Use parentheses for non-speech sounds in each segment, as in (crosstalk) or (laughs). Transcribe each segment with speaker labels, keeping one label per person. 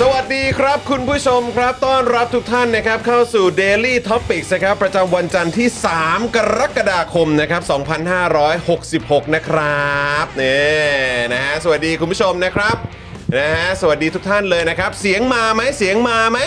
Speaker 1: สวัสดีครับคุณผู้ชมครับต้อนรับทุกท่านนะครับเข้าสู่ Daily Topics นะครับประจำวันจันทร์ที่ 3 กรกฎาคมนะครับ2566 นะครับนี่นะฮะสวัสดีคุณผู้ชมนะครับนะฮะสวัสดีทุกท่านเลยนะครับ เสียงมาไหมเสียงมาไหม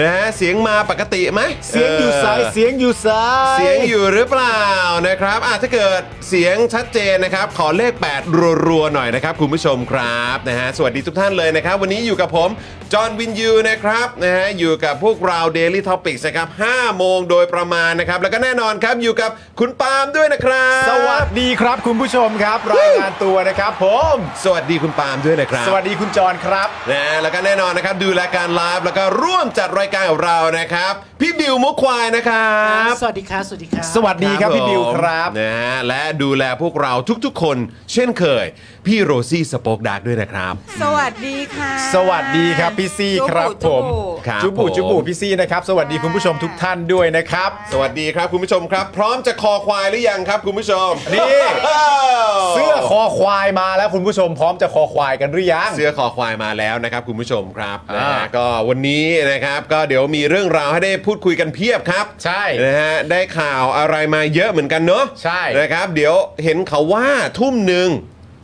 Speaker 1: นะฮะเสียงมาปกติไหม
Speaker 2: เสียงอยู่ซ้าย
Speaker 1: เออ
Speaker 2: เสียงอยู่ซ้าย
Speaker 1: เสียงอยู่หรือเปล่านะครับอาจจะถ้าเกิดเสียงชัดเจนนะครับ ขอเลข 8 รัวๆหน่อยนะครับ คุณผู้ชมครับนะฮะสวัสดีทุกท่านเลยนะครับ วันนี้อยู่กับผม จอห์นวินยูนะครับนะฮะอยู่กับพวกเรา Daily Topics นะครับ5โมงโดยประมาณนะครับ แล้วก็แน่นอนครับอยู่กับคุณปาล์มด้วยนะครับ
Speaker 2: สวัสดีครับคุณผู้ชมครับ รายงานตัวนะครับผม
Speaker 1: สวัสดีคุณปาล์มด้วยนะครับ
Speaker 2: สวัสดีคุณจอห์นครับ
Speaker 1: นะแล้วก็แน่นอนนะครับดูรายการไลฟ์แล้วก็ร่วมจัดรายการกับเรานะครับ พี่บิวมุกควายนะครับ
Speaker 3: สวัสดีครับ สวัสดีครับ
Speaker 2: สวัสดีครับพี่
Speaker 1: ผม
Speaker 2: บิวครับ
Speaker 1: นะฮะและดูแลพวกเราทุกๆ คน เช่นเคย พี่โรซี่สป็อกดาร์กด้วยนะครับ
Speaker 4: สวัสดีค่ะ
Speaker 2: สวัสดีครับพี่ซี่
Speaker 4: จุ๊
Speaker 2: ครับ
Speaker 4: จุ๊
Speaker 2: ผม
Speaker 1: ครับ
Speaker 2: จุบู
Speaker 1: ผม
Speaker 2: จุบูพี่ซี่นะครับ สวัสดีคุณผู้ชมทุกท่านด้วยนะครับ
Speaker 1: สวัสดีครับคุณผู้ชมครับ พร้อมจะคอควายหรือยังครับคุณผู้ชม
Speaker 2: นี่
Speaker 1: อ้าว
Speaker 2: เสื้อคอควายมาแล้วคุณผู้ชมพร้อมจะคอควายกันหรือยัง
Speaker 1: เสื้อคอควายมาแล้วนะครับคุณผู้ชมครับนะ
Speaker 2: อ่า
Speaker 1: ฮะก็วันนี้นะครับก็เดี๋ยวมีเรื่องราวให้ได้พูดคุยกันเพียบครับ
Speaker 2: ใช่
Speaker 1: นะฮะได้ข่าวอะไรมาเยอะเหมือนกันเนอะ
Speaker 2: ใช่
Speaker 1: นะครับ เดี๋ยวเห็นเขาว่าทุ่มหนึ่ง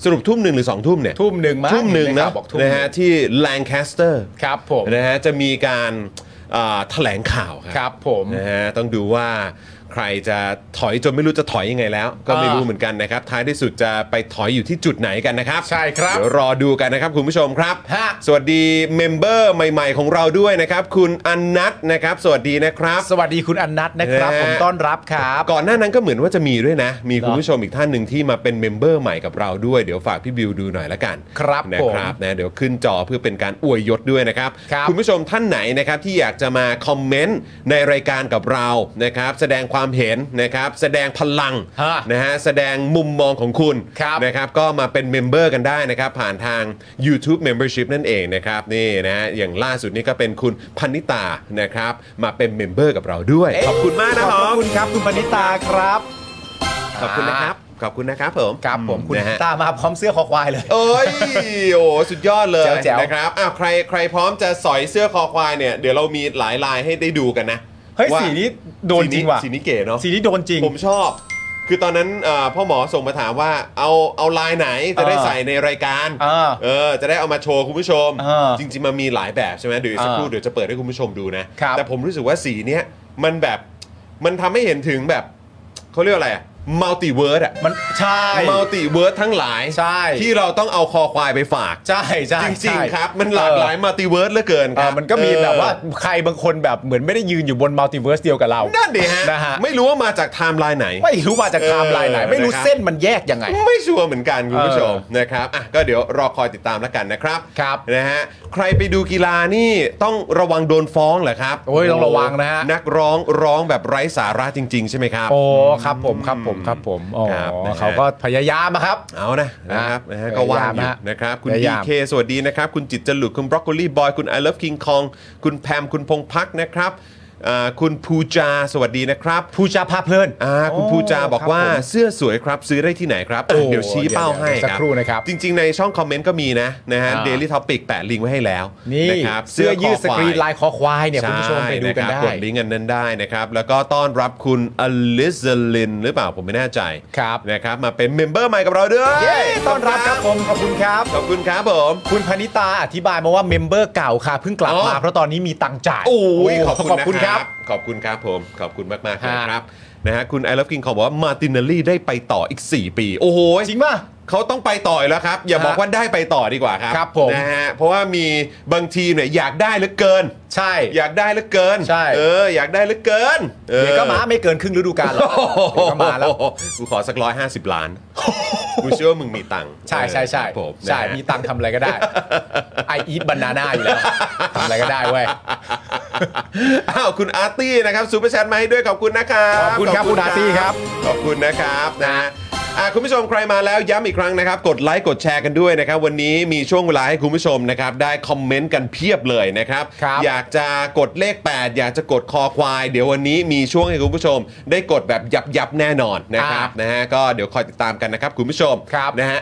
Speaker 1: สรุปทุ่มหนึ่งหรือสองทุ่มเนี่ย
Speaker 2: ทุ่มหนึ่งมั้
Speaker 1: ทุ่มหนึ่งนะ
Speaker 2: เใข่าวบอกทุ่มห
Speaker 1: นะ
Speaker 2: นึ่ง
Speaker 1: ฮะที่แลงคสเตอร์
Speaker 2: ครับผม
Speaker 1: นะฮะจะมีการอ่าแถลงข่าวค
Speaker 2: ค
Speaker 1: รั
Speaker 2: รั
Speaker 1: บบ
Speaker 2: ผม
Speaker 1: นะฮะต้องดูว่าใครจะถอยจนไม่รู้จะถอยยังไงแล้ว ก็ไม่
Speaker 2: อ่า
Speaker 1: รู้เหมือนกันนะครับ ท้ายที่สุดจะไปถอยอยู่ที่จุดไหนกันนะครับ
Speaker 2: ใช่ครับ
Speaker 1: เดี๋ยวรอดูกันนะครับคุณผู้ชมครับ
Speaker 2: ฮะ
Speaker 1: สวัสดีเมมเบอร์ใหม่ ๆ ของเราด้วยนะครับ คุณอันนัทนะครับ สวัสดีนะครับ
Speaker 2: สวัสดีคุณอันนัทนะครับ
Speaker 1: นะฮะ
Speaker 2: ผมต้อนรับครับ
Speaker 1: ก่อนหน้านั้นก็เหมือนว่าจะมีด้วยนะ มีคุณ
Speaker 2: เหรอ
Speaker 1: ผู้ชมอีกท่านหนึ่งที่มาเป็นเมมเบอร์ใหม่กับเราด้วย เดี๋ยวฝากพี่บิวดูหน่อยละกัน
Speaker 2: ครับ
Speaker 1: นะครั
Speaker 2: ผม
Speaker 1: นะเดี๋ยวขึ้นจอเพื่อเป็นการอวยยศด้วยนะครับ
Speaker 2: ครับ
Speaker 1: ณผู้ชมท่านไหนนะครับที่อยากจะมาคอมเมนต์ในรายการกับเรานะครับ แสดงความเห็นนะครับ แสดงพลัง
Speaker 2: ฮะ
Speaker 1: นะฮะแสดงมุมมองของคุณ
Speaker 2: ครับ
Speaker 1: นะครับ ก็มาเป็นเมมเบอร์กันได้นะครับ ผ่านทาง YouTube Membership นั่นเองนะครับนี่นะฮะอย่างล่าสุดนี่ก็เป็นคุณพันิตานะครับ มาเป็นเมมเบอร์กับเราด้วยขอบคุณมากนะ
Speaker 2: ข
Speaker 1: ค
Speaker 2: อบ
Speaker 1: รับ
Speaker 2: คุณครับคุณปณิตาครับ
Speaker 1: ขอบคุณนะครับ ขอบคุณนะครับผม
Speaker 2: ครับผมคุณ
Speaker 1: นะฮะ
Speaker 2: ตามาพร้อมเสื้อคอควายเลย
Speaker 1: โอ้ย โอ้สุดยอดเลย
Speaker 2: แจ๋วๆ
Speaker 1: นะครับอ้าวใครใครพร้อมจะสอยเสื้อคอควายเนี่ย เดี๋ยวเรามีหลายลายให้ได้ดูกันนะ
Speaker 2: เฮ้ย
Speaker 1: ว่า
Speaker 2: สีนี้โดนจริงว่ะ
Speaker 1: สีนี้เก๋เนาะ
Speaker 2: สีนี้โดนจริง
Speaker 1: ผมชอบ คือตอนนั้นเอ่อพ่อหมอส่งมาถามว่าเอาเอาลายไหนจะได้
Speaker 2: เออ
Speaker 1: ใส่ในรายการ
Speaker 2: เออ
Speaker 1: เออจะได้เอามาโชว์คุณผู้ชม
Speaker 2: เออ
Speaker 1: จริง ๆมันมีหลายแบบใช่ไหมเดี๋ยวอีกสักครู่เดี๋ยวจะเปิดให้คุณผู้ชมดูนะ
Speaker 2: ครับ
Speaker 1: แต่ผมรู้สึกว่าสีเนี้ยมันแบบมันทำให้เห็นถึงแบบเขาเรียกอะไรมัลติเวิร์ดอะ
Speaker 2: มันใช่
Speaker 1: มัลติเวิร์ดทั้งหลาย
Speaker 2: ใช่
Speaker 1: ที่เราต้องเอาคอควายไปฝาก
Speaker 2: ใช่ใช่
Speaker 1: จริง
Speaker 2: ใช่
Speaker 1: ๆครับ มันหลากหลาย
Speaker 2: เอ
Speaker 1: มัลติเวิร์ดเหลือเกิน
Speaker 2: อ
Speaker 1: ค
Speaker 2: เอ
Speaker 1: รั
Speaker 2: อบมันก็มี
Speaker 1: เออ
Speaker 2: แบบว่าใครบางคนแบบเหมือนไม่ได้ยืนอยู่บนมัลติเวิร์สเดียวกับเรา
Speaker 1: นั่นดิฮะ
Speaker 2: นะฮะ
Speaker 1: ไม่รู้ว่ามาจากไทม์ไลน์ไหน
Speaker 2: ไม่รู้มาจากไทม์ไลน์ไหน
Speaker 1: เออ
Speaker 2: ไม่รู้
Speaker 1: นะครับ
Speaker 2: เส้นมันแยกยังไง
Speaker 1: ไม่ชัวร์เหมือนกันคุณผู้ชม
Speaker 2: เออ
Speaker 1: นะครับอ่ะก็เดี๋ยวรอคอยติดตามแล้วกันนะครับ
Speaker 2: ครับ
Speaker 1: นะฮะใครไปดูกีฬานี่ต้องระวังโดนฟ้องเหรอครับ
Speaker 2: โอ้ยต้องระวังนะฮะ
Speaker 1: นักร้องร้องแบบไร้สาระจริง ๆ ใช่ไหมครับ
Speaker 2: โอ้ครับผมครับผม
Speaker 1: ม
Speaker 2: ครับผม อ๋อ
Speaker 1: ครับนะฮะ
Speaker 2: เขาก็พยายามนะครับ
Speaker 1: เอานะนะครับนะฮะ
Speaker 2: พยายาม
Speaker 1: ก็ว่างอยู่
Speaker 2: ฮะ
Speaker 1: นะครับ คุณ
Speaker 2: พยา
Speaker 1: ดี
Speaker 2: ยาม
Speaker 1: เคสวัสดีนะครับ คุณจิตรจลุดคุณบรอกโคลีบอย คุณ I love King Kong คุณแพมคุณพงพักนะครับอ่าคุณภูจาสวัสดีนะครับ
Speaker 2: ผู้จาพาเพลิน
Speaker 1: อ่าคุณภูจาบอกว่า
Speaker 2: ครัผม
Speaker 1: เสื้อสวยครับซื้อได้ที่ไหนครับ
Speaker 2: โอ้
Speaker 1: อ่ะเดี๋ยวชี้เป้าให้
Speaker 2: เดี๋ยวสักครู่นะครับ
Speaker 1: จริง ๆ ในช่องคอมเมนต์ก็มีนะนะฮะ
Speaker 2: อ่า
Speaker 1: Daily Topic แปะลิงก์ไว้ให้แล้ว
Speaker 2: นี่
Speaker 1: ะครับ
Speaker 2: เสื้อยืด
Speaker 1: ค
Speaker 2: ส
Speaker 1: คว
Speaker 2: กรีนลายคอควายเนี่ยคุณผู้ชมไปดูกัน
Speaker 1: ใช่ะค
Speaker 2: ได้
Speaker 1: รับกดลิงก์อันนั้นได้นะครับแล้วก็ต้อนรับคุณอลิซลินหรือเปล่าผมไม่แน่ใจ
Speaker 2: ครับ
Speaker 1: นะครับมาเป็นเมมเบอร์ใหม่กับเราด้วย
Speaker 2: เย้ต้อนรับครับผม ขอบคุณครับ
Speaker 1: ขอบคุณครับผม
Speaker 2: คุณพนิตาอธิบายมาว่าเมมเบอร์เก่าค่ะเพิ่งกลับ
Speaker 1: อ๋อ
Speaker 2: มา เพราะตอนนี้มีตังค์จ่าย
Speaker 1: โอ้ย
Speaker 2: ข
Speaker 1: ข
Speaker 2: อ
Speaker 1: อ
Speaker 2: บบ
Speaker 1: คุ
Speaker 2: คุณ
Speaker 1: ณนะค
Speaker 2: ครั
Speaker 1: รับ บ ขอบคุณครับผม ขอบคุณมากๆเลย
Speaker 2: ฮะ
Speaker 1: ครับนะฮะคุณไอรับกินของบอกว่ามาตินาลีได้ไปต่ออีก 4 ปี โอ้โห
Speaker 2: จริงป่ะ
Speaker 1: เขาต้องไปต่ออยแล้วครับ อย่าบอก
Speaker 2: ฮะ
Speaker 1: ว่าได้ไปต่อดีกว่าครับ
Speaker 2: ครับผม
Speaker 1: นะฮะเพราะว่ามีบางทีมเนี่ยอยากได้เหลือเกิน
Speaker 2: ใช่
Speaker 1: อยากได้เหลือเกิน
Speaker 2: ใช่
Speaker 1: เอออยากได้เหลือเกินออ
Speaker 2: เดี๋ยวก็มาไม่เกินครึ่งฤดูกาลหรอกเดี๋ยวก็มาแล้ว
Speaker 1: โอ้โหกูขอสักร้อยห้าสิบล้านกูเชื่อว่ามึงมีตังค์
Speaker 2: ใช่ใช่ใช่
Speaker 1: ครับผม
Speaker 2: ใช่
Speaker 1: นะฮะ
Speaker 2: มีตังค์ทำอะไรก็ได้ I eat banana อยู่แล้วทำอะไรก็ได้เว้ย
Speaker 1: อ้าวคุณอาร์ตี้นะครับซูเปอร์แชทมาให้ด้วยขอบคุณนะครับ
Speaker 2: ขอบคุณครับคุณอาร์ตี้ครับ
Speaker 1: ขอบคุณนะครับนะอ่ะคุณผู้ชมใครมาแล้วย้ำอีกครั้งนะครับ กดไลค์กดแชร์กันด้วยนะครับ วันนี้มีช่วงเวลาให้คุณผู้ชมนะครับ ได้คอมเมนต์กันเพียบเลยนะครับ
Speaker 2: ครับ
Speaker 1: อยากจะกดเลข 8 อยากจะกดคอควาย เดี๋ยววันนี้มีช่วงให้คุณผู้ชม ได้กดแบบยับยับๆแน่นอนนะครับ
Speaker 2: อ่าน
Speaker 1: นะฮะก็เดี๋ยวคอยติดตามกันนะครับคุณผู้ชม
Speaker 2: ครับ
Speaker 1: นะ (laughs) ฮะ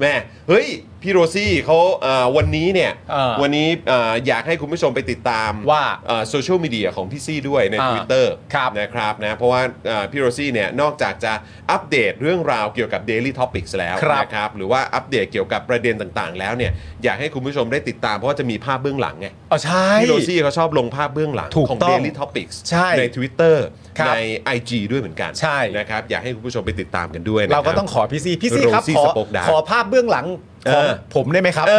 Speaker 1: แม่เฮ้ยพี่โรซี่เขาเอ่อวันนี้เนี่ย
Speaker 2: เออ
Speaker 1: วันนี้เอ่ออยากให้คุณผู้ชมไปติดตาม
Speaker 2: ว่า
Speaker 1: โซเชียลมีเดียของพี่ซี่ด้วยใน
Speaker 2: อ่า
Speaker 1: Twitter
Speaker 2: ครับ
Speaker 1: นะครับนะเพราะว่าเอ่อพี่โรซี่เนี่ยนอกจากจะอัปเดตเรื่องราวเกี่ยวกับ Daily Topics แล้ว
Speaker 2: ครับ
Speaker 1: นะครับหรือว่าอัปเดตเกี่ยวกับประเด็นต่างๆ แล้วเนี่ยอยากให้คุณผู้ชมได้ติดตามเพราะว่าจะมีภาพเบื้องหลังไง
Speaker 2: อ๋อใช่
Speaker 1: พี่โรซี่เขาชอบลงภาพเบื้องหลัง
Speaker 2: ถูก
Speaker 1: ของ
Speaker 2: ต้อง
Speaker 1: Daily Topics
Speaker 2: ใช่
Speaker 1: Twitter
Speaker 2: ครับ
Speaker 1: ใน IG ด้วยเหมือนกัน
Speaker 2: ใช่
Speaker 1: นะครับอยากให้คุณผู้ชมไปติดตามกันด้วยนะคบ
Speaker 2: เราก็ต้องขอพี่ซีพี่ซีครับ
Speaker 1: Rosie
Speaker 2: ขอ
Speaker 1: Spoke Dark
Speaker 2: ขอภาพเบื้องหลังของ
Speaker 1: เออ
Speaker 2: ผมได้ไหมครับ
Speaker 1: เอ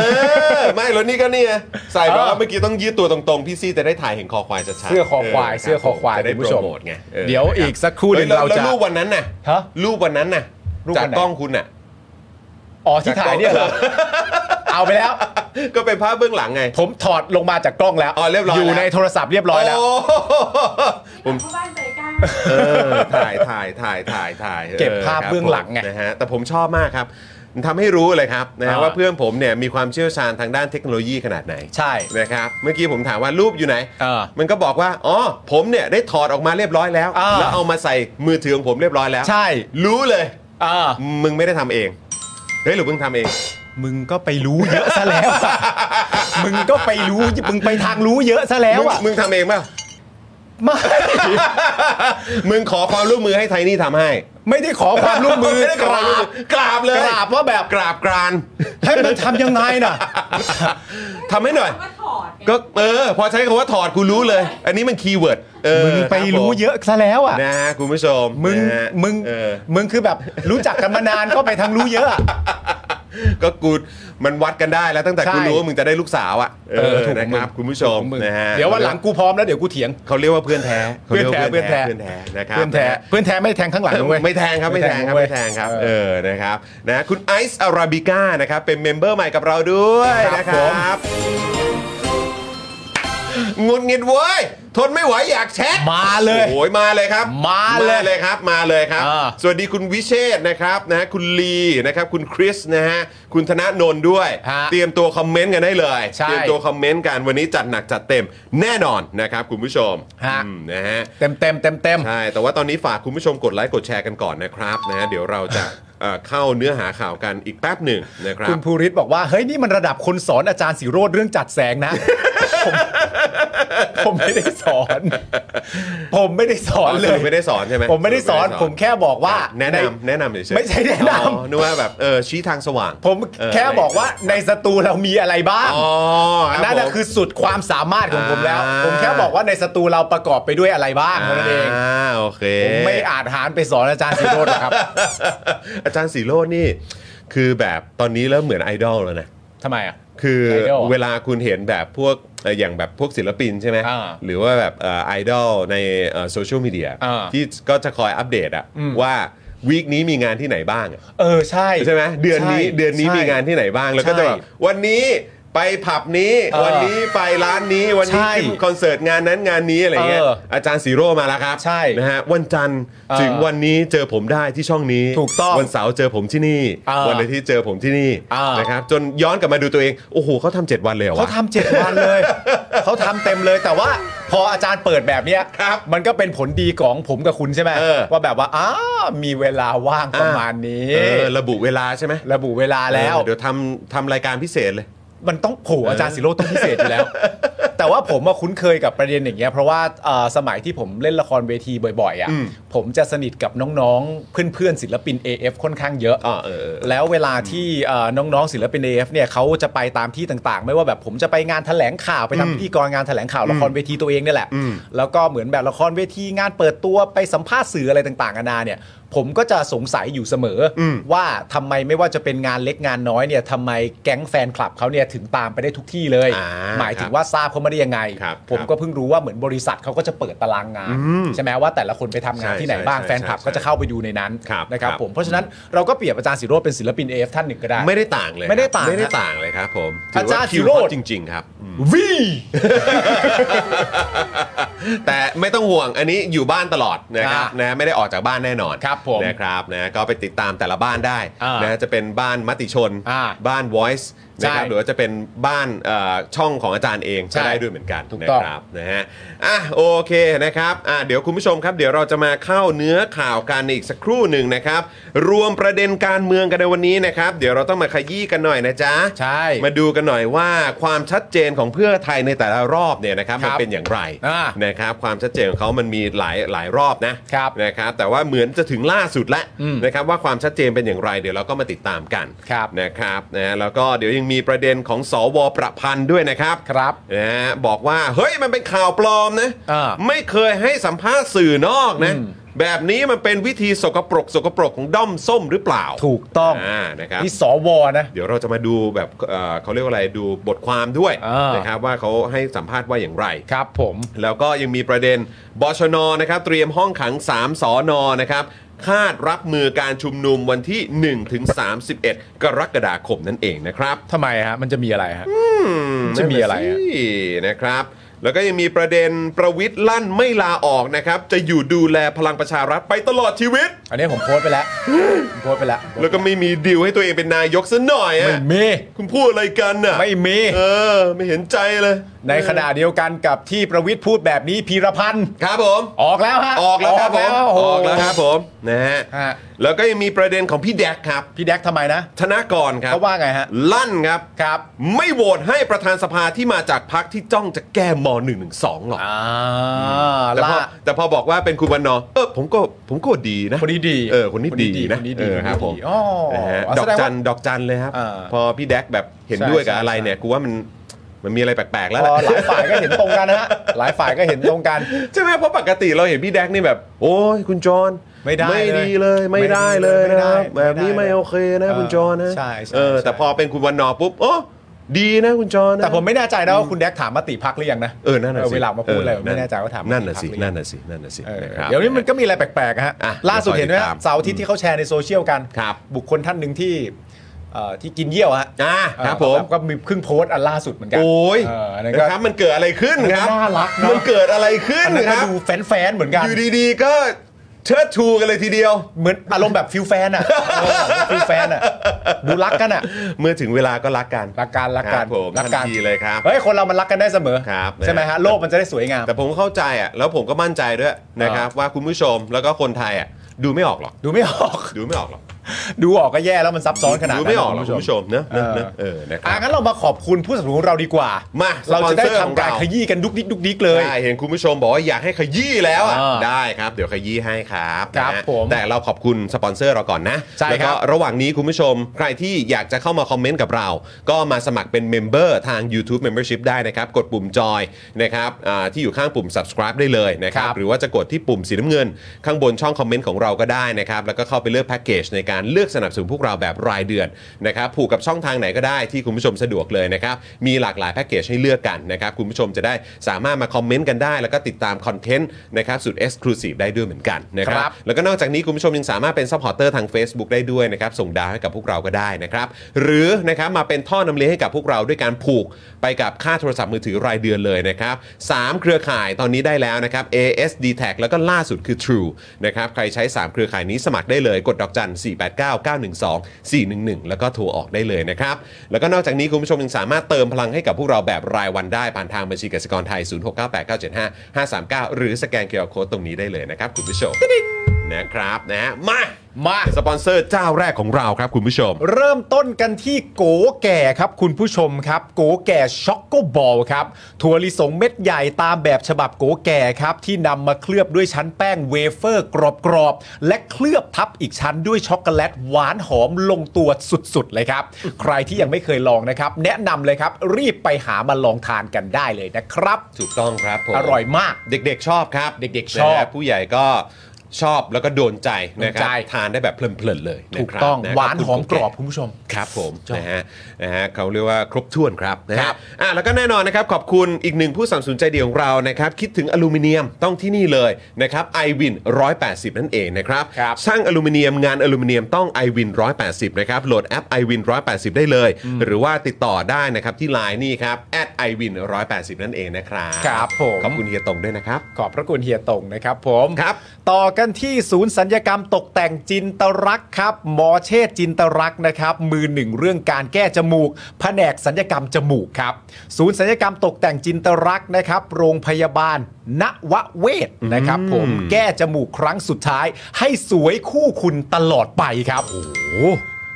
Speaker 1: อไม่แล้วนี่ก็เนี่ยใส่แบบ
Speaker 2: เอ
Speaker 1: ว่า
Speaker 2: อ
Speaker 1: เมื่อกี้ต้องยืดตัวตรงๆ พี่ซี่จะได้ถ่ายเห็นคอควายชัดๆ
Speaker 2: เสื้อคอควาย
Speaker 1: รับ
Speaker 2: เสื้อคอควาย
Speaker 1: จะได้
Speaker 2: คุณ
Speaker 1: โป
Speaker 2: ผู้
Speaker 1: ร
Speaker 2: ชม
Speaker 1: โมทไงออ
Speaker 2: เดี๋ยว
Speaker 1: นะครับ
Speaker 2: อีกสักครู่หนึ่ง
Speaker 1: ฮ้ย
Speaker 2: เรา
Speaker 1: แล้ว
Speaker 2: จะ
Speaker 1: รูปวันนั้นน่ะ
Speaker 2: ฮะ
Speaker 1: รูปวันนั้นน่ะ
Speaker 2: รูป
Speaker 1: จา
Speaker 2: วั
Speaker 1: ก
Speaker 2: นไหน
Speaker 1: กล้องคุณน่ะ (laughs)
Speaker 2: อ๋อที่ถ่ายเนี่ยเหรอ (laughs) เอาไปแล้ว
Speaker 1: ก็เป็นภาพเบื้องหลังไง
Speaker 2: ผมถอดลงมาจากกล้องแล้ว
Speaker 1: อ๋อเรียบร้อย
Speaker 2: อยู่
Speaker 1: แล้ว
Speaker 2: ในโทรศัพท์เรียบร้อยแล้ว
Speaker 1: โผม
Speaker 5: พ่อบ้านใจกล้า
Speaker 1: เออถ่ายถ่ายถ่ายถ่ายถ่ายออ
Speaker 2: เก็บภาพ
Speaker 1: ค
Speaker 2: เบื้องหลังไง
Speaker 1: นะฮะแต่ผมชอบมากครับทำให้รู้เลยครับนะฮะ
Speaker 2: อ่า
Speaker 1: ว่าเพื่อนผมเนี่ยมีความเชี่ยวชาญทางด้านเทคโนโลยีขนาดไหน
Speaker 2: ใช่
Speaker 1: นะครับเมื่อกี้ผมถามว่ารูปอยู่ไหน
Speaker 2: เออ
Speaker 1: มันก็บอกว่าอ๋อผมเนี่ยได้ถอดออกมาเรียบร้อยแล้ว
Speaker 2: เออ
Speaker 1: แล้วเอามาใส่มือถือของผมเรียบร้อยแล้ว
Speaker 2: ใช่
Speaker 1: รู้เลย
Speaker 2: เออ
Speaker 1: มึงไม่ได้ทำเองเฮ้ยหรือมึงทำเอง
Speaker 2: มึงก็ไปรู้เยอะซะแล้ว
Speaker 1: (laughs)
Speaker 2: มึงก็ไปรู้มึงไปทางรู้เยอะซะแล้วอ่ะ
Speaker 1: มึงมึงทำเอง
Speaker 2: (laughs)
Speaker 1: เปล่า
Speaker 2: ไม่
Speaker 1: มึงขอความร่วมมือให้ไทนี่ทำให้
Speaker 2: ไม่ได้ขอความร่วมมือ
Speaker 1: ไได้ขอความร่วมมือกราบเลย
Speaker 2: กราบว่าแบบ
Speaker 1: กราบกราน
Speaker 2: ให้มันทำยังไงน่ะ
Speaker 1: ทำให้หน่อย
Speaker 5: ว่าถอดไง
Speaker 1: ก็เออ พอใช้คำว่าถอดกูรู้เลย อันนี้มันคีย์เวิร์ดเออ
Speaker 2: มึงไป
Speaker 1: คบผม
Speaker 2: รู้เยอะซะแล้วอ่ะ
Speaker 1: นะฮะคุณผู้ชม
Speaker 2: มึง
Speaker 1: นะฮะ
Speaker 2: มึง
Speaker 1: เออ
Speaker 2: มึงคือแบบรู้จักกันมานานก็ไปทางรู้เยอะอะ
Speaker 1: ก็กูมันวัดกันได้แล้วตั้งแต่
Speaker 2: ใช่
Speaker 1: กูรู้ว่ามึงจะได้ลูกสาวอ่ะเออนะครับคุณผู้ชม
Speaker 2: ถูกของง
Speaker 1: นะฮะ
Speaker 2: เดี๋ยววันหลังกูพร้อมแล้วเดี๋ยวกูเถียง
Speaker 1: เขาเรียกว่าเพื่อนแท้ขารียกว่า
Speaker 2: เพื่อนแท้
Speaker 1: เพื่อนแท้เพื่อนแท้นะครับ
Speaker 2: เพื่อนแท้เพื่อนแท้ไม่แทงข้างหลังนะเว้ย
Speaker 1: ไม่แทงครับไม่แทงครับไม่แทงครับเออนะครับนะคุณไอซ์อาราบิก้านะครับเป็นเมมเบอร์ใหม่กับเราด้วยนะค
Speaker 2: ครับผม
Speaker 1: รับหงุดหงิดเว้ยทนไม่ไหวอยากแชท
Speaker 2: มาเลย
Speaker 1: โอ้ยมาเลยครับ
Speaker 2: มาเลย
Speaker 1: ครับมาเลยครับ
Speaker 2: อ่า
Speaker 1: สวัสดีคุณวิเชษฐ์นะครับนะฮะคุณลีนะครับคุณคริสนะฮะคุณธนาโนนด้วย
Speaker 2: ฮะ
Speaker 1: เตรียมตัวคอมเมนต์กันได้เลย
Speaker 2: ใช่
Speaker 1: เตรียมตัวคอมเมนต์กันวันนี้จัดหนักจัดเต็มแน่นอนนะครับคุณผู้ชม
Speaker 2: ฮะ
Speaker 1: อืมนะฮะ
Speaker 2: เต็มเต็มเต็มเต็ม
Speaker 1: ใช่แต่ว่าตอนนี้ฝากคุณผู้ชมกดไลค์กดแชร์กันก่อนนะครับนะฮะเดี๋ยวเราจะเอ่อเข้าเนื้อหาข่าวกันอีกแป๊บหนึ่งนะครับ
Speaker 2: คุณภูริศบอกว่า เฮ้ย นี่มันระดับคนสอนอาจารย์สิโรธเรื่องจัดแสงนะ (laughs) ผมผมไม่ได้สอน ผมไม่ได้สอนเล
Speaker 1: อ๋อสรุ
Speaker 2: ย
Speaker 1: ปไม่ได้สอนใช่ไหม
Speaker 2: ผมไม่ได้สอน
Speaker 1: สรุปไม่ได้สอน
Speaker 2: ผมแค่บอกว่า
Speaker 1: แนะ
Speaker 2: ใน
Speaker 1: นำแนะนำเฉยๆ
Speaker 2: ไม่ใช่แนะนำ
Speaker 1: อ๋อนึกว่าแบบเออชี้ทางสว่าง
Speaker 2: ผม
Speaker 1: เ
Speaker 2: แค่บอกว่าในสตูเรามีอะไรบ้าง
Speaker 1: อ๋อรับ
Speaker 2: นั่นน่ะ
Speaker 1: ผม
Speaker 2: คือสุดความสามารถของผมแล้ว
Speaker 1: อ่า
Speaker 2: ผมแค่บอกว่าในสตูเราประกอบไปด้วยอะไรบ้างเท่านั้นเอง
Speaker 1: อ่าโอเค
Speaker 2: ผมไม่อาจหารไปสอนอาจารย์สิโรธหรอกครับ (laughs)
Speaker 1: อาจารย์สีโรดนี่ คือแบบตอนนี้เริ่มเหมือนไอดอลแล้วนะ
Speaker 2: ทำไมอ่ะ
Speaker 1: คือ
Speaker 2: ไอดอล
Speaker 1: เวลาคุณเห็นแบบพวกเอ่ออย่างแบบพวกศิลปินใช่ไหม
Speaker 2: อ่า
Speaker 1: หรือว่าแบบเอ่อไอดอลในโซเชียลมีเดีย
Speaker 2: อ่า
Speaker 1: ที่ก็จะคอยอัปเดตอะ
Speaker 2: อืม
Speaker 1: ว่าวีคนี้มีงานที่ไหนบ้างอะ
Speaker 2: เออใช่
Speaker 1: ใช่ไหมเดือนนี้เดือนนี้มีงานที่ไหนบ้างแล้วก็จะแบบ
Speaker 2: ใช่
Speaker 1: วันนี้ ไปผับนี้
Speaker 2: เออ
Speaker 1: วันนี้ไปร้านนี้วันนี้
Speaker 2: ใช่
Speaker 1: ขึ้นคอนเสิร์ตงานนั้นงานนี้อะไรเงี้ย
Speaker 2: เออ
Speaker 1: อาจารย์สีโร่มาแล้วครับ
Speaker 2: ใช่
Speaker 1: นะฮะวันจันทร์
Speaker 2: เออ
Speaker 1: ถึงวันนี้เจอผมได้ที่ช่องนี้
Speaker 2: ถูกต้อง
Speaker 1: วันเสาร์เจอผมที่นี่
Speaker 2: เออ
Speaker 1: วันอาทิตย์เจอผมที่นี่
Speaker 2: เออ
Speaker 1: นะครับจนย้อนกลับมาดูตัวเองโอ้โหเขาทำเจ็ดวันเลยเหรอ
Speaker 2: เขา
Speaker 1: วะ
Speaker 2: ทำเจ็ดวันเลย เขาทำเต็มเลยแต่ว่าพออาจารย์เปิดแบบเนี้ย
Speaker 1: ครับ
Speaker 2: มันก็เป็นผลดีของผมกับคุณใช่ไหม
Speaker 1: เออ
Speaker 2: ว่าแบบว่าอ้ามีเวลาว่างประมาณนี้
Speaker 1: เออระบุเวลาใช่ไหม
Speaker 2: ระบุเวลาแล้ว
Speaker 1: เออเดี๋ยวทำทำรายการพิเศษเลย
Speaker 2: มันต้องโผอาจารย์สิโรตต้องพิเศษอ
Speaker 1: (laughs)
Speaker 2: ยู่แล้ว แต่ว่าผมมาคุ้นเคยกับประเด็นอย่างเงี้ยเพราะว่าเอ่อสมัยที่ผมเล่นละครเวทีบ่อยๆอ่ะ
Speaker 1: อืม
Speaker 2: ผมจะสนิทกับน้องๆ เพื่อนๆศิลปิน AF ค่อนข้างเยอะ
Speaker 1: อ๋อเออเออ
Speaker 2: แล้วเวลาที่เอ่อน้องๆศิลปิน AF เนี่ยเขาจะไปตามที่ต่างๆ ไม่ว่าแบบผมจะไปงานแถลงข่าวไปทำพิธีกรงานแถลงข่าวละครเวทีตัวเองเนี่ยแหละ
Speaker 1: อืม
Speaker 2: แล้วก็เหมือนแบบละครเวทีงานเปิดตัวไปสัมภาษณ์สื่ออะไรต่างๆนานาเนี่ย ผมก็จะสงสัยอยู่เสมออ
Speaker 1: ม
Speaker 2: ว่าทำไมไม่ว่าจะเป็นงานเล็กงานน้อยเนี่ยทำไมแก๊งแฟนคลับเขาเนี่ยถึงตามไปได้ทุกที่เลย
Speaker 1: อ่า
Speaker 2: หมายถึงว่าทราบเขาไม่ได้ยังไง
Speaker 1: ครับ
Speaker 2: ผมก็เพิ่งรู้ว่าเหมือนบริษัทเขาก็จะเปิดตารางงา
Speaker 1: อ
Speaker 2: น
Speaker 1: ืม
Speaker 2: ใช่ไหมว่าแต่ละคนไปทำงานที่ไหนบ้าง
Speaker 1: ใช่ใช่
Speaker 2: แฟนคลับ
Speaker 1: ใช่
Speaker 2: ก็จะเข้าไปดูในนั้น
Speaker 1: ครับ
Speaker 2: นะครับ
Speaker 1: ครับ
Speaker 2: ผม เพราะฉะนั้นเราก็เปรียบอาจารย์สิโรจน์เป็นศิลปิน AF ท่านหนึ่งก็ได้
Speaker 1: ไม่ได้ต่างเลย
Speaker 2: ไม่ได้ต่าง
Speaker 1: ไม่ได้
Speaker 2: นะ
Speaker 1: ต่างเลยครับผม
Speaker 2: อาจารย์
Speaker 1: ถื
Speaker 2: ศิโร
Speaker 1: ว่
Speaker 2: จ
Speaker 1: คิว
Speaker 2: น์
Speaker 1: ฮอตจริง ๆ ครับอืม
Speaker 2: วี
Speaker 1: แต่ไม่ต้องห่วงอันนี้อยู่บ้านตลอดนะครับ
Speaker 2: อ่าน
Speaker 1: นะไม่ได้ออกจากบ้านแน่นอน
Speaker 2: ครับผม
Speaker 1: นะครับนะก็ไปติดตามแต่ละบ้านได้
Speaker 2: อ่าน
Speaker 1: นะจะเป็นบ้านมติชน
Speaker 2: อ่า
Speaker 1: บ้าน Voice
Speaker 2: ใช่
Speaker 1: นะครับหรือว่าจะเป็นบ้านเอ่อช่องของอาจารย์เอง
Speaker 2: ใช่
Speaker 1: ก็ได้ด้วยเหมือนกัน
Speaker 2: ถูก
Speaker 1: นะ
Speaker 2: ต้อง
Speaker 1: ครับนะฮะอ่ะโอเคนะครับอ่ะเดี๋ยวคุณผู้ชมครับ เดี๋ยวเราจะมาเข้าเนื้อข่าวกันอีกสักครู่หนึ่งนะครับ รวมประเด็นการเมืองกันในวันนี้นะครับ เดี๋ยวเราต้องมาขยี้กันหน่อยนะจ๊ะ
Speaker 2: ใช่
Speaker 1: มาดูกันหน่อยว่าความชัดเจนของเพื่อไทยในแต่ละรอบเนี่ยนะครับมัน
Speaker 2: ครับ
Speaker 1: เป็นอย่างไร
Speaker 2: อ่า
Speaker 1: นะครับความชัดเจนของเขามันมีหลายหลายรอบนะครับ นะครับแต่ว่าเหมือนจะถึงล่าสุดแล้ว
Speaker 2: อืม
Speaker 1: นะครับว่าความชัดเจนเป็นอย่างไรเดี๋ยวเราก็มาติดตามกัน
Speaker 2: ครับ
Speaker 1: นะครับนะแล้วก็เดี๋ยวยังมีประเด็นของสวประพันธ์ด้วยนะครับ
Speaker 2: ครับ
Speaker 1: นะฮะบอกว่าเฮ้ยมันเป็นข่าวปลอมนะ
Speaker 2: อ่า
Speaker 1: ไม่เคยให้สัมภาษณ์สื่อนอกนะ
Speaker 2: อืม
Speaker 1: แบบนี้มันเป็นวิธีสกปรกสกปรกของด้อมส้มหรือเปล่า
Speaker 2: ถูกต้อง
Speaker 1: อ่านะครับ
Speaker 2: นี่สวนะ
Speaker 1: เดี๋ยวเราจะมาดูแบบเอ่อเขาเรียกว่าอะไรดูบทความด้วย
Speaker 2: อ่าน
Speaker 1: นะครับว่าเขาให้สัมภาษณ์ว่าอย่างไร
Speaker 2: ครับผม
Speaker 1: แล้วก็ยังมีประเด็นบชนนะครับเตรียมห้องขัง 3สอนอนะครับคาดรับมือการชุมนุมวันที่ 1 ถึง 31 กรกฎาคมนั่นเองนะครับ
Speaker 2: ทำไมฮะ มันจะมีอะไรฮะ จะมีอะไร
Speaker 1: นั่
Speaker 2: อะ
Speaker 1: นนสินะครับ แล้วก็ยังมีประเด็นประวิทย์ลั่นไม่ลาออกนะครับ จะอยู่ดูแลพลังประชารัฐไปตลอดชีวิต
Speaker 2: อันนี้ผมโพสต์ไปแล้ว ผมโพสต์ไปแล้ว
Speaker 1: แล้วก็ไม่มีดีลให้ตัวเองเป็นนายกซะหน่อย
Speaker 2: ไม่
Speaker 1: อะ
Speaker 2: มี
Speaker 1: คุณพูดอะไรกันน่ะ
Speaker 2: ไม่มี
Speaker 1: เออ ไม่เห็นใจเลย
Speaker 2: ในขณะเดียวกันกับที่ประวิทย์พูดแบบนี้พีรพันธ์
Speaker 1: ครับผม
Speaker 2: ออกแล้วฮะ
Speaker 1: ออกแล้วครับผม
Speaker 2: โโห
Speaker 1: ออกแล้วครับผมนะฮะ
Speaker 2: ฮะ
Speaker 1: แล้วก็ยังมีประเด็นของพี่แดกครับ
Speaker 2: พี่แดกทำไมนะ
Speaker 1: ธนากรครับ
Speaker 2: เขาว่าไงฮะ
Speaker 1: ลั่นครับ
Speaker 2: ครับ
Speaker 1: ไม่โหวตให้ประธานสภาที่มาจากพักที่จ้องจะแก้ม .112 หรอก
Speaker 2: อ่า
Speaker 1: แต่พอ
Speaker 2: ล่า
Speaker 1: แต่พอบอกว่าเป็นคุณวันนอร์เออผมก็ผมก็ดีนะ
Speaker 2: คนนี้ดี
Speaker 1: เออคนนี้ดีนะ
Speaker 2: คนนี้ดี
Speaker 1: เออครับ
Speaker 2: ค
Speaker 1: ผ
Speaker 2: น
Speaker 1: ม
Speaker 2: นี้ดีอ๋อ
Speaker 1: นะฮะ
Speaker 2: อ๋อ
Speaker 1: ดอก
Speaker 2: แสดงว่า
Speaker 1: จันดอกจันเลยครับ
Speaker 2: อ่า
Speaker 1: พอพี่แดกแบบเห็น
Speaker 2: ใช่
Speaker 1: ด้วยกับ
Speaker 2: ใช่
Speaker 1: อะไร
Speaker 2: ใช่
Speaker 1: เนี่ยกูว่ามันมันมีอะไรแปลกๆ
Speaker 2: พ
Speaker 1: แล้ว
Speaker 2: อ
Speaker 1: แหละ
Speaker 2: หลายฝ่ายก็เห็นตรงกันฮะ หลายฝ่ายก็เห็นตรงกัน
Speaker 1: ใช่ไหมเพราะปกติเราเห็นพี่แดกนี่แบบ โอ้ยคุณจอน
Speaker 2: ไม่ได้
Speaker 1: ไม่
Speaker 2: เลย
Speaker 1: ดีเลยไม่ได้เลย
Speaker 2: ไม่
Speaker 1: นะค
Speaker 2: ได้
Speaker 1: รับ
Speaker 2: ไม่ได้
Speaker 1: แบบนี้
Speaker 2: ไม่
Speaker 1: ไม่
Speaker 2: ได้
Speaker 1: โอเคนะ
Speaker 2: เออ
Speaker 1: คุณจอนนะ
Speaker 2: ใช่ใช่
Speaker 1: เออแต่
Speaker 2: ใช่
Speaker 1: พอเป็นคุณวันนอร์ปุ๊บโอ้ดีนะคุณจอนนะ
Speaker 2: แต่ผมไม่แน่ใจนะว่าคุณแดกถามมติพักหรือยังนะ
Speaker 1: เออนั่นน่ะสิ
Speaker 2: เวลามาพูดอะไรผม
Speaker 1: เออ
Speaker 2: ไม่แน่ใจว่าถามมติ
Speaker 1: นั่นน่ะสิ
Speaker 2: พรรคหรือยัง
Speaker 1: นั่นน่ะสินั่นน่ะสิ
Speaker 2: เออ
Speaker 1: นะครับ
Speaker 2: เดี๋ยวนี้มันก็มีอะไรแปลกๆฮะ
Speaker 1: อ่ะ
Speaker 2: ล่าสุดเห็นไหม
Speaker 1: เดี๋ยวคอยติดตาม
Speaker 2: เสาร์อาทิตย์ที่เขาแชร์ในโซเชียลกัน
Speaker 1: ครับ
Speaker 2: บุคคลท่านหนึ่งที่เอ่อที่กินเยี่ยวฮะ
Speaker 1: อ่าครับ
Speaker 2: เอ
Speaker 1: ผ
Speaker 2: อ
Speaker 1: ม
Speaker 2: แบบก็มีเพิ่งโพสต์อันล่าสุดเหมือนกั
Speaker 1: โอ้ย
Speaker 2: เอออันนั้นก็
Speaker 1: นะครับมันเกิดอะไรขึ้นครับ
Speaker 2: น่ารักเนอะ
Speaker 1: มันเกิดอะไรขึ้น
Speaker 2: อันนั้น
Speaker 1: ค
Speaker 2: ก็
Speaker 1: รับ
Speaker 2: ดูแฟนๆเหมือนกัน
Speaker 1: อยู่ดีๆก็เชิดชูกันเลยทีเดียว
Speaker 2: เหมือนอารมณ์แบบฟิลแฟนอ่ะเออฟิลแฟนอ่ะดูรักกันอ่ะ
Speaker 1: เมื่อถึงเวลาก็รักกัน
Speaker 2: รักกันรักกัน
Speaker 1: ครับผม
Speaker 2: รักั
Speaker 1: ทันทีเลยครับ
Speaker 2: เฮ้ยคนเรามันรักกันได้เสมอ
Speaker 1: ครับ
Speaker 2: ใช่ไหม
Speaker 1: นะครั
Speaker 2: ฮะ
Speaker 1: บ
Speaker 2: โลกมันจะได้สวยงาม
Speaker 1: แต่ผมเข้าใจอ่ะแล้วผมก็มั่นใจด้วยนะครับว่าคุณผู้ชมแล้วก็คนไทยอ่ะดูไม่ออกหรอก
Speaker 2: ดูไม่ออก (laughs)
Speaker 1: ดูไม่ออกหรอก
Speaker 2: ดูออกก็แย่แล้วมันซับซ้อนขนาด
Speaker 1: ดู
Speaker 2: นั้น
Speaker 1: ไม่ออกหรอก
Speaker 2: ณ
Speaker 1: คุณ
Speaker 2: ผู้
Speaker 1: ผู้
Speaker 2: ช
Speaker 1: ช
Speaker 2: ม
Speaker 1: มเนอะเนอะเนอะ
Speaker 2: เอ
Speaker 1: เอ
Speaker 2: อ
Speaker 1: อนะค
Speaker 2: อ่ะ
Speaker 1: รับ
Speaker 2: งั้นเรามาขอบคุณผู้สนับสนุนเราดีกว่า
Speaker 1: มา
Speaker 2: เราจะได้
Speaker 1: สปอนเซอร์ของ
Speaker 2: ทำการ
Speaker 1: เรา
Speaker 2: ขยี้กันดุกดิกดุกดิกเลย
Speaker 1: ใช่เห็นคุณผู้ชมบอกว่าอยากให้ขยี้แล้วอ่ะ
Speaker 2: อ่า
Speaker 1: ได้ครับ เดี๋ยวขยี้ให้ครับ
Speaker 2: ครับ
Speaker 1: นะฮะ
Speaker 2: ผม
Speaker 1: แต่เราขอบคุณสปอนเซอร์เราก่อนนะ
Speaker 2: ใช่
Speaker 1: แล้ว
Speaker 2: ครั
Speaker 1: ก็
Speaker 2: บ
Speaker 1: ระหว่างนี้คุณผู้ชมใครที่อยากจะเข้ามาคอมเมนต์กับเรา ก็มาสมัครเป็นเมมเบอร์ทาง YouTube Membership ได้นะครับ กดปุ่มจอยนะครับอ่าที่อยู่ข้างปุ่ม subscribe ได้เลยนะครั
Speaker 2: ครับ บ
Speaker 1: หรือว่าจะกดที่ปุ่มสีน้ำเงิน ข้างบนช่องคอมเมนต์ของเราก็ได้นะครับ แล้วก็เข้าไปเลือกแพ็กเกจในการ การเลือกสนับสนุนพวกเราแบบรายเดือนนะครับผูกกับช่องทางไหนก็ได้ที่คุณผู้ชมสะดวกเลยนะครับมีหลากหลายแพ็กเกจให้เลือกกันนะครับคุณผู้ชมจะได้สามารถมาคอมเมนต์กันได้ แล้วก็ติดตามคอนเทนต์นะครับสุดเอ็กซ์คลูซีฟได้ด้วยเหมือนกันนะครั
Speaker 2: ครับ บ
Speaker 1: แล้วก็นอกจากนี้คุณผู้ชมยังสามารถเป็นซัพพอร์เตอร์ทาง Facebook ได้ด้วยนะครับ ส่งดาวให้กับพวกเราก็ได้นะครับ หรือนะครับมาเป็นท่อนำเลี้ยงให้กับพวกเราด้วยการผูกไปกับค่าโทรศัพท์มือถือรายเดือนเลยนะครับสามเครือข่ายตอนนี้ได้แล้วนะครับ ASD Tag แล้วก็ล่าสุดคือ True นะครับใครใช้ 3 เครือข่ายนี้สมัครได้เลยกดดอกจัน 4 8 9 9 1 2 4 1 1 แล้วก็โทรออกได้เลยนะครับ แล้วก็นอกจากนี้คุณผู้ชมยังสามารถเติมพลังให้กับพวกเราแบบรายวันได้ผ่านทางบัญชีกสิกรไทย 0698975539 หรือสแกนเคอร์โคตรงนี้ได้เลยนะครับคุณผู้ชม นะครับนะฮะมา
Speaker 2: มา
Speaker 1: สปอนเซอร์เจ้าแรกของเราครับคุณผู้ชม
Speaker 2: เริ่มต้นกันที่โกแก่ครับคุณผู้ชมครับ โกแก่ช็อกโกบอลครับถั่วลิสงเม็ดใหญ่ตามแบบฉบับโกแก่ครับ ที่นำมาเคลือบด้วยชั้นแป้งเวเฟอร์กรอบๆ และเคลือบทับอีกชั้นด้วยช็อกโกแลตหวานหอมลงตัวสุดๆ เลยครับ ใครที่ยังไม่เคยลองนะครับ แนะนำเลยครับ รีบไปหามาลองทานกันได้เลยนะครับ
Speaker 1: ถูกต้องครับผม
Speaker 2: อร่อยมาก
Speaker 1: เด็กๆชอบครับ
Speaker 2: เด็กๆชอบ
Speaker 1: นะฮะผู้ใหญ่ก็ชอบแล้วก็โดนใจนะครั
Speaker 2: โดนใจ
Speaker 1: ทานได้แบบเพลินๆเลยนะ
Speaker 2: ถูก
Speaker 1: ครับ
Speaker 2: ต้อง
Speaker 1: ะคบ
Speaker 2: หวาน
Speaker 1: คุณ
Speaker 2: หอมกรอบ
Speaker 1: โ
Speaker 2: คุณผู้ชม
Speaker 1: ครับผม
Speaker 2: ชอบ
Speaker 1: นะฮะนะฮะเขาเรียกว่าครบถ้วนครับนะ
Speaker 2: ค
Speaker 1: ฮะ
Speaker 2: รับ
Speaker 1: อ่ะแล้วก็แน่นอนนะครับขอบคุณอีกหนึ่งผู้สนับสนุนใจดีของเรานะครับคิดถึงอลูมิเนียมต้องที่นี่เลยนะครับ i w วิน180 นั่นเองนะครับ
Speaker 2: ครับ
Speaker 1: ช่างอลูมิเนียมงานอลูมิเนียมต้อง i w วิน180 นะครับ โหลดแอป i w วิน180 ได้เลย หรือว่าติดต่อได้นะครับที่ไลน์นี่ครับ i w วิน180 นั่นเองนะครับ
Speaker 2: ครับผม
Speaker 1: ขอบคุณเฮียตงด้วยนะครับ
Speaker 2: ขอบพระคุณเฮียตงนะครับผม
Speaker 1: ครับ
Speaker 2: ต่อกันที่ศูนย์สัญญกรรมตกแต่งจินตรักษ์ครับ หมอเชษจินตรักษ์นะครับ มือหนึ่งเรื่องการแก้จมูก แผนกสัญญกรรมจมูกครับ ศูนย์สัญญกรรมตกแต่งจินตรักษ์นะครับ โรงพยาบาลนวเวศนะครับผมแก้จมูกครั้งสุดท้าย ให้สวยคู่คุณตลอดไปครับ
Speaker 1: โอ้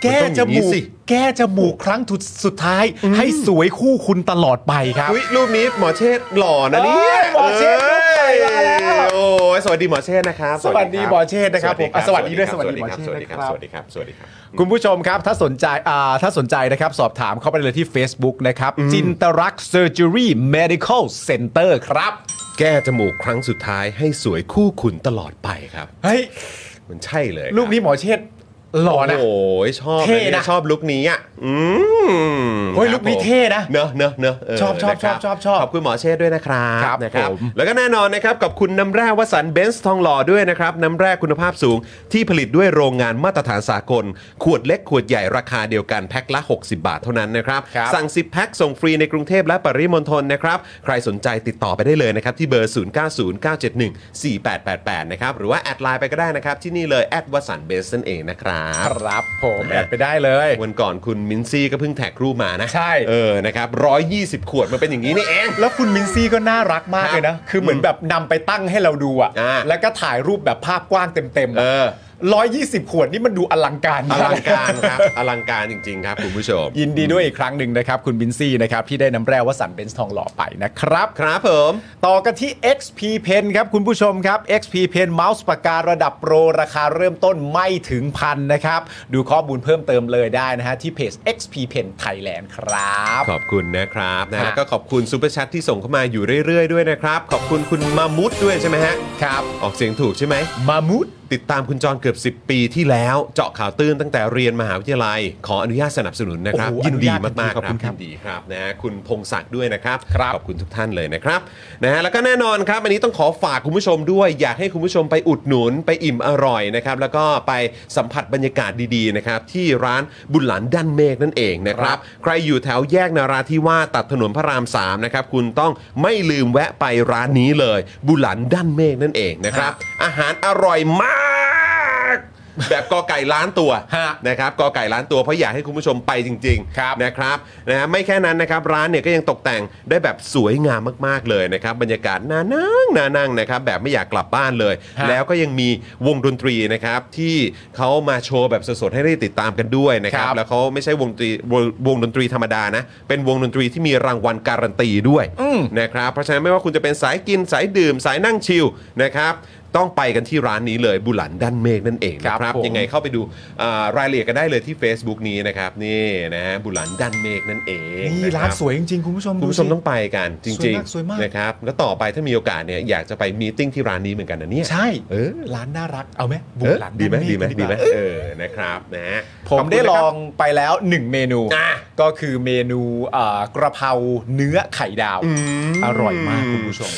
Speaker 2: แก้จมูก
Speaker 1: สิ
Speaker 2: แก้จมูกครั้งสุดท้าย ให้สวยคู่คุณตลอดไปครับ
Speaker 1: อุ้ยรูปนี้หมอเชษฐ์หล่อนะเนี่
Speaker 2: เอ้
Speaker 1: ย
Speaker 2: ยหมอเชษฐ์รูปใหม่มาแล้ว
Speaker 1: โอ้ยสวัสดีหมอเชษฐ์นะครับ
Speaker 2: สวัสดีหมอเชษฐ์นะครับผมอ่ะสวัสดีด้วย
Speaker 1: ครับ
Speaker 2: สวัสดีหมอเชษฐ์
Speaker 1: สวัสดีครับ
Speaker 2: นะครับ
Speaker 1: สวัสดีครับสวัสดีครับ
Speaker 2: คุณผู้ชมครับ ถ้าสนใจอ่าถ้าสนใจนะครับ สอบถามเข้าไปเลยที่ Facebook นะครับ จินตรักเซอร์เจอรี่เมดิคอลเซ็นเตอร์ครับ
Speaker 1: แก้จมูกครั้งสุดท้ายให้สวยคู่คุณตลอดไปครับ
Speaker 2: เฮ้ย
Speaker 1: มันใช่เลย
Speaker 2: ลูกนี้หมอเชษฐ์หล่อนะ
Speaker 1: โอ้ยชอบ
Speaker 2: เท่
Speaker 1: อันนี้
Speaker 2: นะ
Speaker 1: ชอบลุกนี้อ่ะอืม
Speaker 2: เฮ้
Speaker 1: ค
Speaker 2: ย
Speaker 1: รับ
Speaker 2: ลุคนี้
Speaker 1: ผม
Speaker 2: เท่นะ
Speaker 1: เนอะเนอะเนอะเ
Speaker 2: ชอบชอบ
Speaker 1: นะครั
Speaker 2: ชอบชอบชอบ
Speaker 1: ขอบคุณหมอเชษฐ์ด้วยนะครับ
Speaker 2: ครับ
Speaker 1: นะครับ
Speaker 2: ผม
Speaker 1: แล้วก็แน่นอนนะครับกับคุณน้ำแร่วสันเบนซ์ทองหล่อด้วยนะครับ น้ำแร่คุณภาพสูงที่ผลิตด้วยโรงงานมาตรฐานสากล ขวดเล็กขวดใหญ่ราคาเดียวกันแพ็คละ 60 บาทเท่านั้นนะครับ
Speaker 2: ครับ
Speaker 1: สั่ง 10 แพ็คส่งฟรีในกรุงเทพและปริมณฑลนะครับ ใครสนใจติดต่อไปได้เลยนะครับ ที่เบอร์ 0909714888 นะครับ หรือว่า แอดไลน์ไปก็ได้นะครับ ที่นี่เลยแอดวสันเบสนั่นเองนะครับ
Speaker 2: ครับผมแอดไปได้เลย
Speaker 1: วันก่อนคุณมินซี่ก็เพิ่งแท็กรูปมานะ
Speaker 2: ใช่
Speaker 1: เออนะครับ120 ขวดมันเป็นอย่างนี้นี่เอง
Speaker 2: แล้วคุณมินซี่ก็น่ารักมากเลยนะ คือเหมือนแบบนำไปตั้งให้เราดูอะ
Speaker 1: อ่า
Speaker 2: แล้วก็ถ่ายรูปแบบภาพกว้างเต็มๆ
Speaker 1: เออ
Speaker 2: อะร้อยยี่สิบขวดนี่มันดูอลังการ
Speaker 1: อ
Speaker 2: มาก
Speaker 1: ลังการครับ อลังการจริง ๆ ครับ คุณผู้ชม
Speaker 2: ยินดีด้วยอีกครั้งหนึ่งนะครับ คุณบินซี่นะครับ ที่ได้น้ำแร่วสันเบนซ์ทองหล่อไปนะครับ
Speaker 1: ครับผม
Speaker 2: ต่อกันที่ XP Pen ครับ คุณผู้ชมครับ XP Pen เมาส์ปากการะดับโปร ราคาเริ่มต้นไม่ถึงพันนะครับ ดูข้อมูลเพิ่มเติมเลยได้นะฮะ ที่เพจ XP Pen Thailand ครับ
Speaker 1: ขอบคุณนะครับนะ
Speaker 2: ฮะ
Speaker 1: แล้วก็ขอบคุณซูเปอร์แชทที่ส่งเข้ามาอยู่เรื่อย ๆ ด้วยนะครับ ขอบคุณคุณมามุดด้วยใช่ไหมฮะ
Speaker 2: ครับ
Speaker 1: ออกเสียงถูกใช่ไหม
Speaker 2: มามุด
Speaker 1: ติดตามคุณจรเกือบ 10 ปีที่แล้วเจาะข่าวตื้นตั้งแต่เรียนมหาวิทยาลัย ขออนุญาตสนับสนุนนะครับ
Speaker 2: โอ้โห
Speaker 1: ยินดี
Speaker 2: อนุญาต
Speaker 1: มากๆ
Speaker 2: ขอบคุณ
Speaker 1: ค
Speaker 2: ครั
Speaker 1: รับบยินดีครับนะฮะคุณพงศักดิ์ด้วยนะครับ
Speaker 2: ครับ
Speaker 1: ขอบคุณทุกท่านเลยนะครับนะฮะแล้วก็แน่นอนครับ อันนี้ต้องขอฝากคุณผู้ชมด้วย อยากให้คุณผู้ชมไปอุดหนุนไปอิ่มอร่อยนะครับ แล้วก็ไปสัมผัสบรรยากาศดีๆนะครับที่ร้านบุญหลันด้านเมฆนั่นเองนะครับ ใครอยู่แถวแยกนาราธิวาสตัดถนนพระราม 3 นะครับ คุณต้องไม่ลืมแวะไปร้านนี้เลย บุญหลันด้านเมฆนั่นเองนะครับ อาหารอร่อยมาก แบบกอไก่ล้านตัว
Speaker 2: ฮะ
Speaker 1: นะครับกอไก่ล้านตัวเพราะอยากให้คุณผู้ชมไปจริง
Speaker 2: ครับ
Speaker 1: นะครับนะฮะไม่แค่นั้นนะครับ ร้านเนี่ยก็ยังตกแต่งได้แบบสวยงามมากๆเลยนะครับ บรรยากาศน่านั่งน่านั่งนะครับ แบบไม่อยากกลับบ้านเลย
Speaker 2: ฮะ
Speaker 1: แล้วก็ยังมีวงดนตรีนะครับ ที่เขามาโชว์แบบสดๆให้ได้ติดตามกันด้วยนะครับ
Speaker 2: ครับ
Speaker 1: แล้วเขาไม่ใช่วงดนตรีวงวงดนตรีธรรมดานะ เป็นวงดนตรีที่มีรางวัลการันตีด้วย
Speaker 2: อืม
Speaker 1: นะครับเพราะฉะนั้นไม่ว่าคุณจะเป็นสายกินสายดื่มสายนั่งชิลนะครับ ต้องไปกันที่ร้านนี้เลยบุหลันด้านเมฆนั่นเองนะค
Speaker 2: ครั
Speaker 1: รับบ
Speaker 2: ผม
Speaker 1: ยังไงเข้าไปดูอ่ารายละเอียดกันได้เลยที่ Facebook นี้นะครับนี่นะฮะบุหลันด้านเมฆนั่นเอง
Speaker 2: นี่
Speaker 1: ะค
Speaker 2: ร้าน
Speaker 1: บ
Speaker 2: สวยจริงๆ คุณผู้ชม
Speaker 1: คุณผู้ชม
Speaker 2: ดูสิ
Speaker 1: ต้องไปกันจ
Speaker 2: สว
Speaker 1: ริง
Speaker 2: ยมากสวยมาก
Speaker 1: ๆนะครับ แล้วต่อไปถ้ามีโอกาสเนี่ยอยากจะไปมีตติ้งที่ร้านนี้เหมือนกันนะเนี่ย
Speaker 2: ใช่
Speaker 1: เออ
Speaker 2: ร้านน่ารักเอาไหมบุ
Speaker 1: เอ
Speaker 2: ญ
Speaker 1: อ
Speaker 2: หลัง
Speaker 1: ดีไหม
Speaker 2: นั่นนี่
Speaker 1: ดีไหม
Speaker 2: กัน
Speaker 1: ดี
Speaker 2: กว่า
Speaker 1: ไหมเออนะครับนะฮะ
Speaker 2: ผมได้
Speaker 1: ขบคุณนะค
Speaker 2: ลอ
Speaker 1: รับ
Speaker 2: งไปแล้ว 1 เมนู
Speaker 1: อ่ะ
Speaker 2: ก็คือเมนูเอ่อกระเพราเนื้อไข่ดาว
Speaker 1: ม
Speaker 2: อร่อยมากคุณผู้ชม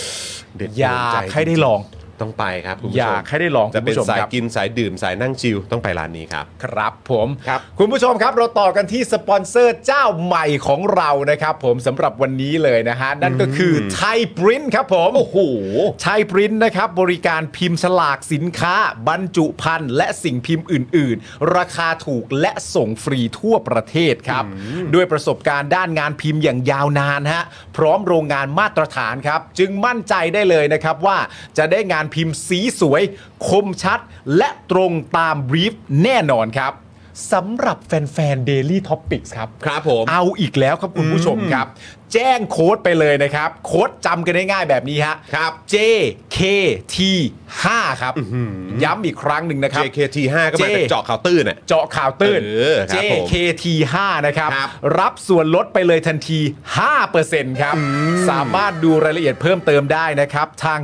Speaker 1: เด็ดดวงใจ
Speaker 2: อยากให้ได้ลอง
Speaker 1: ต้องไปครับคุณผู้ชม
Speaker 2: อยากให้ได้ลอง
Speaker 1: จะเป็น
Speaker 2: คุณผู้ชม
Speaker 1: สาย
Speaker 2: ครับ
Speaker 1: กินสายดื่มสายนั่งชิลต้องไปร้านนี้ครับ
Speaker 2: ครับผม
Speaker 1: ครับ
Speaker 2: คุณผู้ชมครับเราต่อกันที่สปอนเซอร์เจ้าใหม่ของเรานะครับ ผมสำหรับวันนี้เลยนะฮะ นั่นก็คือไทยปริ้นครับผม โอ้โหไทยปริ้นนะครับ บริการพิมพ์ฉลากสินค้า บรรจุภัณฑ์และสิ่งพิมพ์อื่น ๆ ราคาถูกและส่งฟรีทั่วประเทศครับ ด้วยประสบการณ์ด้านงานพิมพ์อย่างยาวนานฮะพร้อมโรงงานมาตรฐานครับ จึงมั่นใจได้เลยนะครับว่าจะได้งานพิมพ์สีสวย คมชัด และตรงตามบรีฟแน่นอนครับสำหรับแฟนๆ Daily Topics ครับ
Speaker 1: ครับผม
Speaker 2: เอาอีกแล้วครับคุณผู้ชมครับ แจ้งโค้ดไปเลยนะครับ โค้ดจำกันได้ง่ายแบบนี้ฮะ
Speaker 1: ครับ
Speaker 2: JKT 5ครับ ย้ำอีกครั้งหนึ่งนะครับ
Speaker 1: JKT 5ก็มาจาก
Speaker 2: J
Speaker 1: เจาะข่าวตื้นน่ะ
Speaker 2: เจาะข่าวตื้น
Speaker 1: เออครับผม
Speaker 2: JKT 5นะครับ
Speaker 1: ครับ
Speaker 2: รับส่วนลดไปเลยทันที 5%ครับ สามารถดูรายละเอียดเพิ่มเติมได้นะครับ ทาง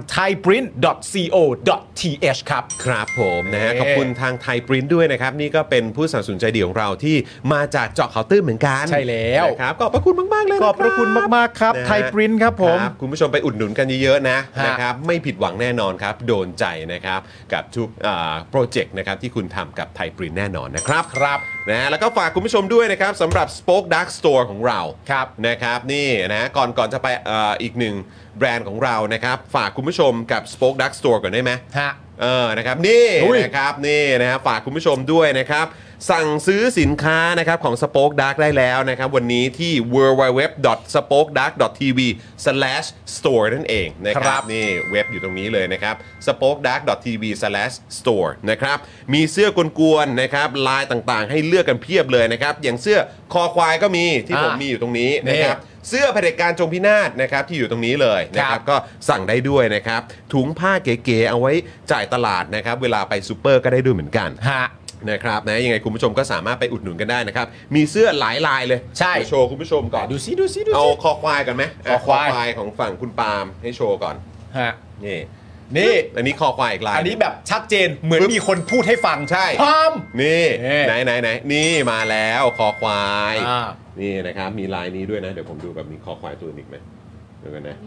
Speaker 2: thaiprint.co.th ครับ
Speaker 1: ครับผมนะฮะ
Speaker 2: เอ่
Speaker 1: ขอบคุณทางไทยปริ้นด้วยนะครับ นี่ก็เป็นผู้สนับสนุนใจเดียวของเราที่มาจากเจาะข่าวตื้นเหมือนกัน
Speaker 2: ใช่แล้ว
Speaker 1: นะครับขอบพระคุณมากๆเลยน
Speaker 2: ขอบพระคุณมากๆครับ
Speaker 1: นะฮะ
Speaker 2: ไทยปริ้นครับผม
Speaker 1: คุณผู้ชมไปอุดหนุนกันเยอะๆนะ
Speaker 2: ฮะ
Speaker 1: นะครับไม่ผิดหวังแน่นอนครับ โดนใจนะครับกับทุกโปรเจกต์นะครับที่คุณทำกับไทยปริ้นแน่นอนนะครับ
Speaker 2: ครับ
Speaker 1: นะฮะแล้วก็ฝากคุณผู้ชมด้วยนะครับสำหรับ Spoke Dark Store ของเรา
Speaker 2: ครับ
Speaker 1: นะครับนี่นะก่อนก่อนจะไปเอ่ออีกหนึ่งแบรนด์ของเรานะครับฝากคุณผู้ชมกับ Spoke Dark Store ก่อนได้ไหม
Speaker 2: ฮะ
Speaker 1: เออ นะครับ นี่
Speaker 2: อุ๊ย
Speaker 1: นะครับนี่นะฮะฝากคุณผู้ชมด้วยนะครับ สั่งซื้อสินค้านะครับของ Spoke Dark ได้แล้วนะครับ วันนี้ที่ www.spokedark.tv/store นั่นเองนะค
Speaker 2: ครั
Speaker 1: รับบ นี่เว็บอยู่ตรงนี้เลยนะครับ spokedark.tv/store นะครับ มีเสื้อกวนๆนะครับลายต่างๆ ให้เลือกกันเพียบเลยนะครับ อย่างเสื้อคอควายก็มีที่ผมมีอยู่ตรงนี้นะครับ เสื้อเผด็จการจงพินาศนะครับที่อยู่ตรงนี้เลยนะค
Speaker 2: ครั
Speaker 1: รับบ ก็สั่งได้ด้วยนะครับ ถุงผ้าเก๋ๆเอาไว้จ่ายตลาดนะครับ เวลาไปซูเปอร์ก็ได้ด้วยเหมือนกัน
Speaker 2: ฮะ
Speaker 1: นะครับนะยังไงคุณผู้ชมก็สามารถไปอุดหนุนกันได้นะครับ มีเสื้อหลายลายเลย
Speaker 2: ใช่
Speaker 1: เดี๋ยวโชว์คุณผู้ชมก่อน
Speaker 2: ดูซิดูซิดู
Speaker 1: เอา
Speaker 2: ซิ
Speaker 1: คอควายก่อนไหมะ
Speaker 2: คอควาย
Speaker 1: ของฝั่งคุณปาล์มให้โชว์ก่อน
Speaker 2: ฮะ
Speaker 1: นี่
Speaker 2: นี่
Speaker 1: อันนี้คอควายอีกลาย
Speaker 2: อันนี้แบบชัดเจนเหมือนมีคนพูดให้ฟัง
Speaker 1: ใช่
Speaker 2: พร้อม
Speaker 1: นี่
Speaker 2: นี่
Speaker 1: ไหนไหนไหนนี่มาแล้วคอควาย
Speaker 2: อ่า
Speaker 1: นี่นะครับ มีลายนี้ด้วยนะเดี๋ยวผมดูแบบมีคอควายตัวอื่นอีกไหมเดูกันนะ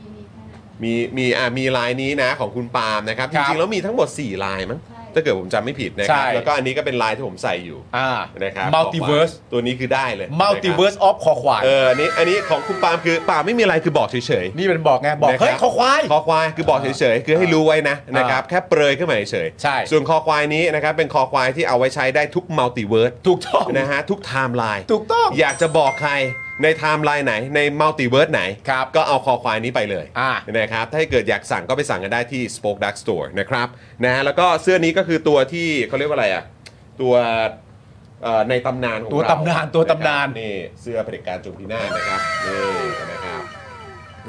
Speaker 1: มีมีอ่ามีลายนี้นะของคุณปาล์มนะครับ
Speaker 2: ค
Speaker 1: จ
Speaker 2: รับ
Speaker 1: ริงๆแล้วมีทั้งหมด 4 ลายมั้ง
Speaker 5: ใช่
Speaker 1: ถ้าเกิดผมจำไม่ผิดนะค
Speaker 2: ใช่
Speaker 1: รับ แล้วก็อันนี้ก็เป็นลายที่ผมใส่อยู่
Speaker 2: อ่า
Speaker 1: นะครับ
Speaker 2: multiverse
Speaker 1: ตัวนี้คือได้เลยนะครับ
Speaker 2: multiverse of คอควาย
Speaker 1: เอออันนี้อันนี้ของคุณปาล์มคือปาล์มไม่มีอะไรคือบอกเฉยๆ
Speaker 2: นี่เป็นบอกไงบอก
Speaker 1: นะรับ
Speaker 2: เฮ้ยคอควาย
Speaker 1: คอควายคือบอกเฉยๆคือให้รู้ไว้นะ
Speaker 2: อ่าน
Speaker 1: นะครับแค่เปรยขึ้นมาเฉยๆ
Speaker 2: ใช่
Speaker 1: ส่วนคอควายนี้นะครับเป็นคอควายที่เอาไว้ใช้ได้ทุกมัลติเวิร์ส
Speaker 2: ถูกต้อง
Speaker 1: นะฮะทุกไทม์ไลน์
Speaker 2: ถูกต้อง
Speaker 1: อยากจะบอกใครในไทม์ไลน์ไหนในมัลติเวิร์สไหน
Speaker 2: ครับ
Speaker 1: ก็เอาคอควายนี้ไปเลย
Speaker 2: อ่า
Speaker 1: นะครับถ้าเกิดอยากสั่งก็ไปสั่งกันได้ที่ Spoke Dark Store นะครับนะฮะแล้วก็เสื้อนี้ก็คือตัวที่เขาเรียกว่าอะไรอ่ะตัวเอ่อในตำนานของ
Speaker 2: ตัว
Speaker 1: เร
Speaker 2: ตำนานตัวตำนา
Speaker 1: ะ
Speaker 2: น
Speaker 1: ครับนี่เสื้อเผด็จการจงพินาศนะครับนี่นะครับ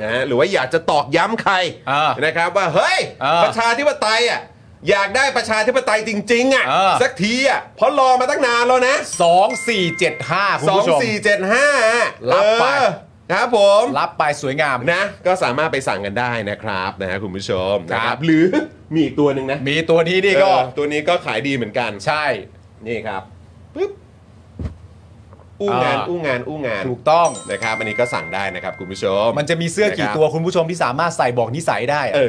Speaker 1: นะฮะหรือว่าอยากจะตอกย้ำใคร
Speaker 2: อ่า
Speaker 1: นะครับว่าเฮ้ย
Speaker 2: อ่า
Speaker 1: ประชาธิปไตยอ่ะอยากได้ประชาธิปไตยจริงๆอ่ะ
Speaker 2: อ่า
Speaker 1: สักทีอ่ะเพราะรอมาตั้งนานแล้วนะ
Speaker 2: สองสี่เจ็ดห้าคุณ
Speaker 1: 2
Speaker 2: ผู้ชม
Speaker 1: 4 7 5
Speaker 2: รับไป
Speaker 1: ครับผม
Speaker 2: รับไปสวยงาม
Speaker 1: นะก็สามารถไปสั่งกันได้นะครับนะฮะคุณผู้ชมนะครับ หรือ มีอีกตัวหนึ่งนะ
Speaker 2: มีตัวนี้นี่ก็
Speaker 1: เออตัวนี้ก็ขายดีเหมือนกัน
Speaker 2: ใช่
Speaker 1: นี่ครับปึ๊บอู้งาน
Speaker 2: อ่า
Speaker 1: อู้งานอู้งาน
Speaker 2: ถูกต้อง
Speaker 1: นะครับอันนี้ก็สั่งได้นะครับคุณผู้ชม
Speaker 2: มันจะมีเสื้อ
Speaker 1: นะ
Speaker 2: กี่
Speaker 1: ครับ
Speaker 2: ตัวคุณผู้ชมที่สามารถใส่บอกนิสัยได้อะ
Speaker 1: เอ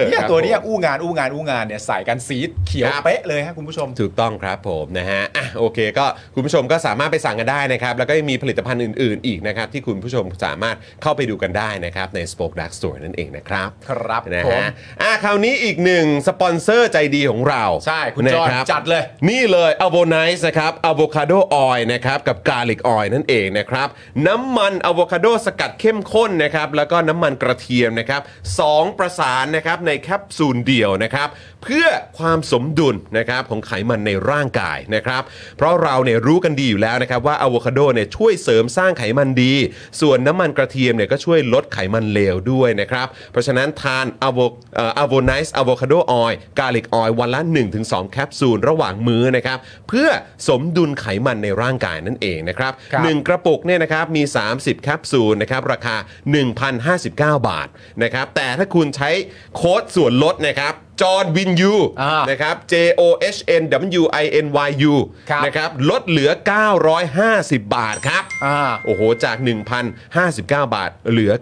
Speaker 1: อ
Speaker 2: เนี่ย
Speaker 1: ครับ
Speaker 2: ตัวเนี้ย
Speaker 1: ผม
Speaker 2: อู้งานอู้งานอู้งานเนี่ยใส่กันสีเขียว
Speaker 1: ครับ
Speaker 2: เป๊ะเลยฮะคุณผู้ชม
Speaker 1: ถูกต้องครับผมนะฮะอ่ะโอเคก็คุณผู้ชมก็สามารถไปสั่งกันได้นะครับ แล้วก็ยังมีผลิตภัณฑ์อื่น ๆ อีกนะครับ ที่คุณผู้ชมสามารถเข้าไปดูกันได้นะครับ ใน Spoke Dark Store นั่นเองนะครับ
Speaker 2: ครับ
Speaker 1: นะ
Speaker 2: ผม
Speaker 1: ฮะอ่ะคราวนี้อีกหนึ่งสปอนเซอร์ใจดีของเรา
Speaker 2: ใช่คุณจอห์นะ
Speaker 1: รับ
Speaker 2: จัดเลย
Speaker 1: นี่เลย a v o n i c e นะครับ Avocado Oil นะครับ กับ Garlic ลิกออยนั่นเองนะครับ น้ำมันอะโวคาโดสกัดเข้มข้นนะครับ แล้วก็น้ำมันกระเทียมนะครับสองประสานนะครับในแคปซูลเดียวนะครับ เพื่อความสมดุลนะครับของไขมันในร่างกายนะครับ เพราะเราเนี่ยรู้กันดีอยู่แล้วนะครับว่าอะโวคาโดเนี่ยช่วยเสริมสร้างไขมันดี ส่วนน้ำมันกระเทียมเนี่ยก็ช่วยลดไขมันเลวด้วยนะครับ เพราะฉะนั้นทานอะโวอะโวไนซ์อะโวคาโดออยล์กาลิกออยล์วันละ 1-2 แคปซูลระหว่างมื้อนะครับ เพื่อสมดุลไขมันในร่างกายนั่นเองนะครับ
Speaker 2: ครับ
Speaker 1: หนึ่ง กระปุกเนี่ยนะครับมี 30 แคปซูลนะครับราคา 1,059 บาทนะครับแต่ถ้าคุณใช้โค้ดส่วนลดนะครับจอร์นวินยู
Speaker 2: อ่าน
Speaker 1: นะครับ J O H N W I N Y U
Speaker 2: ครับ
Speaker 1: นะครับลดเหลือ 950 บาทครับ
Speaker 2: อ่า
Speaker 1: โอ้โห จาก 1,059 บาท เหลือ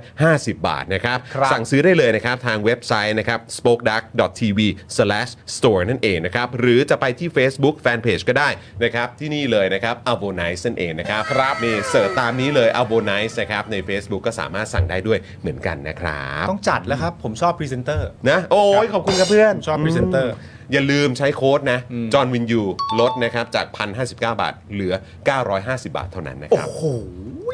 Speaker 1: 950 บาทนะครับ
Speaker 2: ครับ
Speaker 1: สั่งซื้อได้เลยนะครับ ทางเว็บไซต์นะครับ spokedark.tv/store นั่นเองนะครับ หรือจะไปที่ Facebook Fanpage ก็ได้นะครับ ที่นี่เลยนะครับ a v o n i c e นั่นเองนะครับครับนี่เสิร์ชตามนี้เลย a v o n i c e นะครับ ใน Facebook ก็สามารถสั่งได้ด้วยเหมือนกันนะครับ
Speaker 2: ต้องจัดแล้วครับ ผมชอบพรีเซนเตอร์
Speaker 1: นะ โอ้ยขอบคุณครับเพื่อน
Speaker 2: ชอบ Presenter
Speaker 1: มอย่าลืมใช้โค้ดนะ จอห์นวินยูลดนะครับ จาก 1,059 บาท เหลือ 950 บาทเท่านั้นนะครับ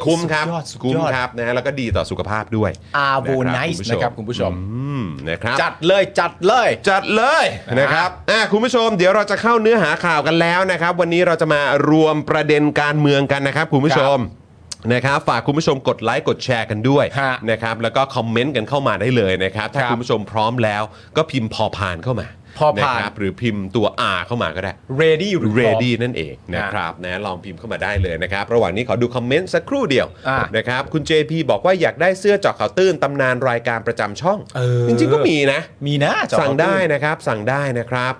Speaker 1: คุ้มครับ
Speaker 2: สุดยอดสุดยอด
Speaker 1: คุ้มครับนะแล้วก็ดีต่อสุขภาพด้วย
Speaker 2: อาโบไนส์นะครับคุณผู้ชม
Speaker 1: อืมนะครับ
Speaker 2: จัดเลยจัดเลย
Speaker 1: จัดเลยนะครับอ่ะคุณผู้ชมเดี๋ยวเราจะเข้าเนื้อหาข่าวกันแล้วนะครับ วันนี้เราจะมารวมประเด็นการเมืองกันนะครับ คุณผู้ชมนะครับฝากคุณผู้ชมกดไลค์กดแชร์กันด้วย
Speaker 2: ฮะ
Speaker 1: นะครับแล้วก็คอมเมนต์กันเข้ามาได้เลยนะครับ ถ้า
Speaker 2: ครับ
Speaker 1: คุณผู้ชมพร้อมแล้วก็พิมพ์พอพานเข้ามา
Speaker 2: พอ
Speaker 1: ะ
Speaker 2: พาน
Speaker 1: ครับหรือพิมพ์ตัว R เข้ามาก็ได้
Speaker 2: ready หรือ
Speaker 1: เร
Speaker 2: Wrong
Speaker 1: ดี้นั่นเองนะครับนะลองพิมพ์เข้ามาได้เลยนะครับ ระหว่างนี้ขอดูคอมเมนต์สักครู่เดียว
Speaker 2: อ่า
Speaker 1: นะครับคุณ JP บอกว่าอยากได้เสื้อเจาะข่าวตื้นตำนานรายการประจำช่อง
Speaker 2: เออ
Speaker 1: จริงๆก็มีนะ
Speaker 2: มีนะจอ
Speaker 1: สั่งได้นะครับสั่งได้นะครับ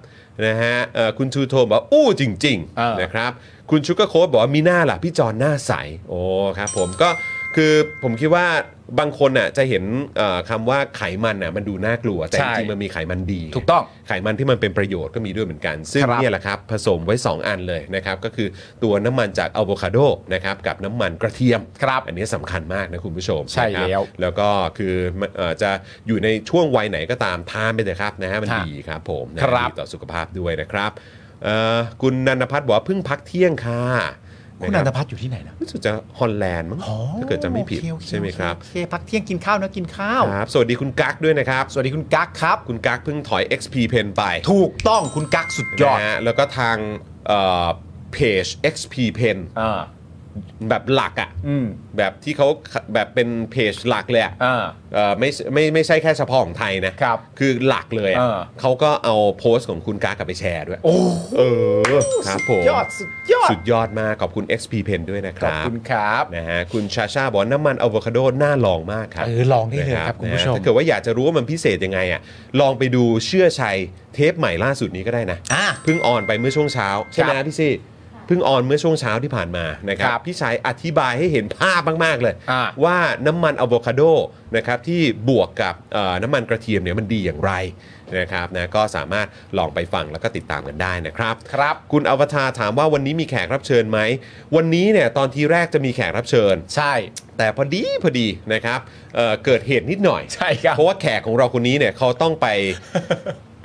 Speaker 1: นะฮะเอ่อคุณชูโทบอกว่าอู้จริง
Speaker 2: เออ
Speaker 1: ๆนะครับคุณชุกเกอร์โค้ดบอกว่ามีหน้าล่ะพี่จอนหน้าใส โอ้ครับผมก็คือผมคิดว่าบางคนน่ะจะเห็นเอ่อคำว่าไขมันน่ะมันดูน่ากลัว แต่
Speaker 2: ใช่
Speaker 1: จริงๆมันมีไขมันดี
Speaker 2: ถูกต้อง
Speaker 1: ไขมันที่มันเป็นประโยชน์ก็มีด้วยเหมือนกัน ซึ่ง
Speaker 2: ครับ
Speaker 1: เนี่ยแหละครับผสมไว้ 2 อันเลยนะครับก็คือตัวน้ำมันจากอะโวคาโดนะครับกับน้ำมันกระเทียม
Speaker 2: ครับ
Speaker 1: อันนี้สำคัญมากนะคุณผู้ชม
Speaker 2: ใช่
Speaker 1: นะครับ
Speaker 2: แล้ว
Speaker 1: แล้วก็คือมันเอ่อจะอยู่ในช่วงวัยไหนก็ตามทานไปเถอะครับนะฮะมัน
Speaker 2: ฮะ
Speaker 1: ดีครับผมนะครับ ดีต่อสุขภาพด้วยนะครับเอ่อคุณนันทพัฒน์บอกว่าเพิ่งพักเที่ยงค่ะ
Speaker 2: คุณนันทพัฒน์อยู่ที่ไหนนะ
Speaker 1: รู้สึกจะฮอลแลนด์มั้ง
Speaker 2: อ๋อ
Speaker 1: ถ้าเกิดจะไม่ผิด
Speaker 2: โอเโอเ
Speaker 1: ใช่ไหมครับ
Speaker 2: โอเคพักเที่ยงกินข้าวนะกินข้าว
Speaker 1: ครับสวัสดีคุณกั๊กด้วยนะครับ
Speaker 2: สวัสดีคุณกั๊กครับ
Speaker 1: คุณกั๊กเพิ่งถอย XP Pen ไป
Speaker 2: ถูกต้องคุณกั๊กสุดยอด
Speaker 1: นะฮะแล้วก็ทางเอ่อเพจ XP Pen
Speaker 2: อ่า
Speaker 1: แบบหลักอ่ะ
Speaker 2: อืม
Speaker 1: แบบที่เขาแบบเป็นเพจหลักเลยอะ
Speaker 2: อ่า
Speaker 1: เอ่อไม่ใช่ไม่ไม่ใช่แค่เฉพาะของไทยนะครับ คือหลักเลยอะ
Speaker 2: เออ
Speaker 1: เขาก็เอาโพสต์ของคุณกากลับไปแชร์ด้วย
Speaker 2: โอ้
Speaker 1: เออครับผม
Speaker 2: ยอดสุดยอด
Speaker 1: สุดยอดมากขอบคุณ XP Pen ด้วยนะค
Speaker 2: ขอบ
Speaker 1: รับ
Speaker 2: คุณครับ
Speaker 1: นะฮะคุณชาชาบอกว่าน้ำมันอะโวคาโดน่าลองมากครับ
Speaker 2: เออลองได้เลย
Speaker 1: นะครับ
Speaker 2: คุณผู้ชม
Speaker 1: นะถ้าเกิดว่าอยากจะรู้ว่ามันพิเศษยังไงอ่ะลองไปดูเชื่อชัยเทปใหม่ล่าสุดนี้ก็ได้นะ
Speaker 2: อ่า
Speaker 1: เพิ่งออนไปเมื่อช่วงเช้า ใช่ไหม
Speaker 2: ครับ
Speaker 1: พี่ซี่เพิ่งออนเมื่อช่วงเช้าที่ผ่านมานะครั
Speaker 2: ครับ บ
Speaker 1: พี่ชายอธิบายให้เห็นภาพมากๆเลย
Speaker 2: อ่า
Speaker 1: ว่าน้ำมันอะโวคาโดนะครับที่บวกกับเอ่อน้ำมันกระเทียมเนี่ยมันดีอย่างไรนะครับนะก็สามารถลองไปฟังแล้วก็ติดตามกันได้นะครับ
Speaker 2: ครับ
Speaker 1: คุณอวตารถามว่าวันนี้มีแขกรับเชิญไหม วันนี้เนี่ยตอนทีแรกจะมีแขกรับเชิญ
Speaker 2: ใช่
Speaker 1: แต่พอดีพอดีนะครับเอ่อเกิดเหตุนิดหน่อย
Speaker 2: ใช่ครับ
Speaker 1: เพราะว่าแขกของเราคนนี้เนี่ยเขาต้องไป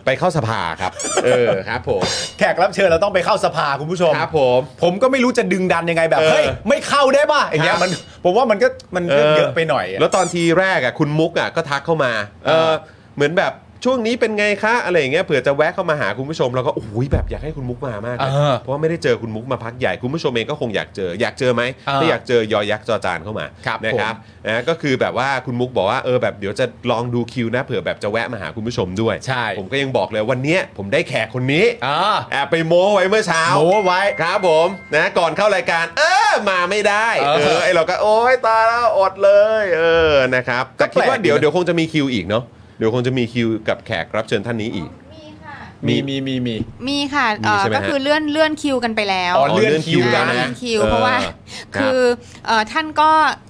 Speaker 1: ไปเข้าสภาครับเออครับผม
Speaker 2: แขกรับเชิญเราต้องไปเข้าสภาคุณผู้ชม
Speaker 1: ครับผม
Speaker 2: ผมก็ไม่รู้จะดึงดันยังไงแบบ
Speaker 1: เออ
Speaker 2: เฮ้ยไม่เข้าได้ป่ะอย่างเงี้
Speaker 1: ค
Speaker 2: ย
Speaker 1: รับ
Speaker 2: มันผมว่ามันก็มันก็เยอะไปหน่อยอะ
Speaker 1: แล้วตอนทีแรกอ่ะคุณมุกอ่ะก็ทักเข้ามาเอ
Speaker 2: เอ
Speaker 1: อ
Speaker 2: อ
Speaker 1: เหมือนแบบช่วงนี้เป็นไงคะอะไรอย่างเงี้ยเผื่อจะแวะเข้ามาหาคุณผู้ชมเราก็โอ้ยแบบอยากให้คุณมุกมามากเลย
Speaker 2: เออ
Speaker 1: เพราะว่าไม่ได้เจอคุณมุกมาพักใหญ่คุณผู้ชมเองก็คงอยากเจออยากเจอไหม
Speaker 2: เออ
Speaker 1: ถ้าอยากเจอยอยักษ์จอจานเข้ามา
Speaker 2: ครับ
Speaker 1: นะครับนะก็คือแบบว่าคุณมุกบอกว่าเออแบบเดี๋ยวจะลองดูคิวนะเผื่อแบบจะแวะมาหาคุณผู้ชมด้วย
Speaker 2: ใช่
Speaker 1: ผมก็ยังบอกเลยวันเนี้ยผมได้แขกคนนี้
Speaker 2: อ่า
Speaker 1: แอบไปโม้ไว้เมื่อเช้า
Speaker 2: โม้ไว้
Speaker 1: ครับผมนะก่อนเข้ารายการ เออมาไม่ได้
Speaker 2: เออ
Speaker 1: เออไอเราก็โอ๊ยตายแล้วอดเลย เออนะครับแต่คิดว่า
Speaker 2: ก็แปลก
Speaker 1: เดี๋ยว
Speaker 2: ดีนะ
Speaker 1: เดี๋ยวคงจะมีคิวอีกเนาะเดี๋ยวคงจะมีคิวกับแขกรับเชิญท่านนี้อีก
Speaker 3: มีค่ะ
Speaker 2: มีมีมีมี
Speaker 3: มีค่ะเอ่
Speaker 1: มี
Speaker 3: อ
Speaker 1: ใช่ไหม
Speaker 3: ก็
Speaker 1: ฮะ
Speaker 3: คือเลื่อนเลื่อนคิวกันไปแล้ว
Speaker 2: อ๋อเลื่อนคิว
Speaker 3: อ่า
Speaker 1: ะ
Speaker 3: เลื่อนคิว
Speaker 1: ออ
Speaker 3: เพราะว่า
Speaker 1: รับ
Speaker 3: คือเอ่อท่านก็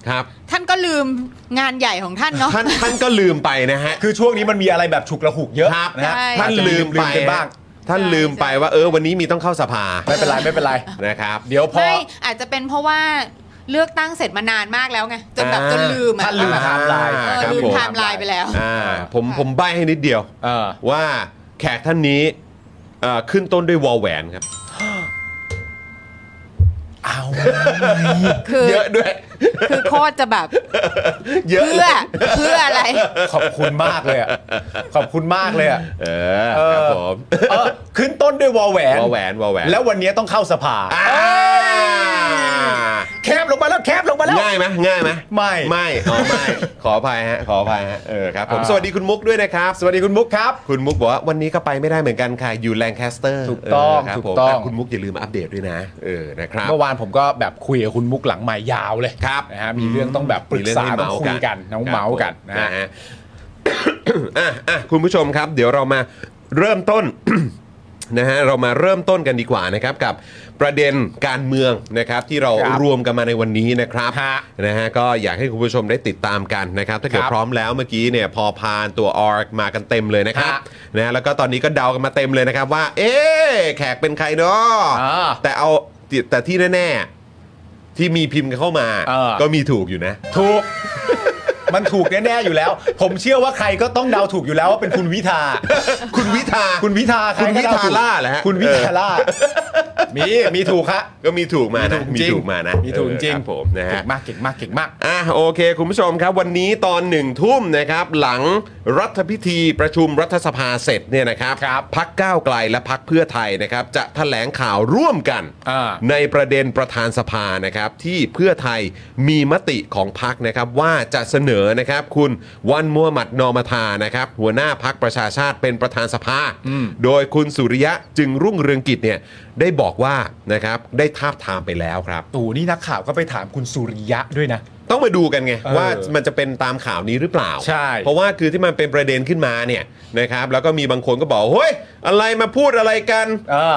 Speaker 1: ครับ
Speaker 3: ท่านก็ลืมงานใหญ่ของท่านเนาะ
Speaker 1: ท่านท่านก็ลืมไปนะฮะ
Speaker 2: คือช่วงนี้มันมีอะไรแบบฉุกระหุกเยอะ
Speaker 1: ครับ
Speaker 2: นะฮะ
Speaker 3: ใช่
Speaker 1: ท่าน
Speaker 2: อจจะ
Speaker 1: ลืมไป
Speaker 2: กันบ้าง
Speaker 1: ท่านลืมไปว่าเออวันนี้มีต้องเข้าสภา
Speaker 2: ไม่เป็นไรไม่เป็นไร
Speaker 1: นะครับ
Speaker 2: เดี๋ยวพอ
Speaker 3: ไม่อาจจะเป็นเพราะว่าเลือกตั้งเสร็จมานานมากแล้วไงจนแบบ
Speaker 1: อ่า
Speaker 3: จนลืมอะ
Speaker 2: ท่านลืม ไทม์ไลน์
Speaker 3: เออ
Speaker 1: ครับ
Speaker 3: ลืม
Speaker 1: ผม
Speaker 3: ไทม์ไลน์ไปแล้ว
Speaker 1: อ่าผมผมใบ้ให้นิดเดียว
Speaker 2: เออ
Speaker 1: ว่าแขกท่านนี้เอ่อขึ้นต้นด้วยวอลแหวนครับ
Speaker 2: อ เอา
Speaker 3: คือ
Speaker 1: เยอะด้วย
Speaker 3: คือโคตรจะแบบ
Speaker 1: เยอะ
Speaker 3: เพื่อเพื่ออะไร
Speaker 2: ขอบคุณมากเลยอะขอบคุณมากเลยอะ
Speaker 1: เออครับผม
Speaker 2: เออขึ้นต้นด้วยวอแหวน
Speaker 1: วอแหวนวอแหวน
Speaker 2: แล้ววันนี้ต้องเข้าสภา
Speaker 1: อ่า
Speaker 2: แคบลงมาแล้วแคบลงมาแล้ว
Speaker 1: ง่ายไหมง่ายไหม
Speaker 2: ไม่
Speaker 1: ไม่อ๋อไม่ ขออภัยฮะ ขออภัยฮะเออครับผม
Speaker 2: อ่า
Speaker 1: สวัสดีคุณมุกด้วยนะครับ
Speaker 2: สวัสดีคุณมุกครับ
Speaker 1: คุณมุกบอกว่าวันนี้ก็ไปไม่ได้เหมือนกันค่ะ อยู่แลงแคสเตอร์
Speaker 2: ถูกต้อง
Speaker 1: เครับ
Speaker 2: ถูก
Speaker 1: ผม
Speaker 2: ต้อง
Speaker 1: ะคุณมุกอย่าลืมมาอัปเดตด้วยนะ เออนะครับ
Speaker 2: เมื่อวานผมก็แบบคุยกับคุณมุกหลังไมค์ยาวเลย
Speaker 1: ครับ
Speaker 2: นะฮะมีเรื่องต้องแบบปรึกษา
Speaker 1: มีเรื่
Speaker 2: ต้อง
Speaker 1: ให้
Speaker 2: คุยกันน้อง
Speaker 1: ครับ
Speaker 2: เมาส์กัน
Speaker 1: ผม
Speaker 2: นะฮะ
Speaker 1: ฮะ อ่ะอ่ะคุณผู้ชมครับ เดี๋ยวเรามาเริ่มต้น (coughs) นะฮะเรามาเริ่มต้นกันดีกว่านะครับกับประเด็นการเมืองนะครับที่เรา
Speaker 2: ครับ
Speaker 1: รวมกันมาในวันนี้นะครับ
Speaker 2: ฮะ
Speaker 1: นะฮะก็อยากให้คุณผู้ชมได้ติดตามกันนะครับ ถ้าเกิด
Speaker 2: ครับ
Speaker 1: พร้อมแล้วเมื่อกี้เนี่ยพอพานตัวออกมากันเต็มเลยนะครับ
Speaker 2: ฮะ
Speaker 1: นะฮะแล้วก็ตอนนี้ก็เดากันมาเต็มเลยนะครับว่า เอ๊ะแขกเป็นใครเนาะ
Speaker 2: อ่า
Speaker 1: แต่เอาแต่ที่แน่ๆที่มีพิมพ์เข้ามา
Speaker 2: เออ
Speaker 1: ก็มีถูกอยู่นะ
Speaker 2: ถูก มันถูกแน่ๆอยู่แล้ว ผมเชื่อว่าใครก็ต้องเดาถูกอยู่แล้วว่าเป็นคุณวิทา
Speaker 1: คุณวิทา
Speaker 2: คุณวิ
Speaker 1: (laughs)
Speaker 2: ทาใร
Speaker 1: คุณวิ
Speaker 2: ก็เด
Speaker 1: ทา
Speaker 2: ถูก
Speaker 1: ล่าเหรอฮะ
Speaker 2: คุณวิทา
Speaker 1: เออ
Speaker 2: ล่า มีมีถูกฮะ
Speaker 1: ก็มีถูกมานะ
Speaker 2: จริง
Speaker 1: ถูกมานะ
Speaker 2: มีถูกจริง
Speaker 1: เออคบผมนะ
Speaker 2: เก่
Speaker 1: ฮะ
Speaker 2: งมากเก่งมากเก่งมาก
Speaker 1: อ่ะโอเค คุณผู้ชมครับวันนี้ตอนหนึ่งทุ่มนะครับ หลังรัฐพิธีประชุมรัฐสภาเสร็จเนี่ยนะครับ
Speaker 2: ครับ
Speaker 1: พักก้าวไกลและพักเพื่อไทยนะครับ จะแถลงข่าวร่วมกัน
Speaker 2: อ่า
Speaker 1: ในประเด็นประธานสภานะครับ ที่เพื่อไทยมีมติของพักนะครับ ว่าจะเสนอนะครับคุณวันมัวหมัดนอมทานะครับ หัวหน้าพักประชาชาติเป็นประธานสภา โดยคุณสุริยะจึงรุ่งเรืองกิจเนี่ยได้บอกว่านะครับได้ทาบทามไปแล้วครับ
Speaker 2: ตู่นี่นักข่าวก็ไปถามคุณสุริยะด้วยนะ
Speaker 1: ต้องมาดูกันไง
Speaker 2: เออ
Speaker 1: ว่ามันจะเป็นตามข่าวนี้หรือเปล่า
Speaker 2: ใช่
Speaker 1: เพราะว่าคือที่มันเป็นประเด็นขึ้นมาเนี่ยนะครับแล้วก็มีบางคนก็บอกเฮ้ยอะไรมาพูดอะไรกัน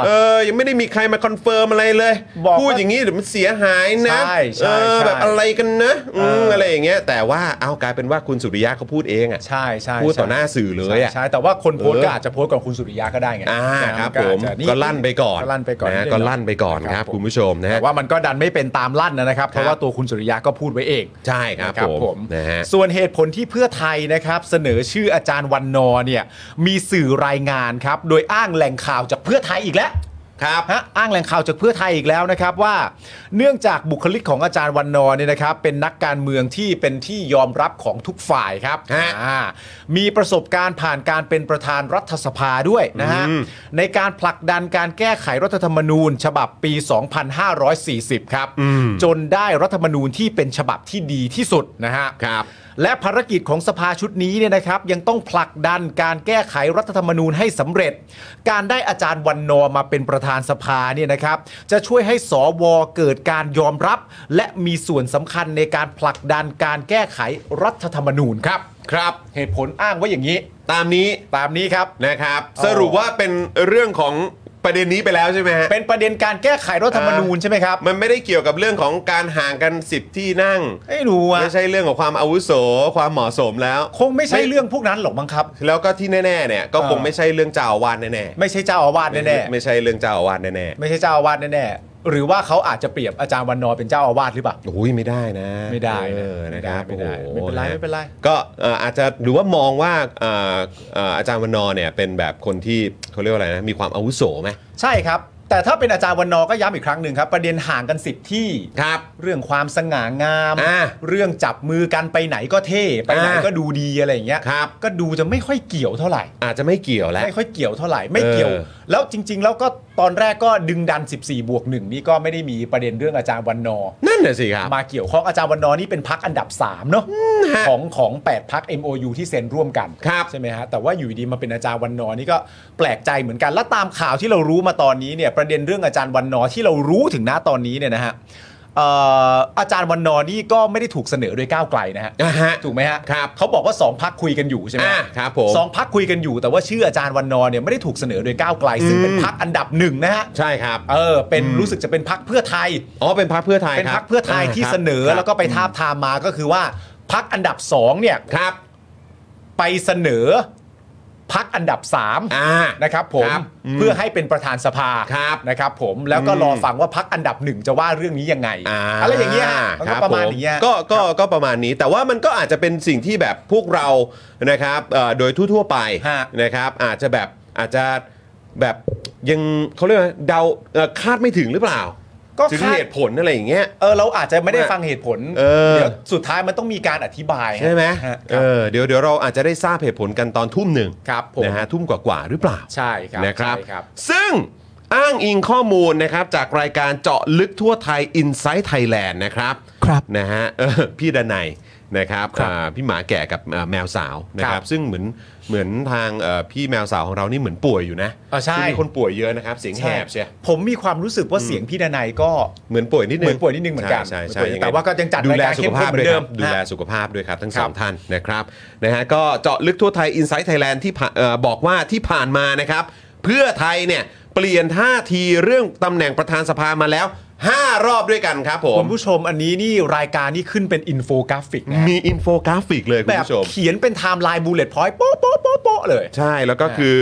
Speaker 2: เออ
Speaker 1: อยังไม่ได้มีใครมาคอนเฟิร์มอะไรเลย
Speaker 2: บอกว่า
Speaker 1: พูดอย่างนี้เดี๋ยวมันเสียหายนะ
Speaker 2: ใช่ใช่
Speaker 1: เออ
Speaker 2: ใช่
Speaker 1: แบบอะไรกันนะอืม
Speaker 2: เอออ
Speaker 1: อะไรอย่างเงี้ยแต่ว่าเอากลายเป็นว่าคุณสุริยะเขาพูดเองอ่ะ
Speaker 2: ใช่ใช่
Speaker 1: พูดต่อหน้าสื่อเลยอะ
Speaker 2: ใช่ใช่แต่ว่าคนโพสต์
Speaker 1: เออ
Speaker 2: ก็อาจจะโพสต์ก่อนคุณสุริยะก็ได้ไง
Speaker 1: อ่า
Speaker 2: ใช่
Speaker 1: ครับ
Speaker 2: น
Speaker 1: ผ
Speaker 2: ก็
Speaker 1: ม
Speaker 2: อาจจะ
Speaker 1: ก็ลั่นไปก่อน
Speaker 2: ก็ลั่นไปก่อน
Speaker 1: นะฮะ
Speaker 2: ดง
Speaker 1: ก็ลั่นไปก่อนครับคุณผู้ชมนะฮะ
Speaker 2: แต่ว่ามันก็ดันไม่เป็นตามลั่นนะครับ เพ
Speaker 1: ครั
Speaker 2: ราะ
Speaker 1: บ
Speaker 2: ว่าตัวคุณสุริยะก็พูดไว้เอง
Speaker 1: ใช่ครับ
Speaker 2: นะ
Speaker 1: ผมนะฮะ
Speaker 2: ส่วนเหตุผลที่เพื่อไทยนะครับ เสนอชื่ออาจารย์วันนอร์เนี่ยมีสื่อรายงานครับ โดยอ้างแหล่งข่าวจากเพื่อไทยอีกแล้ว
Speaker 1: ครับ
Speaker 2: ฮะอ้างแหล่งข่าวจากเพื่อไทยอีกแล้วนะครับว่า เนื่องจากบุคลิกของอาจารย์วันนอร์เนี่ยนะครับ เป็นนักการเมืองที่เป็นที่ยอมรับของทุกฝ่ายครับ
Speaker 1: ฮะ
Speaker 2: อ่ามีประสบการณ์ผ่านการเป็นประธานรัฐสภาด้วยนะฮะ
Speaker 1: อืม
Speaker 2: ในการผลักดันการแก้ไขรัฐธรรมนูญ ฉบับปี 2540 ครับ จนได้รัฐธรรมนูญที่เป็นฉบับที่ดีที่สุดนะฮะ
Speaker 1: ครับ
Speaker 2: และภารกิจของสภาชุดนี้เนี่ยนะครับ ยังต้องผลักดันการแก้ไขรัฐธรรมนูญให้สำเร็จ การได้อาจารย์วันนอร์มาเป็นประธานสภาเนี่ยนะครับ จะช่วยให้สวเกิดการยอมรับ และมีส่วนสำคัญในการผลักดันการแก้ไขรัฐธรรมนูญครับ
Speaker 1: ครับ
Speaker 2: เหตุผลอ้างว่าอย่างนี้
Speaker 1: ตามนี้
Speaker 2: ตามนี้ครับ
Speaker 1: นะครับ
Speaker 2: อ๋อ
Speaker 1: สรุปว่าเป็นเรื่องของประเด็นนี้ไปแล้วใช่ไหมฮะ
Speaker 2: เป็นประเด็นการแก้ไขรัฐธรรมนูญใช่ไหมครับ
Speaker 1: มันไม่ได้เกี่ยวกับเรื่องของการห่างกัน 10 ที่นั่ง
Speaker 2: ไม่รู้อะ
Speaker 1: ไม่ใช่เรื่องของความอาวุโส ความเหมาะสมแล้ว
Speaker 2: คงไม่ใช่เรื่องพวกนั้นหรอกมั้งครับ
Speaker 1: แล้วก็ที่แน่ๆเนี่ยก็คง
Speaker 2: เออ
Speaker 1: ไม่ใช่เรื่องเจ้าอาวาสแน่
Speaker 2: ไม่ใช่เจ้าอาวาส
Speaker 1: ๆ
Speaker 2: แน่
Speaker 1: ไม่ใช่เรื่องเจ้าอาวาสแน่
Speaker 2: ๆไม่ใช่เจ้าอาวาสแน่ๆหรือว่าเขาอาจจะเปรียบอาจารย์วันนอร์เป็นเจ้าอาวาสหรือเปล่า
Speaker 1: ๆโอ้ยไม่ได้นะ
Speaker 2: ไม่ได้นะ
Speaker 1: เออนะครับ
Speaker 2: ไม่ได้ไม่ได้
Speaker 1: โอ้โห
Speaker 2: ไม่เป็นไรไม่เป็นไร
Speaker 1: ก็เอ่ออาจจะหรือว่ามองว่าเอ่อเอ่ออาจารย์วันนอร์เนี่ยเป็นแบบคนที่เขาเรียกว่าอะไรนะมีความอาวุโสไหม
Speaker 2: ใช่ครับ แต่ถ้าเป็นอาจารย์วันนอร์ก็ย้ำอีกครั้งหนึ่งครับ ประเด็นห่างกันสิบที่
Speaker 1: ครับ
Speaker 2: เรื่องความสง่างาม
Speaker 1: อ่า
Speaker 2: เรื่องจับมือกันไปไหนก็เท่ไปไหน
Speaker 1: อ่า
Speaker 2: ก็ดูดีอะไรอย่างเงี้ย
Speaker 1: ครับ
Speaker 2: ก็ดูจะไม่ค่อยเกี่ยวเท่าไหร่
Speaker 1: อาจจะไม่เกี่ยวแล้ว
Speaker 2: ไม่ค่อยเกี่ยวเท่าไหร่ไม่เกี่ยว
Speaker 1: เออ
Speaker 2: แล้วจริง ๆ แล้วก็ตอนแรกก็ดึงดัน 14 บวกหนึ่งนี่ก็ไม่ได้มีประเด็นเรื่องอาจารย์วันนอร์
Speaker 1: นั่นน่ะสิครับ
Speaker 2: มาเกี่ยวข้องอาจารย์วันนอร์นี่เป็นพักอันดับ3เนาะ
Speaker 1: ฮะ
Speaker 2: ของของ8พัก MOU ที่เซ็นร่วมกัน
Speaker 1: ครับ
Speaker 2: ใช่ไหมฮะแต่ว่าอยู่ดีมาเป็นอาจารย์วันนอร์นี่ก็แปลกใจเหมือนกัน และตามข่าวที่เรารู้มาตอนนี้เนี่ยประเด็นเรื่องอาจารย์วันนอร์ที่เรารู้ถึงหน้าตอนนี้เนี่ยนะฮะเอ่ออาจารย์วันนอร์นี่ก็ไม่ได้ถูกเสนอโดยก้าวไกลนะฮะ
Speaker 1: อ่ะฮะ
Speaker 2: ถูกไหมฮะ
Speaker 1: ครับ
Speaker 2: เขาบอกว่าสองพักคุยกันอยู่ใช่ไหม
Speaker 1: อ่าครับผม
Speaker 2: สองพักคุยกันอยู่แต่ว่าชื่ออาจารย์วันนอร์เนี่ยไม่ได้ถูกเสนอโดยก้าวไกล ซึ่ง
Speaker 1: อืม
Speaker 2: เป็นพักอันดับหนึ่งนะฮะ
Speaker 1: ใช่ครับ
Speaker 2: เออเป็นรู้สึกจะเป็นพักเพื่อไทย
Speaker 1: อ๋อเป็นพักเพื่อไทย
Speaker 2: เป็
Speaker 1: ครั
Speaker 2: น
Speaker 1: บ
Speaker 2: พักเพื่อไทยที่
Speaker 1: าครับ
Speaker 2: เสนอ
Speaker 1: ครับ
Speaker 2: แล้วก็ไปทาบทามมาก็คือว่าพักอันดับสองเนี่ย
Speaker 1: ครับ
Speaker 2: ไปเสนอพักอันดับสาม
Speaker 1: อ่า
Speaker 2: นะครับผม
Speaker 1: ครับอืม
Speaker 2: เพื่อให้เป็นประธานสภา
Speaker 1: ครับ
Speaker 2: นะครับผมแล้วก็
Speaker 1: อืม
Speaker 2: รอฟังว่าพักอันดับหนึ่งจะว่าเรื่องนี้ยังไงอะไรอย่างเงี้ยฮะมัน
Speaker 1: ค
Speaker 2: ก็
Speaker 1: บ
Speaker 2: ประมาณ
Speaker 1: ผ
Speaker 2: อย่างเงี้ย
Speaker 1: ก็ก็ก็ประมาณนี้แต่ว่ามันก็อาจจะเป็นสิ่งที่แบบพวกเรานะครับเอ่อโดยทั่วๆไป
Speaker 2: ฮะ
Speaker 1: นะครับ อาจจะแบบอาจจะแบบยังเขาเรียกว่าเดาเอ่อคาดไม่ถึงหรือเปล่า
Speaker 2: ก็
Speaker 1: ถึง
Speaker 2: คาด
Speaker 1: เหตุผลอะไรอย่างเงี้ย
Speaker 2: เออเราอาจจะไม่ได้ฟังเหตุผล
Speaker 1: เออ
Speaker 2: ยวสุดท้ายมันต้องมีการอธิบายฮะ
Speaker 1: ใช่ไหม
Speaker 2: ฮะค
Speaker 1: เอ
Speaker 2: รับ
Speaker 1: อเดี๋ยวเดี๋ยวเราอาจจะได้ทราบเหตุผลกันตอนทุ่มหนึ่ง
Speaker 2: ครับผม
Speaker 1: นะฮะทุ่มกว่าๆหรือเปล่า
Speaker 2: ใช่ครับ
Speaker 1: นะครับ
Speaker 2: ใช่ครับ
Speaker 1: ซึ่งอ้างอิงข้อมูลนะครับจากรายการเจาะลึกทั่วไทย i n s i ซ e Thailand นะครับ
Speaker 2: ครับ
Speaker 1: นะฮะเออพี่ดนัยนะครับ
Speaker 2: ครับ
Speaker 1: อ่าพี่หมาแก่กับอ่าแมวสาวนะค
Speaker 2: ครั
Speaker 1: รับบ ซึ่งเหมือนเหมือนทางเอ่อพี่แมวสาวของเรานี่เหมือนป่วยอยู่นะ
Speaker 2: อ่าใช่
Speaker 1: ซึ่งมีคนป่วยเยอะนะครับ เสียงแหบใช่
Speaker 2: ผมมีความรู้สึกว่าเสียงพี่ดนัยก็
Speaker 1: เหมือนป่วยนิดนึง
Speaker 2: เหมือนป่วยนิดนึงเหมือนกัน
Speaker 1: ใช่ใช่
Speaker 2: เหมือนป่วย
Speaker 1: ใช่
Speaker 2: แต่ว่าก็ยังจัด
Speaker 1: ดู
Speaker 2: ราย
Speaker 1: แล
Speaker 2: การ
Speaker 1: สุข
Speaker 2: เข้มข้น
Speaker 1: ภาพ
Speaker 2: เหมื
Speaker 1: ด้
Speaker 2: อ
Speaker 1: วยค
Speaker 2: นเดิ
Speaker 1: รั
Speaker 2: ม
Speaker 1: บดูแล
Speaker 2: ฮะ
Speaker 1: สุขภาพด้วยครับทั้ง
Speaker 2: ครั
Speaker 1: สา
Speaker 2: บ
Speaker 1: มท่านนะครับนะฮะก็เจาะลึกทั่วไทย i n s i ซ e Thailand ที่ผ่านเอ่อบอกว่าที่ผ่านมานะครับ เพื่อไทยเนี่ยเปลี่ยนท่าทีเรื่องตำแหน่งประธานสภามาแล้ว 5 รอบด้วยกันครับผม
Speaker 2: คุณผู้ชมอันนี้นี่รายการนี่ขึ้นเป็นอินโฟกราฟิกนะฮะ
Speaker 1: มีอินโฟกราฟิกเลยคุ
Speaker 2: แบ
Speaker 1: ณ
Speaker 2: บ
Speaker 1: ผู้ชม
Speaker 2: เขียนเป็นไทม์ไลน์บูเลตพอยต์โป๊ะโป๊ะโป๊ะโป๊ะเลย
Speaker 1: ใช่แล้วก็
Speaker 2: อ่า
Speaker 1: คือ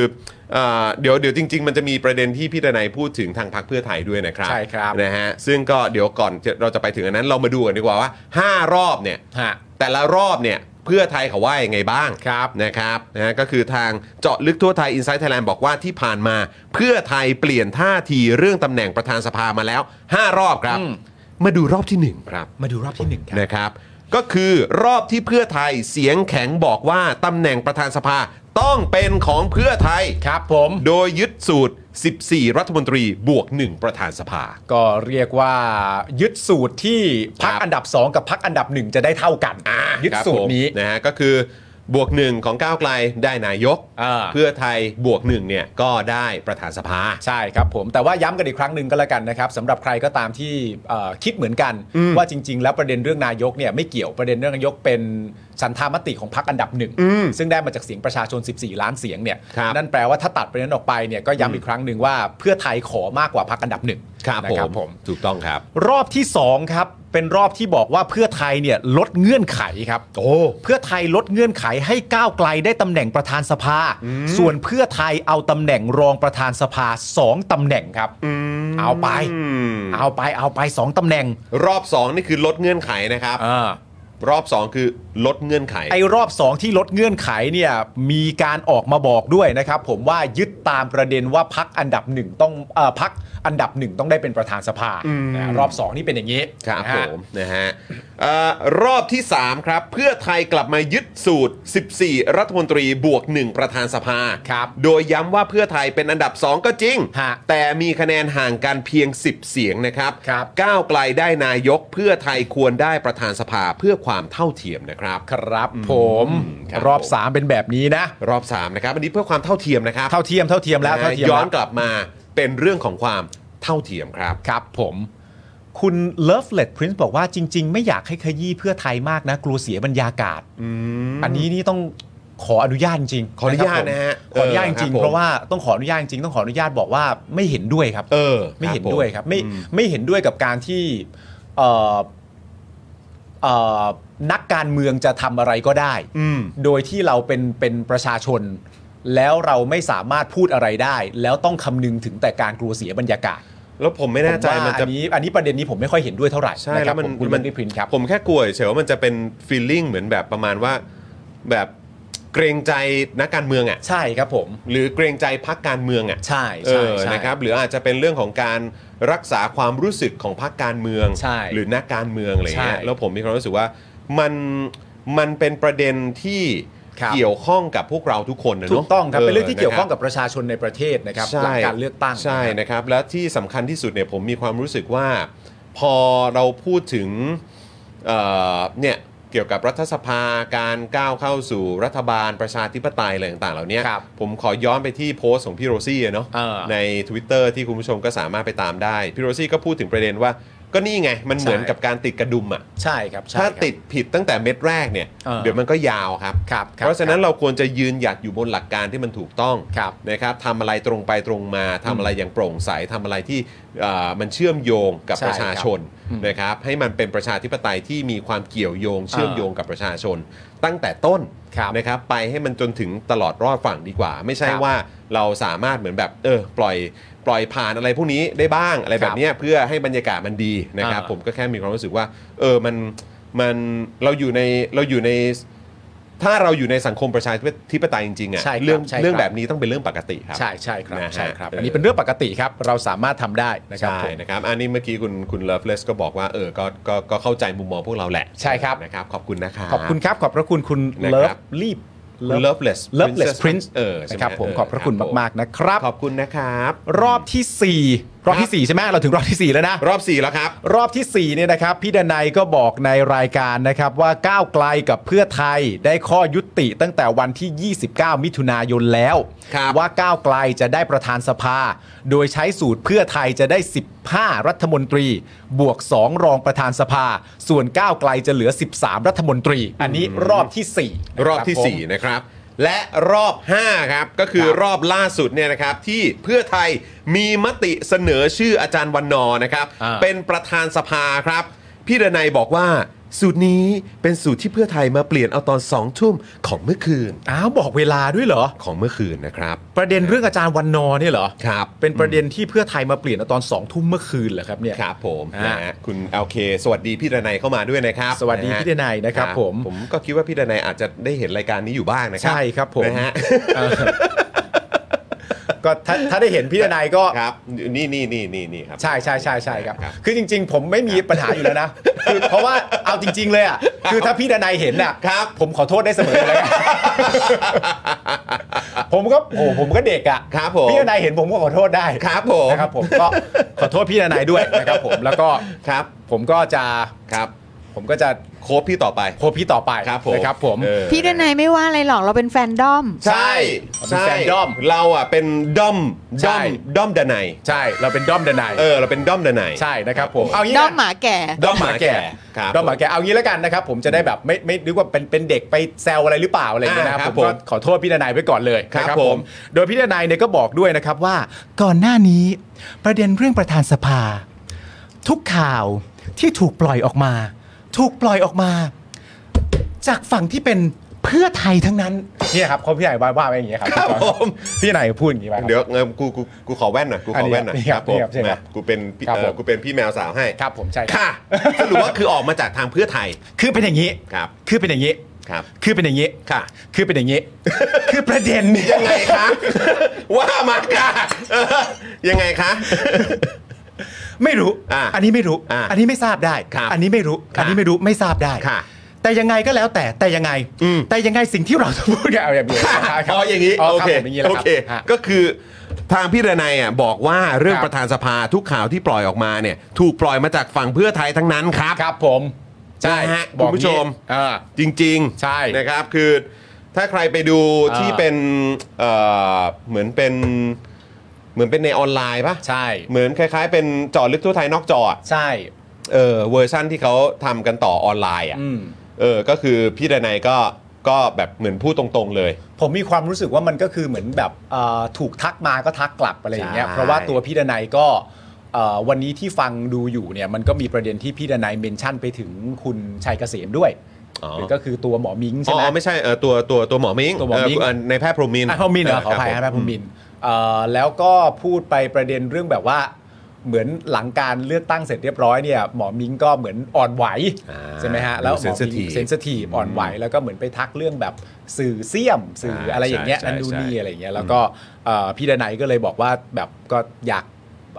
Speaker 1: เอ่อเดี๋ยวเดี๋ยวจริง ๆ มันจะมีประเด็นที่พี่ดนัยพูดถึงทางพรรคเพื่อไทยด้วยนะครับ
Speaker 2: ใช่ครับ
Speaker 1: นะฮะซึ่งก็เดี๋ยวก่อนจะเราจะไปถึงอันนั้นเรามาดูกันดีกว่าว่าห้ารอบเนี่ย
Speaker 2: ฮะ
Speaker 1: แต่ละรอบเนี่ยเพื่อไทยเขาว่ายังไงบ้าง
Speaker 2: ครับ
Speaker 1: นะครับนะฮะก็คือทางเจาะลึกทั่วไทยอินไซ e ์ไทยแลนด์บอกว่าที่ผ่านมา เพื่อไทยเปลี่ยนท่าทีเรื่องตำแหน่งประธานสภามาแล้ว 5 รอบครับ
Speaker 2: อืม
Speaker 1: มาดูรอบทีหนึ่1 ครับ
Speaker 2: มาดูรอบที่หนึ่งครับ
Speaker 1: นะครับ ก็คือรอบที่เพื่อไทยเสียงแข็งบอกว่าตำแหน่งประธานสภาต้องเป็นของเพื่อไทย
Speaker 2: ครับผม
Speaker 1: โดยยึดสูตร 14 รัฐมนตรีบวก 1 ประธานสภา
Speaker 2: ก็เรียกว่ายึดสูตรที่พัก
Speaker 1: ครับ
Speaker 2: อันดับ 2 กับพักอันดับหนึ่งจะได้เท่ากัน ยึด
Speaker 1: ครับ
Speaker 2: สูต
Speaker 1: ผ
Speaker 2: ร
Speaker 1: ม
Speaker 2: นี้
Speaker 1: นะฮะก็คือบวกหนึ่งของก้าวไกลได้นายก
Speaker 2: อ่า
Speaker 1: เพื่อไทยบวกหนึ่งเนี่ยก็ได้ประธานสภา
Speaker 2: ใช่ครับผมแต่ว่าย้ำกันอีกครั้งหนึ่งก็แล้วกันนะครับสำหรับใครก็ตามที่เอ่อคิดเหมือนกัน ว่าจริง ๆ แล้วประเด็นเรื่องนายกเนี่ยไม่เกี่ยวประเด็นเรื่องนายกเป็นฉันทามติของพรรคอันดับหนึ่งซึ่งได้มาจากเสียงประชาชน 14 ล้านเสียงเนี่ย
Speaker 1: ครับ
Speaker 2: นั่นแปลว่าถ้าตัดประเด็นนั้นออกไปเนี่ยก็ย้ำอีกครั้งหนึ่งว่าเพื่อไทยขอมากกว่าพรรคอันดับหนึ่งนะ
Speaker 1: ะ
Speaker 2: ครับผม
Speaker 1: ถูกต้องครับ
Speaker 2: รอบที่2ครับเป็นรอบที่บอกว่าเพื่อไทยเนี่ยลดเงื่อนไขครับโอ้เพื่อไทยลดเงื่อนไขให้ก้าวไกลได้ตำแหน่งประธานสภา ส่วนเพื่อไทยเอาตำแหน่งรองประธานสภา 2ตำแหน่งครับเอาไป เอาไปเอาไป 2ตำแหน่ง
Speaker 1: รอบ 2 นี่คือลดเงื่อนไขนะครับ รอบ 2 คือลดเงื่อนไข
Speaker 2: ไอ้รอบ 2 ที่ลดเงื่อนไขเนี่ยมีการออกมาบอกด้วยนะครับ ผมว่ายึดตามประเด็นว่าพักอันดับหนึ่งต้องเออพักอันดับหนึ่งต้องได้เป็นประธานสภานะรอบสองนี่เป็นอย่างนี้
Speaker 1: ครับ
Speaker 2: นะฮะ
Speaker 1: ผมนะฮะเอ่อรอบที่ 3 ครับ เพื่อไทยกลับมายึดสูตร 14 รัฐมนตรีบวก 1 ประธานสภา
Speaker 2: ครับ
Speaker 1: โดยย้ำว่าเพื่อไทยเป็นอันดับ 2 ก็จริง
Speaker 2: ฮะ
Speaker 1: แต่มีคะแนนห่างกันเพียง 10 เสียงนะครับ
Speaker 2: ครับ
Speaker 1: ก้าวไกลได้นายก เพื่อไทยควรได้ประธานสภาเพื่อความเท่าเทียมนะครับ
Speaker 2: ครับผม
Speaker 1: ครับ
Speaker 2: รอบ 3 เป็นแบบนี้นะ
Speaker 1: รอบ 3 นะครับ อันนี้เพื่อความเท่าเทียมนะครับ
Speaker 2: เท่าเทียมเท่าเทียมแล้ว
Speaker 1: นะฮะ
Speaker 2: เท่าเทียม
Speaker 1: ย้อน
Speaker 2: แล้ว
Speaker 1: กลับมาเป็นเรื่องของความเท่าเทียมครับ
Speaker 2: ครับผม คุณ Lovelet Prince บอกว่าจริง ๆ ไม่อยากให้ขยี้เพื่อไทยมากนะ กลัวเสียบรรยากาศ อันนี้นี่ต้องขออนุญาตจริงๆ
Speaker 1: ขออนุญาตนะฮะ
Speaker 2: ครับผมขออนุญาตจ
Speaker 1: เออครั
Speaker 2: ริ
Speaker 1: บ
Speaker 2: ง
Speaker 1: ผม
Speaker 2: ๆเพราะว่าต้องขออนุญาตจริงๆต้องขออนุญาตบอกว่าไม่เห็นด้วยครับ
Speaker 1: เออ
Speaker 2: ไม่เห็น
Speaker 1: ผ
Speaker 2: ด้วยครับไม่ไม่เห็นด้วยกับการที่เอ่อเอ่อนักการเมืองจะทำอะไรก็ได้
Speaker 1: อืม
Speaker 2: โดยที่เราเป็นเป็นประชาชน แล้วเราไม่สามารถพูดอะไรได้ แล้วต้องคำนึงถึงแต่การกลัวเสียบรรยากาศ
Speaker 1: แล้วผมไม่แน่ใจ
Speaker 2: ผว่า
Speaker 1: มันจะ
Speaker 2: อันนี้อันนี้ประเด็นนี้ผมไม่ค่อยเห็นด้วยเท่าไหร่
Speaker 1: ใช่
Speaker 2: นะค
Speaker 1: แล้
Speaker 2: รั
Speaker 1: ว
Speaker 2: บ
Speaker 1: มัน
Speaker 2: ผมคุณ
Speaker 1: มั
Speaker 2: บันทิพรินครับ
Speaker 1: ผมแค่กลัวเฉยๆว่ามันจะเป็นฟีลลิ่งเหมือนแบบประมาณว่า แบบเกรงใจนักการเมืองอ่ะ
Speaker 2: ใช่ครับผม
Speaker 1: หรือเกรงใจพักการเมืองอ่ะ
Speaker 2: ใช่
Speaker 1: เอ
Speaker 2: ใช่
Speaker 1: อ
Speaker 2: ใช่
Speaker 1: นะครับหรืออาจจะเป็นเรื่องของการรักษาความรู้สึกของพักการเมือง
Speaker 2: ใช่
Speaker 1: หรือนักการเมืองอะไรเงี้ย
Speaker 2: ใช่
Speaker 1: แล้วผมมีความรู้สึกว่ามันมันเป็นประเด็นที่
Speaker 2: ครับ
Speaker 1: เกี่ยวข้องกับพวกเราทุกคนนะ
Speaker 2: ถู
Speaker 1: เนาะ
Speaker 2: กต้องครับเป็นเรื่องที่เกี่ยวข้อง
Speaker 1: บ
Speaker 2: กับประชาชนในประเทศนะครับ
Speaker 1: ใช่
Speaker 2: หลังการเลือกตั้ง
Speaker 1: ใช่นะครับ และที่สำคัญที่สุดเนี่ยผมมีความรู้สึกว่า พอเราพูดถึงเอ่อเนี่ยเกี่ยวกับรัฐสภาการก้าวเข้าสู่รัฐบาลประชาธิปไตยอะไรต่างๆเหล่านี้
Speaker 2: ครับ
Speaker 1: ผมขอย้อนไปที่โพสต์ของพี่โรซี่อะเนาะ
Speaker 2: เออ
Speaker 1: ใน Twitter ที่คุณผู้ชมก็สามารถไปตามได้ พี่โรซี่ก็พูดถึงประเด็นว่า ก็นี่ไง มันเหมือน
Speaker 2: ใช่
Speaker 1: กับการติดกระดุมอะ
Speaker 2: ใช่ครับใช่
Speaker 1: ถ้า
Speaker 2: ครับ
Speaker 1: ติดผิดตั้งแต่เม็ดแรกเนี่ย
Speaker 2: เออ
Speaker 1: เดี๋ยวมันก็ยาวครับ
Speaker 2: ครับครับ
Speaker 1: เพราะฉะนั้น
Speaker 2: ครับ
Speaker 1: เราควรจะยืนหยัดอยู่บนหลักการที่มันถูกต้อง
Speaker 2: ครับ
Speaker 1: นะครับทำอะไรตรงไปตรงมาทำอะไรอย่างโปร่งใสทำอะไรที่เอ่อมันเชื่อมโยงกับ
Speaker 2: ใช่
Speaker 1: ประชาชนนะครับให้มันเป็นประชาธิปไตยที่มีความเกี่ยวโยง เชื่อมโยงกับประชาชน ตั้งแต่ต้น
Speaker 2: ครับ
Speaker 1: นะครับไปให้มันจนถึงตลอดรอดฝั่งดีกว่า ไม่ใช่
Speaker 2: ครับ
Speaker 1: ว่าเราสามารถเหมือนแบบเออปล่อยปล่อยผ่านอะไรพวกนี้ได้บ้างอะไร
Speaker 2: ครับ
Speaker 1: แบบเนี้ยเพื่อให้บรรยากาศมันดีนะครับ
Speaker 2: อ่า
Speaker 1: ผมก็แค่มีความรู้สึกว่าเออมันมันเราอยู่ในเราอยู่ใน ถ้าเราอยู่ในสังคมประชาธิปไตยจริงๆอะ
Speaker 2: ใช่ครับ
Speaker 1: เรื่อง
Speaker 2: ใช่ครับ
Speaker 1: เรื่องแบบนี้ต้องเป็นเรื่องปกติครับ
Speaker 2: ใช่ใช่ครับ
Speaker 1: นะฮะ
Speaker 2: ใช่ครับ
Speaker 1: เอออั
Speaker 2: อันนี้เป็นเรื่องปกติครับ เราสามารถทำได้นะครับ
Speaker 1: ใช่
Speaker 2: ผม
Speaker 1: นะครับอันนี้เมื่อกี้คุณคุณเลิฟเลสก็บอกว่าเออก็ก็ก็เข้าใจมุมมองพวกเราแหละ
Speaker 2: ใช่ครับ
Speaker 1: นะครับขอบคุณนะครับ
Speaker 2: ขอบคุณครับ ขอบพระคุณคุณ
Speaker 1: นะ
Speaker 2: เลิ
Speaker 1: ครั
Speaker 2: ฟ
Speaker 1: บ
Speaker 2: รีบ
Speaker 1: เลิฟเลส
Speaker 2: Loveless Prince
Speaker 1: เออใช่
Speaker 2: นะ
Speaker 1: ไห
Speaker 2: ครับผม
Speaker 1: เ
Speaker 2: ขอบพระคุณมากๆนะครับ
Speaker 1: ขอบคุณนะครับ
Speaker 2: รอบทีสี่4 รอบทีสี่4 ใช่ไหมเราถึงรอบทีสี่ 4 แล้วนะ
Speaker 1: รอบสี่แล้วครับ
Speaker 2: รอบที่ 4 เนี่ยนะครับ พี่ดนัยก็บอกในรายการนะครับว่าก้าวไกลกับเพื่อไทยได้ข้อยุติตั้งแต่วันที่ 29 มิถุนายนแล้ว
Speaker 1: ครับ
Speaker 2: ว่าก้าวไกลจะได้ประธานสภา โดยใช้สูตรเพื่อไทยจะได้ 15 รัฐมนตรี บวก 2 รองประธานสภา ส่วนก้าวไกลจะเหลือ 13 รัฐมนตรี อันนี้รอบที่สี่นะค
Speaker 1: ร
Speaker 2: บ
Speaker 1: อบที
Speaker 2: ผม
Speaker 1: สี่ 4 นะครับ และรอบ 5 ครับ ก็คือ
Speaker 2: ครับ
Speaker 1: รอบล่าสุดเนี่ยนะครับ ที่เพื่อไทยมีมติเสนอชื่ออาจารย์วันนอร์นะครับ
Speaker 2: อ่า
Speaker 1: เป็นประธานสภาครับ พี่ดนัยบอกว่า สูตรนี้เป็นสูตรที่เพื่อไทยมาเปลี่ยนเอาตอนสองทุ่มของเมื่อคืน
Speaker 2: อ้าวบอกเวลาด้วยเหรอ
Speaker 1: ของเมื่อคืนนะครับ
Speaker 2: ประเด็นเรื่องอาจารย์วันนอร์เนี่ยเหรอ
Speaker 1: ครับ
Speaker 2: เป็นประเด็นที่เพื่อไทยมาเปลี่ยนเอาตอนสองทุ่มเมื่อคืนเหรอครับเนี่ย
Speaker 1: ครับผม
Speaker 2: อ่าน
Speaker 1: นะฮะคุณโอเค สวัสดีพี่ดนัยเข้ามาด้วยนะครับ
Speaker 2: สวัสดี
Speaker 1: ะฮะ
Speaker 2: พี่ดนัยนะครับผม
Speaker 1: ผมก็คิดว่าพี่ดนัยอาจจะได้เห็นรายการนี้อยู่บ้างนะครั
Speaker 2: ใช่ครับผม
Speaker 1: นะฮะ
Speaker 2: เออก็ถ้าถ้าได้เห็นพี่ดนายก็
Speaker 1: ครับนี่นี่นี่นี่นี่ครับ
Speaker 2: ใช่ใช่ใช่ใช่ครับ คือจริง ๆ ผมไม่มีปัญหาอยู่แล้วนะคือเพราะว่าเอาจริง ๆ เลยอ่ะคือถ้าพี่ดนายเห็นอ่ะ
Speaker 1: ครับ
Speaker 2: ผมขอโทษได้เสมอ
Speaker 1: (laughs)
Speaker 2: เลยนะผมก็โอ้ผมก็เด็กอ่ะ
Speaker 1: ครับผม
Speaker 2: พี่ดนายเห็นผมก็ขอโทษได้
Speaker 1: ครับผม
Speaker 2: นะครับ ผมก็ขอโทษพี่ดนาย
Speaker 1: (laughs)
Speaker 2: ด้วยนะครับ ผมแล้วก็
Speaker 1: ครับ
Speaker 2: ผมก็จะ
Speaker 1: ครับ
Speaker 2: ผมก็จะ
Speaker 1: โค้บพี่ต่อไป
Speaker 2: โพสต์พี่ต่อไป
Speaker 1: ครับผม
Speaker 2: นะครับ ผม
Speaker 1: เออ
Speaker 3: พี่ด้านในไม่ว่าอะไรหรอกเราเป็นแฟนด้อม
Speaker 1: ใช่
Speaker 2: ผมเป็น
Speaker 1: ใช่
Speaker 2: แฟนด้อม
Speaker 1: เราอ่ะเป็นด้อม
Speaker 2: ใช่
Speaker 1: ด้อมด้อมดนัย
Speaker 2: ใช่เราเป็นด้อมดนาย
Speaker 1: เออเราเป็นด้อมดนัย
Speaker 2: ใช่นะครับ ผมเอางี้
Speaker 3: ด้อม
Speaker 2: นะ
Speaker 3: หมาแก่
Speaker 2: ด้อมหมาแก่
Speaker 1: ครับ
Speaker 2: ด้อมหมาแก่เอางี้แล้วกันนะครับ ผมจะได้แบบไม่ไม่นึกว่าเป็นเป็นเด็กไปแซวอะไรหรือเปล่าอะไรอย่างเงี้ยนะค
Speaker 1: อ่าครั
Speaker 2: รับบ ผมก็
Speaker 1: ผม
Speaker 2: ขอโทษพี่ดนายไว้ก่อนเลย
Speaker 1: ครับ
Speaker 2: นะ
Speaker 1: ผม
Speaker 2: โดยพี่ดนายเนี่ยก็บอกด้วยนะครับว่า ก่อนหน้านี้ประเด็นเรื่องประธานสภา ทุกข่าวที่ถูกปล่อยออกมา ถูกปล่อยออกมา จากฝั่งที่เป็นเพื่อไทยทั้งนั้นเนี่ยครับเขาพี่ใหญ่ว่าว่าไปอย่างเงี้ยครับ
Speaker 1: ครับผม
Speaker 2: พี่ดนายพูดอย่างงี้ไป
Speaker 1: เดี๋ยวเออกูกูกูขอแว่นหน่อยกูขอแว่นหน่อย
Speaker 2: อันนี้ครับ
Speaker 1: ผม
Speaker 2: นี่ครับใช่ครับ
Speaker 1: นะกูเป็นพี่
Speaker 2: ครับผม
Speaker 1: เออกูเป็นพี่แมวสาวให้
Speaker 2: ครับผมใช่ครับ
Speaker 1: ค่ะสรุปว่าคือออกมาจากทางเพื่อไทย
Speaker 2: คือเป็นอย่างนี้
Speaker 1: ครับ
Speaker 2: คือเป็นอย่างนี้
Speaker 1: ครับ
Speaker 2: คือเป็นอย่างนี้
Speaker 1: ค่ะ
Speaker 2: คือเป็นอย่าง
Speaker 1: (laughs)
Speaker 2: นี้ คือประเด็นเนี่ย
Speaker 1: ยังไงคะ ว่ามาค่ะเออยังไงคะ
Speaker 2: ไม่รู้
Speaker 1: อ่ะ
Speaker 2: อันนี้ไม่รู้
Speaker 1: อ่ะ
Speaker 2: อันนี้ไม่ทราบได้
Speaker 1: ครับ
Speaker 2: อันนี้ไม่รู้
Speaker 1: ค่ะ
Speaker 2: อันนี้ไม่รู้ ไม่ทราบได้
Speaker 1: ค่ะ
Speaker 2: แต่ยังไงก็แล้วแต่ แต่ยังไง
Speaker 1: อืม
Speaker 2: แต่ยังไงสิ่งที่เราจะพูดเนี่ยเอาอย่างนี้นะครับ
Speaker 1: (laughs) อ๋ออย่างนี้
Speaker 2: อ๋อ
Speaker 1: โอ
Speaker 2: ครับ
Speaker 1: เค
Speaker 2: ผมอย่างนี้แหละ
Speaker 1: โอ
Speaker 2: ครับ
Speaker 1: เค
Speaker 2: ฮะ
Speaker 1: ก็คือทางพี่ระนัยอ่ะบอกว่าเรื่อง
Speaker 2: ครับ
Speaker 1: ประธานสภาทุกข่าวที่ปล่อยออกมาเนี่ย ถูกปล่อยมาจากฝั่งเพื่อไทยทั้งนั้นครับ
Speaker 2: ครับผมใช่
Speaker 1: นะฮะ
Speaker 2: บอก
Speaker 1: คุณผู้ชม
Speaker 2: งี้อ่า
Speaker 1: จริงๆ
Speaker 2: ใช่
Speaker 1: นะครับคือถ้าใครไปดู
Speaker 2: อ่า
Speaker 1: ที่เป็นเอ่อเหมือนเป็นเหมือนเป็นในออนไลน์ปะ
Speaker 2: ใช่
Speaker 1: เหมือนคล้าย ๆ เป็นเจอลึกทั่วไทยนอกจออะ
Speaker 2: ใช่
Speaker 1: เออเวอร์ชั่นที่เขาทำกันต่อออนไลน์อ่ะ
Speaker 2: อืม
Speaker 1: เออก็คือพี่ระนัยก็ก็แบบเหมือนพูดตรงๆเลย
Speaker 2: ผมมีความรู้สึกว่ามันก็คือเหมือนแบบเอ่อถูกทักมาก็ทักกลับอะไรอย่างเงี้ย
Speaker 1: ใช่
Speaker 2: เพราะว่าตัวพี่ดนัยก็เอ่อวันนี้ที่ฟังดูอยู่เนี่ยมันก็มีประเด็นที่พี่ดนัยเมนชั่นไปถึงคุณชัยเกษมด้วย
Speaker 1: อ๋อ
Speaker 2: ก็คือตัวหมอมิง
Speaker 1: อ๋
Speaker 2: ใช่
Speaker 1: อ
Speaker 2: ไหม
Speaker 1: อ๋อไม่ใช่เออตัวตัวตัวหมอมิง
Speaker 2: ตัวหมอมิ้ง
Speaker 1: เในแพทย์พรหมิน
Speaker 2: อ่ะพรหมินเหรอขออภัยครับ
Speaker 1: ผ
Speaker 2: พรหมินเอ่อแล้วก็พูดไปประเด็นเรื่องแบบว่า เหมือนหลังการเลือกตั้งเสร็จเรียบร้อยเนี่ยหมอมิงก็เหมือนอ่อนไหว
Speaker 1: อ่า
Speaker 2: ใช่ไหมฮะแล้วหมอมิง
Speaker 1: sensitive
Speaker 2: เซนสทีฟอ่อนไหวแล้วก็เหมือนไปทักเรื่องแบบสื่อเสี่ยมสื่อ
Speaker 1: ใช่
Speaker 2: อะไรอย่างเงี้ย
Speaker 1: ใช่
Speaker 2: นั่นดูนนี่
Speaker 1: ใช่
Speaker 2: อะไรอย่างเงี้ยแล้วก็เอ่อพี่ดนัยก็เลยบอกว่าแบบก็อยาก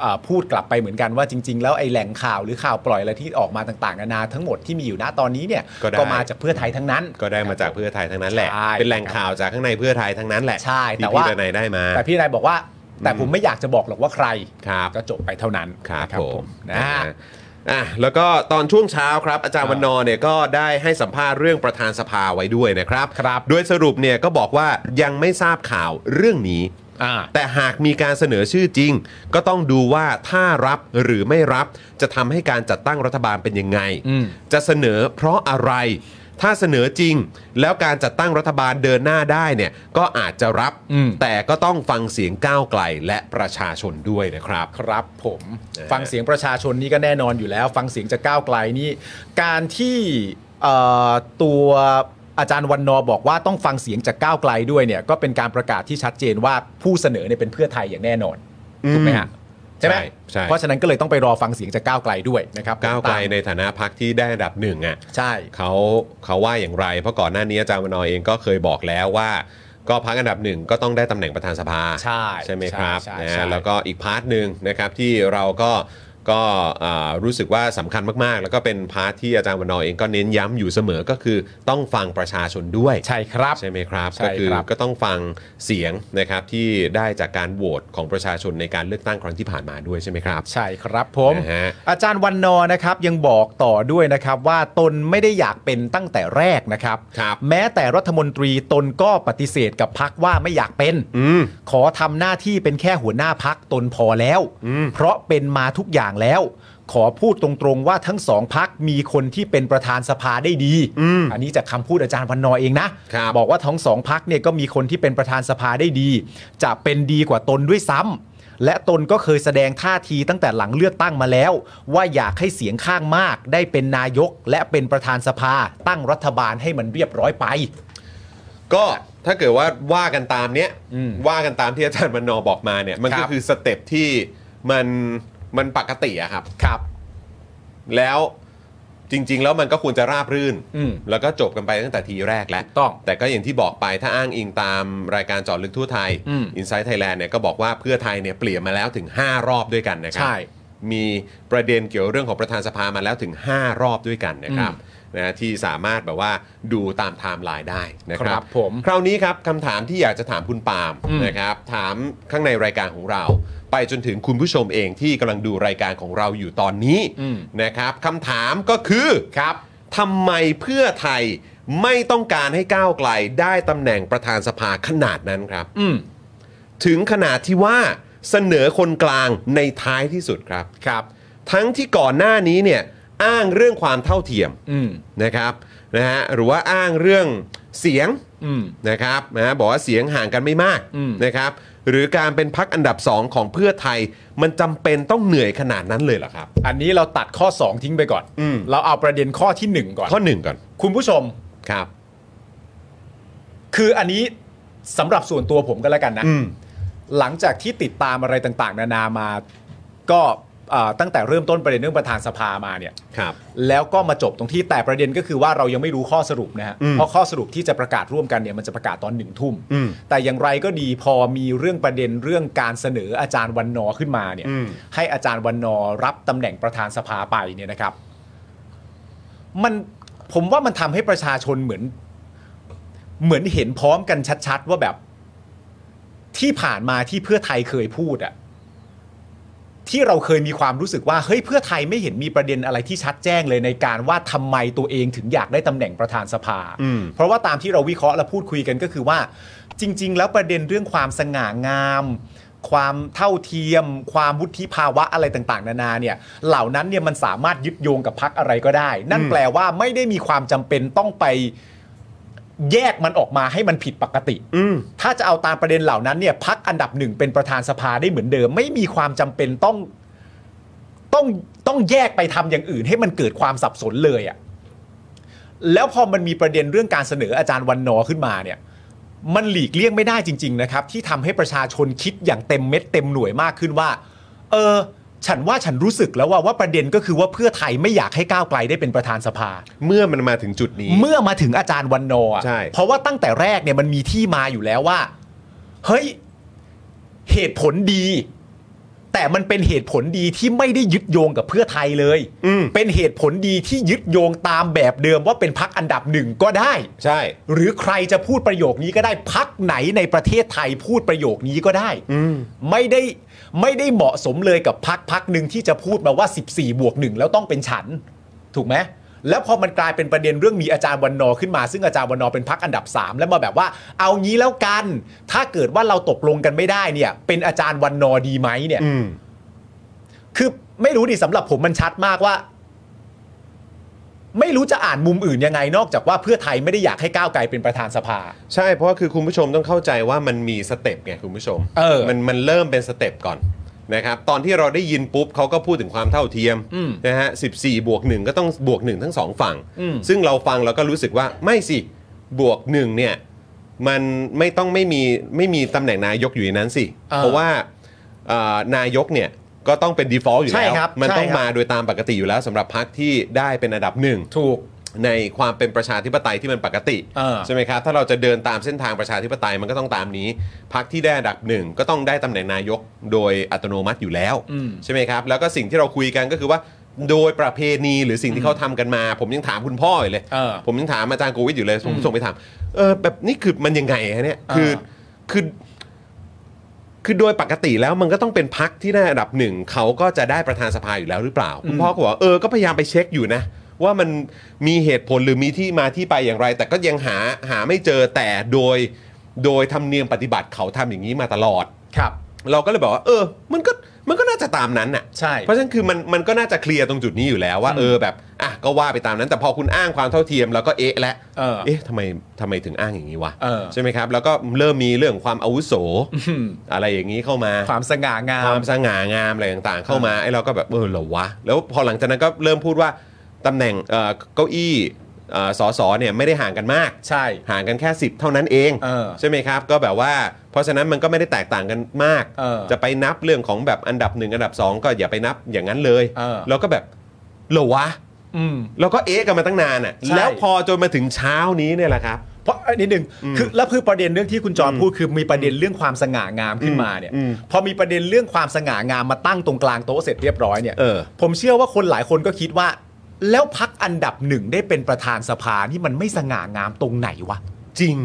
Speaker 2: เอ่อพูดกลับไปเหมือนกันว่าจริง ๆ แล้วไอ้แหล่งข่าวหรือข่าวปล่อยอะไรที่ออกมาต่างๆนานาทั้งหมดที่มีอยู่ณตอนนี้เนี่ย
Speaker 1: ก็ได้
Speaker 2: ก็มาจากเพื่อไทยทั้งนั้น
Speaker 1: ก็ได้มาจากเพื่อไทยทั้งนั้นแหละ
Speaker 2: ใช่
Speaker 1: เป็นแหล่งข่าวจากข้างในเพื่อไทยทั้งนั้นแหละ
Speaker 2: ใช่แต่
Speaker 1: ที่
Speaker 2: ว่า
Speaker 1: พี่ดนายได้มา
Speaker 2: แต่พี่ดนัยบอกว่า แต่ผมไม่อยากจะบอกหรอกว่าใคร
Speaker 1: ครับ
Speaker 2: ก็จบไปเท่านั้น
Speaker 1: ครับ
Speaker 2: นะ
Speaker 1: ผม
Speaker 2: นะฮะ
Speaker 1: อ่ะแล้วก็ตอนช่วงเช้าครับ อาจารย์
Speaker 2: อ่า
Speaker 1: วันนอร์เนี่ยก็ได้ให้สัมภาษณ์เรื่องประธานสภาไว้ด้วยนะครับ
Speaker 2: ครับ
Speaker 1: โดยสรุปเนี่ยก็บอกว่ายังไม่ทราบข่าวเรื่องนี้
Speaker 2: อ่า
Speaker 1: แต่หากมีการเสนอชื่อจริง ก็ต้องดูว่าถ้ารับหรือไม่รับจะทำให้การจัดตั้งรัฐบาลเป็นยังไง
Speaker 2: อืม
Speaker 1: จะเสนอเพราะอะไร ถ้าเสนอจริง แล้วการจัดตั้งรัฐบาลเดินหน้าได้เนี่ยก็อาจจะรับ แต่ก็ต้องฟังเสียงก้าวไกลและประชาชนด้วยนะครับ
Speaker 2: ครับผม
Speaker 1: นะฮะ
Speaker 2: ฟังเสียงประชาชนนี่ก็แน่นอนอยู่แล้ว ฟังเสียงจากก้าวไกลนี่ การที่เอ่อตัวอาจารย์วันนอร์บอกว่าต้องฟังเสียงจากก้าวไกลด้วยเนี่ยก็เป็นการประกาศที่ชัดเจนว่าผู้เสนอเนี่ยเป็นเพื่อไทยอย่างแน่นอนถูกไหมฮะ ใช่ไหม
Speaker 1: ใช่ใช่
Speaker 2: เพราะฉะนั้นก็เลยต้องไปรอฟังเสียงจากก้าวไกลด้วยนะครับ
Speaker 1: ก้าวไกล
Speaker 2: ตม
Speaker 1: ในฐานะพักที่ได้อันดับหนึ่งอ่ะ
Speaker 2: ใช่
Speaker 1: เขาเขาว่าอย่างไร เพราะก่อนหน้านี้อาจารย์วันนอยเองก็เคยบอกแล้วว่า ก็พักอันดับหนึ่งก็ต้องได้ตำแหน่งประธานสภา
Speaker 2: ใช่
Speaker 1: ใช่ไหมครับ
Speaker 2: ใช่ใช่
Speaker 1: นะแล้วก็อีกพาร์ทหนึ่งนะครับที่เราก็ก็อ่ารู้สึกว่าสำคัญมาก ๆ แล้วก็เป็นพาร์ทที่อาจารย์วันนอยเองก็เน้นย้ำอยู่เสมอก็คือต้องฟังประชาชนด้วย
Speaker 2: ใช่ครับ
Speaker 1: ใช่ไหมครับ
Speaker 2: ใช่
Speaker 1: ก็คือ
Speaker 2: ครับ
Speaker 1: ก็ต้องฟังเสียงนะครับที่ได้จากการโหวตของประชาชนในการเลือกตั้งครั้งที่ผ่านมาด้วยใช่ไหมครับ
Speaker 2: ใช่ครับผม
Speaker 1: นะฮะ
Speaker 2: อาจารย์วันนอร์นะครับยังบอกต่อด้วยนะครับว่าตนไม่ได้อยากเป็นตั้งแต่แรกนะครับ
Speaker 1: ครับ
Speaker 2: แม้แต่รัฐมนตรีตนก็ปฏิเสธกับพักว่าไม่อยากเป็น
Speaker 1: อืม
Speaker 2: ขอทำหน้าที่เป็นแค่หัวหน้าพักตนพอแล้ว
Speaker 1: อืม
Speaker 2: เพราะเป็นมาทุกอย่างแล้ว ขอพูดตรงๆว่าทั้งสองพักมีคนที่เป็นประธานสภาได้ดี
Speaker 1: อืม
Speaker 2: อันนี้จากคำพูดอาจารย์วันนอร์เองนะครับ อกว่าทั้งสองพักเนี่ยก็มีคนที่เป็นประธานสภาได้ดี จะเป็นดีกว่าตนด้วยซ้ำและตนก็เคยแสดงท่าทีตั้งแต่หลังเลือกตั้งมาแล้ว ว่าอยากให้เสียงข้างมาก ได้เป็นนายกและเป็นประธานสภา ตั้งรัฐบาลให้มันเรียบร้อยไป
Speaker 1: ก็ถ้าเกิดว่าว่ากันตามเนี้ย
Speaker 2: อืม
Speaker 1: ว่ากันตามที่อาจารย์มันนอบอกมาเนี่ยมัน
Speaker 2: ค
Speaker 1: ก็
Speaker 2: รับ
Speaker 1: คือสเต็ปที่มันมันปกติอะครับ
Speaker 2: ครับ
Speaker 1: แล้วจริง ๆ แล้วมันก็ควรจะราบรื่น
Speaker 2: อืม
Speaker 1: แล้วก็จบกันไปตั้งแต่ทีแรกแล้ว
Speaker 2: ถูกต้อง
Speaker 1: แต่ก็อย่างที่บอกไปถ้าอ้างอิงตามรายการเจอดลึกทั่วไทย
Speaker 2: อืม
Speaker 1: อินไซต์ไทยแลนด์เนี่ยก็บอกว่าเพื่อไทยเนี่ยเปลี่ยนมาแล้วถึง 5 รอบด้วยกันนะครั
Speaker 2: ใช่
Speaker 1: มีประเด็นเกี่ยวเรื่องของประธานสภามาแล้วถึง 5 รอบด้วยกันนะครับนะที่สามารถแบบว่าดูตามไทม์ไลน์ได้นะครั
Speaker 2: ครับ บผม
Speaker 1: คราวนี้ครับคำถามที่อยากจะถามคุณปาล์ม
Speaker 2: อืม
Speaker 1: นะครับถามข้างในรายการของเรา ไปจนถึงคุณผู้ชมเองที่กำลังดูรายการของเราอยู่ตอนนี้
Speaker 2: อืม
Speaker 1: นะครับคำถามก็คือ
Speaker 2: ครับ
Speaker 1: ทำไมเพื่อไทยไม่ต้องการให้ก้าวไกลได้ตำแหน่งประธานสภาขนาดนั้นครับ
Speaker 2: อืม
Speaker 1: ถึงขนาดที่ว่าเสนอคนกลางในท้ายที่สุดครับ
Speaker 2: ครับ
Speaker 1: ทั้งที่ก่อนหน้านี้เนี่ยอ้างเรื่องความเท่าเทียม
Speaker 2: อืม
Speaker 1: นะครับนะฮะหรือว่าอ้างเรื่องเสียง
Speaker 2: อืม
Speaker 1: นะครับนะฮะบอกว่าเสียงห่างกันไม่มาก
Speaker 2: อืม
Speaker 1: นะครับ หรือการเป็นพักอันดับสองของเพื่อไทย มันจำเป็นต้องเหนื่อยขนาดนั้นเลยเหรอครับ
Speaker 2: อันนี้เราตัดข้อ 2 ทิ้งไปก่อน
Speaker 1: อืม
Speaker 2: เราเอาประเด็นข้อที่ 1 ก่อน
Speaker 1: ข้อหนึ่งก่อน
Speaker 2: คุณผู้ชม
Speaker 1: ครับ
Speaker 2: คืออันนี้สำหรับส่วนตัวผมก็แล้วกันนะ
Speaker 1: อืม
Speaker 2: หลังจากที่ติดตามอะไรต่างๆ นานามา ก็เอ่อตั้งแต่เริ่มต้นประเด็นเรื่องประธานสภามาเนี่ย
Speaker 1: ครับ
Speaker 2: แล้วก็มาจบตรงที่แต่ประเด็นก็คือว่าเรายังไม่รู้ข้อสรุปนะฮะ
Speaker 1: อืม
Speaker 2: เพราะข้อสรุปที่จะประกาศร่วมกันเนี่ยมันจะประกาศตอนหนึ่งทุ่ม
Speaker 1: อืม
Speaker 2: แต่อย่างไรก็ดีพอมีเรื่องประเด็นเรื่องการเสนออาจารย์วันนอร์ขึ้นมาเนี่ย
Speaker 1: อืม
Speaker 2: ให้อาจารย์วันนอร์รับตำแหน่งประธานสภาไปเนี่ยนะครับ มันผมว่ามันทำให้ประชาชนเหมือน เหมือนเห็นพร้อมกันชัดๆ ว่าแบบ ที่ผ่านมาที่เพื่อไทยเคยพูดอะที่เราเคยมีความรู้สึกว่าเฮ้ยเพื่อไทยไม่เห็นมีประเด็นอะไรที่ชัดแจ้งเลยในการว่าทำไมตัวเองถึงอยากได้ตำแหน่งประธานสภา
Speaker 1: อืม
Speaker 2: เพราะว่าตามที่เราวิเคราะห์และพูดคุยกันก็คือว่า จริง ๆ แล้วประเด็นเรื่องความสง่างาม ความเท่าเทียม ความวุฒิภาวะอะไรต่าง ๆ นานาเนี่ย เหล่านั้นเนี่ยมันสามารถยึดโยงกับพักอะไรก็ได้ นั่นแปลว่าไม่ได้มีความจำเป็นต้องไปแยกมันออกมาให้มันผิดปกติ
Speaker 1: อืม
Speaker 2: ถ้าจะเอาตามประเด็นเหล่านั้นเนี่ยพักอันดับหนึ่งเป็นประธานสภาได้เหมือนเดิม ไม่มีความจำเป็นต้องต้องต้องแยกไปทำอย่างอื่น ให้มันเกิดความสับสนเลยอะ่ะแล้วพอมันมีประเด็นเรื่องการเสนออาจารย์วันนอร์ขึ้นมาเนี่ย มันหลีกเลี่ยงไม่ได้จริง ๆ นะครับ ที่ทำให้ประชาชนคิดอย่างเต็มเม็ดเต็มหน่วยมากขึ้นว่า เออ ฉันว่าฉันรู้สึกแล้วว่าว่าประเด็นก็คือว่าเพื่อไทยไม่อยากให้ก้าวไกลได้เป็นประธานสภา
Speaker 1: เมื่อมันมาถึงจุดนี้
Speaker 2: เมื่อมาถึงอาจารย์วันนอร์อะ
Speaker 1: ใช่
Speaker 2: เพราะว่าตั้งแต่แรกเนี่ยมันมีที่มาอยู่แล้วว่า เฮ้ย เหตุผลดี แต่มันเป็นเหตุผลดีที่ไม่ได้ยึดโยงกับเพื่อไทยเลย
Speaker 1: อืม
Speaker 2: เป็นเหตุผลดีที่ยึดโยงตามแบบเดิมว่าเป็นพักอันดับหนึ่งก็ได้
Speaker 1: ใช่
Speaker 2: หรือใครจะพูดประโยคนี้ก็ได้พักไหนในประเทศไทยพูดประโยคนี้ก็ได้
Speaker 1: อืม
Speaker 2: ไม่ได้ไม่ได้เหมาะสมเลยกับพักพักหนึ่งที่จะพูดมาว่า 14 บวกหนึ่งแล้วต้องเป็นฉัน ถูกไหมแล้วพอมันกลายเป็นประเด็นเรื่องมีอาจารย์วันนอร์ขึ้นมา ซึ่งอาจารย์วันนอร์เป็นพักอันดับ 3 แล้วมาแบบว่า เอางี้แล้วกัน ถ้าเกิดว่าเราตกลงกันไม่ได้เนี่ย เป็นอาจารย์วันนอร์ดีไหมเนี่ย
Speaker 1: อืม
Speaker 2: คือไม่รู้ดิสำหรับผมมันชัดมากว่า ไม่รู้จะอ่านมุมอื่นยังไงนอกจากว่าเพื่อไทยไม่ได้อยากให้ก้าวไกลเป็นประธานสภา
Speaker 1: ใช่เพราะคือคุณผู้ชมต้องเข้าใจว่ามันมีสเต็ปไงคุณผู้ชม
Speaker 2: เออ
Speaker 1: มันมันเริ่มเป็นสเต็ปก่อนนะครับตอนที่เราได้ยินปุ๊บเขาก็พูดถึงความเท่าเทียม
Speaker 2: อืม
Speaker 1: นะฮะสิบสี่บวกหนึ่งก็ต้องบวกหนึ่งทั้งสองฝั่ง
Speaker 2: อืม
Speaker 1: ซึ่งเราฟังเราก็รู้สึกว่าไม่สิบวกหนึ่งเนี่ยมันไม่ต้องไม่มีไม่มีตำแหน่งนายกอยู่ในนั้นสิ
Speaker 2: อ่า
Speaker 1: เพราะว่าเอ่อนายกเนี่ย ก็ต้องเป็น default อยู่
Speaker 2: ใช่
Speaker 1: แล้ว
Speaker 2: ครับ
Speaker 1: มัน
Speaker 2: ใช่
Speaker 1: ต้อง
Speaker 2: ครับ
Speaker 1: มาโดยตามปกติอยู่แล้วสำหรับพรรคที่ได้เป็นอันดับหนึ่ง
Speaker 2: ถูก
Speaker 1: ในความเป็นประชาธิปไตยที่มันปกติ
Speaker 2: เออ
Speaker 1: ใช่ไหมครับ ถ้าเราจะเดินตามเส้นทางประชาธิปไตยมันก็ต้องตามนี้พักที่ได้อันดับหนึ่งก็ต้องได้ตำแหน่งนายกโดยอัตโนมัติอยู่แล้ว
Speaker 2: อืม
Speaker 1: ใช่ไหมครับ แล้วก็สิ่งที่เราคุยกันก็คือว่า โดยประเพณีหรือสิ่งที่เขาทำกันมา ผมยังถามคุณพ่ออยู่เลย
Speaker 2: เออ
Speaker 1: ผมยังถามอาจารย์โกวิทอยู่เลยผมส่งไปถามเออแบบนี่คือมันยังไงฮะเนี่ย
Speaker 2: เออ
Speaker 1: คือคือ คือโดยปกติแล้วมันก็ต้องเป็นพักที่ได้อันดับหนึ่งเขาก็จะได้ประธานสภาอยู่แล้วหรือเปล่า คุณพ่อก็บอกว่าเออก็พยายามไปเช็คอยู่นะ ว่ามันมีเหตุผลหรือมีที่มาที่ไปอย่างไร แต่ก็ยังหาหาไม่เจอแต่โดย โดยธรรมเนียมปฏิบัติเขาทำอย่างนี้มาตลอด
Speaker 2: ครับ (laughs)
Speaker 1: เราก็เลยบอกว่า เออ มันก็มันก็น่าจะตามนั้นน่ะ
Speaker 2: ใช่
Speaker 1: เพราะฉะนั้นคือมันมันก็น่าจะเคลียร์ตรงจุดนี้อยู่แล้วว่าเออแบบอ่ะก็ว่าไปตามนั้น แต่พอคุณอ้างความเท่าเทียมแล้วก็เอ๊ะและ
Speaker 2: เออ
Speaker 1: ทำไมทำไมถึงอ้างอย่างนี้วะ
Speaker 2: เออ
Speaker 1: ใช่ไหมครับ แล้วก็เริ่มมีเรื่องความอาวุ
Speaker 2: (laughs)
Speaker 1: โส อะไรอย่างนี้เข้ามา
Speaker 2: ความสง่างา
Speaker 1: ค
Speaker 2: ม
Speaker 1: วามสง่างามอะไรต่างๆ เข้ามาไอ้เราก็แบบเออเหรอวะ แล้วพอหลังจากนั้นก็เริ่มพูดว่าตำแหน่งเอ่อเก้าอี้เอ่อสอสอเนี่ยไม่ได้ห่างกันมาก
Speaker 2: ใช่
Speaker 1: ห่างกันแค่ 10 เท่านั้นเอง
Speaker 2: เออ
Speaker 1: ใช่ไหมครับ ก็แบบว่า เพราะฉะนั้นมันก็ไม่ได้แตกต่างกันมาก
Speaker 2: เออ
Speaker 1: จะไปนับเรื่องของแบบอันดับหนึ่งอันดับสองก็อย่าไปนับอย่างนั้นเลย
Speaker 2: เออ
Speaker 1: แล้วก็แบบเหรอวะ
Speaker 2: อืม
Speaker 1: เราก็เอ๊ะกันมาตั้งนานอ่ะ
Speaker 2: ใช่
Speaker 1: แล้วพอจนมาถึงเช้านี้เนี่ยแหละครับ
Speaker 2: เพราะนิดหนึ่งคือแล้วคือประเด็นเรื่องที่คุณจอมพูดคือมีประเด็นเรื่องความสง่างามขึ้นมาเนี่ย
Speaker 1: อืม
Speaker 2: พอมีประเด็นเรื่องความสง่างามมาตั้งตรงกลางโต๊ะเสร็จเรียบร้อยเนี่ย
Speaker 1: เออ
Speaker 2: ผมเชื่อว่าคนหลายคนก็คิดว่า แล้วพักอันดับหนึ่งได้เป็นประธานสภานี่มันไม่สง่างามตรงไหนวะ
Speaker 1: จริง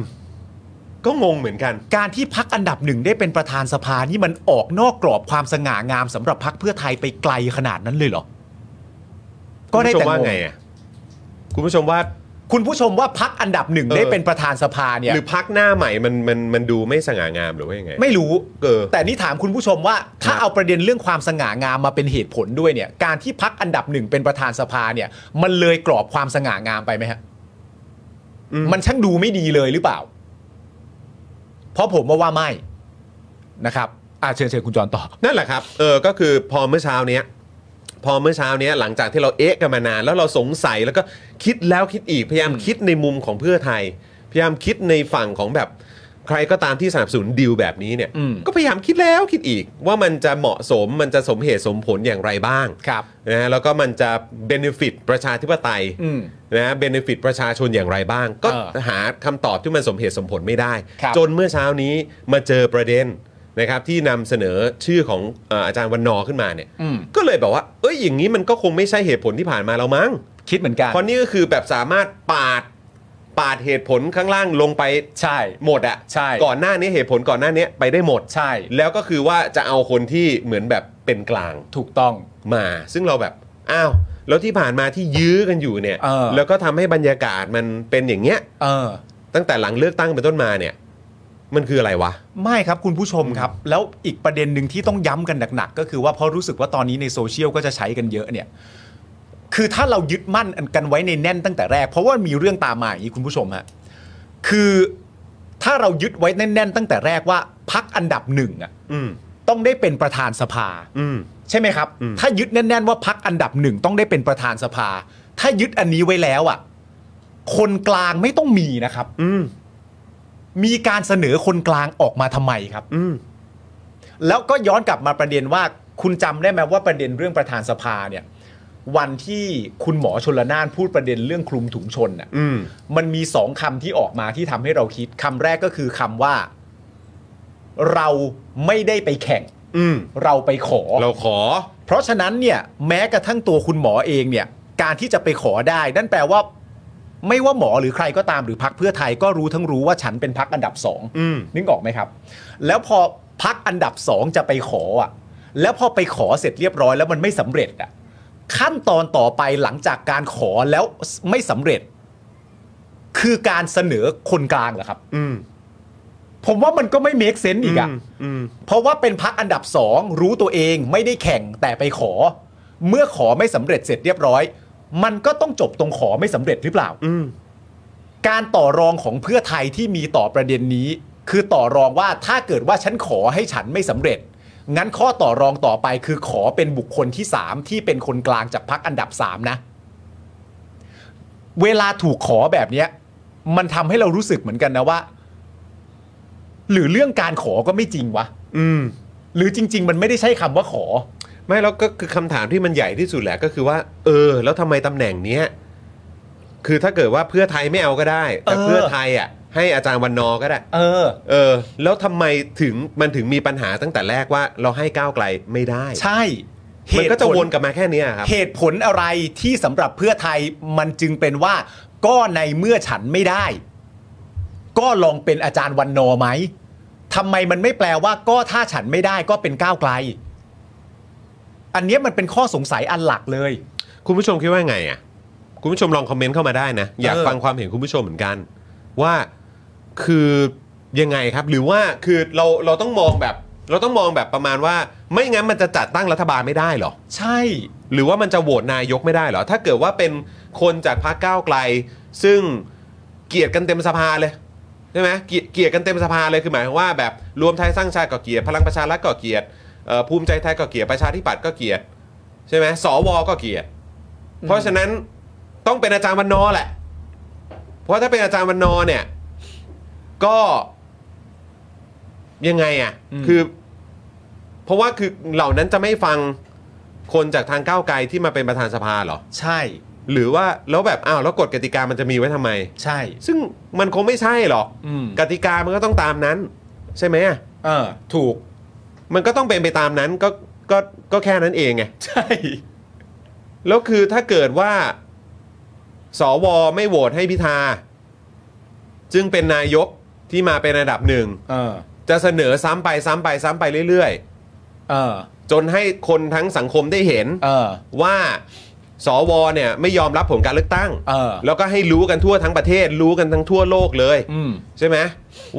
Speaker 1: ก็งงเหมือนกัน
Speaker 2: การที่พักอันดับหนึ่งได้เป็นประธานสภานี่มันออกนอกกรอบความสง่างามสำหรับพักเพื่อไทยไปไกลขนาดนั้นเลยเหรอก็ได้แต่
Speaker 1: คุณผู้ชมว่าง ไง
Speaker 2: ง
Speaker 1: อะคุณผู้ชมว่า
Speaker 2: คุณผู้ชมว่าพักอันดับหนึ่ง
Speaker 1: เออ
Speaker 2: ได้เป็นประธานสภาเนี่ย
Speaker 1: หรือพักหน้าใหม่มันมันมันดูไม่สง่างามหรือว่ายังไง
Speaker 2: ไม่รู้
Speaker 1: เออ
Speaker 2: แต่นี่ถามคุณผู้ชมว่า ถ้า
Speaker 1: ครับ
Speaker 2: เอาประเด็นเรื่องความสง่างามมาเป็นเหตุผลด้วยเนี่ย การที่พักอันดับหนึ่งเป็นประธานสภาเนี่ย มันเลยกรอบความสง่างามไปไหมฮะ
Speaker 1: อืม
Speaker 2: มันช่างดูไม่ดีเลยหรือเปล่า เพราะผมว่าว่าไม่นะครับอาเชิญเชิญคุณจรต่อ
Speaker 1: นั่นแหละครับ เออ ก็คือพอเมื่อเช้าเนี้ย พอเมื่อเช้าเนี้ยหลังจากที่เราเอ๊ะกันมานาน แล้วเราสงสัยแล้วก็คิดแล้วคิดอีก พยายามคิดในมุมของเพื่อไทย พยายามคิดในฝั่งของแบบใครก็ตามที่สนับสนุนดีลแบบนี้เนี่ย
Speaker 2: อืม
Speaker 1: ก็พยายามคิดแล้วคิดอีก ว่ามันจะเหมาะสมมันจะสมเหตุสมผลอย่างไรบ้าง
Speaker 2: ครับ
Speaker 1: นะฮะแล้วก็มันจะเบนฟิตประชาธิปไตย
Speaker 2: อืม
Speaker 1: นะฮะเบนฟิตประชาชนอย่างไรบ้าง ก็
Speaker 2: เออ
Speaker 1: หาคำตอบที่มันสมเหตุสมผลไม่ได้
Speaker 2: ครับ
Speaker 1: จนเมื่อเช้านี้มาเจอประเด็นนะครับที่นำเสนอชื่อของเอ่ออาจารย์วันนอร์ขึ้นมาเนี่ย
Speaker 2: อืม
Speaker 1: ก็เลยแบบว่า เอ้ยอย่างนี้มันก็คงไม่ใช่เหตุผลที่ผ่านมาแล้วมั้ง
Speaker 2: คิดเหมือนกัน
Speaker 1: เพราะนี่ก็คือแบบสามารถปาดปาดเหตุผลข้างล่างลงไป
Speaker 2: ใช่
Speaker 1: หมดอะ
Speaker 2: ใช่
Speaker 1: ก่อนหน้านี้เหตุผลก่อนหน้านี้ไปได้หมด
Speaker 2: ใช่
Speaker 1: แล้วก็คือว่าจะเอาคนที่เหมือนแบบเป็นกลาง
Speaker 2: ถูกต้อง
Speaker 1: มาซึ่งเราแบบอ้าวแล้วที่ผ่านมาที่ยื้อกันอยู่เนี่ย
Speaker 2: เออ
Speaker 1: แล้วก็ทำให้บรรยากาศมันเป็นอย่างเงี้ย
Speaker 2: เออ
Speaker 1: ตั้งแต่หลังเลือกตั้งเป็นต้นมาเนี่ย มันคืออะไรวะ
Speaker 2: ไม่ครับคุณผู้ชมครับ แล้วอีกประเด็นหนึ่งที่ต้องย้ำกันหนักๆ ก็คือว่าเพราะรู้สึกว่าตอนนี้ในโซเชียลก็จะใช้กันเยอะเนี่ย คือถ้าเรายึดมั่นกันไว้ในแน่นตั้งแต่แรก เพราะว่ามีเรื่องตามมาอย่างนี้คุณผู้ชมฮะคือถ้าเรายึดไว้แน่น ๆ ตั้งแต่แรกว่าพักอันดับหนึ่งอะ
Speaker 1: อืม
Speaker 2: ต้องได้เป็นประธานสภา
Speaker 1: อืม
Speaker 2: ใช่ไหมครับ
Speaker 1: อืม
Speaker 2: ถ้ายึดแน่น ๆ ว่าพักอันดับหนึ่งต้องได้เป็นประธานสภา ถ้ายึดอันนี้ไว้แล้วอ่ะ คนกลางไม่ต้องมีนะครับ
Speaker 1: อืม
Speaker 2: มีการเสนอคนกลางออกมาทำไมครับ
Speaker 1: อืม
Speaker 2: แล้วก็ย้อนกลับมาประเด็นว่าคุณจำได้ไหมว่าประเด็นเรื่องประธานสภาเนี่ย วันที่คุณหมอชนละนานพูดประเด็นเรื่องคลุมถุงชนน่ะ
Speaker 1: อืม
Speaker 2: มันมีสองคำที่ออกมาที่ทำให้เราคิดคำแรกก็คือคำว่า เราไม่ได้ไปแข่ง
Speaker 1: อืม
Speaker 2: เราไปขอ
Speaker 1: เราขอ
Speaker 2: เพราะฉะนั้นเนี่ยแม้กระทั่งตัวคุณหมอเองเนี่ย การที่จะไปขอได้ นั่นแปลว่า ไม่ว่าหมอหรือใครก็ตามหรือพักเพื่อไทยก็รู้ทั้งรู้ว่าฉันเป็นพักอันดับสอง
Speaker 1: อืม
Speaker 2: นึกออกไหมครับ แล้วพอพักอันดับสองจะไปขออ่ะ แล้วพอไปขอเสร็จเรียบร้อยแล้วมันไม่สำเร็จอ่ะขั้นตอนต่อไปหลังจากการขอแล้วไม่สำเร็จ คือการเสนอคนกลางเหรอครับ
Speaker 1: อืม
Speaker 2: ผมว่ามันก็ไม่เมคเซนส์อีกอ่ะ
Speaker 1: อืม
Speaker 2: เพราะว่าเป็นพักอันดับสองรู้ตัวเองไม่ได้แข่งแต่ไปขอ เมื่อขอไม่สำเร็จเสร็จเรียบร้อย มันก็ต้องจบตรงขอไม่สำเร็จหรือเปล่า
Speaker 1: อืม
Speaker 2: การต่อรองของเพื่อไทยที่มีต่อประเด็นนี้ คือต่อรองว่าถ้าเกิดว่าฉันขอให้ฉันไม่สำเร็จ งั้นข้อต่อรองต่อไปคือขอเป็นบุคคลที่ 3 ที่เป็นคนกลางจากพักอันดับ 3 นะ เวลาถูกขอแบบเนี้ย มันทำให้เรารู้สึกเหมือนกันนะว่า หรือเรื่องการขอก็ไม่จริงวะ
Speaker 1: อืม
Speaker 2: หรือจริง ๆ มันไม่ได้ใช้คำว่าขอ
Speaker 1: ไม่แล้วก็คือคำถามที่มันใหญ่ที่สุดแหละก็คือว่า เออ แล้วทำไมตำแหน่งเนี้ยคือถ้าเกิดว่าเพื่อไทยไม่เอาก็ได้ แต่
Speaker 2: เออ
Speaker 1: เพื่อไทยอ่ะ ให้อาจารย์วันนอร์ก็ได้
Speaker 2: เออ
Speaker 1: เออ แล้วทำไมถึงมันถึงมีปัญหาตั้งแต่แรกว่าเราให้ก้าวไกลไม่ได้
Speaker 2: ใช่
Speaker 1: มันก็จะ
Speaker 2: เหตุผล
Speaker 1: วนกลับมาแค่เนี้ยครับ
Speaker 2: เหตุผลอะไรที่สำหรับเพื่อไทยมันจึงเป็นว่า ก็ในเมื่อฉันไม่ได้ ก็ลองเป็นอาจารย์วันนอร์ไหมทำไมมันไม่แปลว่า ก็ถ้าฉันไม่ได้ก็เป็นก้าวไกล อันเนี้ยมันเป็นข้อสงสัยอันหลักเลย
Speaker 1: คุณผู้ชมคิดว่าไงอ่ะ คุณผู้ชมลองคอมเมนต์เข้ามาได้นะ อยาก
Speaker 2: เออ
Speaker 1: ฟังความเห็นคุณผู้ชมเหมือนกัน ว่าคือยังไงครับ หรือว่าคือเราเราต้องมองแบบ เราต้องมองแบบประมาณว่า ไม่งั้นมันจะจัดตั้งรัฐบาลไม่ได้เหรอ
Speaker 2: ใช่
Speaker 1: หรือว่ามันจะโหวตนายกไม่ได้เหรอ ถ้าเกิดว่าเป็นคนจากพรรคก้าวไกล ซึ่งเกลียดกันเต็มสภาเลยใช่ไหมเกลียดเกลียดกันเต็มสภาเลยคือหมายความว่าแบบรวมไทยสร้างชาติก็เกลียดพลังประชารัฐก็เกลียดเอ่อภูมิใจไทยก็เกลียดประชาธิปัตย์ก็เกลียดใช่ไหมสวก็เกลียด เพราะฉะนั้นต้องเป็นอาจารย์วันนอร์แหละ เพราะถ้าเป็นอาจารย์วันนอร์เนี่ย ก็ยังไงอะ่ะ
Speaker 2: อืม
Speaker 1: คือ เพราะว่าคือเหล่านั้นจะไม่ฟังคนจากทางก้าวไกลที่มาเป็นประธานสภาเหรอ
Speaker 2: ใช่
Speaker 1: หรือว่าแล้วแบบอ้าวแล้วกฎกติกามันจะมีไว้ทำไม
Speaker 2: ใช่
Speaker 1: ซึ่งมันคงไม่ใช่หรอก
Speaker 2: อืม
Speaker 1: กติกามันก็ต้องตามนั้น ใช่ไหมอะ
Speaker 2: เออ ถูก
Speaker 1: มันก็ต้องเป็นไปตามนั้นก็ก็ก็แค่นั้นเองไง
Speaker 2: ใช่
Speaker 1: แล้วคือถ้าเกิดว่า สวไม่โหวตให้พิธา จึงเป็นนายกที่มาเป็นระดับหนึ่ง
Speaker 2: เออ
Speaker 1: จะเสนอซ้ำไปซ้ำไปซ้ำไปเรื่อย
Speaker 2: เออ
Speaker 1: ๆ จนให้คนทั้งสังคมได้เห็น
Speaker 2: เออ
Speaker 1: ว่าสวเนี่ยไม่ยอมรับผลการเลือกตั้ง
Speaker 2: เออ
Speaker 1: แล้วก็ให้รู้กันทั่วทั้งประเทศ รู้กันทั้งทั่วโลกเลย
Speaker 2: อืม
Speaker 1: ใช่ไหม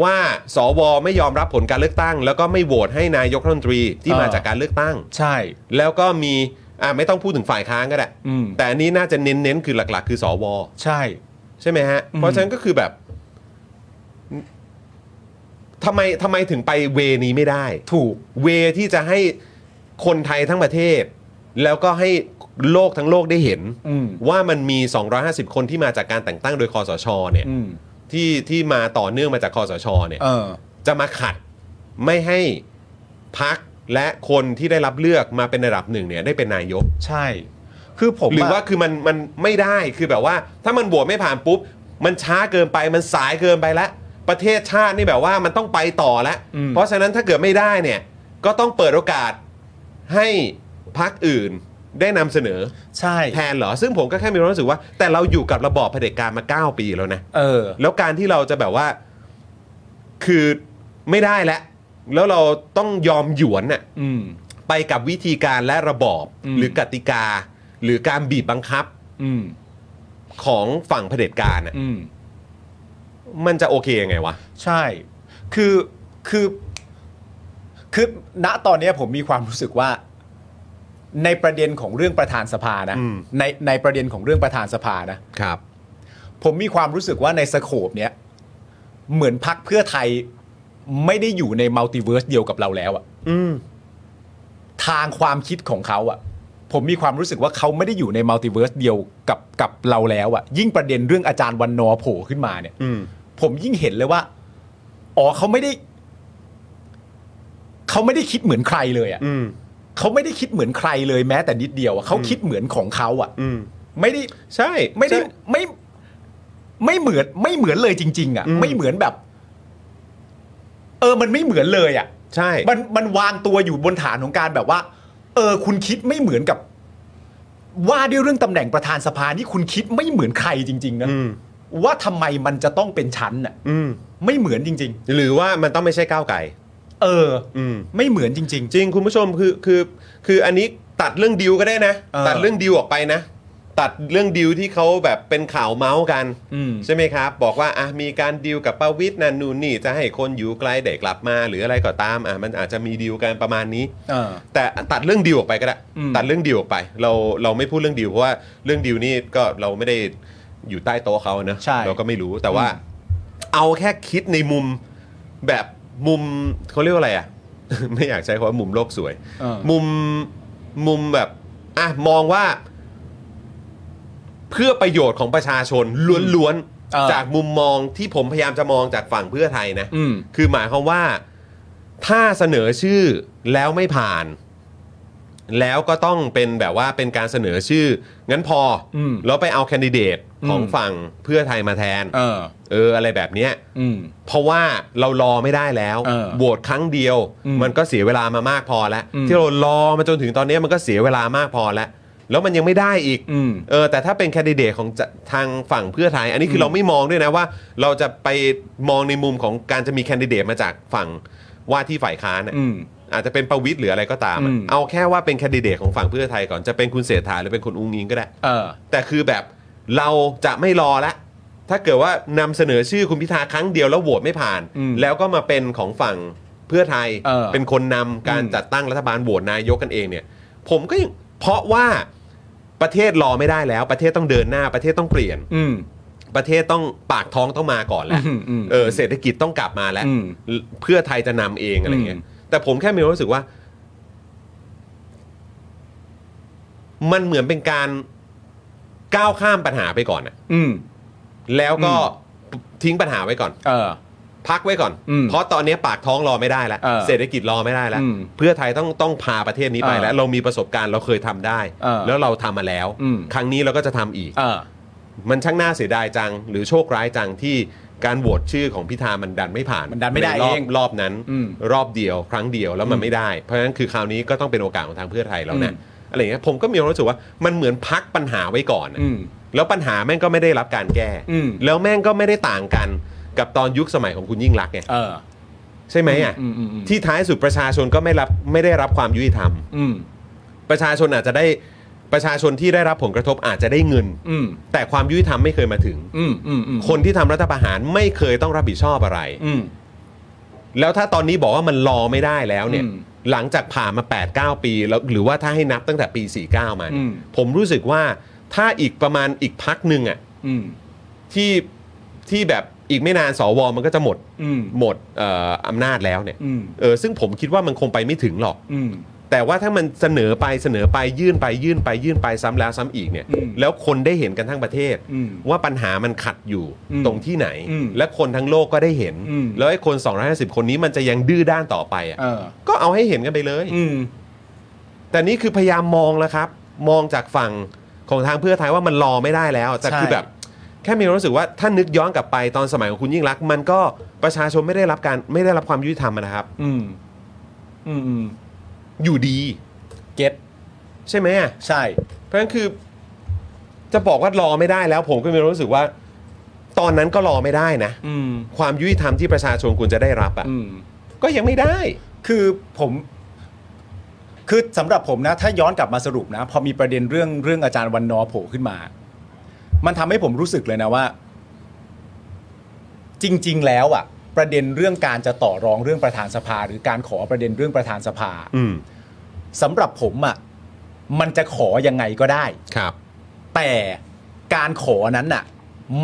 Speaker 1: ว่าสวไม่ยอมรับผลการเลือกตั้ง แล้วก็ไม่โหวตให้นายกรัฐมนตรีที่
Speaker 2: เออ
Speaker 1: มาจากการเลือกตั้ง
Speaker 2: ใช่
Speaker 1: แล้วก็มีอ่ะไม่ต้องพูดถึงฝ่ายค้านก็ได้
Speaker 2: อืม
Speaker 1: แต่อันนี้น่าจะเน้นๆคือหลัก ๆ คือสว
Speaker 2: ใช่
Speaker 1: ใช่ไหมฮะ
Speaker 2: อืม
Speaker 1: เพราะฉะนั้นก็คือแบบทำไมทำไมถึงไปเวนี้ไม่ได้
Speaker 2: ถูก
Speaker 1: เวที่จะให้คนไทยทั้งประเทศ แล้วก็ให้โลกทั้งโลกได้เห็น
Speaker 2: อืม
Speaker 1: ว่ามันมี 250 คนที่มาจากการแต่งตั้งโดยคอสชเนี่ย
Speaker 2: อืม
Speaker 1: ที่ที่มาต่อเนื่องมาจากคอสชเนี่ย
Speaker 2: เออ
Speaker 1: จะมาขัดไม่ให้พักและคนที่ได้รับเลือกมาเป็นระดับหนึ่งเนี่ยได้เป็นนายก
Speaker 2: ใช่ คือผมะ
Speaker 1: หรือว่าคือมันมันไม่ได้คือแบบว่า ถ้ามันบวชไม่ผ่านปุ๊บ มันช้าเกินไปมันสายเกินไปแล้ว ประเทศชาตินี่แบบว่ามันต้องไปต่อแล้ว
Speaker 2: อืม
Speaker 1: เพราะฉะนั้นถ้าเกิดไม่ได้เนี่ย ก็ต้องเปิดโอกาสให้พรรคอื่นได้นำเสนอ
Speaker 2: ใช่
Speaker 1: แทนเหรอ ซึ่งผมก็แค่มีความรู้สึกว่า แต่เราอยู่กับระบอบเผด็จการมา 9 ปีแล้วนะ
Speaker 2: เออ
Speaker 1: แล้วการที่เราจะแบบว่าคือไม่ได้แล้วแล้วเราต้องยอมหยวนน่ะ
Speaker 2: อืม
Speaker 1: ไปกับวิธีการและระบอบ
Speaker 2: อืม
Speaker 1: หรือกติกา หรือการบีบบังคับ
Speaker 2: อืม
Speaker 1: ของฝั่งเผด็จการน่ะ
Speaker 2: อืม
Speaker 1: มันจะโอเคยังไงวะ
Speaker 2: ใช่ คือ คือ คือ ณ ตอนเนี้ยผมมีความรู้สึกว่า ในประเด็นของเรื่องประธานสภานะ
Speaker 1: อืม
Speaker 2: ใน ในประเด็นของเรื่องประธานสภานะ
Speaker 1: ครับ
Speaker 2: ผมมีความรู้สึกว่าในสโคปเนี้ย เหมือนพักเพื่อไทยไม่ได้อยู่ในมัลติเวิร์สเดียวกับเราแล้วอะ
Speaker 1: อืม
Speaker 2: ทางความคิดของเขาอะผมมีความรู้สึกว่าเขาไม่ได้อยู่ในมัลติเวิร์สเดียวกับกับเราแล้วอะยิ่งประเด็นเรื่องอาจารย์วันนอร์โผล่ขึ้นมาเนี่ย
Speaker 1: อืม
Speaker 2: ผมยิ่งเห็นเลยว่า อ๋อเขาไม่ได้ เขาไม่ได้คิดเหมือนใครเลยอะ่ะ
Speaker 1: อืม
Speaker 2: เขาไม่ได้คิดเหมือนใครเลยแม้แต่นิดเดียวอะ่ะเขาคิดเหมือนของเขาอะ่ะ
Speaker 1: อืม
Speaker 2: ไม่ได้
Speaker 1: ใช่
Speaker 2: ไม่ได้
Speaker 1: ใช่
Speaker 2: ไม่ ไม่เหมือน ไม่เหมือนเลยจริง ๆอะ่ะ
Speaker 1: อืม
Speaker 2: ไม่เหมือนแบบ เออ มันไม่เหมือนเลยอะ่ะ
Speaker 1: ใช่
Speaker 2: มันมันวางตัวอยู่บนฐานของการแบบว่า เออ คุณคิดไม่เหมือนกับ ว่าด้วยเรื่องตำแหน่งประธานสภานี่คุณคิดไม่เหมือนใครจริง ๆ นะ
Speaker 1: อืม
Speaker 2: ว่าทำไมมันจะต้องเป็นชั้นอ่ะ
Speaker 1: อืม
Speaker 2: ไม่เหมือนจริง
Speaker 1: หรือว่ามันต้องไม่ใช่ก้าวไก่
Speaker 2: ๆ เออ
Speaker 1: อืม
Speaker 2: ไม่เหมือนจริง
Speaker 1: จริงคุณผู้ชมคือคือคืออันนี้ตัดเรื่องดิวก็ได้นะ
Speaker 2: เออ
Speaker 1: ตัดเรื่องดิวออกไปนะ ตัดเรื่องดิวที่เขาแบบเป็นข่าวเมาส์กัน
Speaker 2: ๆ อืม
Speaker 1: ใช่ไหมครับ บอกว่าอ่ะมีการดีลกับประวิทย์นั่นนู่นนี่จะให้คนอยู่ไกลเด็กกลับมา หรืออะไรก็ตามอ่ะมันอาจจะมีดีลกันประมาณนี้
Speaker 2: เออ
Speaker 1: แต่ตัดเรื่องดีลออกไปก็ได้
Speaker 2: อืม
Speaker 1: ตัดเรื่องดีลออกไป เราเราไม่พูดเรื่องดีลเพราะว่าเรื่องดีลนี่ก็เราไม่ได้อยู่ใต้โต๊ะเขาเนอะ
Speaker 2: ใช่
Speaker 1: เราก็ไม่รู้แต่ว่า
Speaker 2: อืม
Speaker 1: เอาแค่คิดในมุมแบบมุมเขาเรียกว่าอะไรอ่ะ (laughs) ไม่อยากใช้คำว่ามุมโลกสวย
Speaker 2: เออ
Speaker 1: มุมมุมแบบอ่ะมองว่า เพื่อประโยชน์ของประชาชนล้วน
Speaker 2: เออ
Speaker 1: ๆ จากมุมมองที่ผมพยายามจะมองจากฝั่งเพื่อไทยนะ
Speaker 2: อืม
Speaker 1: คือหมายความว่าถ้าเสนอชื่อแล้วไม่ผ่าน แล้วก็ต้องเป็นแบบว่าเป็นการเสนอชื่อ งั้นพออ
Speaker 2: ม
Speaker 1: แล้วไปเอาแคนดิเดตของ
Speaker 2: อืม
Speaker 1: ฝั่งเพื่อไทยมาแทน
Speaker 2: เออ
Speaker 1: เอออะไรแบบเนี้ย
Speaker 2: อืม
Speaker 1: เพราะว่าเรารอไม่ได้แล้ว
Speaker 2: เออ
Speaker 1: โหวตครั้งเดียว
Speaker 2: อืม
Speaker 1: มันก็เสียเวลามามากพอแล้ว
Speaker 2: อืม
Speaker 1: ที่เรารอมาจนถึงตอนนี้มันก็เสียเวลามากพอแล้ว แล้วมันยังไม่ได้อีก
Speaker 2: อืม
Speaker 1: เออแต่ถ้าเป็นแคนดิเดตของจะทางฝั่งเพื่อไทย อันนี้คือ
Speaker 2: ม
Speaker 1: เราไม่มองด้วยนะว่า เราจะไปมองในมุมของการจะมีแคนดิเดตมาจากฝั่งว่าที่ฝ่ายค้านน่ะ
Speaker 2: อืม
Speaker 1: อาจจะเป็นประวิตยหรืออะไรก็ตามอะ
Speaker 2: อืม
Speaker 1: เอาแค่ว่าเป็นแคนดิเดตของฝั่งเพื่อไทยก่อนจะเป็นคุณเศรษฐาหรือเป็นคุณอุ้งอิงก็ได้
Speaker 2: เออ
Speaker 1: แต่คือแบบเราจะไม่รอละ ถ้าเกิดว่านำเสนอชื่อคุณพิธาครั้งเดียวแล้วโหวตไม่ผ่าน
Speaker 2: อืม
Speaker 1: แล้วก็มาเป็นของฝั่งเพื่อไทย
Speaker 2: เออ
Speaker 1: เป็นคนนำการ
Speaker 2: อืม
Speaker 1: จัดตั้งรัฐบาลโหวตนายกกันเองเนี่ย ผมก็ยังเพราะว่าประเทศรอไม่ได้แล้ว ประเทศต้องเดินหน้าประเทศต้องเปลี่ยน
Speaker 2: อืม
Speaker 1: ประเทศต้องปากท้องต้องมาก่อนแล้ว
Speaker 2: อืมอืม
Speaker 1: เออเศรษฐกิจต้องกลับมาแล้ว
Speaker 2: อืม
Speaker 1: เพื่อไทยจะนำเองอะไรเงี้ย
Speaker 2: อืม
Speaker 1: แต่ผมแค่มีความรู้สึกว่า มันเหมือนเป็นการก้าวข้ามปัญหาไปก่อนอะ
Speaker 2: อืม
Speaker 1: แล้วก็
Speaker 2: อื
Speaker 1: ทิ้งปัญหาไว้ก่อน
Speaker 2: เออ
Speaker 1: พักไว้ก่อน
Speaker 2: อืม
Speaker 1: เพราะตอนนี้ปากท้องรอไม่ได้แล้ว
Speaker 2: เออ
Speaker 1: เศรษฐกิจรอไม่ได้แล้ว
Speaker 2: อืม
Speaker 1: เพื่อไทยต้องต้องพาประเทศนี้ไป
Speaker 2: เออ
Speaker 1: แล้ว เรามีประสบการณ์เราเคยทำได้
Speaker 2: เออ
Speaker 1: แล้วเราทำมาแล้ว
Speaker 2: อืม
Speaker 1: ครั้งนี้เราก็จะทำอีก
Speaker 2: เออ
Speaker 1: มันช่างน่าเสียดายจัง หรือโชคร้ายจังที่การโหวตชื่อของพิธามันดันไม่ผ่าน
Speaker 2: มันดันไม่ได้
Speaker 1: ใรบ
Speaker 2: เอง
Speaker 1: รอบนั้น
Speaker 2: อืม
Speaker 1: รอบเดียวครั้งเดียวแล้วมั
Speaker 2: อื
Speaker 1: น
Speaker 2: ม
Speaker 1: ไม่ได้ เพราะฉะนั้นคือคราวนี้ก็ต้องเป็นโอกาสของทางเพื่อไทยแล้วนะ
Speaker 2: อืม
Speaker 1: อะไรอย่างเงี้ยผมก็มีความรู้สึกว่ามันเหมือนพักปัญหาไว้ก่อนอะ
Speaker 2: อืม
Speaker 1: แล้วปัญหาแม่งก็ไม่ได้รับการแก้
Speaker 2: อืม
Speaker 1: แล้วแม่งก็ไม่ได้ต่างกันกับตอนยุคสมัยของคุณยิ่งรักษณ์ไง
Speaker 2: เออ
Speaker 1: ใช่ไหมอ่ะ
Speaker 2: อืมอืมอืม
Speaker 1: ที่ท้ายสุดประชาชนก็ไม่รับไม่ได้รับความยุติธรรม
Speaker 2: อืม
Speaker 1: ประชาชนอาจจะได้ประชาชนที่ได้รับผลกระทบอาจจะได้เงิน
Speaker 2: อืม
Speaker 1: แต่ความยุติธรรมไม่เคยมาถึง
Speaker 2: อืม อืม อืม
Speaker 1: คนที่ทำรัฐประหารไม่เคยต้องรับผิดชอบอะไร
Speaker 2: อืม
Speaker 1: แล้วถ้าตอนนี้บอกว่ามันรอไม่ได้แล้วเนี่ย
Speaker 2: อืม
Speaker 1: หลังจากผ่านมา 8 9 ปีแล้วหรือว่าถ้าให้นับตั้งแต่ปี 49 มาเนี่ย
Speaker 2: อืม
Speaker 1: ผมรู้สึกว่าถ้าอีกประมาณอีกพักหนึ่งอ่ะ
Speaker 2: อืม
Speaker 1: ที่ที่แบบอีกไม่นานสวมันก็จะหมด
Speaker 2: อืม
Speaker 1: หมดเอ่ออำนาจแล้วเนี่ย
Speaker 2: อืม
Speaker 1: เออซึ่งผมคิดว่ามันคงไปไม่ถึงหรอก
Speaker 2: อืม
Speaker 1: แต่ว่าถ้ามันเสนอไปเสนอไปยื่นไปยื่นไปยื่นไปซ้ำแล้วซ้ำอีกเนี่ย
Speaker 2: อืม
Speaker 1: แล้วคนได้เห็นกันทั้งประเทศ
Speaker 2: อืม
Speaker 1: ว่าปัญหามันขัดอยู่
Speaker 2: อืม
Speaker 1: ตรงที่ไหน
Speaker 2: อืม
Speaker 1: และคนทั้งโลกก็ได้เห็น
Speaker 2: อืม
Speaker 1: แล้วไอ้คน 250 คนนี้มันจะยังดื้อด้านต่อไปอ่ะ
Speaker 2: เออ
Speaker 1: ก็เอาให้เห็นกันไปเลย
Speaker 2: อืม
Speaker 1: แต่นี่คือพยายามมองแล้วครับ มองจากฝั่งของทางเพื่อไทยว่ามันรอไม่ได้แล้วแต่
Speaker 2: ใช่
Speaker 1: คือแบบแค่มีความรู้สึกว่าถ้านึกย้อนกลับไปตอนสมัยของคุณยิ่งรักษณ์มันก็ประชาชนไม่ได้รับการไม่ได้รับความยุติธรรมนะครับ
Speaker 2: อืม อืม อืม
Speaker 1: อยู่ดี
Speaker 2: เก็ต
Speaker 1: ใช่ไหมอะ
Speaker 2: ใช่
Speaker 1: เพราะฉะนั้นคือจะบอกว่ารอไม่ได้แล้วผมก็มีความรู้สึกว่า ตอนนั้นก็รอไม่ได้นะ
Speaker 2: อืม
Speaker 1: ความยุติธรรมที่ประชาชนควรจะได้รับอะ่ะ
Speaker 2: อืม
Speaker 1: ก็ยังไม่ได้
Speaker 2: คือผม คือสำหรับผมนะ ถ้าย้อนกลับมาสรุปนะ พอมีประเด็นเรื่องเรื่องอาจารย์วันนอร์โผล่ขึ้นมา มันทำให้ผมรู้สึกเลยนะว่า จริง ๆ แล้วอะประเด็นเรื่องการจะต่อรองเรื่องประธานสภา หรือการขอประเด็นเรื่องประธานสภา
Speaker 1: อืม
Speaker 2: สำหรับผมอะมันจะขอยังไงก็ได้
Speaker 1: ครับ
Speaker 2: แต่การขอนั้นน่ะ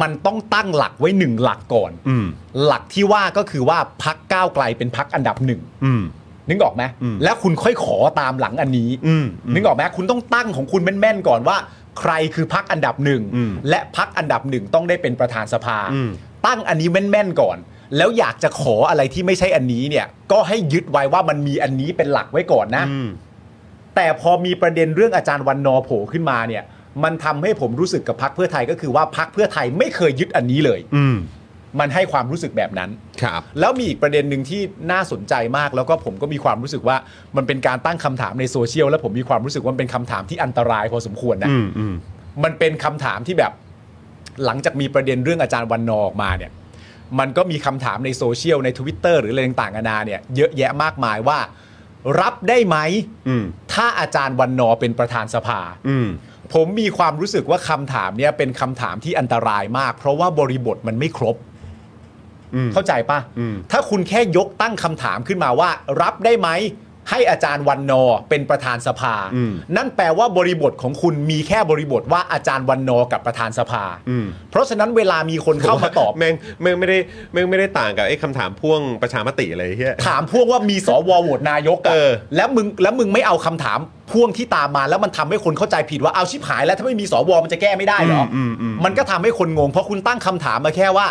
Speaker 2: มันต้องตั้งหลักไว้หนึ่งหลักก่อน
Speaker 1: อืม
Speaker 2: หลักที่ว่าก็คือว่าพักก้าวไกลเป็นพักอันดับหนึ่ง
Speaker 1: อืม
Speaker 2: นึกออกไหม
Speaker 1: อืม
Speaker 2: แล้วคุณค่อยขอตามหลังอันนี้
Speaker 1: อืม
Speaker 2: นึกออกไหมคุณต้องตั้งของคุณแม่นๆก่อนว่า ใครคือพักอันดับหนึ่ง
Speaker 1: อืม
Speaker 2: และพักอันดับหนึ่งต้องได้เป็นประธานสภา
Speaker 1: อืม
Speaker 2: ตั้งอันนี้แม่นๆก่อน แล้วอยากจะขออะไรที่ไม่ใช่อันนี้เนี่ย ก็ให้ยึดไว้ว่ามันมีอันนี้เป็นหลักไว้ก่อนนะ
Speaker 1: อืม
Speaker 2: แต่พอมีประเด็นเรื่องอาจารย์วันนอร์โผล่ขึ้นมาเนี่ย มันทำให้ผมรู้สึกกับพักเพื่อไทยก็คือว่าพักเพื่อไทยไม่เคยยึดอันนี้เลย
Speaker 1: อืม
Speaker 2: มันให้ความรู้สึกแบบนั้น
Speaker 1: ครับ
Speaker 2: แล้วมีอีกประเด็นหนึ่งที่น่าสนใจมาก แล้วก็ผมก็มีความรู้สึกว่ามันเป็นการตั้งคำถามในโซเชียล แล้วผมมีความรู้สึกว่ามันเป็นคำถามที่อันตรายพอสมควรนะ
Speaker 1: อืม อืม
Speaker 2: มันเป็นคำถามที่แบบหลังจากมีประเด็นเรื่องอาจารย์วันนอร์ออกมาเนี่ย มันก็มีคำถามในโซเชียลใน Twitter หรืออะไรต่างๆนานาเนี่ย เยอะแยะมากมายว่า รับได้ไหม
Speaker 1: อืม
Speaker 2: ถ้าอาจารย์วันนอร์เป็นประธานสภา
Speaker 1: อืม
Speaker 2: ผมมีความรู้สึกว่าคำถามเนี่ยเป็นคำถามที่อันตรายมาก เพราะว่าบริบทมันไม่ครบ
Speaker 1: อืม
Speaker 2: เข้าใจปะ
Speaker 1: อืม
Speaker 2: ถ้าคุณแค่ยกตั้งคำถามขึ้นมาว่า รับได้ไหม ให้อาจารย์วันนอร์เป็นประธานสภา นั่นแปลว่าบริบทของคุณมีแค่บริบทว่าอาจารย์วันนอร์กับประธานสภา เพราะฉะนั้นเวลามีคนเข้ามาตอบ
Speaker 1: แม่งแม่งไม่ได้แม่งไม่ได้ต่างกับไอ้คำถามพ่วงประชามติอะไรเฮีย
Speaker 2: (laughs) ถามพวกว่ามีสวโหวตนายกะ
Speaker 1: เออ
Speaker 2: แล้วมึงแล้วมึงไม่เอาคำถามพ่วงที่ตามมา แล้วมันทำให้คนเข้าใจผิดว่าเอาชิบหายแล้วถ้าไม่มีสวมันจะแก้ไม่ได้เหรออมันก็ทำให้คนงงเพราะคุณตั้งคำถามมาแค่ว่า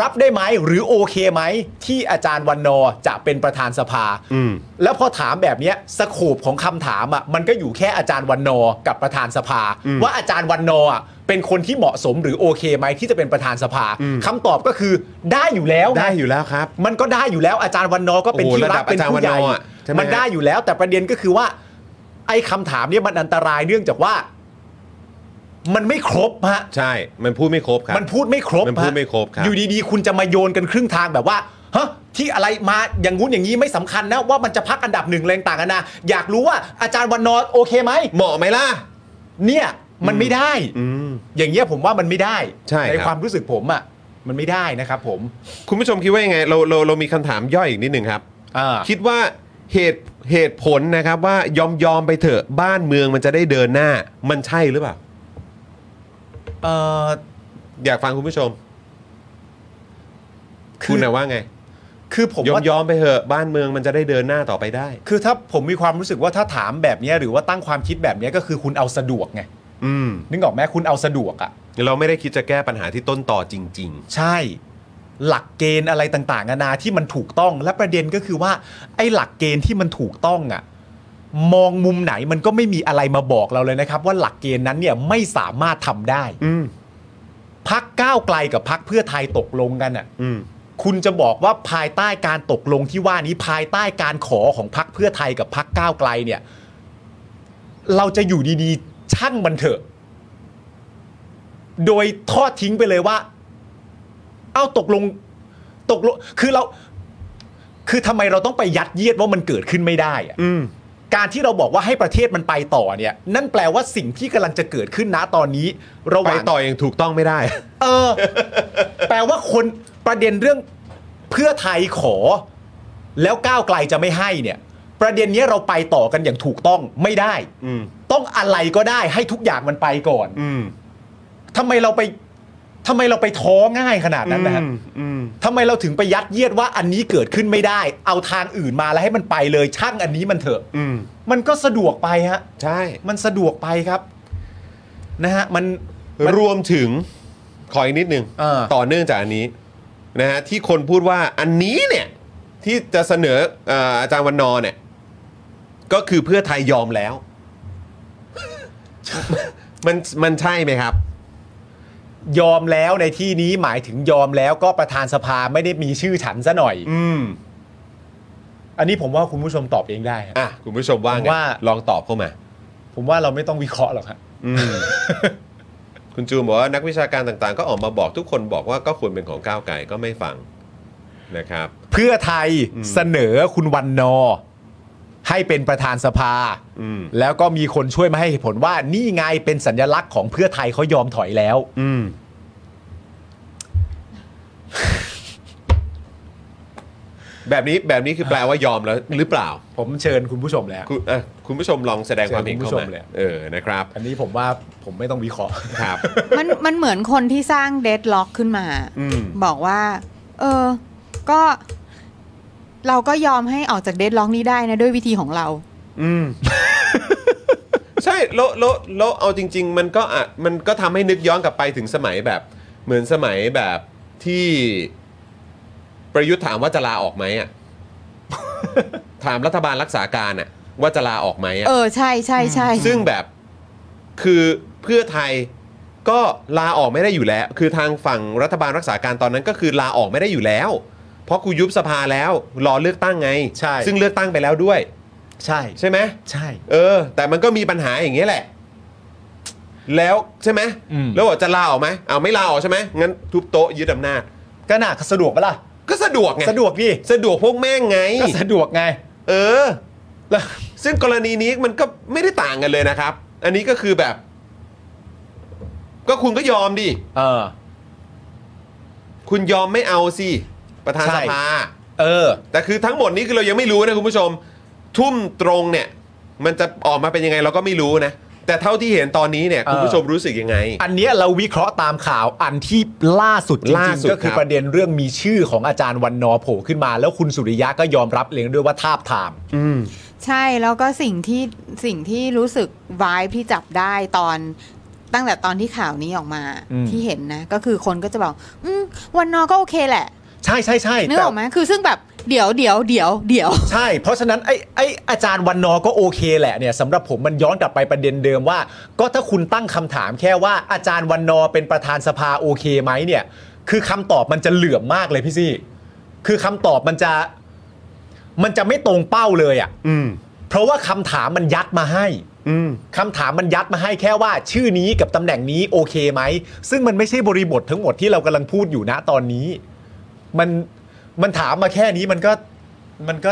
Speaker 2: รับได้ไหมหรือโอเคไหม ที่อาจารย์วันนอร์จะเป็นประธานสภา
Speaker 1: อืม
Speaker 2: แล้วพอถามแบบเนี้ยสโคปของคำถามอ่ะมันก็อยู่แค่อาจารย์วันนอร์กับประธานสภา
Speaker 1: อืม
Speaker 2: ว่าอาจารย์วันนอร์อ่ะเป็นคนที่เหมาะสมหรือโอเคไหมที่จะเป็นประธานสภา
Speaker 1: อืม
Speaker 2: คำตอบก็คือได้อยู่แล้วง
Speaker 1: ได้อยู่แล้วครับ
Speaker 2: มันก็ได้อยู่แล้วอาจารย์วันนอร์ก็เป็น
Speaker 1: โอ้โห
Speaker 2: ที่
Speaker 1: ระดั
Speaker 2: รับ กเป็น
Speaker 1: อาจารย์
Speaker 2: ผู้ใหญ่
Speaker 1: วันนอร์อะใช่ไหม
Speaker 2: มันได้อยู่แล้ว แต่ประเด็นก็คือว่า ไอ้คำถามเนี่ยมันอันตรายเนื่องจากว่า มันไม่ครบฮะ
Speaker 1: ใช่มันพูดไม่ครบครับ
Speaker 2: มันพูดไม่ครบ
Speaker 1: มันพูด
Speaker 2: ฮะ
Speaker 1: ไม่ครบครับ
Speaker 2: อยู่ดีๆ คุณจะมาโยนกันครึ่งทางแบบว่าฮะที่อะไรมาอย่างงู้นอย่างนี้ไม่สำคัญนะว่ามันจะพักอันดับหนึ่งแรงต่างกันนะอยากรู้ว่าอาจารย์วันนอร์โอเคไหม
Speaker 1: เหมาะไหมล่ะ
Speaker 2: เนี่ย มันไม่ได้
Speaker 1: อืม
Speaker 2: อย่างเงี้ยผมว่ามันไม่ได้
Speaker 1: ใช่ครับ
Speaker 2: ความรู้สึกผมอ่ะมันไม่ได้นะครับผม
Speaker 1: คุณผู้ชมคิดว่ายังไง เราเราเรามีคำถามย่อยอีกนิดหนึ่งครับ
Speaker 2: อ่า
Speaker 1: คิดว่าเหตุเหตุผลนะครับว่ายอมยอมไปเถอะบ้านเมืองมันจะได้เดินหน้า มันใช่หรือเปล่า
Speaker 2: เอ่อ
Speaker 1: อยากฟังคุณผู้ชม
Speaker 2: คือ
Speaker 1: คุณนะว่าไง
Speaker 2: คือผม
Speaker 1: ยอม
Speaker 2: ว่า
Speaker 1: ยอมไปเถอะบ้านเมืองมันจะได้เดินหน้าต่อไปได้
Speaker 2: คือถ้าผมมีความรู้สึกว่าถ้าถามแบบเนี้ยหรือว่าตั้งความคิดแบบเนี้ยก็คือคุณเอาสะดวกไง
Speaker 1: อืม
Speaker 2: นึกออกไหมคุณเอาสะดวกอะ่ะ
Speaker 1: เราไม่ได้คิดจะแก้ปัญหาที่ต้นต่อจริง
Speaker 2: ใช่ หลักเกณฑ์อะไรต่างๆนานาที่มันถูกต้องและประเด็นก็คือว่า ไอ้หลักเกณฑ์ที่มันถูกต้องอะ่ะมองมุมไหนมันก็ไม่มีอะไรมาบอกเราเลยนะครับ ว่าหลักเกณฑ์นั้นเนี่ยไม่สามารถทำได้
Speaker 1: ๆ อืม
Speaker 2: พักก้าวไกลกับพักเพื่อไทยตกลงกันอ่ะ
Speaker 1: อืม
Speaker 2: คุณจะบอกว่าภายใต้การตกลงที่ว่านี้ภายใต้การขอของพักเพื่อไทยกับพักก้าวไกลเนี่ย เราจะอยู่ดีๆ ช่างมันเถอะ โดยทอดทิ้งไปเลยว่า เอ้าตกลง ตกลง คือเรา คือทำไมเราต้องไปยัดเยียดว่ามันเกิดขึ้นไม่ได้อะ
Speaker 1: อืม
Speaker 2: การที่เราบอกว่าให้ประเทศมันไปต่อเนี่ย นั่นแปลว่าสิ่งที่กำลังจะเกิดขึ้นนะตอนนี้ระห
Speaker 1: ไป
Speaker 2: ว่าง
Speaker 1: ต่ออย่างถูกต้องไม่ได้
Speaker 2: เออ แปลว่าคนประเด็นเรื่องเพื่อไทยขอ แล้วก้าวไกลจะไม่ให้เนี่ย ประเด็นเนี้ยเราไปต่อกันอย่างถูกต้องไม่ได้
Speaker 1: อืม
Speaker 2: ต้องอะไรก็ได้ให้ทุกอย่างมันไปก่อน
Speaker 1: อืม
Speaker 2: ทำไมเราไปทำไมเราไปท้อง่ายขนาดนั้นนะฮะ
Speaker 1: อืมอืม
Speaker 2: ทำไมเราถึงไปยัดเยียดว่าอันนี้เกิดขึ้นไม่ได้ เอาทางอื่นมาแล้วให้มันไปเลยช่างอันนี้มันเถอะ
Speaker 1: อืม
Speaker 2: มันก็สะดวกไปฮะ
Speaker 1: ใช่
Speaker 2: มันสะดวกไปครับ นะฮะ มันมัน
Speaker 1: รวมถึงขออีกนิดนึง
Speaker 2: เออ
Speaker 1: ต่อเนื่องจากอันนี้นะฮะที่คนพูดว่าอันนี้เนี่ย ที่จะเสนอเอ่ออาจารย์วันนอร์เนี่ย ก็คือเพื่อไทยยอมแล้ว มันมันใช่ไหมครับ
Speaker 2: ยอมแล้วในที่นี้หมายถึงยอมแล้วก็ประธานสภาไม่ได้มีชื่อฉันซะหน่อย
Speaker 1: อืม
Speaker 2: อันนี้ผมว่าคุณผู้ชมตอบเองได้ฮะ
Speaker 1: อ่ะคุณผู้ชมว่า
Speaker 2: ผ
Speaker 1: ไง
Speaker 2: มว่า
Speaker 1: ลองตอบเข้ามา
Speaker 2: ผมว่าเราไม่ต้องวิเคราะห์หรอกครับ
Speaker 1: อืม คุณจูนบอกว่านักวิชาการต่างๆ ก็ออกมาบอกทุกคนบอกว่าก็ควรเป็นของก้าวไกลก็ไม่ฟังนะครับ
Speaker 2: เพื่อไทย
Speaker 1: อืม
Speaker 2: เสนอคุณวันนอร์ให้เป็นประธานสภา
Speaker 1: อืม
Speaker 2: แล้วก็มีคนช่วยมาให้เหตุผลว่านี่ไงเป็นสัญลักษณ์ของเพื่อไทยเขายอมถอยแล้ว
Speaker 1: อืม แบบนี้แบบนี้คือแปลว่ายอมแล้วหรือเปล่า
Speaker 2: ผมเชิญคุณผู้ชมแล้ว
Speaker 1: คุณอ่ะคุณผู้ชมลองแสดงความเห็นเข้า
Speaker 2: เชิญคุณผู้
Speaker 1: มา
Speaker 2: ชมเลย
Speaker 1: เออนะครับ
Speaker 2: อันนี้ผมว่าผมไม่ต้องวิเคราะห์
Speaker 1: ครับ
Speaker 3: มันมันเหมือนคนที่สร้างเดดล็อกขึ้นมา
Speaker 1: อืม
Speaker 3: บอกว่า เออ ก็เราก็ยอมให้ออกจากเดดล็อกนี้ได้นะ ด้วยวิธีของเรา
Speaker 1: อืม ใช่แล้วแล้วแล้วเอาจริง ๆ มันก็อ่ะมันก็ทำให้นึกย้อนกลับไปถึงสมัยแบบ เหมือนสมัยแบบที่ประยุทธ์ถามว่าจะลาออกไหมอ่ะ (laughs) ถามรัฐบาลรักษาการอ่ะ ว่าจะลาออกไหมอ่ะ
Speaker 3: เออ ใช่ใช่ใช่
Speaker 1: ซึ่งแบบคือเพื่อไทยก็ลาออกไม่ได้อยู่แล้ว คือทางฝั่งรัฐบาลรักษาการตอนนั้นก็คือลาออกไม่ได้อยู่แล้ว เพราะกูยุบสภาแล้วรอเลือกตั้งไง
Speaker 2: ใช่
Speaker 1: ซึ่งเลือกตั้งไปแล้วด้วย
Speaker 2: ใช่
Speaker 1: ใช่ไหม
Speaker 2: ใช่
Speaker 1: เออ แต่มันก็มีปัญหาอย่างเงี้ยแหละ แล้วใช่ไหม
Speaker 2: อืม
Speaker 1: แล้วบอกจะลาออกไหมเอาไม่ลาออกใช่ไหมงั้นทุบโต๊ะยึดอำนาจ
Speaker 2: ก็น่าสะดวกปะล่ะ
Speaker 1: ก็สะดวกไง
Speaker 2: สะดวกดิ
Speaker 1: สะดวกพวกแม่งไง
Speaker 2: ก็สะดวกไง
Speaker 1: เออ
Speaker 2: แล้ว
Speaker 1: ซึ่งกรณีนี้มันก็ไม่ได้ต่างกันเลยนะครับ อันนี้ก็คือแบบ ก็คุณก็ยอมดิ
Speaker 2: เออ
Speaker 1: คุณยอมไม่เอาสิ ประธาน
Speaker 2: ใช่
Speaker 1: สภา
Speaker 2: เออ
Speaker 1: แต่คือทั้งหมดนี้คือเรายังไม่รู้นะคุณผู้ชม ทุ่มตรงเนี่ย มันจะออกมาเป็นยังไงเราก็ไม่รู้นะ แต่เท่าที่เห็นตอนนี้เนี่ย
Speaker 2: เออ
Speaker 1: คุณผู้ชมรู้สึกยังไง
Speaker 2: อันเนี้ยเราวิเคราะห์ตามข่าวอันที่ล่าสุดจ
Speaker 1: ล่า
Speaker 2: ริง
Speaker 1: สุด
Speaker 2: ๆก็คื
Speaker 1: ค
Speaker 2: อ
Speaker 1: รับ
Speaker 2: ประเด็นเรื่องมีชื่อของอาจารย์วันนอร์โผล่ขึ้นมา แล้วคุณสุริยะก็ยอมรับเองด้วยว่าทาบทาม
Speaker 1: อืม
Speaker 3: ใช่แล้วก็สิ่งที่สิ่งที่รู้สึกวายที่จับได้ตอน ตั้งแต่ตอนที่ข่าวนี้ออกมา
Speaker 2: อืม
Speaker 3: ที่เห็นนะ ก็คือคนก็จะบอกอืมวันนอก็โอเคแหละ
Speaker 2: ใช่ใช่ใช่
Speaker 3: นึก
Speaker 2: แต่
Speaker 3: ออกไหมคือซึ่งแบบเดี๋ยวเดี๋ยวเดี๋ยวเดี๋ยว
Speaker 2: ใช่ เพราะฉะนั้นไอ้ไอ้อาจารย์วันนอร์ก็โอเคแหละเนี่ยสำหรับผมมันย้อนกลับไปประเด็นเดิมว่า ก็ถ้าคุณตั้งคำถามแค่ว่าอาจารย์วันนอร์เป็นประธานสภาโอเคไหมเนี่ย คือคำตอบมันจะเหลื่อมมากเลยพี่ซี่ คือคำตอบมันจะ มันจะไม่ตรงเป้าเลยอ่ะ
Speaker 1: อืม
Speaker 2: เพราะว่าคำถามมันยัดมาให้
Speaker 1: อืม
Speaker 2: คำถามมันยัดมาให้แค่ว่าชื่อนี้กับตำแหน่งนี้โอเคไหม ซึ่งมันไม่ใช่บริบททั้งหมดที่เรากำลังพูดอยู่นะตอนนี้ มันมันถามมาแค่นี้มันก็มันก็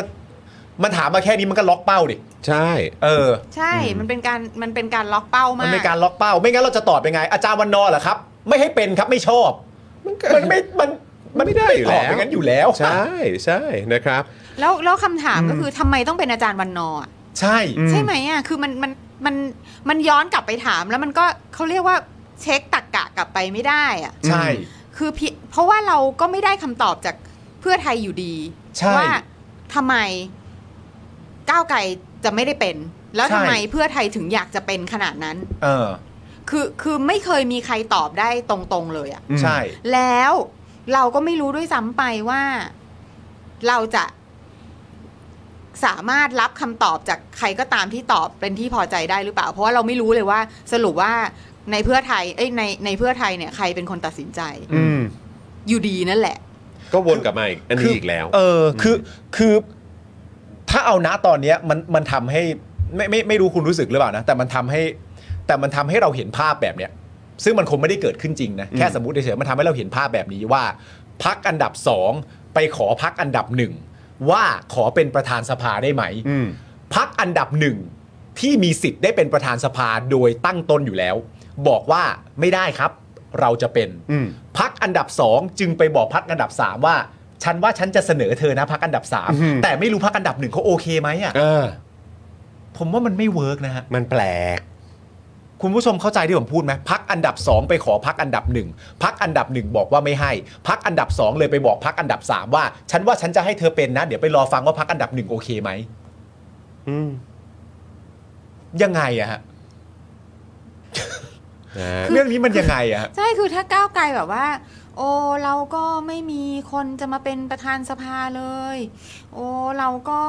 Speaker 2: มันถามมาแค่นี้มันก็ล็อกเป้าดิ
Speaker 1: ใช่
Speaker 2: เออ
Speaker 3: ใช่มันเป็นการมันเป็นการล็อกเป้า
Speaker 2: มั
Speaker 3: มาน ก
Speaker 2: เป็นการล็อกเป้า ไม่งั้นเราจะตอบยังไง อาจารย์วันนอร์เหรอครับ ไม่ให้เป็นครับไม่ชอบ มันไม่มัน
Speaker 1: มันไม่ได้อยู่
Speaker 2: ต
Speaker 1: แล้
Speaker 2: อ
Speaker 1: ว
Speaker 2: บอย่างนั้นอยู่แล้ว
Speaker 1: ใช่ใช่นะครับ
Speaker 3: แล้วแล้วคำถาม
Speaker 2: อืม
Speaker 3: ก็คือทำไมต้องเป็นอาจารย์วันนอร์อะ
Speaker 2: ใช่
Speaker 1: อืม
Speaker 3: ใช่ไหมอ่ะคือมันมันมันมันย้อนกลับไปถามแล้วมันก็เขาเรียกว่าเช็คตักกะกลับไปไม่ได้อ่ะ
Speaker 2: ใช่
Speaker 3: คือเพียเพราะว่าเราก็ไม่ได้คำตอบจากเพื่อไทยอยู่ดี
Speaker 2: ใช่
Speaker 3: ว่าทำไมก้าวไกลจะไม่ได้เป็น แล้ว
Speaker 2: ใช่
Speaker 3: ทำไมเพื่อไทยถึงอยากจะเป็นขนาดนั้น
Speaker 2: เออ
Speaker 3: คือคือไม่เคยมีใครตอบได้ตรงๆเลยอ่ะ
Speaker 2: ใช่
Speaker 3: แล้วเราก็ไม่รู้ด้วยซ้ำไปว่าเราจะสามารถรับคำตอบจากใครก็ตามที่ตอบเป็นที่พอใจได้หรือเปล่า เพราะว่าเราไม่รู้เลยว่าสรุปว่าในเพื่อไทยเอ้ยในในเพื่อไทยเนี่ยใครเป็นคนตัดสินใจ
Speaker 1: อืม
Speaker 3: อยู่ดีนั่นแหละ
Speaker 1: ก็วนกลับมาอีกอัน
Speaker 2: คื
Speaker 1: นี้อีกแล้ว
Speaker 2: เออคือคือถ้าเอานะตอนเนี้ยมันมันทำให้ไม่ไม่ไม่รู้คุณรู้สึกหรือเปล่านะ แต่มันทำให้ แต่มันทำให้เราเห็นภาพแบบเนี้ย ซึ่งมันคงไม่ได้เกิดขึ้นจริงนะ แค่สมมติเฉยๆมันทำให้เราเห็นภาพแบบนี้ว่า พักอันดับสองไปขอพักอันดับหนึ่งว่าขอเป็นประธานสภาได้ไหม
Speaker 1: อืม
Speaker 2: พักอันดับหนึ่งที่มีสิทธิ์ได้เป็นประธานสภาโดยตั้งต้นอยู่แล้ว บอกว่าไม่ได้ครับ เราจะเป็น
Speaker 1: อืม
Speaker 2: พักอันดับสองจึงไปบอกพักอันดับสามว่า ฉันว่าฉันจะเสนอเธอนะพักอันดับสามแต่ไม่รู้พักอันดับหนึ่งเขาโอเคไหมอ่ะ
Speaker 1: เออ
Speaker 2: ผมว่ามันไม่เวิร์กนะฮะ
Speaker 1: มันแปลก
Speaker 2: คุณผู้ชมเข้าใจที่ผมพูดไหมพักอันดับ 2 ไปขอพักอันดับหนึ่งพักอันดับหนึ่งบอกว่าไม่ให้พักอันดับ 2 เลยไปบอกพักอันดับ 3 ว่า ฉันว่าฉันจะให้เธอเป็นนะ เดี๋ยวไปรอฟังว่าพักอันดับหนึ่งโอเคไหม
Speaker 1: อืม
Speaker 2: ยังไงอะฮะ
Speaker 1: นะ
Speaker 2: เรื่องนี้มันยังไงอะฮะ
Speaker 3: ใช่คือถ้าก้าวไกลแบบว่า โอ้เราก็ไม่มีคนจะมาเป็นประธานสภาเลย โอ้เราก็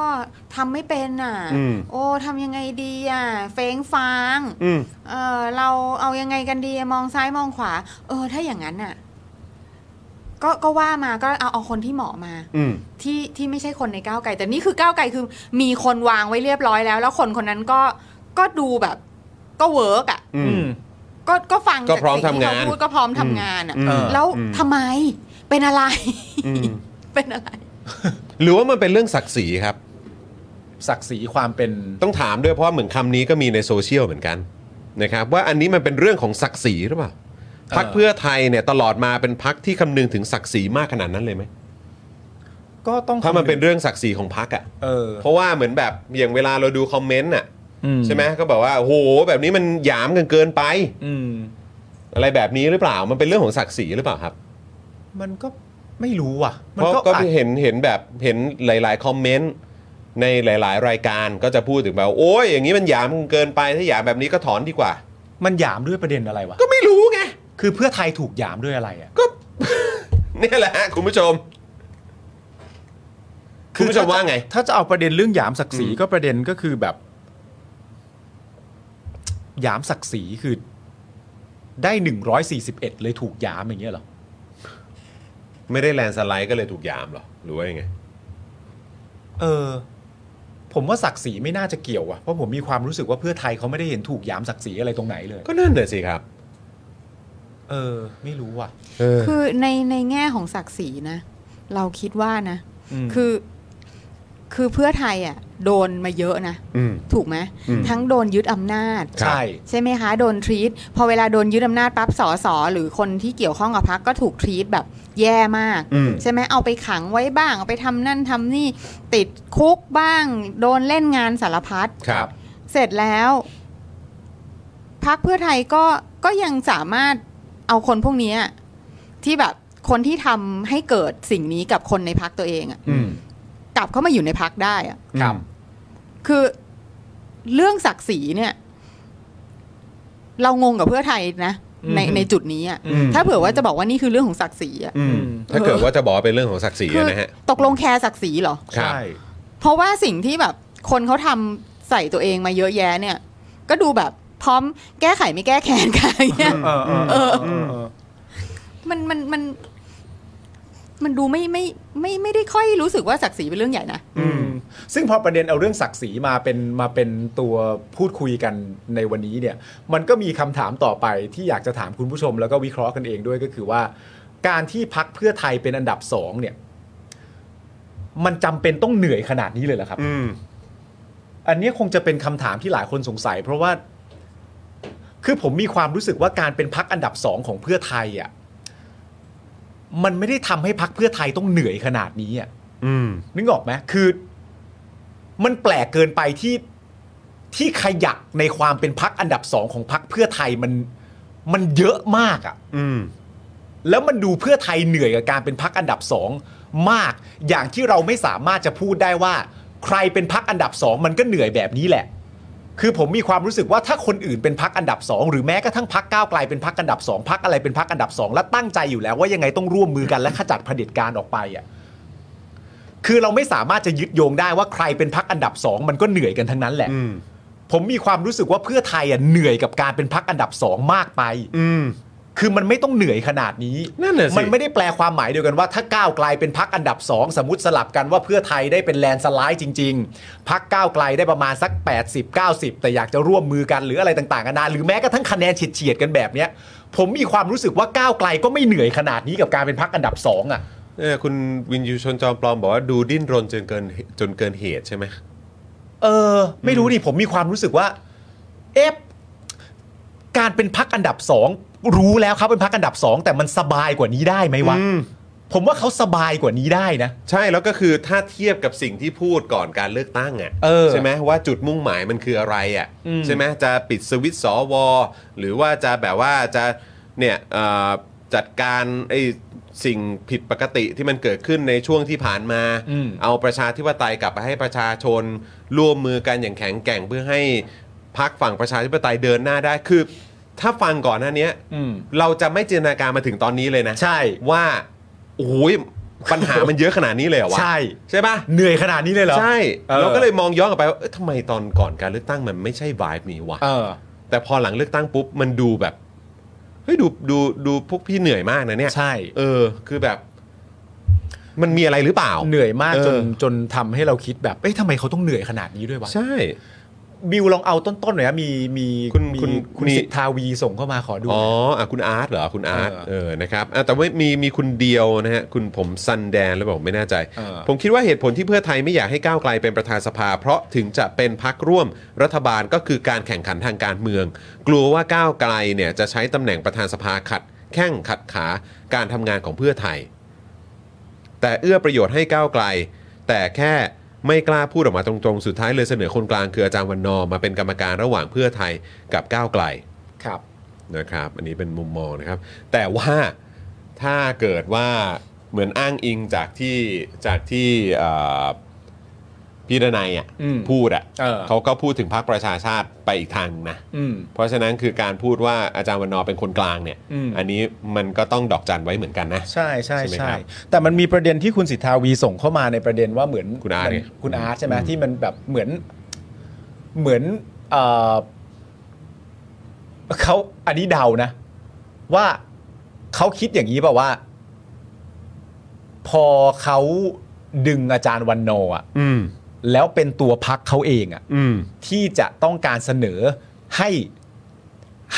Speaker 3: ทำไม่เป็นอ่ะ
Speaker 1: อืม
Speaker 3: โอ้ทำยังไงดีอ่ะเฟ้งฟาง
Speaker 1: อืม
Speaker 3: เออเราเอายังไงกันดีมองซ้ายมองขวา เออ ถ้าอย่างนั้นน่ะ ก็ก็ว่ามาก็เอาเอาคนที่เหมาะมา
Speaker 1: อืม
Speaker 3: ที่ที่ไม่ใช่คนในก้าวไกลแต่นี่คือก้าวไกลคือ มีคนวางไว้เรียบร้อยแล้ว แล้วคนคนนั้นก็ก็ดูแบบ ก็เวิร์กอ่ะ
Speaker 1: อืม
Speaker 3: ก็ก็ฟัง
Speaker 1: ก็พร้อม
Speaker 3: จสิ่
Speaker 1: ทำงาน
Speaker 3: เพูดก็พร้อมทำงานอ่ะ
Speaker 2: เออ
Speaker 3: แล้วทำไมเป็นอะไร (laughs)
Speaker 1: อืม
Speaker 3: เป็นอะไร
Speaker 1: หรือว่ามันเป็นเรื่องศักดิ์ศรีครับ
Speaker 2: ศักดิ์ศรีความเป็น
Speaker 1: ต้องถามด้วยเพราะเหมือนคำนี้ก็มีในโซเชียลเหมือนกันนะครับ ว่าอันนี้มันเป็นเรื่องของศักดิ์ศรีหรือเปล่าพักเพื่อไทยเนี่ยตลอดมาเป็นพักที่คำนึงถึงศักดิ์ศรีมากขนาดนั้นเลยไหม
Speaker 2: ก็ต้อง
Speaker 1: ถ้ามันเป็นเรื่องศักดิ์ศรีของพักอ่ะ
Speaker 2: เออ
Speaker 1: เพราะว่าเหมือนแบบอย่างเวลาเราดูคอมเมนต์อ่ะ
Speaker 2: อืม
Speaker 1: ใช่ไหมก็แบบว่าโอ้โหแบบนี้มันหยามกันเกินไป
Speaker 2: อืม
Speaker 1: อะไรแบบนี้หรือเปล่ามันเป็นเรื่องของศักดิ์ศรีหรือเปล่าครับ
Speaker 2: มันก็ไม่รู้อ่ะ
Speaker 1: เพ
Speaker 2: มัน
Speaker 1: ราะ
Speaker 2: ก็
Speaker 1: ก็
Speaker 2: อาจ
Speaker 1: เห็นเห็นแบบเห็นหลาย ๆ คอมเมนต์ในหลาย ๆ รายการก็จะพูดถึงแบบโอ้ยอย่างนี้มันหยามเกินไปถ้าหยามแบบนี้ก็ถอนดีกว่า
Speaker 2: มันหยามด้วยประเด็นอะไรวะ
Speaker 1: ก็ไม่รู้ไง
Speaker 2: คือเพื่อไทยถูกหยามด้วยอะไรอ่ะ
Speaker 1: ก็ เนี่ยแหละฮะคุณผู้ชม คุณผู้ชมว่าไง
Speaker 2: ถ้าจะเอาประเด็นเรื่องหยามศักดิ์ศรีก็ประเด็นก็คือแบบ หยามศักดิ์ศรีคือ ได้หนึ่งร้อยสี่สิบเอ็ดเลยถูกหยามอย่างเงี้ยเหรอ
Speaker 1: ไม่ได้แลนด์สไลด์ก็เลยถูกหยามเหรอหรือว่ายังไง
Speaker 2: เออ ผมว่าศักดิ์ศรีไม่น่าจะเกี่ยวอ่ะเพราะผมมีความรู้สึกว่าเพื่อไทยเขาไม่ได้เห็นถูกหยามศักดิ์ศรีอะไรตรงไหนเลย
Speaker 1: ก็นั่นน่ะสิครับ
Speaker 2: เออ ไม่รู้อ่ะ
Speaker 1: เออ
Speaker 3: คือในในแง่ของศักดิ์ศรีนะ เราคิดว่านะ
Speaker 2: อืม
Speaker 3: คือ คือเพื่อไทยอ่ะ โดนมาเยอะนะ
Speaker 1: อืม
Speaker 3: ถูกไหม
Speaker 1: อืม
Speaker 3: ทั้งโดนยึดอำนาจ
Speaker 2: ใช่
Speaker 3: ใช่ไหมคะ โดนทรีตพอเวลาโดนยึดอำนาจปั๊บสอสอหรือคนที่เกี่ยวข้องกับพักก็ถูกทรีตแบบแย่มาก
Speaker 1: อืม
Speaker 3: ใช่ไหมเอาไปขังไว้บ้าง เอาไปทำนั่นทำนี่ ติดคุกบ้าง โดนเล่นงานสารพัด
Speaker 1: ครับ
Speaker 3: เสร็จแล้ว พักเพื่อไทยก็ก็ยังสามารถเอาคนพวกเนี้ยที่แบบคนที่ทำให้เกิดสิ่งนี้กับคนในพักตัวเองอะ
Speaker 2: อืม
Speaker 3: กลับเข้ามาอยู่ในพักได้อะ
Speaker 2: ครับ
Speaker 3: คือเรื่องศักดิ์ศรีเนี่ย เรางงกับเพื่อไทยนะ ใน
Speaker 2: อืม
Speaker 3: ในจุดนี้อะ
Speaker 2: อืม
Speaker 3: ถ้าเผื่อว่าจะบอกว่านี่คือเรื่องของศักดิ์ศรีอะ
Speaker 2: อืม
Speaker 1: ถ้าเกิดว่าจะบอกว่าเป็นเรื่องของศักดิ์ศรี
Speaker 3: คื
Speaker 1: นะฮะ
Speaker 3: ตกลงแคร์ศักดิ์ศรีเหรอ
Speaker 1: ครั
Speaker 2: ใช่
Speaker 1: บ
Speaker 3: เพราะว่าสิ่งที่แบบคนเขาทำใส่ตัวเองมาเยอะแยะเนี่ย ก็ดูแบบพร้อมแก้ไขไม่แก้แค้นกันอย่างเงี้ย
Speaker 1: (laughs)
Speaker 2: เออเออเออเออเออ
Speaker 3: มันมันมัน มันดูไม่ไม่ไม่ไม่ได้ค่อยรู้สึกว่าศักดิ์ศรีเป็นเรื่องใหญ่นะ
Speaker 2: อืมซึ่งพอประเด็นเอาเรื่องศักดิ์ศรีมาเป็นมาเป็นตัวพูดคุยกันในวันนี้เนี่ย มันก็มีคำถามต่อไปที่อยากจะถามคุณผู้ชมแล้วก็วิเคราะห์กันเองด้วยก็คือว่า การที่พักเพื่อไทยเป็นอันดับสองเนี่ย มันจำเป็นต้องเหนื่อยขนาดนี้เลยเหรอครับ
Speaker 1: อืม
Speaker 2: อันเนี้ยคงจะเป็นคำถามที่หลายคนสงสัย เพราะว่า คือผมมีความรู้สึกว่าการเป็นพักอันดับสองของเพื่อไทยอ่ะมันไม่ได้ทำให้พักเพื่อไทยต้องเหนื่อยขนาดนี้อ่ะ
Speaker 1: อืม
Speaker 2: นึกออกไหมคือ มันแปลกเกินไปที่ที่ขยักในความเป็นพักอันดับสองของพักเพื่อไทยมันมันเยอะมากอะ่ะ
Speaker 1: อืม
Speaker 2: แล้วมันดูเพื่อไทยเหนื่อยกับการเป็นพักอันดับสองมาก อย่างที่เราไม่สามารถจะพูดได้ว่า ใครเป็นพักอันดับสองมันก็เหนื่อยแบบนี้แหละ คือผมมีความรู้สึกว่าถ้าคนอื่นเป็นพักอันดับสองหรือแม้กระทั่งพักก้าวไกลเป็นพักอันดับสองพักอะไรเป็นพักอันดับสองและตั้งใจอยู่แล้วว่ายังไงต้องร่วมมือกันและขจัดเผด็จการออกไปอ่ะ คือเราไม่สามารถจะยึดโยงได้ว่าใครเป็นพักอันดับสองมันก็เหนื่อยกันทั้งนั้นแหละ
Speaker 1: อืม
Speaker 2: ผมมีความรู้สึกว่าเพื่อไทยอ่ะเหนื่อยกับการเป็นพักอันดับสองมากไป
Speaker 1: อืม
Speaker 2: คือมันไม่ต้องเหนื่อยขนาดนี้
Speaker 1: นั่นน่ะสิ
Speaker 2: มันไม่ได้แปลความหมายเดียวกันว่า ถ้าก้าวไกลเป็นพักอันดับสองสมมติสลับกันว่าเพื่อไทยได้เป็นแลนด์สไลด์จริง ๆ พักก้าวไกลได้ประมาณสัก 80 90 แต่อยากจะร่วมมือกันหรืออะไรต่างๆกันานาหรือแม้กระทั่งคะแนนเฉียดๆกันแบบเนี้ย ผมมีความรู้สึกว่าก้าวไกลก็ไม่เหนื่อยขนาดนี้กับการเป็นพักอันดับสองอ่ะ
Speaker 1: เออคุณวินยูชนจอมปลอมบอกว่าดูดิ้นรนจนเกินจนเกินเหตุใช่ไหม
Speaker 2: เออ ไม่รู้ดิผมมีความรู้สึกว่า เอฟการเป็นพักอันดับสองรู้แล้วเขาเป็นพักอันดับสองแต่มันสบายกว่านี้ได้ไหมวะ
Speaker 1: อืม
Speaker 2: ผมว่าเขาสบายกว่านี้ได้นะ
Speaker 1: ใช่แล้วก็คือถ้าเทียบกับสิ่งที่พูดก่อนการเลือกตั้งอ่ะ
Speaker 2: เออ
Speaker 1: ใช่ไหมว่าจุดมุ่งหมายมันคืออะไรอ่ะ
Speaker 2: อืม
Speaker 1: ใช่ไหมจะปิดสวิตช์สวหรือว่าจะแบบว่าจะเนี่ยเอ่อจัดการไอ้สิ่งผิดปกติที่มันเกิดขึ้นในช่วงที่ผ่านมา
Speaker 2: อืม
Speaker 1: เอาประชาธิปไตยกลับไปให้ประชาชนร่วมมือกันอย่างแข็งแกร่งเพื่อให้พักฝั่งประชาธิปไตยเดินหน้าได้คือ ถ้าฟังก่อนหน้าเนี้ย
Speaker 2: อืม
Speaker 1: เราจะไม่จินตนาการมาถึงตอนนี้เลยนะ
Speaker 2: ใช่
Speaker 1: ว่าโอ้ยปัญหามันเยอะขนาดนี้เลยเหรอวะ
Speaker 2: ใช่
Speaker 1: ใช่ปะ
Speaker 2: เหนื่อยขนาดนี้เลยเหรอ
Speaker 1: ใช่
Speaker 2: เออ
Speaker 1: เราก็เลยมองย้อนกลับไปว่าเอ้ยทำไมตอนก่อนการเลือกตั้งมันไม่ใช่วายนี้วะ
Speaker 2: เออ
Speaker 1: แต่พอหลังเลือกตั้งปุ๊บมันดูแบบเฮ้ยดูดูดูพวกพี่เหนื่อยมากนะเนี่ย
Speaker 2: ใช่
Speaker 1: เออ คือแบบ มันมีอะไรหรือเปล่า
Speaker 2: เหนื่อยมากจน
Speaker 1: เออ
Speaker 2: จนทำให้เราคิดแบบเอ๊ะทำไมเขาต้องเหนื่อยขนาดนี้ด้วยวะ
Speaker 1: ใช่
Speaker 2: บิวลองเอาต้นๆหน่อยนะมีมี
Speaker 1: คุณ
Speaker 2: มี
Speaker 1: คุณ
Speaker 2: คุณ
Speaker 1: มี
Speaker 2: สิทธาวีส่งเข้ามาขอดู
Speaker 1: อ๋ออ่ะคุณอาร์ตเหรอ คุณอาร์ต
Speaker 2: เออ
Speaker 1: เออ นะครับอ่ะแต่ว่ามีมีคุณเดียวนะฮะ คุณผมซันแดนแล้วบอกไม่แน่ใจ
Speaker 2: เออ
Speaker 1: ผมคิดว่าเหตุผลที่เพื่อไทยไม่อยากให้ก้าวไกลเป็นประธานสภา เพราะถึงจะเป็นพักร่วมรัฐบาลก็คือการแข่งขันทางการเมือง กลัวว่าก้าวไกลเนี่ยจะใช้ตำแหน่งประธานสภาขัด แข้งขัดขาการทำงานของเพื่อไทย แต่เอื้อประโยชน์ให้ก้าวไกล แต่แค่ไม่กล้าพูดออกมาตรงๆ สุดท้ายเลยเสนอคนกลางคืออาจารย์วันนอร์มาเป็นกรรมการระหว่างเพื่อไทยกับก้าวไกล
Speaker 2: ครับ
Speaker 1: นะครับอันนี้เป็นมุมมองนะครับ แต่ว่าถ้าเกิดว่าเหมือนอ้างอิงจากที่จากที่เอ่อพี่ดนัยอ่ะ
Speaker 2: อืม
Speaker 1: พูดอ่ะ
Speaker 2: เออ
Speaker 1: เขาก็พูดถึงพรรคประชาชาติไปอีกทางหนึ่งนะ
Speaker 2: อืม
Speaker 1: เพราะฉะนั้นคือการพูดว่าอาจารย์วันนอร์เป็นคนกลางเนี่ย
Speaker 2: อืม
Speaker 1: นนี้มันก็ต้องดอกจันไว้เหมือนกันนะ
Speaker 2: ใช่ใช่
Speaker 1: ใช่ไหม
Speaker 2: ใช่
Speaker 1: ครับ
Speaker 2: แต่มันมีประเด็นที่คุณสิทธาวีส่งเข้ามาในประเด็นว่าเหมือน
Speaker 1: คุณอาร์ต
Speaker 2: มัน
Speaker 1: เนี่ย
Speaker 2: คุณอาร์ตใช่ไหม
Speaker 1: อืม
Speaker 2: ที่มันแบบเหมือนเหมือนเอ่อเขาอันนี้เดานะ ว่าเขาคิดอย่างนี้เปล่าว่า พอเขาดึงอาจารย์วันโนอะ
Speaker 1: อืม
Speaker 2: แล้วเป็นตัวพักเขาเองอะ
Speaker 1: อืม
Speaker 2: ที่จะต้องการเสนอให้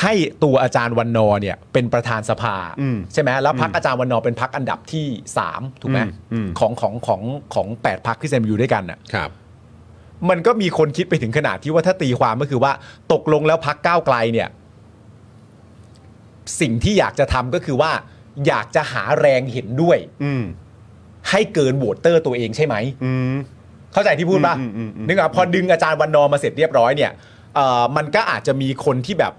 Speaker 2: ให้ตัวอาจารย์วันโนเนี่ย เป็นประธานสภา
Speaker 1: อืม
Speaker 2: ใช่ไหมแล้วพัก
Speaker 1: อืม
Speaker 2: อาจารย์วันนอร์เป็นพักอันดับที่ 3 ถูกไหม
Speaker 1: อืมอืม
Speaker 2: ของของของของแปดพักที่เซมอยู่ด้วยกันน่ะ
Speaker 1: ครับ
Speaker 2: มันก็มีคนคิดไปถึงขนาดที่ว่าถ้าตีความก็คือว่า ตกลงแล้วพักก้าวไกลเนี่ย สิ่งที่อยากจะทำก็คือว่า อยากจะหาแรงเห็นด้วย
Speaker 1: อืม
Speaker 2: ให้เกินโหวตเตอร์ตัวเองใช่ไหม
Speaker 1: อืม
Speaker 2: เข้าใจที่พูดป่ะ
Speaker 1: อืมอืมอืม
Speaker 2: นึกออกปะพอดึงอาจารย์วันนอร์มาเสร็จเรียบร้อยเนี่ยเอ่อมันก็อาจจะมีคนที่แบบ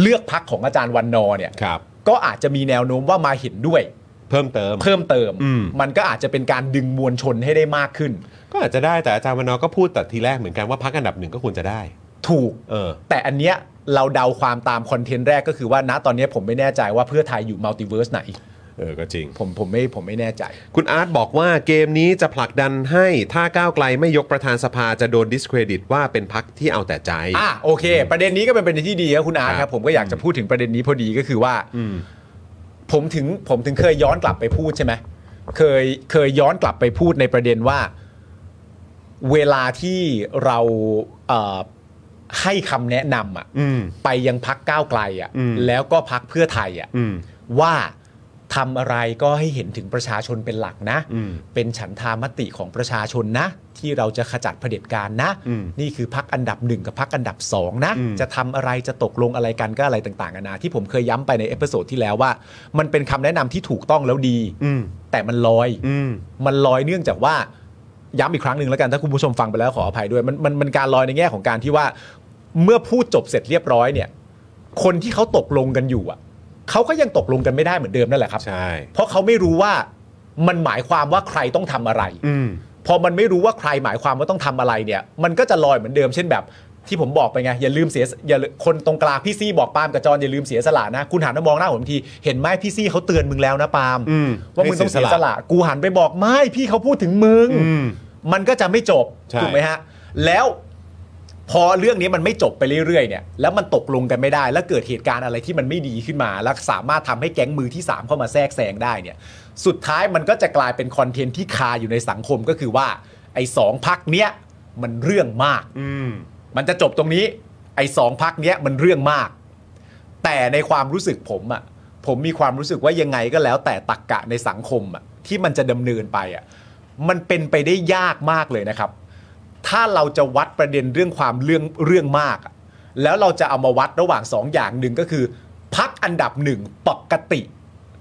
Speaker 2: เลือกพักของอาจารย์วันนอร์เนี่ย
Speaker 1: ครับ
Speaker 2: ก็อาจจะมีแนวโน้มว่ามาเห็นด้วย
Speaker 1: เพิ่มเติม
Speaker 2: เพิ่มเติม
Speaker 1: อืม
Speaker 2: มันก็อาจจะเป็นการดึงมวลชนให้ได้มากขึ้น
Speaker 1: ก็อาจจะได้แต่อาจารย์วันนอร์ก็พูดแต่ทีแรกเหมือนกันว่าพักอันดับหนึ่งก็ควรจะได้
Speaker 2: ถูก
Speaker 1: เออ
Speaker 2: แต่อันเนี้ยเราเดาความตามคอนเทนต์แรกก็คือว่าณตอนเนี้ยผมไม่แน่ใจว่าเพื่อไทยอยู่มัลติเวิร์สไหน
Speaker 1: เออ ก็จริง
Speaker 2: ผมผมไม่ผมไม่แน่ใจ
Speaker 1: คุณอาร์ตบอกว่าเกมนี้จะผลักดันให้ถ้าก้าวไกลไม่ยกประธานสภาจะโดนดิสเครดิตว่าเป็นพักที่เอาแต่ใจ
Speaker 2: อ่ะโอเค ประเด็นนี้ก็เป็นประเด็นที่ดีครับคุณอาร์ต
Speaker 1: ค
Speaker 2: ค
Speaker 1: รั
Speaker 2: รับ บผมก็อยากจะพูดถึงประเด็นนี้พอดีก็คือว่า ผมถึงผมถึงเคยย้อนกลับไปพูดใช่ไหมเคยเคยย้อนกลับไปพูดในประเด็นว่า เวลาที่เราเอ่อให้คำแนะนำอะ
Speaker 1: อืม
Speaker 2: ไปยังพักก้าวไกลอะ
Speaker 1: อืม
Speaker 2: แล้วก็พักเพื่อไทยอะ
Speaker 1: อืม
Speaker 2: ว่าทำอะไรก็ให้เห็นถึงประชาชนเป็นหลักนะ
Speaker 1: อืม
Speaker 2: เป็นฉันทามติของประชาชนนะ ที่เราจะขจัดเผด็จการนะ
Speaker 1: อืม
Speaker 2: นี่คือพักอันดับหนึ่งกับพักอันดับสองนะ
Speaker 1: อืม
Speaker 2: จะทำอะไรจะตกลงอะไรกันก็อะไรต่างๆกันานะที่ผมเคยย้ำไปในเอพิโซดที่แล้วว่า มันเป็นคำแนะนำที่ถูกต้องแล้วดี
Speaker 1: อืม
Speaker 2: แต่มันลอย
Speaker 1: อืม
Speaker 2: มันลอยเนื่องจากว่าย้ำอีกครั้งหนึ่งแล้วกันถ้าคุณผู้ชมฟังไปแล้วขออภัยด้วย มันมันมันการลอยในแง่ของการที่ว่า เมื่อพูดจบเสร็จเรียบร้อยเนี่ย คนที่เขาตกลงกันอยู่อ่ะเขาก็ยังตกลงกันไม่ได้เหมือนเดิมนั่นแหละครับ
Speaker 1: ใช่
Speaker 2: เพราะเขาไม่รู้ว่ามันหมายความว่าใครต้องทำอะไร
Speaker 1: อืม
Speaker 2: พอมันไม่รู้ว่าใครหมายความว่าต้องทำอะไรเนี่ย มันก็จะลอยเหมือนเดิมเช่นแบบ ที่ผมบอกไปไงอย่าลืมเสียอย่าลืมคนตรงกลางพี่ซี่บอกปาล์มกับจอนอย่าลืมเสียสละนะ คุณหันมามองหน้าผมทีเห็นไหมพี่ซี่เขาเตือนมึงแล้วนะปาล์ม
Speaker 1: อืม
Speaker 2: ว่ามึงต้องเสี
Speaker 1: ให้
Speaker 2: ย
Speaker 1: เสียส
Speaker 2: ส
Speaker 1: ละ
Speaker 2: ละ กูหันไปบอกไม่พี่เขาพูดถึงมึง
Speaker 1: อืม
Speaker 2: มันก็จะไม่จบ
Speaker 1: ใช่
Speaker 2: ถูกไหมฮะ แล้วพอเรื่องนี้มันไม่จบไปเรื่อยๆเนี่ย แล้วมันตกลงกันไม่ได้ แล้วเกิดเหตุการณ์อะไรที่มันไม่ดีขึ้นมา แล้วสามารถทำให้แก๊งมือที่ 3 เข้ามาแทรกแซงได้เนี่ย สุดท้ายมันก็จะกลายเป็นคอนเทนต์ที่คาอยู่ในสังคมก็คือว่า ไอ้สองพักเนี้ยมันเรื่องมาก
Speaker 1: อืม
Speaker 2: มันจะจบตรงนี้ ไอ้สองพักเนี้ยมันเรื่องมาก แต่ในความรู้สึกผมอะ่ะผมมีความรู้สึกว่ายังไงก็แล้วแต่ตักกะในสังคมอะ่ะที่มันจะดำเนินไปอะ่ะมันเป็นไปได้ยากมากเลยนะครับ ถ้าเราจะวัดประเด็นเรื่องความเรื่องเรื่องมากอะแล้วเราจะเอามาวัดระหว่างสองอย่างหนึ่งก็คือพักอันดับหนึ่งปกติ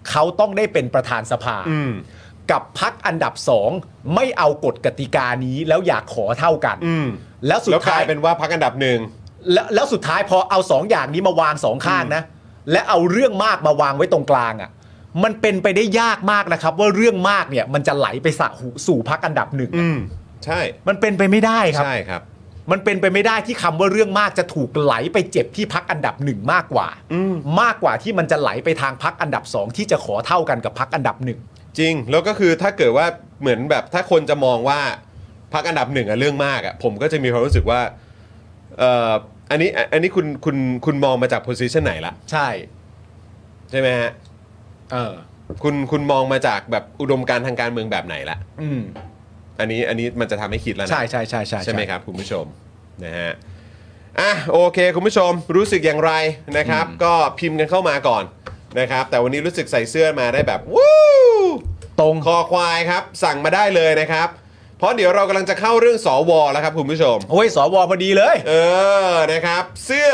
Speaker 2: เขาต้องได้เป็นประธานสภา
Speaker 1: อืม
Speaker 2: กับพักอันดับสองไม่เอากฎกติกานี้แล้วอยากขอเท่ากัน
Speaker 1: อืม
Speaker 2: แล้วสุด
Speaker 1: แล้วก
Speaker 2: ท้า
Speaker 1: ลาย ยเป็นว่าพักอันดับหนึ่ง
Speaker 2: แล้วแล้วสุดท้ายพอเอาสองอย่างนี้มาวางสองข้างนะ และเอาเรื่องมากมาวางไว้ตรงกลางอะ่ะ มันเป็นไปได้ยากมากนะครับ ว่าเรื่องมากเนี่ยมันจะไหลไปสะหูสู่พักอันดับหนึ่ง
Speaker 1: อืม ใช่
Speaker 2: มันเป็นไปไม่ได้ครับ
Speaker 1: ใช่ครับ
Speaker 2: มันเป็นไปไม่ได้ที่คำว่าเรื่องมากจะถูกไหลไปเจ็บที่พักอันดับหนึ่งมากกว่า
Speaker 1: อืม
Speaker 2: มากกว่าที่มันจะไหลไปทางพักอันดับสองที่จะขอเท่ากันกับพักอันดับหนึ่ง
Speaker 1: จริง แล้วก็คือถ้าเกิดว่าเหมือนแบบถ้าคนจะมองว่าพักอันดับหนึ่งอะเรื่องมากอะผมก็จะมีความรู้สึกว่าเอ่ออันนี้อันนี้คุณคุณคุณมองมาจากโพซิชันไหนละ
Speaker 2: ใช่
Speaker 1: ใช่ไหมฮะ
Speaker 2: เออ
Speaker 1: คุณคุณมองมาจากแบบอุดมการณ์ทางการเมืองแบบไหนละ
Speaker 2: อืม
Speaker 1: อันนี้อันนี้มันจะทำให้คิดแล้วนะ
Speaker 2: ใช่ใช่ใช่ใช่
Speaker 1: ใช่ไหมครับ คุณผู้ชมนะฮะอ่ะโอเค คุณผู้ชมรู้สึกอย่างไรนะครับ ก็พิมพ์กันเข้ามาก่อนนะครับ แต่วันนี้รู้สึกใส่เสื้อมาได้แบบวู้
Speaker 2: ตรง
Speaker 1: คอควายครับ สั่งมาได้เลยนะครับ เพราะเดี๋ยวเรากำลังจะเข้าเรื่องสอวอแล้วครับ คุณผู้ชม
Speaker 2: โอ้ยสวพอดีเลย
Speaker 1: เออนะครับ เสื้อ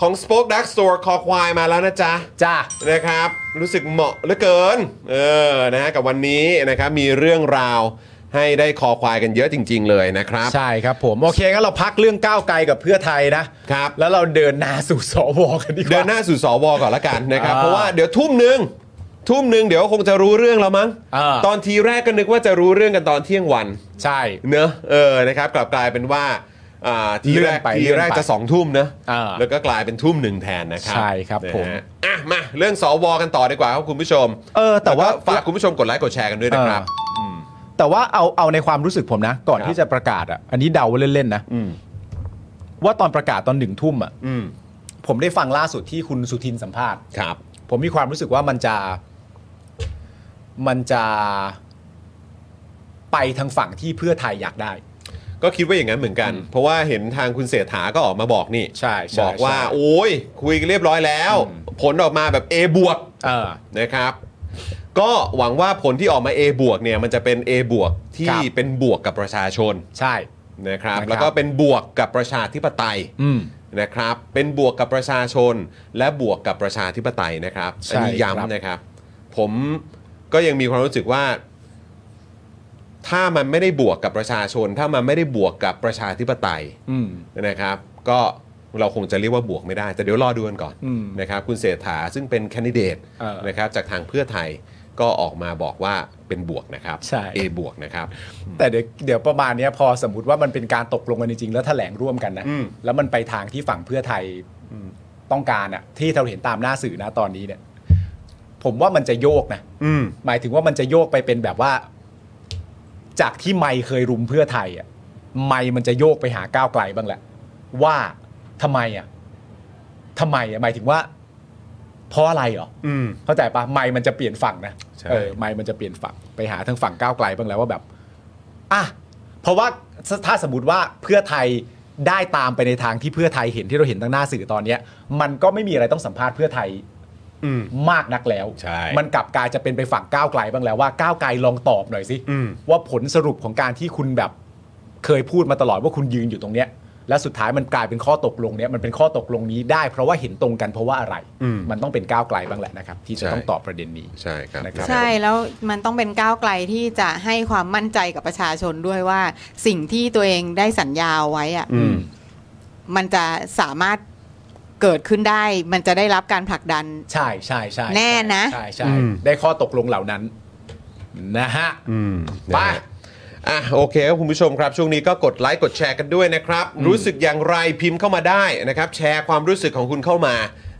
Speaker 1: ของ Spoke Dark Store คอควายมาแล้วนะจ๊ะ
Speaker 2: จ้า
Speaker 1: นะครับรู้สึกเหมาะเหลือเกินเออนะฮะกับวันนี้นะครับมีเรื่องราวให้ได้คอควายกันเยอะจริง ๆ เลยนะครับ
Speaker 2: ใช่ครับผม โอเคงั้นเราพักเรื่องก้าวไกลกับเพื่อไทยนะครับ แล้วเราเดินหน้าสู่สวกันดีกว่า
Speaker 1: เดินหน้าสู่สวก่อนละกันนะครับ
Speaker 2: อ่า
Speaker 1: เพราะว่าเดี๋ยวทุ่มหนึ่งทุ่มหนึ่งเดี๋ยวคงจะรู้เรื่องแล้วมั้ง
Speaker 2: อ่า
Speaker 1: ตอนทีแรกก็นึกว่าจะรู้เรื่องกันตอนเที่ยงวัน
Speaker 2: ใช่
Speaker 1: เนอะเออนะครับกลับกลายเป็นว่าอ่าทีแรก
Speaker 2: เลื่อนไป
Speaker 1: ทีแรก
Speaker 2: เลื่อนไป
Speaker 1: จะสองทุ่มนะ
Speaker 2: อ่า
Speaker 1: แล้วก็กลายเป็นทุ่มหนึ่งแทนนะครับ
Speaker 2: ใช่ครับผม
Speaker 1: นะฮะอ่ะมาเรื่องสวกันต่อดีกว่าครับคุณผู้ชม
Speaker 2: เออ แต่ว่า
Speaker 1: ล้ก็ฝากคุณผู้ชมกดไลค์กดแชร์กันด้วยนะครับ
Speaker 2: แต่ว่าเอาเอาในความรู้สึกผมนะ ก่อน
Speaker 1: ครับ
Speaker 2: ที่จะประกาศอ่ะอันนี้เดาไว้เล่นๆนะ
Speaker 1: อืม
Speaker 2: ว่าตอนประกาศตอนหนึ่งทุ่มอ่ะ
Speaker 1: อืม
Speaker 2: ผมได้ฟังล่าสุดที่คุณสุทินสัมภาษณ์
Speaker 1: ครับ
Speaker 2: ผมมีความรู้สึกว่ามันจะ มันจะไปทางฝั่งที่เพื่อไทยอยากได้
Speaker 1: ก็คิดว่าอย่างนั้นเหมือนกัน เพราะว่าเห็นทางคุณเสถาก็ออกมาบอกนี่
Speaker 2: ใช่ใช่
Speaker 1: บอกว่า
Speaker 2: ใช่
Speaker 1: โอ้ยคุยกันเรียบร้อยแล้ว ผลออกมาแบบ A บวก
Speaker 2: เออ
Speaker 1: นะครับ ก็หวังว่าผลที่ออกมา A บวกเนี่ยมันจะเป็น A บวกที่
Speaker 2: ครับ
Speaker 1: เป็นบวกกับประชาชน
Speaker 2: ใช่
Speaker 1: นะครับ
Speaker 2: นะครับ
Speaker 1: แล้วก็เป็นบวกกับประชาธิปไตย
Speaker 2: อืม
Speaker 1: นะครับ เป็นบวกกับประชาชน และบวกกับประชาธิปไตยนะครับ
Speaker 2: ใช่
Speaker 1: อันนี้
Speaker 2: ครับ
Speaker 1: ย้ำนะครับ ผมก็ยังมีความรู้สึกว่า ถ้ามันไม่ได้บวกกับประชาชน ถ้ามันไม่ได้บวกกับประชาธิปไตย
Speaker 2: อืม
Speaker 1: นะครับก็เราคงจะเรียกว่าบวกไม่ได้ แต่เดี๋ยวรอดูกันก่อน
Speaker 2: อืม
Speaker 1: นะครับคุณเศรษฐาซึ่งเป็นแคนดิเดต
Speaker 2: เออ
Speaker 1: นะครับจากทางเพื่อไทยก็ออกมาบอกว่า เป็นบวกนะครับ
Speaker 2: ใช่
Speaker 1: A บวกนะครับ
Speaker 2: แต่เดี๋ยวเดี๋ยวประมาณเนี้ยพอสมมติว่ามันเป็นการตกลงกันจริงๆ แล้วแถลงร่วมกันนะ
Speaker 1: อืม
Speaker 2: แล้วมันไปทางที่ฝั่งเพื่อไทยต้องการอะที่เราเห็นตามหน้าสื่อนะตอนนี้เนี่ย ผมว่ามันจะโยกนะ
Speaker 1: อืม
Speaker 2: หมายถึงว่ามันจะโยกไปเป็นแบบว่า จากที่ไม่เคยรุมเพื่อไทยอ่ะไม่มันจะโยกไปหาก้าวไกลบ้างแหละ ว่าทำไมอ่ะทำไมอ่ะหมายถึงว่าเพราะอะไรเหรอ
Speaker 1: อืม
Speaker 2: เข้าใจปะไม่มันจะเปลี่ยนฝั่งนะ
Speaker 1: ใช่
Speaker 2: เออไม่มันจะเปลี่ยนฝั่งไปหาทางฝั่งก้าวไกลบ้างแล้วว่าแบบอ่ะเพราะว่าถ้าสมมติว่าเพื่อไทยได้ตามไปในทางที่เพื่อไทยเห็นที่เราเห็นตั้งหน้าสื่อตอนเนี้ย มันก็ไม่มีอะไรต้องสัมภาษณ์เพื่อไทย
Speaker 1: อืม
Speaker 2: มากนักแล้ว
Speaker 1: ใช่
Speaker 2: มันกลับกลายจะเป็นไปฝั่งก้าวไกลบ้างแล้วว่าก้าวไกลลองตอบหน่อยสิ
Speaker 1: อืม
Speaker 2: ว่าผลสรุปของการที่คุณแบบเคยพูดมาตลอดว่าคุณยืนอยู่ตรงเนี้ย และสุดท้ายมันกลายเป็นข้อตกลงเนี้ยมันเป็นข้อตกลงนี้ได้เพราะว่าเห็นตรงกันเพราะว่าอะไร มันต้องเป็นก้าวไกลบ้างแหละนะครับ ที่จะต้องตอบประเด็นนี้
Speaker 1: ใช่ครับ
Speaker 2: นะครับ
Speaker 3: ใช่แล้วมันต้องเป็นก้าวไกลที่จะให้ความมั่นใจกับประชาชนด้วยว่า สิ่งที่ตัวเองได้สัญญาไว้อะ
Speaker 1: อืม
Speaker 3: มันจะสามารถเกิดขึ้นได้ มันจะได้รับการผลักดัน
Speaker 2: ใช่ใช่ใช่
Speaker 3: แน่นะ
Speaker 2: ใช่ใช่
Speaker 1: อืม
Speaker 2: ได้ข้อตกลงเหล่านั้นนะฮะ
Speaker 1: อืม
Speaker 2: ไป
Speaker 1: นะฮะอ่ะโอเคครับคุณผู้ชมครับ ช่วงนี้ก็กดไลค์กดแชร์กันด้วยนะครับ รู้สึกอย่างไรพิมพ์เข้ามาได้นะครับ แชร์ความรู้สึกของคุณเข้ามา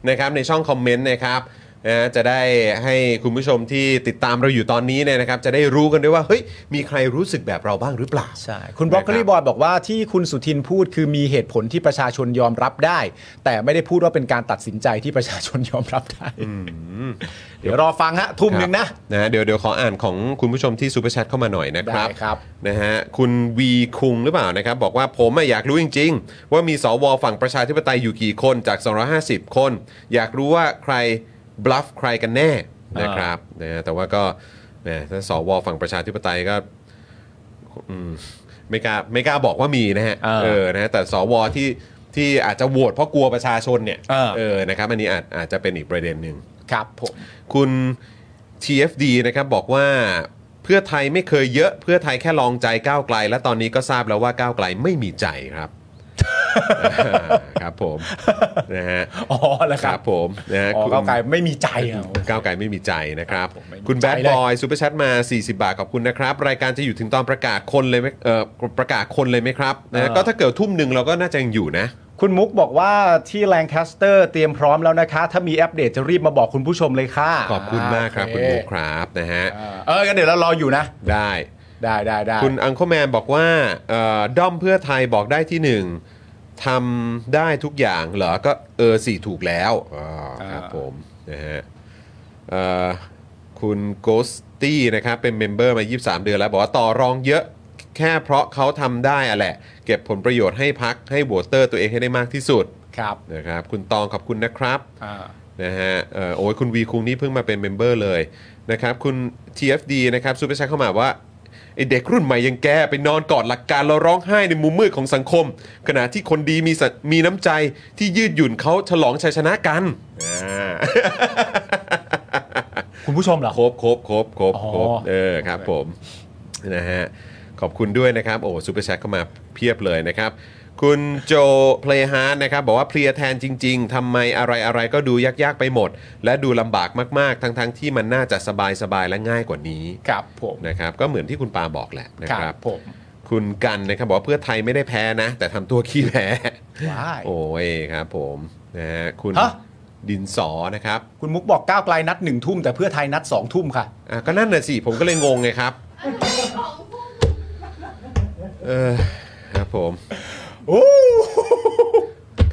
Speaker 1: นะครับในช่องคอมเมนต์นะครับนะจะได้ให้คุณผู้ชมที่ติดตามเราอยู่ตอนนี้เนี่ยนะครับ จะได้รู้กันด้วยว่าเฮ้ยมีใครรู้สึกแบบเราบ้างหรือเปล่า
Speaker 2: ใช่ คุณบรอกโคลีบอยบอกว่าที่คุณสุทินพูดคือมีเหตุผลที่ประชาชนยอมรับได้ แต่ไม่ได้พูดว่าเป็นการตัดสินใจที่ประชาชนยอมรับได้เดี๋ยวรอฟังฮะ ทุ่มหนึ่งนะ
Speaker 1: ครับนะฮะเดี๋ยวเดี๋ยวขออ่านของคุณผู้ชมที่ซูเปอร์แชทเข้ามาหน่อยนะครับ
Speaker 2: ได้ครับ
Speaker 1: นะฮะคุณวีคุงหรือเปล่านะครับ บอกว่าผมอะอยากรู้จริง ๆ ว่ามีสวฝั่งประชาธิปไตยอยู่กี่คนจาก 250 คน อยากรู้ว่าใครบลัฟใครกันแน่นะครับนะฮะแต่ว่าก็นะถ้าสวฝั่งประชาธิปไตยก็อืมไม่กล้าไม่กล้าบอกว่ามีนะฮะเออนะฮะแต่สวที่ที่อาจจะโหวตเพราะกลัวประชาชนเนี่ยเออนะครับอันนี้อาจอาจจะเป็นอีกประเด็นหนึ่ง
Speaker 2: ครับผม
Speaker 1: คุณ TFD นะครับบอกว่าเพื่อไทยไม่เคยเยอะเพื่อไทยแค่ลองใจก้าวไกล และตอนนี้ก็ทราบแล้วว่าก้าวไกลไม่มีใจครับ (laughs) ครับผมนะฮะ
Speaker 2: อ๋อแล้ว
Speaker 1: ค
Speaker 2: ค
Speaker 1: รั
Speaker 2: รั
Speaker 1: บบ ผมนะฮะ
Speaker 2: อ๋อ
Speaker 1: คุณ
Speaker 2: ก้าวไกลไม่มีใจอ่ะ
Speaker 1: ก้าวไกลไม่มีใจนะครับ
Speaker 2: ครับผมไม่มี
Speaker 1: คุณแบด
Speaker 2: ใจเล
Speaker 1: บ
Speaker 2: ย
Speaker 1: อยซูเปอร์แชทมา 40 บาทขอบคุณนะครับ รายการจะอยู่ถึงตอนประกาศคนเลยไหมเอ่อประกาศคนเลยไหมครับนะฮะก็ถ้าเกิดทุ่มหนึ่งเราก็น่าจะยังอยู่นะ
Speaker 2: คุณมุกบอกว่าที่แลงคสเตอร์เตรียมพร้อมแล้วนะคะ ถ้ามีอัปเดตจะรีบมาบอกคุณผู้ชมเลยค่ะ
Speaker 1: ขอบคุณมากครับ
Speaker 2: โอ
Speaker 1: คุณมุกครับนะฮะ
Speaker 2: อ่าเออกันเดี๋ยวเรารออยู่นะ
Speaker 1: ได้
Speaker 2: ได้ได้ได้
Speaker 1: คุณอัง l e m แมนบอกว่าเอ่อด้อมเพื่อไทยบอกได้ที่หนึ่งทำได้ทุกอย่างเหรอ ก็เออสี่ถูกแล้วอ๋อครับผมนะฮะเอ่อคุณโกสตี้นะครับ เป็นเมมเบอร์มา 23 เดือนแล้ว บอกว่าต่อรองเยอะแค่เพราะเขาทำได้อะแหละ เก็บผลประโยชน์ให้พักให้โหวตเตอร์ตัวเองให้ได้มากที่สุด
Speaker 2: ครับ
Speaker 1: นะครับ คุณตองขอบคุณนะครับ
Speaker 2: อ่า
Speaker 1: นะฮะเอ่อโอ้ยคุณวีคุงนี่เพิ่งมาเป็นเมมเบอร์เลยนะครับ คุณ TFD นะครับซูเปอร์แชทเข้ามาว่าไอเด็กรุ่นใหม่ยังแกไปนอนกอดหลักการแล้วร้องไห้ในมุมมืดของสังคม ขณะที่คนดีมีสัตมีน้ำใจที่ยืดหยุ่นเขาฉลองชัยชนะกันอ่า
Speaker 2: คุณผู้ชมเหรอ
Speaker 1: ครบครบครบครบครบ
Speaker 2: อ๋อ
Speaker 1: เออครับผมนะฮะขอบคุณด้วยนะครับ โอ้ซูเปอร์แชทเข้ามาเพียบเลยนะครับ คุณโจเพลฮาร์ดนะครับ บอกว่าเพลียแทนจริง ๆทำไมอะไรอะไรก็ดูยาก ๆ ไปหมด และดูลำบากมากๆ ทั้ง ๆ ที่มันน่าจะสบาย ๆ และง่ายกว่านี้
Speaker 2: ครับผม
Speaker 1: นะครับ ก็เหมือนที่คุณปาบอกแหละนะค
Speaker 2: ค
Speaker 1: รั
Speaker 2: รั
Speaker 1: บบ
Speaker 2: ผม
Speaker 1: คุณกันนะครับ บอกว่าเพื่อไทยไม่ได้แพ้นะ แต่ทำตัวขี้แพ้
Speaker 2: ว้าย
Speaker 1: โอ้ยครับผมนะฮะคุณ
Speaker 2: ฮะ
Speaker 1: ดินสอนะครับ
Speaker 2: คุณมุกบอกก้าวไกลนัดหนึ่งทุ่มแต่เพื่อไทยนัดสองทุ่มค่ะ
Speaker 1: อ่ะก็นั่นน่ะสิผมก็เลยงงไงครับ เออครับผม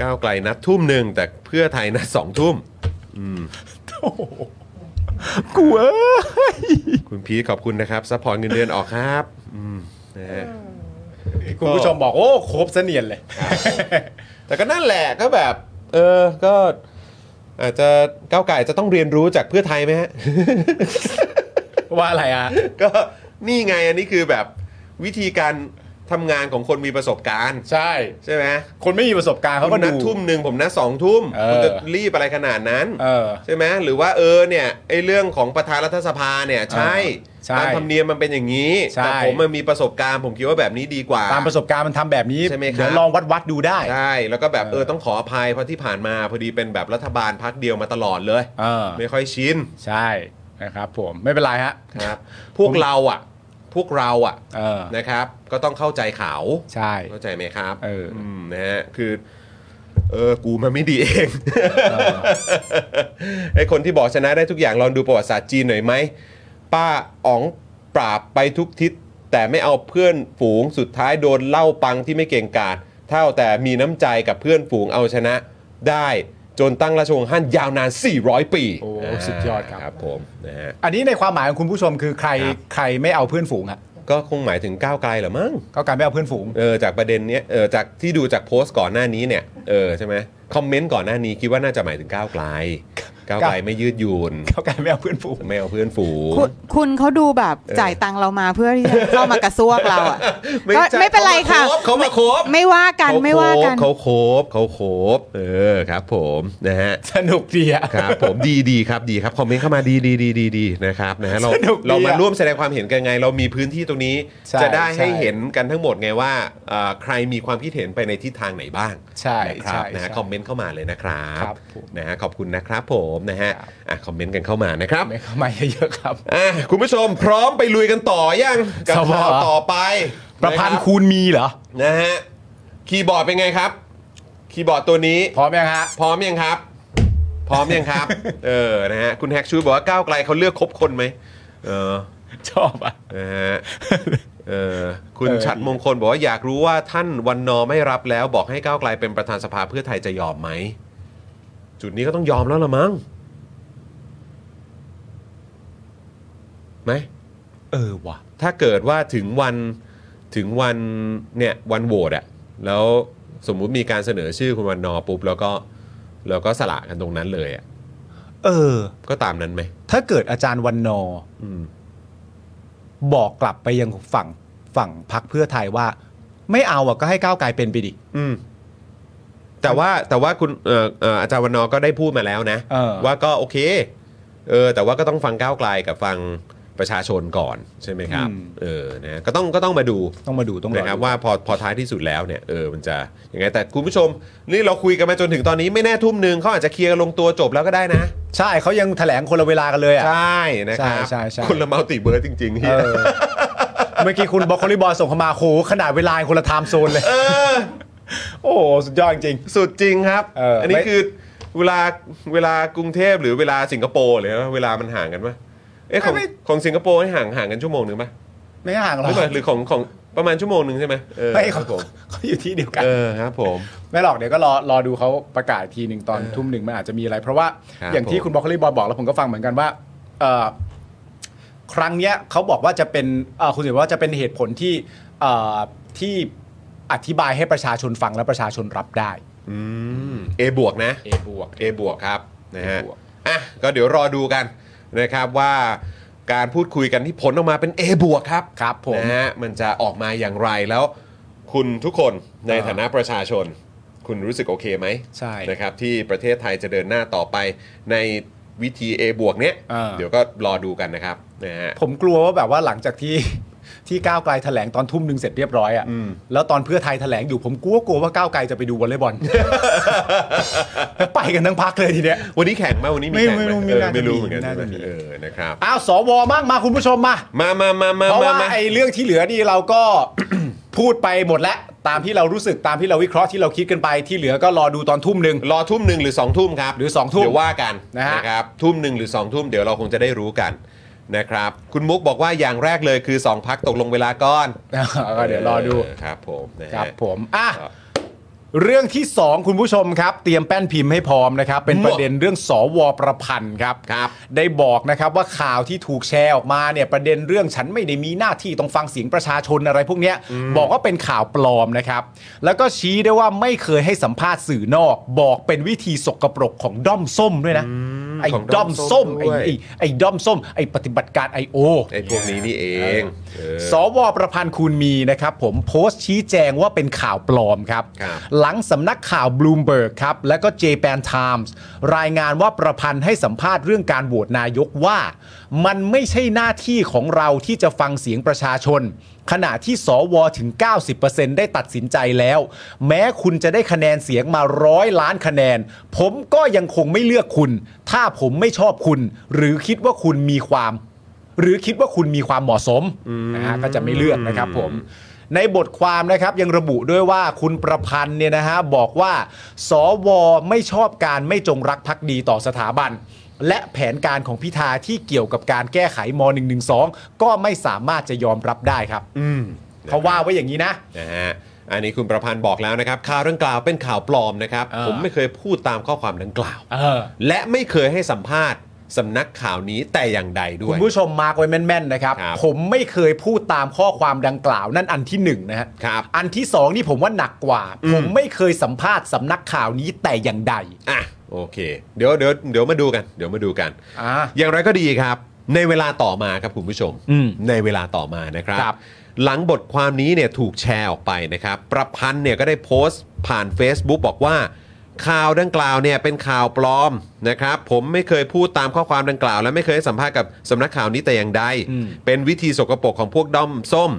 Speaker 1: ก้าวไกลนัดทุ่มหนึ่งแต่เพื่อไทยนัดสองทุ่ม
Speaker 2: กูเอ้ย
Speaker 1: คุณพีทขอบคุณนะครับซัพพอร์ตเงินเดือนออกครับอืมนะฮะ
Speaker 2: คุณผู้ชมบอกโอ้ครบเสนียนเลย
Speaker 1: แต่ก็นั่นแหละก็แบบ เออก็อาจจะก้าวไกลจะต้องเรียนรู้จากเพื่อไทยไหมฮะ (laughs)
Speaker 2: ว่าอะไรอ่ะ
Speaker 1: ก็นี่ไงอันนี้คือแบบวิธีการทำงานของคนมีประสบการณ์
Speaker 2: ใช่
Speaker 1: ใช่ไหม
Speaker 2: คนไม่มีประสบการณ์เขาก็
Speaker 1: คุณนั
Speaker 2: ดู
Speaker 1: ดทุ่มหนึ่งผมนัดสองทุ่ม
Speaker 2: เออ
Speaker 1: คุณจะรีบอะไรขนาดนั้น
Speaker 2: เออ
Speaker 1: ใช่ไหมหรือว่าเออเนี่ยไอเรื่องของประธานรัฐสภาเนี่ยใช่
Speaker 2: ใช่
Speaker 1: ตามธรรมเนียมมันเป็นอย่างนี้
Speaker 2: ใช่
Speaker 1: แต่ผมมันมีประสบการณ์ผมคิดว่าแบบนี้ดีกว่า
Speaker 2: ตามประสบการณ์มันทำแบบนี้
Speaker 1: ใช่ไหมครับ
Speaker 2: เดี๋ยวลองวัดวัดๆดูได้
Speaker 1: ใช่แล้วก็แบบเอ
Speaker 2: เอ
Speaker 1: อ
Speaker 2: อ
Speaker 1: ต้องขออภัยเพราะที่ผ่านมาพอดีเป็นแบบรัฐบาลพักเดียวมาตลอดเลย
Speaker 2: เออ
Speaker 1: ไม่ค่อยชิน
Speaker 2: ใช่
Speaker 1: น
Speaker 2: นะครับผมไม่เป็นไรฮะ
Speaker 1: ครับ พวกเราอ่ะ พวกเราอ่ะ
Speaker 2: เออ
Speaker 1: นะครับ ก็ต้องเข้าใจเขา
Speaker 2: ใช่
Speaker 1: เข้าใจไหมครับ
Speaker 2: เอออื
Speaker 1: มนะฮะคือ เออกูมันไม่ดีเอง ไอคนที่บอกชนะได้ทุกอย่างลองดูประวัติศาสตร์จีนหน่อยไหมป้าอ๋องปราบไปทุกทิศ แต่ไม่เอาเพื่อนฝูงสุดท้ายโดนเล่าปังที่ไม่เก่งกาจเท่าแต่มีน้ำใจกับเพื่อนฝูงเอาชนะได้จนตั้งราชวงศ์ฮั่นยาวนาน 400 ปี
Speaker 2: โอ้สุดยอดครับ
Speaker 1: ครับผมนะฮะ
Speaker 2: อันนี้ในความหมายของคุณผู้ชมคือใคร
Speaker 1: ครับ
Speaker 2: ใครไม่เอาเพื่อนฝูงอะ
Speaker 1: ก็คงหมายถึงก้าวไกลเหรอมั้ง
Speaker 2: ก็การไม่เอาเพื่อนฝูง
Speaker 1: เออจากประเด็นเนี้ยเออจากที่ดูจากโพสต์ก่อนหน้านี้เนี่ยเออใช่ไหมคอมเมนต์ก่อนหน้านี้คิดว่าน่าจะหมายถึงก้าวไกลก้าวไกลไม่ยืดหยุ่น
Speaker 2: เขาการไม่เอาเพื่อนฝูง
Speaker 1: ไม่เอาเพื่อนฝูง
Speaker 3: คุณคุณเขาดูแบบจ่ายตังค์เรามาเพื่อที่จะเข้ามากระซวกเราอ่ะ
Speaker 1: ไม่
Speaker 3: ก็
Speaker 1: ใช่
Speaker 3: ไม่เป็นไรค่ะ
Speaker 1: เขามาโคบ
Speaker 3: ไม่ว่ากันไม่ว่ากัน
Speaker 1: เขาโคบเขาโคบเออครับ ผมนะฮะ
Speaker 2: สนุกดีอะ
Speaker 1: ครับ ผม (laughs) ดีดีครับดีครับคอมเมนต์เข้ามาดีดีดีดีดีนะครับนะฮะเรา
Speaker 2: สนุกดีอะ
Speaker 1: เรามาร่วมแสดงความเห็นกันไง เรามีพื้นที่ตรงนี้
Speaker 2: ใช่
Speaker 1: จะได้ให้
Speaker 2: ใช่
Speaker 1: เห็นกันทั้งหมดไงว่าเอ่อใครมีความคิดเห็นไปในทิศทางไหนบ้าง
Speaker 2: ใช่
Speaker 1: นะครับ
Speaker 2: ใช่
Speaker 1: นะฮะ
Speaker 2: ใช่
Speaker 1: คอมเมนต์เข้ามาเลยนะครับ
Speaker 2: ครับผม
Speaker 1: นะฮะขอบคุณนะครับผมนะฮะ
Speaker 2: ครับ
Speaker 1: อ่ะคอมเมนต์กันเข้ามานะครับ
Speaker 2: ไม่เข้ามาเยอะๆครับ
Speaker 1: อ่ะคุณผู้ชมพร้อมไปลุยกันต่อยังกับ
Speaker 2: สว
Speaker 1: ข่าวต่อไป
Speaker 2: ประพัน
Speaker 1: น
Speaker 2: ธ์
Speaker 1: รับ
Speaker 2: คูณมีเหรอ
Speaker 1: นะฮะคีย์บอร์ดเป็นไงครับ คีย์บอร์ดตัวนี้
Speaker 2: พร้อมยังฮะ
Speaker 1: พร้อมยังครับ พร้อมยัง
Speaker 2: (laughs)
Speaker 1: ครับ เออนะฮะคุณแฮกชูบอกว่าก้าวไกลเขาเลือกคบคนไหมเออ
Speaker 2: ชอบอ่ะ
Speaker 1: นะฮะเออคุณ
Speaker 2: เออ
Speaker 1: ชัดมงคลบอกว่าอยากรู้ว่าท่านวันนอไม่รับแล้ว บอกให้ก้าวไกลเป็นประธานสภาเพื่อไทยจะยอมไหม จุดนี้ก็ต้องยอมแล้วละมั้งไหม
Speaker 2: เออว่ะ
Speaker 1: ถ้าเกิดว่าถึงวันถึงวันเนี่ยวันโหวตอะแล้วสมมุติมีการเสนอชื่อคุณวันนอร์ปุ๊บแล้วก็แล้วก็สละกันตรงนั้นเลยอะ
Speaker 2: เออ
Speaker 1: ก็ตามนั้นไหม
Speaker 2: ถ้าเกิดอาจารย์วันนอ
Speaker 1: อืม
Speaker 2: บอกกลับไปยังฝั่งฝั่งพักเพื่อไทยว่า ไม่เอาอ่ะก็ให้ก้าวไกลเป็นไปดิ
Speaker 1: อืมแต่ว่าแต่ว่าคุณเอ่อเอ่ออาจารย์วันนอร์ก็ได้พูดมาแล้วนะ
Speaker 2: เออ
Speaker 1: ว่าก็โอเคเออแต่ว่าก็ต้องฟังก้าวไกลกับฟังประชาชนก่อนใช่ไหมครับ เออนะก็ต้องก็ต้องมาดู
Speaker 2: ต้องมาดูต้องรอ
Speaker 1: นะครับ
Speaker 2: ดู
Speaker 1: ว่าพอพอท้ายที่สุดแล้วเนี่ยเออมันจะยังไงแต่คุณผู้ชม นี่เราคุยกันมาจนถึงตอนนี้ไม่แน่ทุ่มหนึ่งเขาอาจจะเคลียร์กันลงตัวจบแล้วก็ได้นะ
Speaker 2: ใช่เขายังแถลงคนละเวลากันเลยอ่ะ
Speaker 1: ใช่นะครับ
Speaker 2: ใช่ใช่ใช่
Speaker 1: คนละมัลติเบิร์ดจริงๆเฮี
Speaker 2: เอย อเมื่อกี้คุณบอกคอลิบอลส่งเข้ามาโหขนาดเวลาคนละไทม์โซนเลย
Speaker 1: เออ
Speaker 2: โอ้โหสุดยอดจริง
Speaker 1: สุดจริงครับ
Speaker 2: เอออั
Speaker 1: นนี้
Speaker 2: ไม่
Speaker 1: คือเวลาเวลากรุงเทพหรือเวลาสิงคโปร์หรือเวลามันห่างกันปะเอ๊ะของของสิงคโปร์นี่ห่างห่างกันชั่วโมงหนึ่งปะ
Speaker 2: ๆไม่ห่างหรอก
Speaker 1: ไม่ใช่หรือของของประมาณชั่วโมงหนึ่งใช่ไหมเออ
Speaker 2: ไม่
Speaker 1: ค
Speaker 2: เขา
Speaker 1: รับผม
Speaker 2: เขาอยู่ที่เดียวกัน
Speaker 1: เออครับผม
Speaker 2: ไม่หรอกเดี๋ยวก็รอรอดูเขาประกาศอีกทีหนึ่งตอน
Speaker 1: เออ
Speaker 2: ทุ่มหนึ่งมันอาจจะมีอะไร เพราะว่า
Speaker 1: ครับ
Speaker 2: อย่างที่
Speaker 1: ผม
Speaker 2: คุณบล็อกโคลี่บอลบอกแล้วผมก็ฟังเหมือนกันว่าเอ่อครั้งเนี้ยเขาบอกว่าจะเป็นเอ่อคุณสิริว่าจะเป็นเหตุผลที่เอ่อที่อธิบายให้ประชาชนฟังและประชาชนรับได้
Speaker 1: ืมเอบวกนะ
Speaker 2: A บวก
Speaker 1: A บวกครับนะฮะ
Speaker 2: A บวก
Speaker 1: อ่ะก็เดี๋ยวรอดูกันนะครับว่าการพูดคุยกันที่ผลออกมาเป็น A บวกครับ
Speaker 2: ครับผม
Speaker 1: นะฮะมันจะออกมาอย่างไรแล้ว คุณทุกคนในฐานะประชาชน คุณรู้สึกโอเคไหม
Speaker 2: ใช่
Speaker 1: นะครับที่ประเทศไทยจะเดินหน้าต่อไปในวิธี A บวกเนี้ย
Speaker 2: อ่า
Speaker 1: เดี๋ยวก็รอดูกันนะครับนะฮะ
Speaker 2: ผมกลัวว่าแบบว่าหลังจากที่ที่ก้าวไกลแถลงตอนทุ่มหนึ่งเสร็จเรียบร้อยอะ่ะ
Speaker 1: อืม
Speaker 2: แล้วตอนเพื่อไทยแถลงอยู่ผมกลัวกลัวว่าก้าวไกลจะไปดูวอลเลย์บ
Speaker 1: (laughs)
Speaker 2: อล แล้วไปกันทั้งพักเลยทีเนี้ย
Speaker 1: วันนี้แข่งไหมวันนี้มี
Speaker 2: ไม่
Speaker 1: แข่งไห
Speaker 2: ไม่รู้
Speaker 1: มเอ
Speaker 2: ไม่
Speaker 1: อ
Speaker 2: น่าจะ
Speaker 1: ไม่รู้
Speaker 2: มี
Speaker 1: เหมือนกัน
Speaker 2: ไม่น่าจะมี
Speaker 1: เออนะครับ
Speaker 2: อ้าวสวมั่งมาคุณผู้ชมมา
Speaker 1: มามามามา
Speaker 2: เพราะ
Speaker 1: มา
Speaker 2: ว่า
Speaker 1: มา
Speaker 2: ไอ้เรื่องที่เหลือนี่เราก็ (coughs) พูดไปหมดแล้ว ตามที่เรารู้สึกตามที่เราวิเคราะห์ที่เราคิดกันไปที่เหลือก็รอดูตอนทุ่มหนึ่ง (laughs)
Speaker 1: รอทุ่มหนึ่งหรือสองทุ่มครับ
Speaker 2: หรือสองทุ่ม
Speaker 1: เดี๋ยวว่ากัน
Speaker 2: นะฮะ
Speaker 1: ครับทุ่มหนึ่งหรือ2องทุ่มเดี๋ยวเราคงจะได้รู้กันนะครับคุณมุกบอกว่าอย่างแรกเลยคือ 2 พักตกลงเวลาก่อน
Speaker 2: ก็เดี๋ยวรอดู
Speaker 1: เครับผมนะฮะ
Speaker 2: ครับผมอ่ะ
Speaker 1: ครับ
Speaker 2: เรื่องที่ 2 คุณผู้ชมครับ เตรียมแป้นพิมพ์ให้พร้อมนะครับ เป็นประเด็นเรื่องสวประพันธ์ครับ
Speaker 1: ครับ
Speaker 2: ได้บอกนะครับว่าข่าวที่ถูกแชร์ออกมาเนี่ยประเด็นเรื่องฉันไม่ได้มีหน้าที่ต้องฟังเสียงประชาชนอะไรพวกเนี้ยบอกว่าเป็นข่าวปลอมนะครับ แล้วก็ชี้ได้วยว่าไม่เคยให้สัมภาษณ์สื่อนอก บอกเป็นวิธีสกปรกของด้อมส้มด้วยนะไอ้
Speaker 1: ของด้
Speaker 2: ด้
Speaker 1: อ
Speaker 2: อ
Speaker 1: ม
Speaker 2: ม
Speaker 1: ส้
Speaker 2: ส้
Speaker 1: ม
Speaker 2: ม
Speaker 1: ด้
Speaker 2: ไอ้
Speaker 1: วย
Speaker 2: ไอ้ไอ้ด้อมส้มไอ้ปฏิบัติการไอโอ
Speaker 1: ไอ้พวกนี้นี่เอง
Speaker 2: สวประพันธ์คูณมีนะครับ ผมโพสต์ชี้แจงว่าเป็นข่าวปลอมครับ
Speaker 1: ครับ
Speaker 2: หลังสำนักข่าวบลูมเบิร์กครับ และก็ Japan Times รายงานว่าประพันธ์ให้สัมภาษณ์เรื่องการโหวตนายกว่า มันไม่ใช่หน้าที่ของเราที่จะฟังเสียงประชาชน ขณะที่สวถึง 90%ได้ตัดสินใจแล้ว แม้คุณจะได้คะแนนเสียงมาร้อยล้านคะแนน ผมก็ยังคงไม่เลือกคุณ ถ้าผมไม่ชอบคุณ หรือคิดว่าคุณมีความ หรือคิดว่าคุณมีความเหมาะสมนะฮะก็จะไม่เลือกนะครับผม ในบทความนะครับยังระบุด้วยว่าคุณประพันธ์เนี่ยนะฮะบอกว่า สวไม่ชอบการไม่จงรักภักดีต่อสถาบัน และแผนการของพิธาที่เกี่ยวกับการแก้ไขม .112 ก็ไม่สามารถจะยอมรับได้ครับ
Speaker 1: อืม
Speaker 2: เขาว่าไว้อย่างนี้นะ
Speaker 1: นะฮะ อันนี้คุณประพันธ์บอกแล้วนะครับ ข่าวดังกล่าวเป็นข่าวปลอมนะครับ
Speaker 2: เออ
Speaker 1: ผมไม่เคยพูดตามข้อความดังกล่าว
Speaker 2: เออ
Speaker 1: และไม่เคยให้สัมภาษณ์สำนักข่าวนี้แต่อย่างใดด้
Speaker 2: คุ
Speaker 1: วย
Speaker 2: ณผู้ชมมาร์กไว้แม่นๆนะครับ
Speaker 1: ครับ
Speaker 2: ผมไม่เคยพูดตามข้อความดังกล่าว นั่นอันที่หนึ่งนะฮะ
Speaker 1: ครับ
Speaker 2: อันที่สองนี่ผมว่าหนักกว่า
Speaker 1: อืม
Speaker 2: ผมไม่เคยสัมภาษณ์สำนักข่าวนี้แต่อย่างใด
Speaker 1: อ่ะโอเค เดี๋ยวเดี๋ยวเดี๋ยวมาดูกัน เดี๋ยวมาดูกัน
Speaker 2: อ่า
Speaker 1: อย่างไรก็ดีครับ ในเวลาต่อมาครับคุณผู้ชม
Speaker 2: อืม
Speaker 1: ในเวลาต่อมานะครับ
Speaker 2: ครับ
Speaker 1: หลังบทความนี้เนี่ยถูกแชร์ออกไปนะครับ ประพันธ์เนี่ยก็ได้โพสต์ผ่าน Facebook บอกว่า ข่าวดังกล่าวเนี่ยเป็นข่าวปลอมนะครับ ผมไม่เคยพูดตามข้อความดังกล่าว และไม่เคยให้สัมภาษณ์กับสำนักข่าวนี้แต่อย่างใด เป็นวิธีสกปรกของพวกด้อมส้ม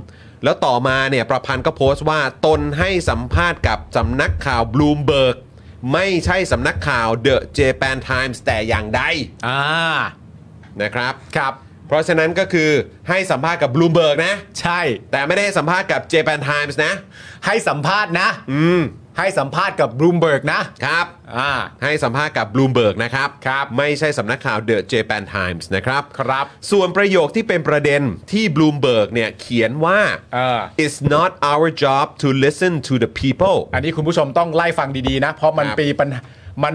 Speaker 1: แล้วต่อมาเนี่ยประพันธ์ก็โพสต์ว่าตนให้สัมภาษณ์กับสำนักข่าวบลูมเบิร์กไม่ใช่สำนักข่าวเดอะเจแปนไทมส์แต่อย่างใด
Speaker 2: อ่า
Speaker 1: นะครับ
Speaker 2: ครับ
Speaker 1: เพราะฉะนั้นก็คือให้สัมภาษณ์กับบลูมเบิร์กนะ
Speaker 2: ใช่
Speaker 1: แต่ไม่ได้ให้สัมภาษณ์กับ Japan Times นะ
Speaker 2: ให้สัมภาษณ์นะ
Speaker 1: อืม
Speaker 2: ให้สัมภาษณ์กับบลูมเบิร์กนะ
Speaker 1: ครับ
Speaker 2: อ่า
Speaker 1: ให้สัมภาษณ์กับบลูมเบิร์กนะครับ
Speaker 2: ครับ
Speaker 1: ไม่ใช่สำนักข่าวเดอะ Japan Times นะครับ
Speaker 2: ครับ
Speaker 1: ส่วนประโยคที่เป็นประเด็นที่บลูมเบิร์กเนี่ยเขียนว่า
Speaker 2: เออ
Speaker 1: it's not our job to listen to the people
Speaker 2: อันนี้คุณผู้ชมต้องไล่ฟังดีๆนะ เพราะมัน
Speaker 1: ครับ
Speaker 2: ปีปัญหามัน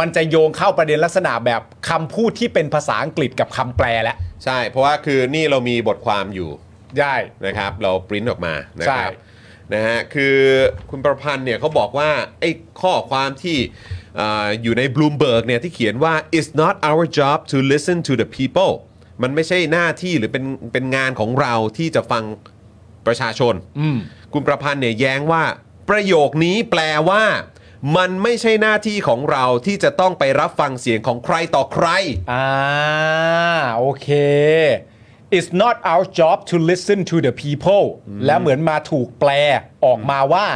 Speaker 2: มันจะโยงเข้าประเด็นลักษณะแบบคำพูดที่เป็นภาษาอังกฤษกับคำแปลแล้ว
Speaker 1: ใช่ เพราะว่าคือนี่เรามีบทความอยู่
Speaker 2: ได้
Speaker 1: นะครับเราปริ้นออกมานะครั
Speaker 2: ใช่
Speaker 1: บนะฮะคือคุณประพันธ์เนี่ยเขาบอกว่าไอ้ข้อความที่เอ่ออยู่ในบลูมเบิร์กเนี่ยที่เขียนว่า it's not our job to listen to the people มันไม่ใช่หน้าที่หรือเป็นเป็นงานของเราที่จะฟังประชาชน
Speaker 2: อืม
Speaker 1: คุณประพันธ์เนี่ยแย้งว่าประโยคนี้แปลว่า มันไม่ใช่หน้าที่ของเราที่จะต้องไปรับฟังเสียงของใครต่อใคร
Speaker 2: อ่า โอเค it's not our job to listen to the people และเหมือนมาถูกแปลออกมาว่า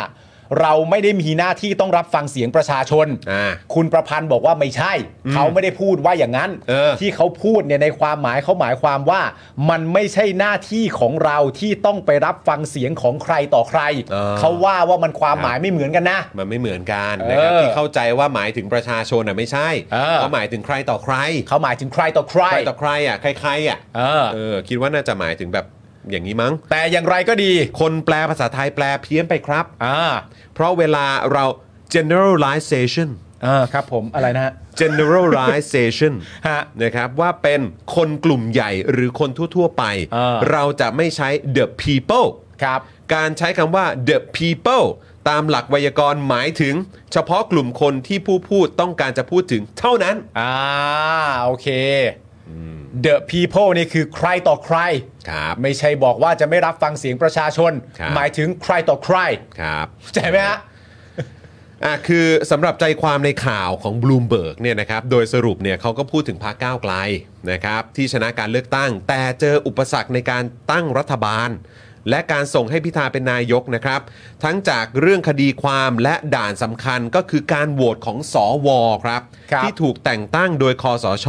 Speaker 2: เราไม่ได้มีหน้าที่ต้องรับฟังเสียงประชาชน
Speaker 1: อ่า
Speaker 2: คุณประพันธ์บอกว่าไม่ใช่ เขาไม่ได้พูดว่าอย่างนั้น
Speaker 1: เออ
Speaker 2: ที่เขาพูดเนี่ยในความหมายเขาหมายความว่า มันไม่ใช่หน้าที่ของเราที่ต้องไปรับฟังเสียงของใครต่อใคร
Speaker 1: เออ
Speaker 2: เขาว่าว่ามันความหมายไม่เหมือนกันนะ
Speaker 1: มันไม่เหมือนกันนะครับ
Speaker 2: เออ
Speaker 1: ที่เข้าใจว่าหมายถึงประชาชนน่ะไม่ใช่
Speaker 2: เออ
Speaker 1: เขาหมายถึงใครต่อใคร
Speaker 2: เขาหมายถึงใครต่อใคร
Speaker 1: ใครต่อใครอ่ะใครๆอ่ะ
Speaker 2: เออ
Speaker 1: เออ คิดว่าน่าจะหมายถึงแบบอย่างนี้มั้ง
Speaker 2: แต่อย่างไรก็ดี
Speaker 1: คนแปลภาษาไทยแปลเพี้ยนไปครับ
Speaker 2: อ่า
Speaker 1: เพราะเวลาเรา generalization
Speaker 2: อ่าครับผมอะไรนะฮะ
Speaker 1: generalization
Speaker 2: (laughs) ฮะ
Speaker 1: นะครับว่าเป็นคนกลุ่มใหญ่หรือคนทั่ว ๆ ไป
Speaker 2: เออ
Speaker 1: เราจะไม่ใช้ the people
Speaker 2: ครับ
Speaker 1: การใช้คำว่า the people ตามหลักไวยากรณ์หมายถึง เฉพาะกลุ่มคนที่ผู้พูดต้องการจะพูดถึงเท่านั้น
Speaker 2: อ่าโอเค The people นี่คือใครต่อใคร
Speaker 1: ครับ
Speaker 2: ไม่ใช่บอกว่าจะไม่รับฟังเสียงประชาชน
Speaker 1: ครับ
Speaker 2: หมายถึงใครต่อใคร
Speaker 1: ครับ
Speaker 2: เข้าใจไหมฮะ
Speaker 1: อ่ะคือสำหรับใจความในข่าวของบลูมเบิร์กเนี่ยนะครับโดยสรุปเนี่ยเขาก็พูดถึงพรรคก้าวไกลนะครับที่ชนะการเลือกตั้ง แต่เจออุปสรรคในการตั้งรัฐบาล และการส่งให้พิธาเป็นนายกนะครับ ทั้งจากเรื่องคดีความและด่านสำคัญก็คือการโหวตของสอวครับ
Speaker 2: ครับ
Speaker 1: ที่ถูกแต่งตั้งโดยคอสช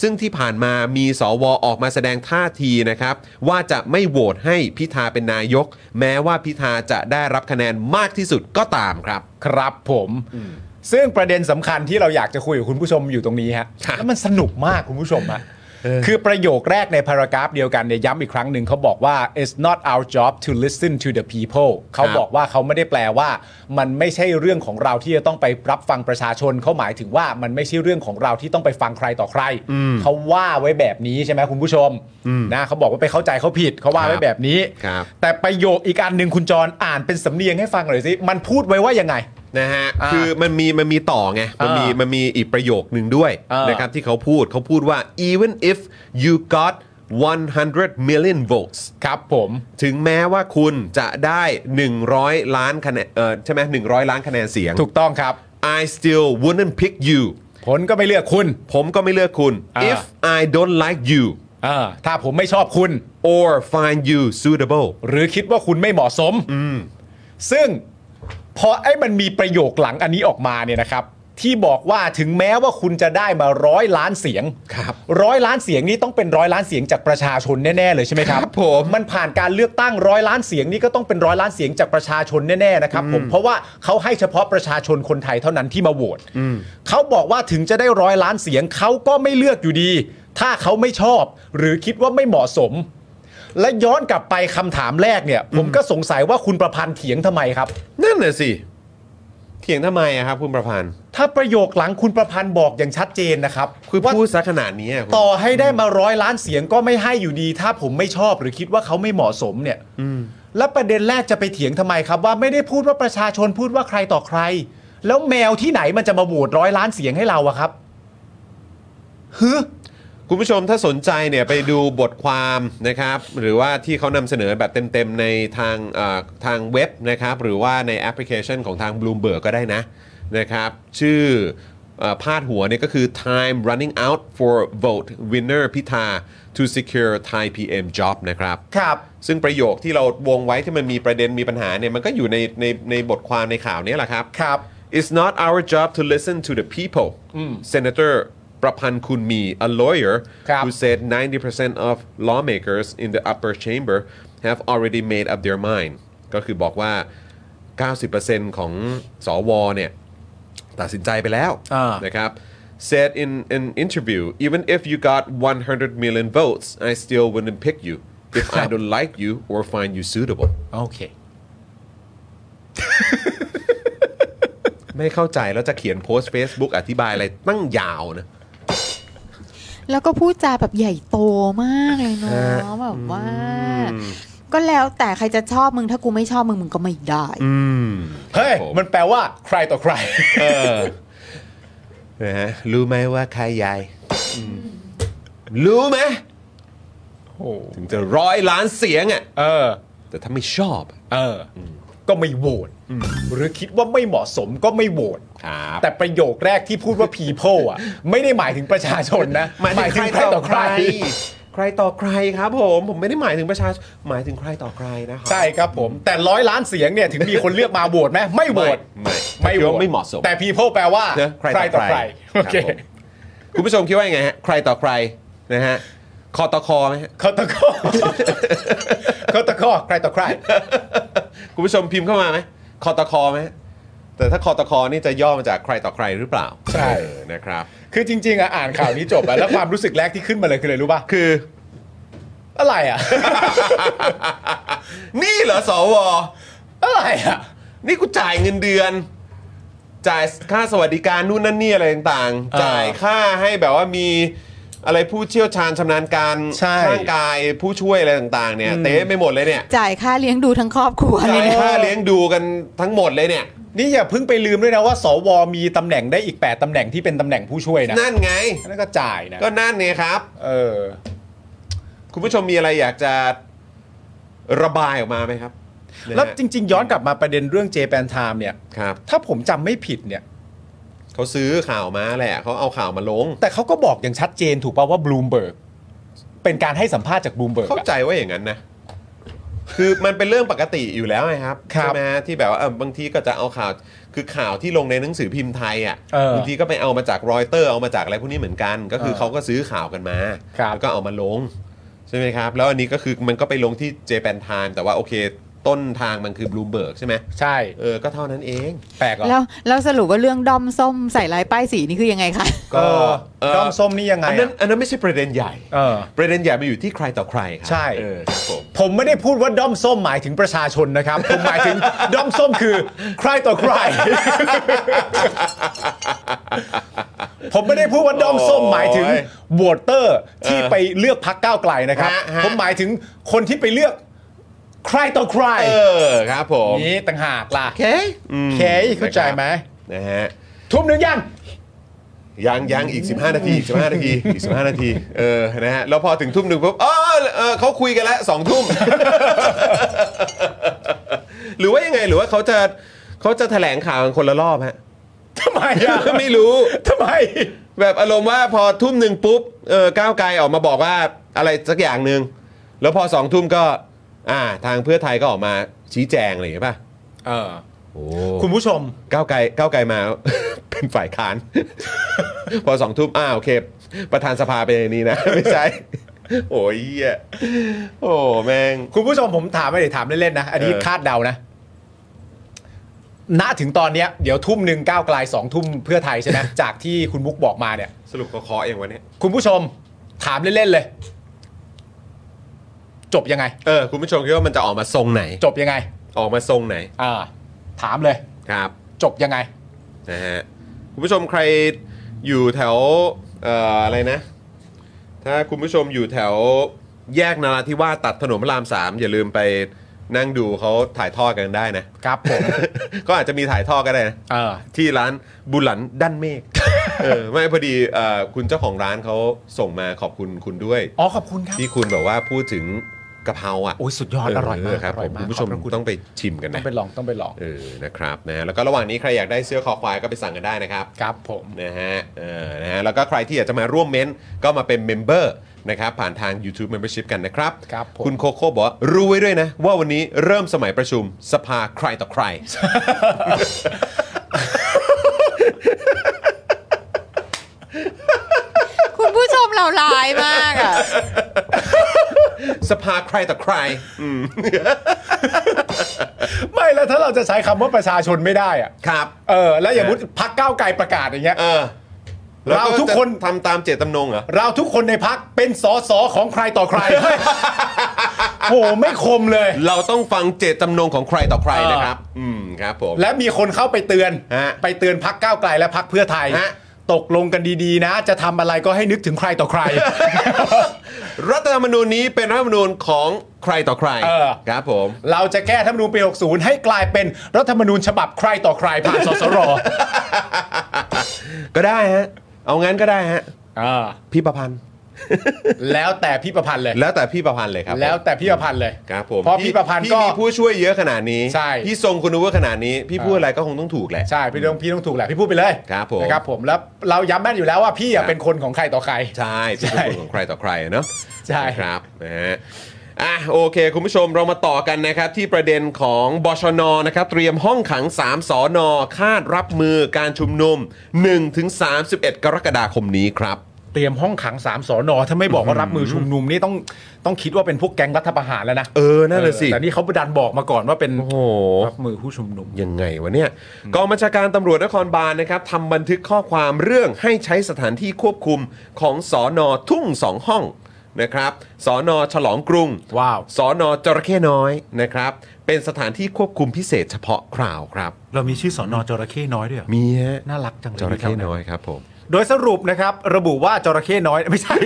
Speaker 1: ซึ่งที่ผ่านมามีสวออกมาแสดงท่าทีนะครับ ว่าจะไม่โหวตให้พิธาเป็นนายก แม้ว่าพิธาจะได้รับคะแนนมากที่สุดก็ตามครับ
Speaker 2: ครับผม ซึ่งประเด็นสำคัญที่เราอยากจะคุยกับคุณผู้ชมอยู่ตรงนี้ฮะ
Speaker 1: ครับ
Speaker 2: แล้วมันสนุกมากคุณผู้ชมฮะคือประโยคแรกในพารากราฟเดียวกันเนี่ยย้ำอีกครั้งหนึ่งเขาบอกว่า it's not our job to listen to the people เขาบอกว่าเขาไม่ได้แปลว่า มันไม่ใช่เรื่องของเราที่จะต้องไปรับฟังประชาชนเขาหมายถึงว่ามันไม่ใช่เรื่องของเราที่ต้องไปฟังใครต่อใครเขาว่าไว้แบบนี้ใช่ไหมคุณผู้ชมนะเขาบอกว่าไปเข้าใจเขาผิดเขาว่าไว้แบบนี้
Speaker 1: ครับ
Speaker 2: แต่ประโยคอีกอันหนึ่งคุณจรอ่านเป็นสำเนียงให้ฟังหน่อยสิมันพูดไว้ว่ายังไง
Speaker 1: นะฮะ
Speaker 2: อ่า
Speaker 1: คือมันมีมันมีต่อไงมันมี
Speaker 2: อ่ามั
Speaker 1: มันมีอีกประโยคหนึ่งด้วย
Speaker 2: อ่าน
Speaker 1: นะครับที่เขาพูดเขาพูดว่า even if you got 100 million votes
Speaker 2: ครับผม
Speaker 1: ถึงแม้ว่าคุณจะได้ 100 ล้านคะแนนเออใช่ไหม100 ล้านคะแนนเสียง
Speaker 2: ถูกต้องครับ
Speaker 1: I still wouldn't pick you
Speaker 2: ผลก็ไม่เลือกคุณ
Speaker 1: ผมก็ไม่เลือกคุณ
Speaker 2: อ่า
Speaker 1: if I don't like you
Speaker 2: เออถ้าผมไม่ชอบคุณ
Speaker 1: or find you suitable
Speaker 2: หรือคิดว่าคุณไม่เหมาะสม ซึ่งพอไอ้มันมีประโยคหลังอันนี้ออกมาเนี่ยนะครับ ที่บอกว่าถึงแม้ว่าคุณจะได้มาร้อยล้านเสียง
Speaker 1: ครับ
Speaker 2: ร้อยล้านเสียงนี่ต้องเป็นร้อยล้านเสียงจากประชาชนแน่ๆเลยใช่ไหมครับ
Speaker 1: ครับผม
Speaker 2: มันผ่านการเลือกตั้งร้อยล้านเสียงนี่ก็ต้องเป็นร้อยล้านเสียงจากประชาชนแน่ๆนะครับผมเพราะว่าเขาให้เฉพาะประชาชนคนไทยเท่านั้นที่มาโหวตเขาบอกว่าถึงจะได้ร้อยล้านเสียงเขาก็ไม่เลือกอยู่ดี ถ้าเขาไม่ชอบ หรือคิดว่าไม่เหมาะสม และย้อนกลับไปคำถามแรกเนี่ย ผมก็สงสัยว่าคุณประพันธ์เถียงทำไมครับ
Speaker 1: นั่นน่ะสิ เถียงทำไมอะครับคุณประพันธ์
Speaker 2: ถ้าประโยคหลังคุณประพันธ์บอกอย่างชัดเจนนะครับ
Speaker 1: คือ
Speaker 2: ว่า
Speaker 1: พูดซะขนาดนี้อะคุณ
Speaker 2: ต่อให้ได้มาร้อยล้านเสียงก็ไม่ให้อยู่ดี ถ้าผมไม่ชอบหรือคิดว่าเขาไม่เหมาะสมเนี่ยแล้วประเด็นแรกจะไปเถียงทำไมครับ ว่าไม่ได้พูดว่าประชาชนพูดว่าใครต่อใคร แล้วแมวที่ไหนมันจะมาโหวตร้อยล้านเสียงให้เราอะครับฮึ
Speaker 1: คุณผู้ชมถ้าสนใจเนี่ยไปดูบทความนะครับ หรือว่าที่เขานำเสนอแบบเต็มๆ ในทางเอ่อทางเว็บนะครับ หรือว่าในแอปพลิเคชันของทาง Bloomberg ก็ได้นะนะครับ ชื่อเอ่อพาดหัวเนี่ยก็คือ time running out for vote winner พิธา to secure Thai PM job นะครับ
Speaker 2: ครับ
Speaker 1: ซึ่งประโยคที่เราวงไว้ที่มันมีประเด็นมีปัญหาเนี่ยมันก็อยู่ในในในบทความในข่าวเนี้แหละครับ
Speaker 2: ครับ
Speaker 1: It's not our job to listen to the people Senator ประพันธ์คุณมี a lawyer
Speaker 2: ครับ
Speaker 1: who said 90% of lawmakers in the upper chamber have already made up their mind ก็คือบอกว่า 90%ของสวเนี่ย ตัดสินใจไปแล้ว
Speaker 2: อ่าน
Speaker 1: นะครับ said in an interview even if you got 100 million votes I still wouldn't pick you if I
Speaker 2: (laughs)
Speaker 1: don't like you or find you suitable
Speaker 2: โอเค
Speaker 1: ไม่เข้าใจแล้วจะเขียนโพสต์ Facebook อธิบายอะไรตั้งยาวนะ
Speaker 3: แล้วก็พูดจาแบบใหญ่โตมากเลยเนาะแบบว่า ก็แล้วแต่ใครจะชอบมึงถ้ากูไม่ชอบมึงมึงก็ไม่ได้
Speaker 2: เฮ้ยมันแปลว่าใครต่อใคร
Speaker 1: นะฮะรู้ไหมว่าใครใหญ่รู้ไหมถึงจะร้อยล้านเสียงอ่ะ
Speaker 2: เออ
Speaker 1: แต่ถ้าไม่ชอบ
Speaker 2: เอออก็ไม่โหวตหรือคิดว่าไม่เหมาะสมก็ไม่โหวต
Speaker 1: ครับ
Speaker 2: แต่ประโยคแรกที่พูดว่า people อ่ะ ไม่ได้หมายถึงประชาชนนะ
Speaker 1: ใครต่อใครครับผมผมไม่ได้หมายถึงประชาชนหมายถึงใครต่อใครนะครั
Speaker 2: ใช่ครับผม แต่ร้อยล้านเสียงเนี่ย ถึงมีคนเลือกมาโหวตไหมไม่โหว
Speaker 1: ไม่
Speaker 2: ต
Speaker 1: ไม่
Speaker 2: ไม่
Speaker 1: คิด
Speaker 2: โหว
Speaker 1: ว่า
Speaker 2: ต
Speaker 1: ไม่เหมาะสม
Speaker 2: แต่ people แปลว่า
Speaker 1: นะใคร
Speaker 2: ต่
Speaker 1: ต่
Speaker 2: อ
Speaker 1: อ
Speaker 2: ใค
Speaker 1: ใค
Speaker 2: ร
Speaker 1: ร
Speaker 2: โอเค
Speaker 1: ครับผมคุณผู้ชมคิดว่ายังไงฮะใครต่อใครนะฮะคอตอคอไหมฮะ
Speaker 2: เขาตะค
Speaker 1: (laughs)
Speaker 2: อกเขาตะคอกใครต่อใคร
Speaker 1: คุณผู้ชมพิมพ์เข้ามาไหมคอตคอไหมแต่ถ้าคอตคอนี่จะย่อมาจากใครต่อใครหรือเปล่า
Speaker 2: ใช่
Speaker 1: เออนะครับ
Speaker 2: คือจริง ๆอ่ะอ่านข่าวนี้จบแล้วแล้วความรู้สึกแรกที่ขึ้นมาเลยคืออะไรรู้ป่ะ
Speaker 1: คือ
Speaker 2: อะไรอ่ะ
Speaker 1: นี่เหรอสว
Speaker 2: อะไรอ่ะ
Speaker 1: นี่กูจ่ายเงินเดือน จ่ายค่าสวัสดิการนู่นนั่นนี่อะไรต่าง
Speaker 2: เออ
Speaker 1: ๆ จ่ายค่าให้แบบว่ามีอะไรผู้เชี่ยวชาญชำนาญการ
Speaker 2: ใช่
Speaker 1: ร่างกายผู้ช่วยอะไรต่างๆเนี่ยเต็มไปหมดเลยเนี่ย
Speaker 3: จ่ายค่าเลี้ยงดูทั้งครอบครัวเล
Speaker 1: จ่ายย
Speaker 3: นะ
Speaker 1: ค่าเลี้ยงดูกันทั้งหมดเลยเนี่ย
Speaker 2: นี่อย่าเพิ่งไปลืมด้วยนะว่าสวมีตำแหน่งได้อีก 8ตำแหน่งที่เป็นตำแหน่งผู้ช่วยนะ
Speaker 1: นั่นไง
Speaker 2: นั่นก็จ่ายนะ
Speaker 1: ก็นั่นเนี่ยครับ
Speaker 2: เออ
Speaker 1: คุณผู้ชมมีอะไรอยากจะระบายออกมาไหมครับ
Speaker 2: แล้ว
Speaker 1: นะฮะ
Speaker 2: จริง ๆ ย้อนกลับมาประเด็นเรื่องเจแปนไทม์เนี่ย
Speaker 1: ครับ
Speaker 2: ถ้าผมจำไม่ผิดเนี่ย
Speaker 1: เขาซื้อข่าวมาแหละเขาเอาข่าวมาลง
Speaker 2: แต่เขาก็บอกอย่างชัดเจนถูกป่าวว่าบลูมเบิร์กเป็นการให้สัมภาษณ์จากบลูมเบิร์ก
Speaker 1: เข้าใจว่าอย่างนั้นนะ คือมันเป็นเรื่องปกติอยู่แล้วไงครับ
Speaker 2: ครับ
Speaker 1: ใช่ไหมฮะที่แบบว่าเออบางทีก็จะเอาข่าวคือข่าวที่ลงในหนังสือพิมพ์ไทยอ่ะ
Speaker 2: เออบ
Speaker 1: างทีก็ไปเอามาจากรอยเตอร์เอามาจากอะไรพวกนี้เหมือนกัน ก็คือ
Speaker 2: เออ
Speaker 1: เขาก็ซื้อข่าวกันมา
Speaker 2: ครับ
Speaker 1: แล้วก็เอามาลงใช่ไหมครับ แล้วอันนี้ก็คือมันก็ไปลงที่เจแปนไทม์แต่ว่าโอเค ต้นทางมันคือบลูมเบิร์กใช่ไหม
Speaker 2: ใช่
Speaker 1: เออก็เท่านั้นเอง
Speaker 2: แปลกเหรอ
Speaker 3: แล้วแล้วสรุปว่าเรื่องด้อมส้มใส่ลายป้ายสีนี่คือยังไงคะ
Speaker 2: ก็
Speaker 1: เออ
Speaker 2: ด้อมส้มนี่ยังไง
Speaker 1: อันนั้น
Speaker 2: อะ
Speaker 1: อันนั้นไม่ใช่ประเด็นใหญ่
Speaker 2: เออ
Speaker 1: ประเด็นใหญ่มันอยู่ที่ใครต่อใครครั
Speaker 2: ใช่
Speaker 1: เออครับผม
Speaker 2: ผมไม่ได้พูดว่าด้อมส้มหมายถึงประชาชนนะครับ ผมหมายถึงด้อมส้มคือใครต่อใคร (laughs) ผมไม่ได้พูดว่าด้อมส้มหมายถึงโหวตเตอร์ที่ไปเลือกพักก้าวไกลนะครับ
Speaker 1: ฮะฮะ
Speaker 2: ผมหมายถึงคนที่ไปเลือกใครต่อใคร
Speaker 1: เออครับผม
Speaker 2: นี่ต่างหากล่ะ
Speaker 1: อืม
Speaker 2: เคเข้าใจไหม
Speaker 1: นะฮะ
Speaker 2: ทุ่มหนึ่งยัง
Speaker 1: ยังยังอีก 15 นาทีอีก15 นาทีอีก15 นาทีเออนะฮะแล้วพอถึงทุ่มหนึ่งปุ๊บอ๋อเออเขาคุยกันแล้วสองทุ่ม (laughs) หรือว่ายังไงหรือว่าเขาจะเขาจะแถลงข่าวกันคนละรอบฮะ (laughs)
Speaker 2: ทำไมอ่ะ
Speaker 1: ไม่รู้
Speaker 2: ทำไม
Speaker 1: แบบอารมณ์ว่าพอทุ่มหนึ่งปุ๊บเออก้าวไกลออกมาบอกว่าอะไรสักอย่างหนึ่งแล้วพอสองทุ่มก็ อ่า ทางเพื่อไทยก็ออกมาชี้แจงอะไรอย่างเงี้ยป่ะ
Speaker 2: เออ
Speaker 1: โอ้
Speaker 2: คุณผู้ชม
Speaker 1: ก้าวไกลก้าวไกลมา (laughs) เป็นฝ่ายค้าน (laughs) พอสองทุ่มอ่าโอเค ประธานสภาเป็นอย่างนี้นะ (laughs) ไม่ใช่ โอ้ยเหี้ยโอ้แม่ง
Speaker 2: คุณผู้ชมผมถามไม่ได้ถามเล่นๆนะ อันนี้
Speaker 1: เออ
Speaker 2: คาดเดานะ ณถึงตอนเนี้ย เดี๋ยวทุ่มหนึ่งก้าวไกลสองทุ่มเพื่อไทยใช่ไหม (laughs) จากที่คุณมุกบอกมาเนี่ย
Speaker 1: สรุปก็ขอเองวันนี้
Speaker 2: คุณผู้ชมถามเล่นๆเลย จบยังไง
Speaker 1: เออคุณผู้ชมคิดว่ามันจะออกมาทรงไหน
Speaker 2: จบยังไง
Speaker 1: ออกมาทรงไหน
Speaker 2: อ่า ถามเลย
Speaker 1: ครับ
Speaker 2: จบยังไง
Speaker 1: นะฮะคุณผู้ชมใครอยู่แถวเอ่ออะไรนะ ถ้าคุณผู้ชมอยู่แถวแยกนาราธิวาสตัดถนนพระรามสามอย่าลืมไปนั่งดูเขาถ่ายทอดกันได้นะ (laughs)
Speaker 2: ครับผม
Speaker 1: ก็อาจจะมีถ่ายทอดก็ได้นะ
Speaker 2: เออ
Speaker 1: ที่ร้านบุหลันด้านเม
Speaker 2: (laughs)
Speaker 1: ฆ เออไม่พอดีเอ่อคุณเจ้าของร้านเขาส่งมาขอบคุณคุณด้วย
Speaker 2: อ๋อขอบคุณครับ
Speaker 1: ที่คุณแบบว่าพูดถึงกะเพราอ่ะ
Speaker 2: โอ้ยสุดยอดอร่อยมาก
Speaker 1: เครับ
Speaker 2: อร่อย
Speaker 1: ผม
Speaker 2: มาก
Speaker 1: คุณผู้ชม
Speaker 2: ขอบพระคุณ
Speaker 1: ต้องไปชิมกัน
Speaker 2: ต้อ
Speaker 1: นะ
Speaker 2: งไปลองต้องไปลอง
Speaker 1: เออนะครับนะแล้วก็ระหว่างนี้ใครอยากได้เสื้อคอควายก็ไปสั่งกันได้นะครับ
Speaker 2: ครับผม
Speaker 1: นะฮะ เออ นะฮะ แล้วก็ใครที่อยากจะมาร่วมเม้นท์ก็มาเป็นเมมเบอร์นะครับ ผ่านทาง YouTube Membership กันนะครับ
Speaker 2: ครับผม
Speaker 1: คุณโคโค่บอกว่ารู้ไว้ด้วยนะ ว่าวันนี้เริ่มสมัยประชุมสภาใครต่อใคร
Speaker 3: (laughs)
Speaker 2: (laughs)
Speaker 3: คุณผู้ชมเราร้ายมากอ่ะ
Speaker 1: สภาใครต่อใคร
Speaker 2: ไม่แล้วถ้าเราจะใช้คำว่าประชาชนไม่ได้อะ
Speaker 1: ครับ
Speaker 2: เออ แล้วอย่างมุติพักก้าวไกลประกาศอย่างเงี้ย
Speaker 1: เออ
Speaker 2: เราทุกคน
Speaker 1: แล้วจะทำตามเจตจำนงเหรอ
Speaker 2: เราทุกคนในพักเป็นสอสอของใครต่อใคร โอ้โหไม่คมเลย
Speaker 1: เราต้องฟังเจตจำนงของใครต่อใคร
Speaker 2: เออ
Speaker 1: นะครับ อืม ครับผม
Speaker 2: และมีคนเข้าไปเตือน
Speaker 1: ฮะ
Speaker 2: ไปเตือนพักก้าวไกลและพักเพื่อไทย
Speaker 1: ฮะ
Speaker 2: ตกลงกันดีๆนะ จะทำอะไรก็ให้นึกถึงใครต่อใคร
Speaker 1: (laughs) รัฐธรรมนูญนี้เป็นรัฐธรรมนูญของใครต่อใคร
Speaker 2: เออ
Speaker 1: ครับผม
Speaker 2: เราจะแก้ธรรมนูญปี 60 ให้กลายเป็นรัฐธรรมนูญฉบับใครต่อใครผ่านสสร
Speaker 1: ก็ได้ฮะ เอางั้นก็ได้ฮะ
Speaker 2: อ่า
Speaker 1: พี่ประพันธ์
Speaker 2: แล้วแต่พี่ประพันธ์เลย
Speaker 1: แล้วแต่พี่ประพันธ์เลยครับผม
Speaker 2: แล้วแต่พี่ประพันธ์เลย
Speaker 1: ครับผม
Speaker 2: เพราะพี่ประพันธ์ก็
Speaker 1: มีผู้ช่วยเยอะขนาดนี้
Speaker 2: ใช่
Speaker 1: พี่ทรงคุณวุฒิขนาดนี้ พี่พูดอะไรก็คงต้องถูกแหละ
Speaker 2: ใช่พี่ต้องพี่ต้องถูกแหละพี่พูดไปเลย
Speaker 1: ครับผม
Speaker 2: นะครับผมแล้วเราย้ำแม่นอยู่แล้วว่าพี่อะเป็นคนของใครต่อใคร
Speaker 1: ใช่เป็นคนของใครต่อใครอะเนาะ
Speaker 2: ใช่
Speaker 1: ครับนะฮะอ่ะโอเค คุณผู้ชมเรามาต่อกันนะครับ ที่ประเด็นของบชนนะครับ เตรียมห้องขัง 3สอนอคาดรับมือการชุมนุม 1-31 กรกฎาคมนี้ครับ
Speaker 2: เตรียมห้องขังสามสอนอถ้าไม่บอกว่ารับมือชุมนุมนี่ต้องต้องคิดว่าเป็นพวกแก๊งรัฐประหารแล้วนะ
Speaker 1: เออนั่นแหละสิ
Speaker 2: แต่นี่เขาดันบอกมาก่อนว่าเป็น
Speaker 1: โอ้โห
Speaker 2: รับมือผู้ชุมนุม
Speaker 1: ยังไงวะเนี่ยกองบัญชาการตำรวจนครบาลนะครับทำบันทึกข้อความเรื่องให้ใช้สถานที่ควบคุมของสอนอทุ่งสองห้องนะครับสอนอฉลองกรุง
Speaker 2: ว้าว
Speaker 1: สอนอจระเข้น้อยนะครับ เป็นสถานที่ควบคุมพิเศษเฉพาะคราวครับ
Speaker 2: เรามีชื่อสอนอจระเข้น้อยด้วยเหรอ
Speaker 1: มีฮะ
Speaker 2: น่ารักจังเลย
Speaker 1: จระเข้น้อยครับผม
Speaker 2: โดยสรุปนะครับ ระบุว่าจระเข้น้อยไม่
Speaker 1: (laughs)
Speaker 2: ใช่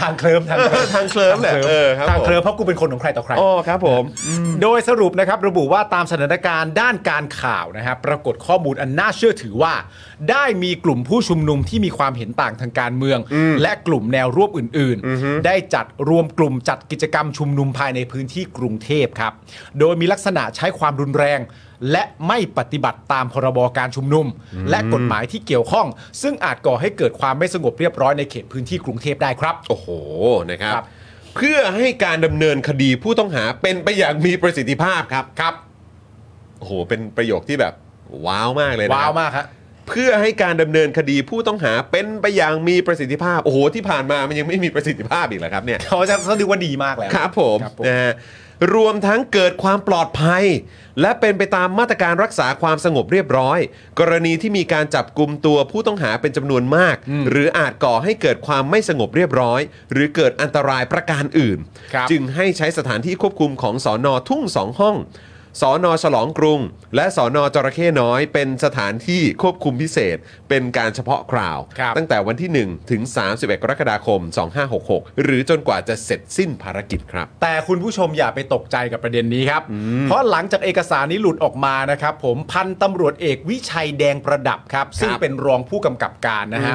Speaker 2: ทางเคลิมทางเคลิม
Speaker 1: ทางเคลิ้มแหละเออครับ
Speaker 2: ทาง
Speaker 1: ผม
Speaker 2: เคลิมเพราะกูเป็นคนของใครต่อใคร
Speaker 1: อ๋อครับผม
Speaker 2: โดยสรุปนะครับระบุว่าตามสถานการณ์ด้านการข่าวนะครับปรากฏข้อมูลอันน่าเชื่อถือว่า ได้มีกลุ่มผู้ชุมนุมที่มีความเห็นต่างทางการเมือง และกลุ่มแนวร่วมอื่น ๆ ได้จัดรวมกลุ่มจัดกิจกรรมชุมนุมภายในพื้นที่กรุงเทพครับ โดยมีลักษณะใช้ความรุนแรง และไม่ปฏิบัติตามพรบการชุมนุม และกฎหมายที่เกี่ยวข้อง ซึ่งอาจก่อให้เกิดความไม่สงบเรียบร้อยในเขตพื้นที่กรุงเทพได้ครับ
Speaker 1: โอ้โห นะครับ
Speaker 2: ครับ
Speaker 1: เพื่อให้การดำเนินคดีผู้ต้องหาเป็นไปอย่างมีประสิทธิภาพครับ ครับ โอ้โห เป็นประโยคที่แบบ ว้าวมากเลยนะครับ
Speaker 2: ว้าวมากครับ
Speaker 1: เพื่อให้การดำเนินคดีผู้ต้องหาเป็นไปอย่างมีประสิทธิภาพ โอ้โห ที่ผ่านมามันยังไม่มีประสิทธิภาพอีกเหรอครับเนี่ย
Speaker 2: เขาจะเขาดูว่าดีมากแล้ว
Speaker 1: ครับผม
Speaker 2: ครับผม
Speaker 1: นะฮะรวมทั้งเกิดความปลอดภัย และเป็นไปตามมาตรการรักษาความสงบเรียบร้อย กรณีที่มีการจับกลุ่มตัวผู้ต้องหาเป็นจำนวนมาก หรืออาจก่อให้เกิดความไม่สงบเรียบร้อย หรือเกิดอันตรายประการอื่น
Speaker 2: ครับ
Speaker 1: จึงให้ใช้สถานที่ควบคุมของสอนอทุ่งสองห้อง สอนอฉลองกรุง และสอนอจระเข้น้อย เป็นสถานที่ควบคุมพิเศษ เป็นการเฉพาะคราว
Speaker 2: ครับ
Speaker 1: ตั้งแต่วันที่ 1 ถึง 31 กรกฎาคม 2566 หรือจนกว่าจะเสร็จสิ้นภารกิจครับ
Speaker 2: แต่คุณผู้ชมอย่าไปตกใจกับประเด็นนี้ครับ เพราะหลังจากเอกสารนี้หลุดออกมานะครับผมพันตำรวจเอกวิชัยแดงประดับครับ ซึ่งเป็นรองผู้กำกับการนะฮะ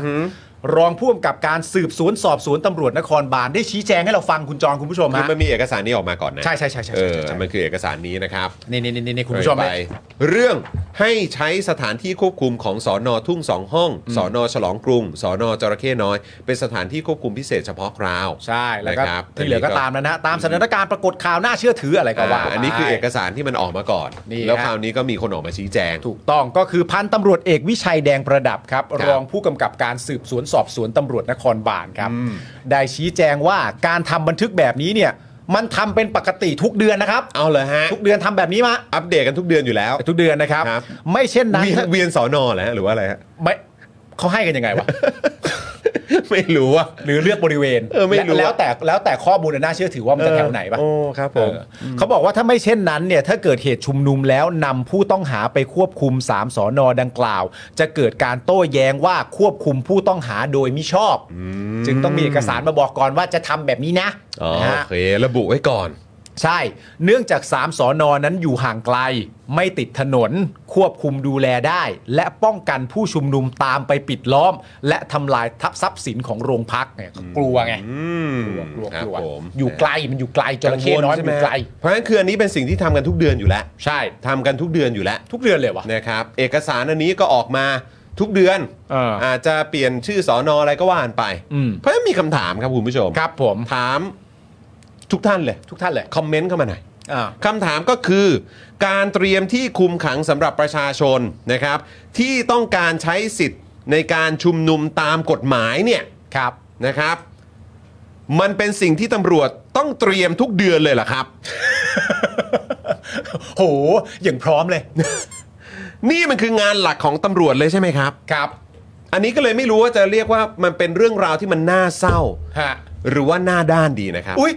Speaker 2: รองผู้กำกับการสืบสวนสอบสวนตำรวจนครบาลได้ชี้แจงให้เราฟังคุณจรคุณผู้ชม
Speaker 1: คือ
Speaker 2: ฮะ
Speaker 1: มันมีเอกสารนี้ออกมาก่อนนะ
Speaker 2: ใช่ใช่ใช่ใช่
Speaker 1: เอ
Speaker 2: ใช่
Speaker 1: อ
Speaker 2: ใช่ใช่
Speaker 1: มันคือเอกสารนี้นะครับ
Speaker 2: นี่นี่นี่นี่คุณผู้ชม
Speaker 1: เอ่ย
Speaker 2: เนี่ย
Speaker 1: ไปเรื่องให้ใช้สถานที่ควบคุมของสอนอทุ่งสองห้องสอนอฉลองกรุงสอนอจระเข้น้อย เป็นสถานที่ควบคุมพิเศษเฉพาะคราว
Speaker 2: ใช่แล้วก็
Speaker 1: นะครับ
Speaker 2: ที่เหลือก็ตามนั้นนะฮะตามสถานการณ์ปรากฏข่าวน่าเชื่อถืออะไรก็ว่า
Speaker 1: า
Speaker 2: ไป
Speaker 1: อันนี้คือเอกสารที่มันออกมาก่อน
Speaker 2: นี่
Speaker 1: แล้ว
Speaker 2: ฮะ
Speaker 1: คราวนี้ก็มีคนออกมาชี้แจง
Speaker 2: ถูกต้องก็คือพันตำรวจเอกวิชัยแดงประดับครับ
Speaker 1: ครับ
Speaker 2: รองผู้กำกับการสืบสวนสอบสวนตำรวจนครบาลครับ ได้ชี้แจงว่าการทำบันทึกแบบนี้เนี่ย มันทำเป็นปกติทุกเดือนนะครับ
Speaker 1: เอาเลยฮะ
Speaker 2: ทุกเดือนทำแบบนี้มา
Speaker 1: อัปเดตกันทุกเดือนอยู่แล้ว
Speaker 2: ทุกเดือนนะครับ
Speaker 1: ครับ
Speaker 2: ไม่เช่นนั้น
Speaker 1: เวียน
Speaker 2: ถ้า
Speaker 1: เวียนสอนอเหรอฮะหรือว่าอะไรฮะ
Speaker 2: ไม่เขาให้กันยังไงวะ (laughs)
Speaker 1: ไม่รู้อ่ะ
Speaker 2: หรือเลือกบริเวณ
Speaker 1: เออไม่รู้อะ
Speaker 2: แล้วแต่แล้วแต่ข้อมูลอันน่าเชื่อถือว่ามันจะแถวไหนปะ
Speaker 1: โอ้ครับผม
Speaker 2: เออเขาบอกว่าถ้าไม่เช่นนั้นเนี่ยถ้าเกิดเหตุชุมนุมแล้วนำผู้ต้องหาไปควบคุม 3สอนอดังกล่าว จะเกิดการโต้แย้งว่าควบคุมผู้ต้องหาโดยมิชอบ จึงต้องมีเอกสารมาบอกก่อนว่าจะทำแบบนี้นะ
Speaker 1: อ๋อโอ
Speaker 2: นะฮะ
Speaker 1: เค ระบุไว้ก่อน
Speaker 2: ใช่ เนื่องจาก 3สอนอนั้นอยู่ห่างไกล ไม่ติดถนน ควบคุมดูแลได้ และป้องกันผู้ชุมนุมตามไปปิดล้อม และทำลายทัพย์ทรัพย์สินของโรงพักเนี่ยกลัวไง
Speaker 1: อืม
Speaker 2: กลัวกลัว
Speaker 1: ครับ
Speaker 2: กลัว
Speaker 1: ผม
Speaker 2: อยู่ไกลมันอยู่ไกลจระเข้น้อยมันอยู่ไกล
Speaker 1: เพราะฉะนั้นคืออันนี้เป็นสิ่งที่ทำกันทุกเดือนอยู่แล้ว
Speaker 2: ใช่
Speaker 1: ทำกันทุกเดือนอยู่แล้ว
Speaker 2: ทุกเดือนเลยวะ
Speaker 1: นะครับเอกสารอันนี้ก็ออกมาทุกเดือน
Speaker 2: เอออ
Speaker 1: จจะเปลี่ยนชื่อสอนออะไรก็ว่ากันไป
Speaker 2: อืม
Speaker 1: เพราะฉะนั้นมีคำถามครับคุณผู้ชม
Speaker 2: ครับผม
Speaker 1: ถามทุกท่านเลย
Speaker 2: ทุกท่านเลย
Speaker 1: คอมเมนต์เข้ามาหน่อย
Speaker 2: อ่า
Speaker 1: คำถามก็คือ การเตรียมที่คุมขังสำหรับประชาชนนะครับ ที่ต้องการใช้สิทธิ์ในการชุมนุมตามกฎหมายเนี่ย
Speaker 2: ครับ
Speaker 1: นะครับ มันเป็นสิ่งที่ตำรวจต้องเตรียมทุกเดือนเลยเหรอครับ
Speaker 2: (laughs) โห อย่างพร้อมเลย
Speaker 1: นี่มันคืองานหลักของตำรวจเลยใช่ไหมครับ
Speaker 2: (laughs) ครับ
Speaker 1: อันนี้ก็เลยไม่รู้ว่าจะเรียกว่ามันเป็นเรื่องราวที่มันน่าเศร้า
Speaker 2: ฮะ
Speaker 1: หรือว่าหน้าด้านดีนะครับ
Speaker 2: อุ๊ย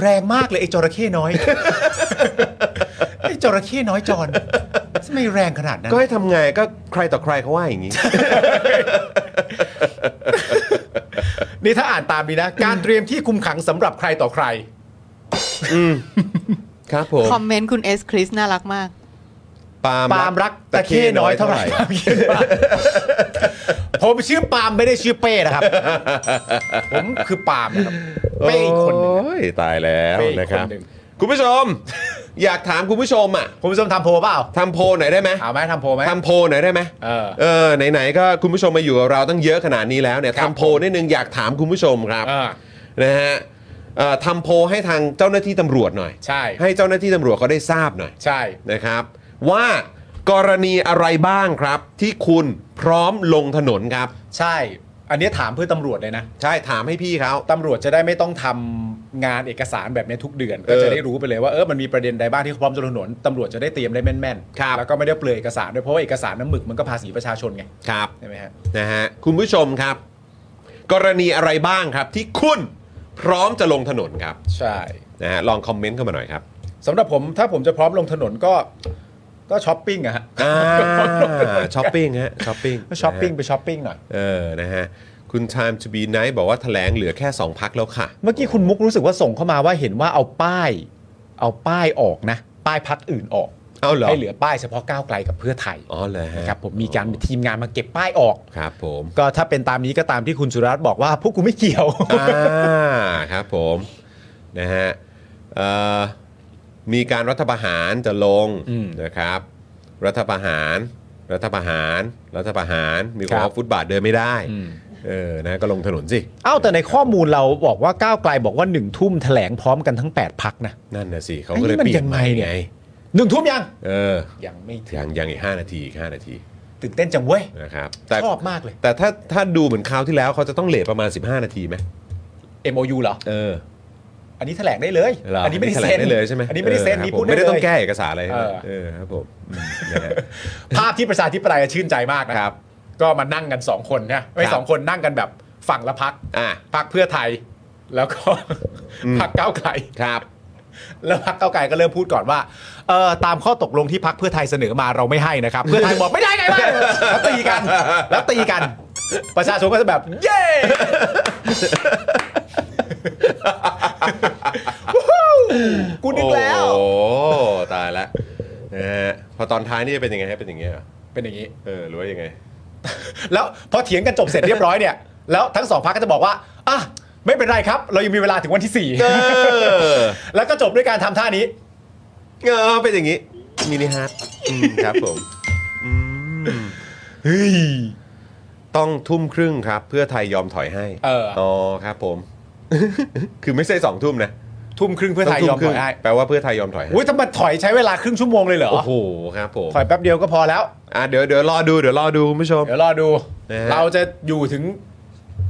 Speaker 2: แรงมากเลยไอ้จระเข้น้อย (laughs) ไอ้จระเข้น้อยจอนทำไมแรงขนาดนั้น
Speaker 1: ก็ให้ทำไงก็ใครต่อใครเขาว่าอย่างนี้
Speaker 2: นี่ถ้าอ่านตามดีนะ การเตรียมที่คุมขังสำหรับใครต่อใคร
Speaker 1: ครับผม
Speaker 3: คอมเมนต์คุณเอสคริสน่ารักมาก
Speaker 1: ปาล์ม
Speaker 2: ปาล์มรักตะเข้น้อยเท่าไหร่ (laughs) ผมชื่อปาล์มไม่ได้ชื่อเป้ (laughs) นะครับ ผมคือปาล์มนะครับเป้อีกคนหนึ่ง
Speaker 1: โอ้ยตายแล้ว
Speaker 2: เป้อีก
Speaker 1: นะครับ
Speaker 2: คนหนึ่ง
Speaker 1: คุณผู้ชม อยากถามคุณผู้ชมอ่ะ
Speaker 2: คุณผู้ชมทำโพลเปล่า
Speaker 1: ทำโพลหน่อยได้ไหม
Speaker 2: ถามไหมทำโพลไหม
Speaker 1: ทำโพลหน่อยได้ไหม
Speaker 2: เออ
Speaker 1: เออไหนๆก็คุณผู้ชมมาอยู่กับเราตั้งเยอะขนาดนี้แล้วเนี่ย
Speaker 2: ครับ
Speaker 1: ทำโพลนิดนึงอยากถามคุณผู้ชมครับ
Speaker 2: อ่า
Speaker 1: นะฮะเอ่อทำโพลให้ทางเจ้าหน้าที่ตำรวจหน่อย
Speaker 2: ใช่
Speaker 1: ให้เจ้าหน้าที่ตำรวจเขาได้ทราบหน่อย
Speaker 2: ใช่
Speaker 1: นะครับว่ากรณีอะไรบ้างครับ ที่คุณพร้อมลงถนนครับ
Speaker 2: ใช่ อันนี้ถามเพื่อตำรวจเลยนะ
Speaker 1: ใช่ถามให้พี่เขา
Speaker 2: ตำรวจจะได้ไม่ต้องทำงานเอกสารแบบนี้ทุกเดือน
Speaker 1: เอ
Speaker 2: ก็
Speaker 1: อ
Speaker 2: จะได้รู้ไปเลยว่าเออมันมีประเด็นใดบ้างที่พร้อมจะลงถนนตำรวจจะได้เตรียมได้แม่น
Speaker 1: ครับ
Speaker 2: แล้วก็ไม่ได้เปลือยเอกสารด้วยเพราะว่าเอกสารน้ำหมึกมันก็ภาษีประชาชนไง
Speaker 1: ครับ
Speaker 2: ใช่ไหมฮะ
Speaker 1: นะฮะคุณผู้ชมครับ กรณีอะไรบ้างครับ ที่คุณพร้อมจะลงถนนครับ
Speaker 2: ใช่
Speaker 1: นะฮะลองคอมเมนต์เข้ามาหน่อยครับ
Speaker 2: สำหรับผมถ้าผมจะพร้อมลงถนนก็ก็ช้อปปิ้งอะฮะ
Speaker 1: (laughs) อ่าช้อปปิ้งฮะช้อปปิ้ง
Speaker 2: ก็ช้อปปิ้งไปช้อปปิ้งหน่อย
Speaker 1: เออนะฮะคุณ Time to be nice บอกว่าแถลงเหลือแค่ 2 พักแล้วค่ะ
Speaker 2: เมื่อกี้คุณมุกรู้สึกว่าส่งเข้ามาว่าเห็นว่าเอาป้าย เอาป้ายออกนะ ป้ายพักอื่นออก
Speaker 1: เอาเหรอ
Speaker 2: ให้เหลือป้ายเฉพาะก้าวไกลกับเพื่อไทย
Speaker 1: อ๋อเหรอฮะ
Speaker 2: นะครับผมมีการทีมงานมาเก็บป้ายออก
Speaker 1: ครับผม
Speaker 2: ก็ถ้าเป็นตามนี้ก็ตามที่คุณสุรัตน์บอกว่าพวกกูไม่เกี่ยว
Speaker 1: อ่าครับผมนะฮะเอ่อมีการรัฐประหารจะลง
Speaker 2: อืม
Speaker 1: นะครับ รัฐประหาร รัฐประหาร รัฐประหารมีคน
Speaker 2: ครับ
Speaker 1: ว่าฟุตบาทเดินไม่ได้
Speaker 2: อืม
Speaker 1: เออนะก็ลงถนนสิ
Speaker 2: เอ้าแต่ในข้อมูลเราบอกว่าก้าวไกลบอกว่าหนึ่งทุ่มแถลงพร้อมกันทั้ง 8 พักนะ
Speaker 1: นั่นนะสิเขา
Speaker 2: ไอ้
Speaker 1: ก็
Speaker 2: นี่
Speaker 1: เลย
Speaker 2: มัน
Speaker 1: เปลี่ยน
Speaker 2: ยังไง
Speaker 1: ใหม่
Speaker 2: เนี่ย
Speaker 1: ไง
Speaker 2: หนึ่งทุ่มยัง
Speaker 1: เออ
Speaker 2: ยังไม่ถึง
Speaker 1: ยังยังอีก 5 นาทีอีก5นาที
Speaker 2: ตื่นเต้นจังเว้ย
Speaker 1: นะครับแต่
Speaker 2: ชอบมากเลย
Speaker 1: แต่ถ้าถ้าดูเหมือนคราวที่แล้วเขาจะต้องเลทประมาณ 15 นาทีไหม
Speaker 2: MOU เหรอ
Speaker 1: เออ
Speaker 2: อันนี้แถลงได้เลย
Speaker 1: เหร
Speaker 2: นนี้ไม่ได้
Speaker 1: แถล
Speaker 2: เซ็
Speaker 1: ง
Speaker 2: น
Speaker 1: ได้เลยใช่ไหม
Speaker 2: อันนี้ไม่ได้เซ็น
Speaker 1: ออ
Speaker 2: นี่
Speaker 1: ครับ
Speaker 2: พูด
Speaker 1: ผม
Speaker 2: ได้
Speaker 1: ไม่ได้
Speaker 2: เล
Speaker 1: ต้อง
Speaker 2: ย
Speaker 1: แก้เอกสารอะไรใช่ไหม
Speaker 2: เออ
Speaker 1: เออครับผมอืมนะฮะ
Speaker 2: ภาพที่ประชาธิปไตยชื่นใจมากนะครับ ก็มานั่งกัน 2 คนนะ
Speaker 1: ค
Speaker 2: ไม่
Speaker 1: รับ
Speaker 2: สองคนนั่งกันแบบฝั่งละพัก
Speaker 1: อ่ะ
Speaker 2: พักเพื่อไทย แล้วก็
Speaker 1: อืม
Speaker 2: พักก้าวไกล
Speaker 1: ครับ
Speaker 2: แล้วพักเก้าวไกลก็เริ่มพูดก่อนว่าเออตามข้อตกลงที่พักเพื่อไทยเสนอมาเราไม่ให้
Speaker 1: (laughs)
Speaker 2: นะครับ เพื่อไทยบอกไม่ได้ไงวะแล้วตีกัน แล้วตีกัน ประชาชนก็จะแบบ เย้ (laughs) วู้ฮู้กูนึกแล้ว
Speaker 1: โอ้ตายละนะฮะพอตอนท้ายนี่จะเป็นยังไงฮะเป็นอย่างเงี้ยเหรอ
Speaker 2: เป็นอย่างนี้
Speaker 1: เออหรือว่ายังไง
Speaker 2: แล้วพอเถียงกันจบเสร็จเรียบร้อยเนี่ย แล้วทั้งสองพักก็จะบอกว่าอ่ะไม่เป็นไรครับ เรายังมีเวลาถึงวันที่
Speaker 1: (laughs) เออ
Speaker 2: 4 แล้วก็จบด้วยการทำท่านี้
Speaker 1: เออเป็นอย่างงี้มินิฮาร์ดอืมครับผม
Speaker 2: เฮ้ย
Speaker 1: ต้องทุ่มครึ่งครับ เพื่อไทยยอมถอยให้
Speaker 2: เออ
Speaker 1: อครับผม (laughs) คือไม่ใช่สองทุ่มนะ
Speaker 2: ทุ่มครึ่งเพื่อไทยยอมถอยให้
Speaker 1: แปลว่าเพื่อไทยยอมถอยให้
Speaker 2: อุ้ยถ้ามาถอยใช้เวลาครึ่งชั่วโมงเลยเหรอ
Speaker 1: โอ้โหครับผม
Speaker 2: ถอยแป๊บเดียวก็พอแล้ว
Speaker 1: อ่ะเดี๋ยวเดี๋ยวรอดูเดี๋ยวรอดูคุณผู้ชม
Speaker 2: เดี๋ยวรอดู
Speaker 1: นะฮะ
Speaker 2: เราจะอยู่ถึง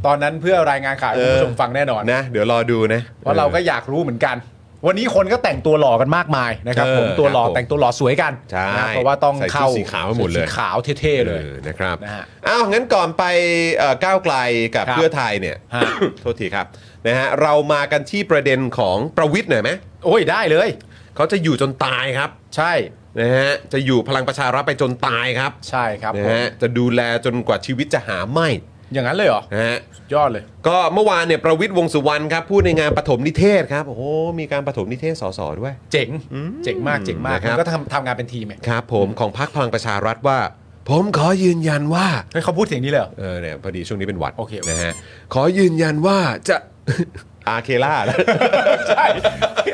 Speaker 2: ตอนนั้นเพื่อรายงานข่าวให้
Speaker 1: เออ
Speaker 2: คุณผู้ชมฟังแน่นอน
Speaker 1: นะเดี๋ยวรอดูนะ
Speaker 2: เพราะเราก็อยากรู้เหมือนกัน วันนี้คนก็แต่งตัวหล่อกันมากมายนะครับ
Speaker 1: เออ
Speaker 2: ผมตัวหล่อ
Speaker 1: ครับผม
Speaker 2: แต่งตัวหล่อสวยกัน
Speaker 1: ใช่
Speaker 2: นะเพราะว่าต้อง
Speaker 1: ใส่ชุด
Speaker 2: เข้า
Speaker 1: สีขาวมาหมดเลย
Speaker 2: สีขาวเท่ๆเลย
Speaker 1: ออนะครับ
Speaker 2: นะฮะ
Speaker 1: อ้าวงั้นก่อนไปเอ่อก้าวไกลกับ
Speaker 2: ครับ
Speaker 1: เพื่อไทยเนี่ย
Speaker 2: ฮะ
Speaker 1: โทษทีครับนะฮะเรามากันที่ประเด็นของประวิทย์หน่อยไหม
Speaker 2: โอ้ยได้เลย
Speaker 1: เขาจะอยู่จนตายครับ
Speaker 2: ใช่
Speaker 1: นะฮะจะอยู่พลังประชารัฐไปจนตายครับ
Speaker 2: ใช่ครับ
Speaker 1: นะ
Speaker 2: ผม
Speaker 1: ฮะจะดูแลจนกว่าชีวิตจะหาไม่
Speaker 2: อย่างนั้นเลยเหรอ
Speaker 1: นะฮะ
Speaker 2: สุดยอดเลย
Speaker 1: ก็เมื่อวานเนี่ยประวิทย์วงษ์สุวรรณครับพูดในงานปฐมนิเทศครับ โอ้โหมีการปฐมนิเทศสสด้วย
Speaker 2: เจ๋งเจ๋งมากเจ๋งมาก
Speaker 1: นะครับ
Speaker 2: มันก็ทำทำงานเป็นทีมไง
Speaker 1: ครับ ผมของพรรคพลังประชารัฐว่า ผมขอยืนยันว่า
Speaker 2: เฮ้ยเขาพูดเสียงนี้เลยเหรอ
Speaker 1: เออเนี่ยพอดีช่วงนี้เป็นหวัด
Speaker 2: โอเคโอเค
Speaker 1: นะฮะขอยืนยันว่าจะ (laughs) อาเคล่า (laughs) แล้ว
Speaker 2: ใช่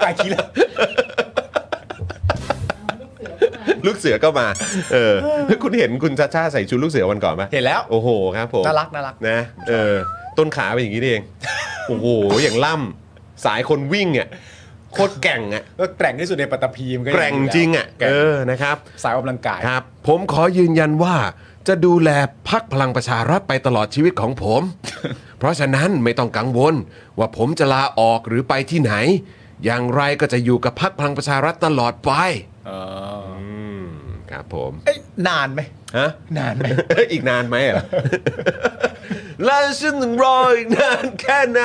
Speaker 2: ไอคิดแล้ว
Speaker 1: ลูกเสือก็มา เออ คุณเห็นคุณชาชาใส่ชุดลูกเสือวันก่อนไหม
Speaker 2: เห็นแล้ว
Speaker 1: โอ้โหครับผม
Speaker 2: น่ารักน่ารัก
Speaker 1: นะเออต้นขาเป็นอย่างนี้นี่ (laughs) เอง โอ้โหอย่างล่ำสายคนวิ่งอ่ะโคตรแกร่งอ่ะ
Speaker 2: ก็แกร่งที่สุดในปัตตภีมนก็ยั
Speaker 1: แกร่งจริงอ่ะ
Speaker 2: แกร่
Speaker 1: เอง อนะครับ
Speaker 2: สายออกกำลังกาย
Speaker 1: ครับผมขอยืนยันว่าจะดูแลพักพลังประชารัฐไปตลอดชีวิตของ
Speaker 2: (laughs)
Speaker 1: ผม เพราะฉะนั้นไม่ต้องกังวล ว่าผมจะลาออกหรือไปที่ไหน อย่างไรก็จะอยู่กับพักพลังประชารัฐตลอดไป
Speaker 2: เออ
Speaker 1: อืมครับผม
Speaker 2: เอ้ยนานไหม
Speaker 1: ฮะ
Speaker 2: นานไหม
Speaker 1: อีกนานไหม
Speaker 2: (laughs)
Speaker 1: อ่ะ แล้วฉันรออีกนานแค่ไหน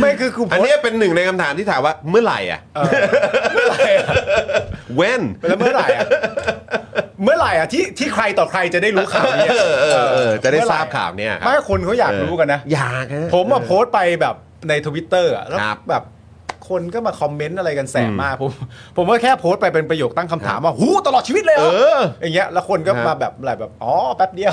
Speaker 2: ไม่คือกู
Speaker 1: อันเนี้ยเป็นหนึ่งในคำถามที่ถามว่าเมื่อไหร่อ่ะ
Speaker 2: เมื่อไหร่อะ
Speaker 1: (laughs) when
Speaker 2: แล้วเมื่อไหร่อะเมื่อไหร่อะที่ที่ใครต่อใครจะได้รู้ข่าวนี้อะ
Speaker 1: เออเออเออจะได้
Speaker 2: มื่อห
Speaker 1: ท
Speaker 2: อะ
Speaker 1: ราบข่าวเนี่ยครับ
Speaker 2: ไม่คนเขาอยากรู้กันนะ
Speaker 1: อยากฮะ
Speaker 2: ผมมาโพสต์ไปแบบในทวิตเตอร์อะแล้ว
Speaker 1: ครับ
Speaker 2: แบบคนก็มาคอมเมนต์อะไรกันแสบมากผมผมก็แค่โพสต์ไปเป็นประโยคตั้งคำถามว่าหูตลอดชีวิตเลยเหร
Speaker 1: เอ
Speaker 2: อ
Speaker 1: อ
Speaker 2: อย่างเงี้ยแล้วคนก็
Speaker 1: ครับ
Speaker 2: มาแบบอะไรแบบอ๋อแป๊บเดียว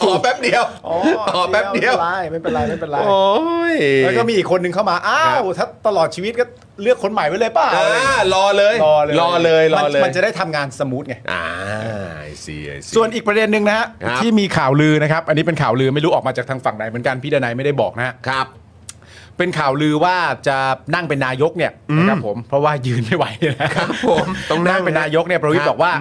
Speaker 1: ขอแป๊บเดียว
Speaker 2: อ๋อ
Speaker 1: ขอแป๊บเดียว
Speaker 2: ไม่เป็นไรไม่เป็นไรไม่เป็นไร
Speaker 1: โอ้ย
Speaker 2: แล้วก็มีอีกคนหนึ่งเข้ามาอ้า
Speaker 1: ครั
Speaker 2: ว
Speaker 1: บ
Speaker 2: ถ้าตลอดชีวิตก็เลือกคนใหม่ไว้เลยเปล่า
Speaker 1: อ่า
Speaker 2: อะไรอย่างเงี้ย
Speaker 1: รอเลย
Speaker 2: รอเลย
Speaker 1: รอเลยรอเลย
Speaker 2: มันมันจะได้ทำงานสมูทไง
Speaker 1: อ่าไอซีไอซี
Speaker 2: ส่วนอีกประเด็นหนึ่งนะฮะ
Speaker 1: ครับ
Speaker 2: ที่มีข่าวลือนะครับ อันนี้เป็นข่าวลือไม่รู้ออกมาจากทางฝั่งไหนเหมือนกันพี่ดนายไม่ได้บอกนะฮะ
Speaker 1: ครับ
Speaker 2: เป็นข่าวลือว่าจะนั่งเป็นนายกเนี่ยนะครับผมเพราะว่ายืนไม่ไหวนะครับ
Speaker 1: ผม (laughs) ต้องนั่ง
Speaker 2: เป็นนายกเนี่ยประวิต
Speaker 1: ครั
Speaker 2: ร
Speaker 1: บ
Speaker 2: บอกว่า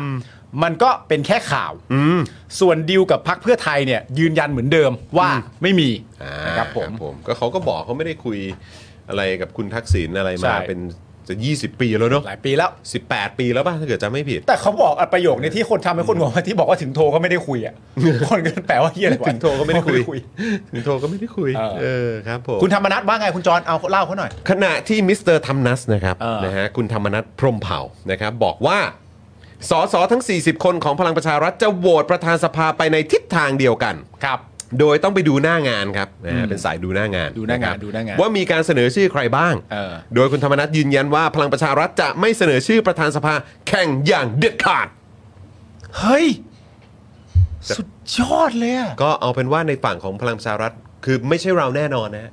Speaker 2: มันก็เป็นแค่ข่าว
Speaker 1: อืม
Speaker 2: ส่วนดีลกับพักเพื่อไทยเนี่ยยืนยันเหมือนเดิมว่าไม่มี
Speaker 1: อ่า
Speaker 2: นะครับผม
Speaker 1: ก็เขาก็บอกเขาไม่ได้คุยอะไรกับคุณทักษิณอะไรมา
Speaker 2: ใช่
Speaker 1: เป็นจะ 20 ปีแล้วเนอะ
Speaker 2: หลายปีแล้ว
Speaker 1: 18 ปีแล้วป่ะ ถ้าเกิดจะไม่ผิด
Speaker 2: แต่เขาบอกอะประโยคนี้ที่คนทำให้คนงงว่าที่บอกว่าถึงโทรก็ไม่ได้คุยอ่ะ คนก็แปลว่าเฮียอะไรวะ
Speaker 1: ถึงโทรก็ไม่ได้คุย ถึงโทรก็ไม่ได้คุย
Speaker 2: เออ
Speaker 1: เออครับผม
Speaker 2: คุณธรรมนัทว่าไงคุณจรเอาเล่าเขาหน่อย
Speaker 1: ขณะที่มิสเตอร์ธรรมนัสนะครับ
Speaker 2: เออ
Speaker 1: นะฮะคุณธรรมนัสพรหมเผ่านะครับ บอกว่าสสทั้ง 40 คนของพลังประชารัฐจะโหวตประธานสภาไปในทิศทางเดียวกัน
Speaker 2: ครับ
Speaker 1: โดยต้องไปดูหน้างานครับนะฮะ
Speaker 2: อืม
Speaker 1: เป็นสายดูหน้างาน
Speaker 2: ดูหน้างานะครับ ดูหน้างาน
Speaker 1: ว่ามีการเสนอชื่อใครบ้าง
Speaker 2: เออ
Speaker 1: โดยคุณธรรมนัสยืนยันว่าพลังประชารัฐจะไม่เสนอชื่อประธานสภาแข่งอย่างเด็ดขาด
Speaker 2: เฮ้ย สุดยอดเลยอะ
Speaker 1: ก็เอาเป็นว่าในฝั่งของพลังประชารัฐคือไม่ใช่เราแน่นอนนะฮะ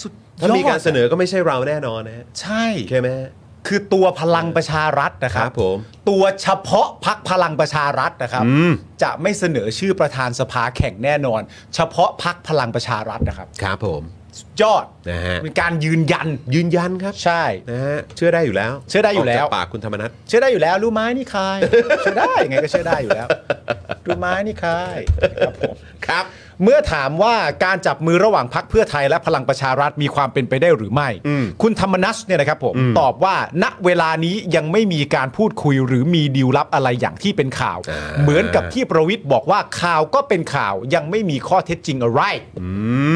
Speaker 2: สุดยอด
Speaker 1: ถ้ามีการเสนอก็ไม่ใช่เราแน่นอนนะฮะ
Speaker 2: ใช่
Speaker 1: โอเคไหมฮะ
Speaker 2: คือตัวพลังประชารัฐนะครั
Speaker 1: ครับผม
Speaker 2: ตัวเฉพาะพักพลังประชารัฐนะครับ
Speaker 1: อืม
Speaker 2: จะไม่เสนอชื่อประธานสภาแข่งแน่นอน เฉพาะพักพลังประชารัฐนะครับ
Speaker 1: ครับผม
Speaker 2: สุดยอด
Speaker 1: นะฮะ
Speaker 2: เป็นการยืนยัน
Speaker 1: ยืนยันครับ
Speaker 2: ใช่
Speaker 1: นะฮะเชื่อได้อยู่แล้ว
Speaker 2: เชื่อได้อยู่แล้ว
Speaker 1: กจากปากคุณธรรมนัท
Speaker 2: เชื่อได้อยู่แล้วรู้ไหมนี่ใครเชื่อได้ยังไงก็เชื่อได้อยู่แล้วรู้ไหมนี่ใครครับผม
Speaker 1: ครับ
Speaker 2: เมื่อถามว่าการจับมือระหว่างพักเพื่อไทยและพลังประชารัฐมีความเป็นไปได้หรือไม่
Speaker 1: อืม
Speaker 2: คุณธรรมนัสเนี่ยนะครับผม
Speaker 1: อืม
Speaker 2: ตอบว่าณเวลานี้ยังไม่มีการพูดคุยหรือมีดีลลับอะไรอย่างที่เป็นข่าว
Speaker 1: อ่า
Speaker 2: เหมือนกับที่ประวิทย์บอกว่าข่าวก็เป็นข่าวยังไม่มีข้อเท็จจริงอะไร
Speaker 1: อื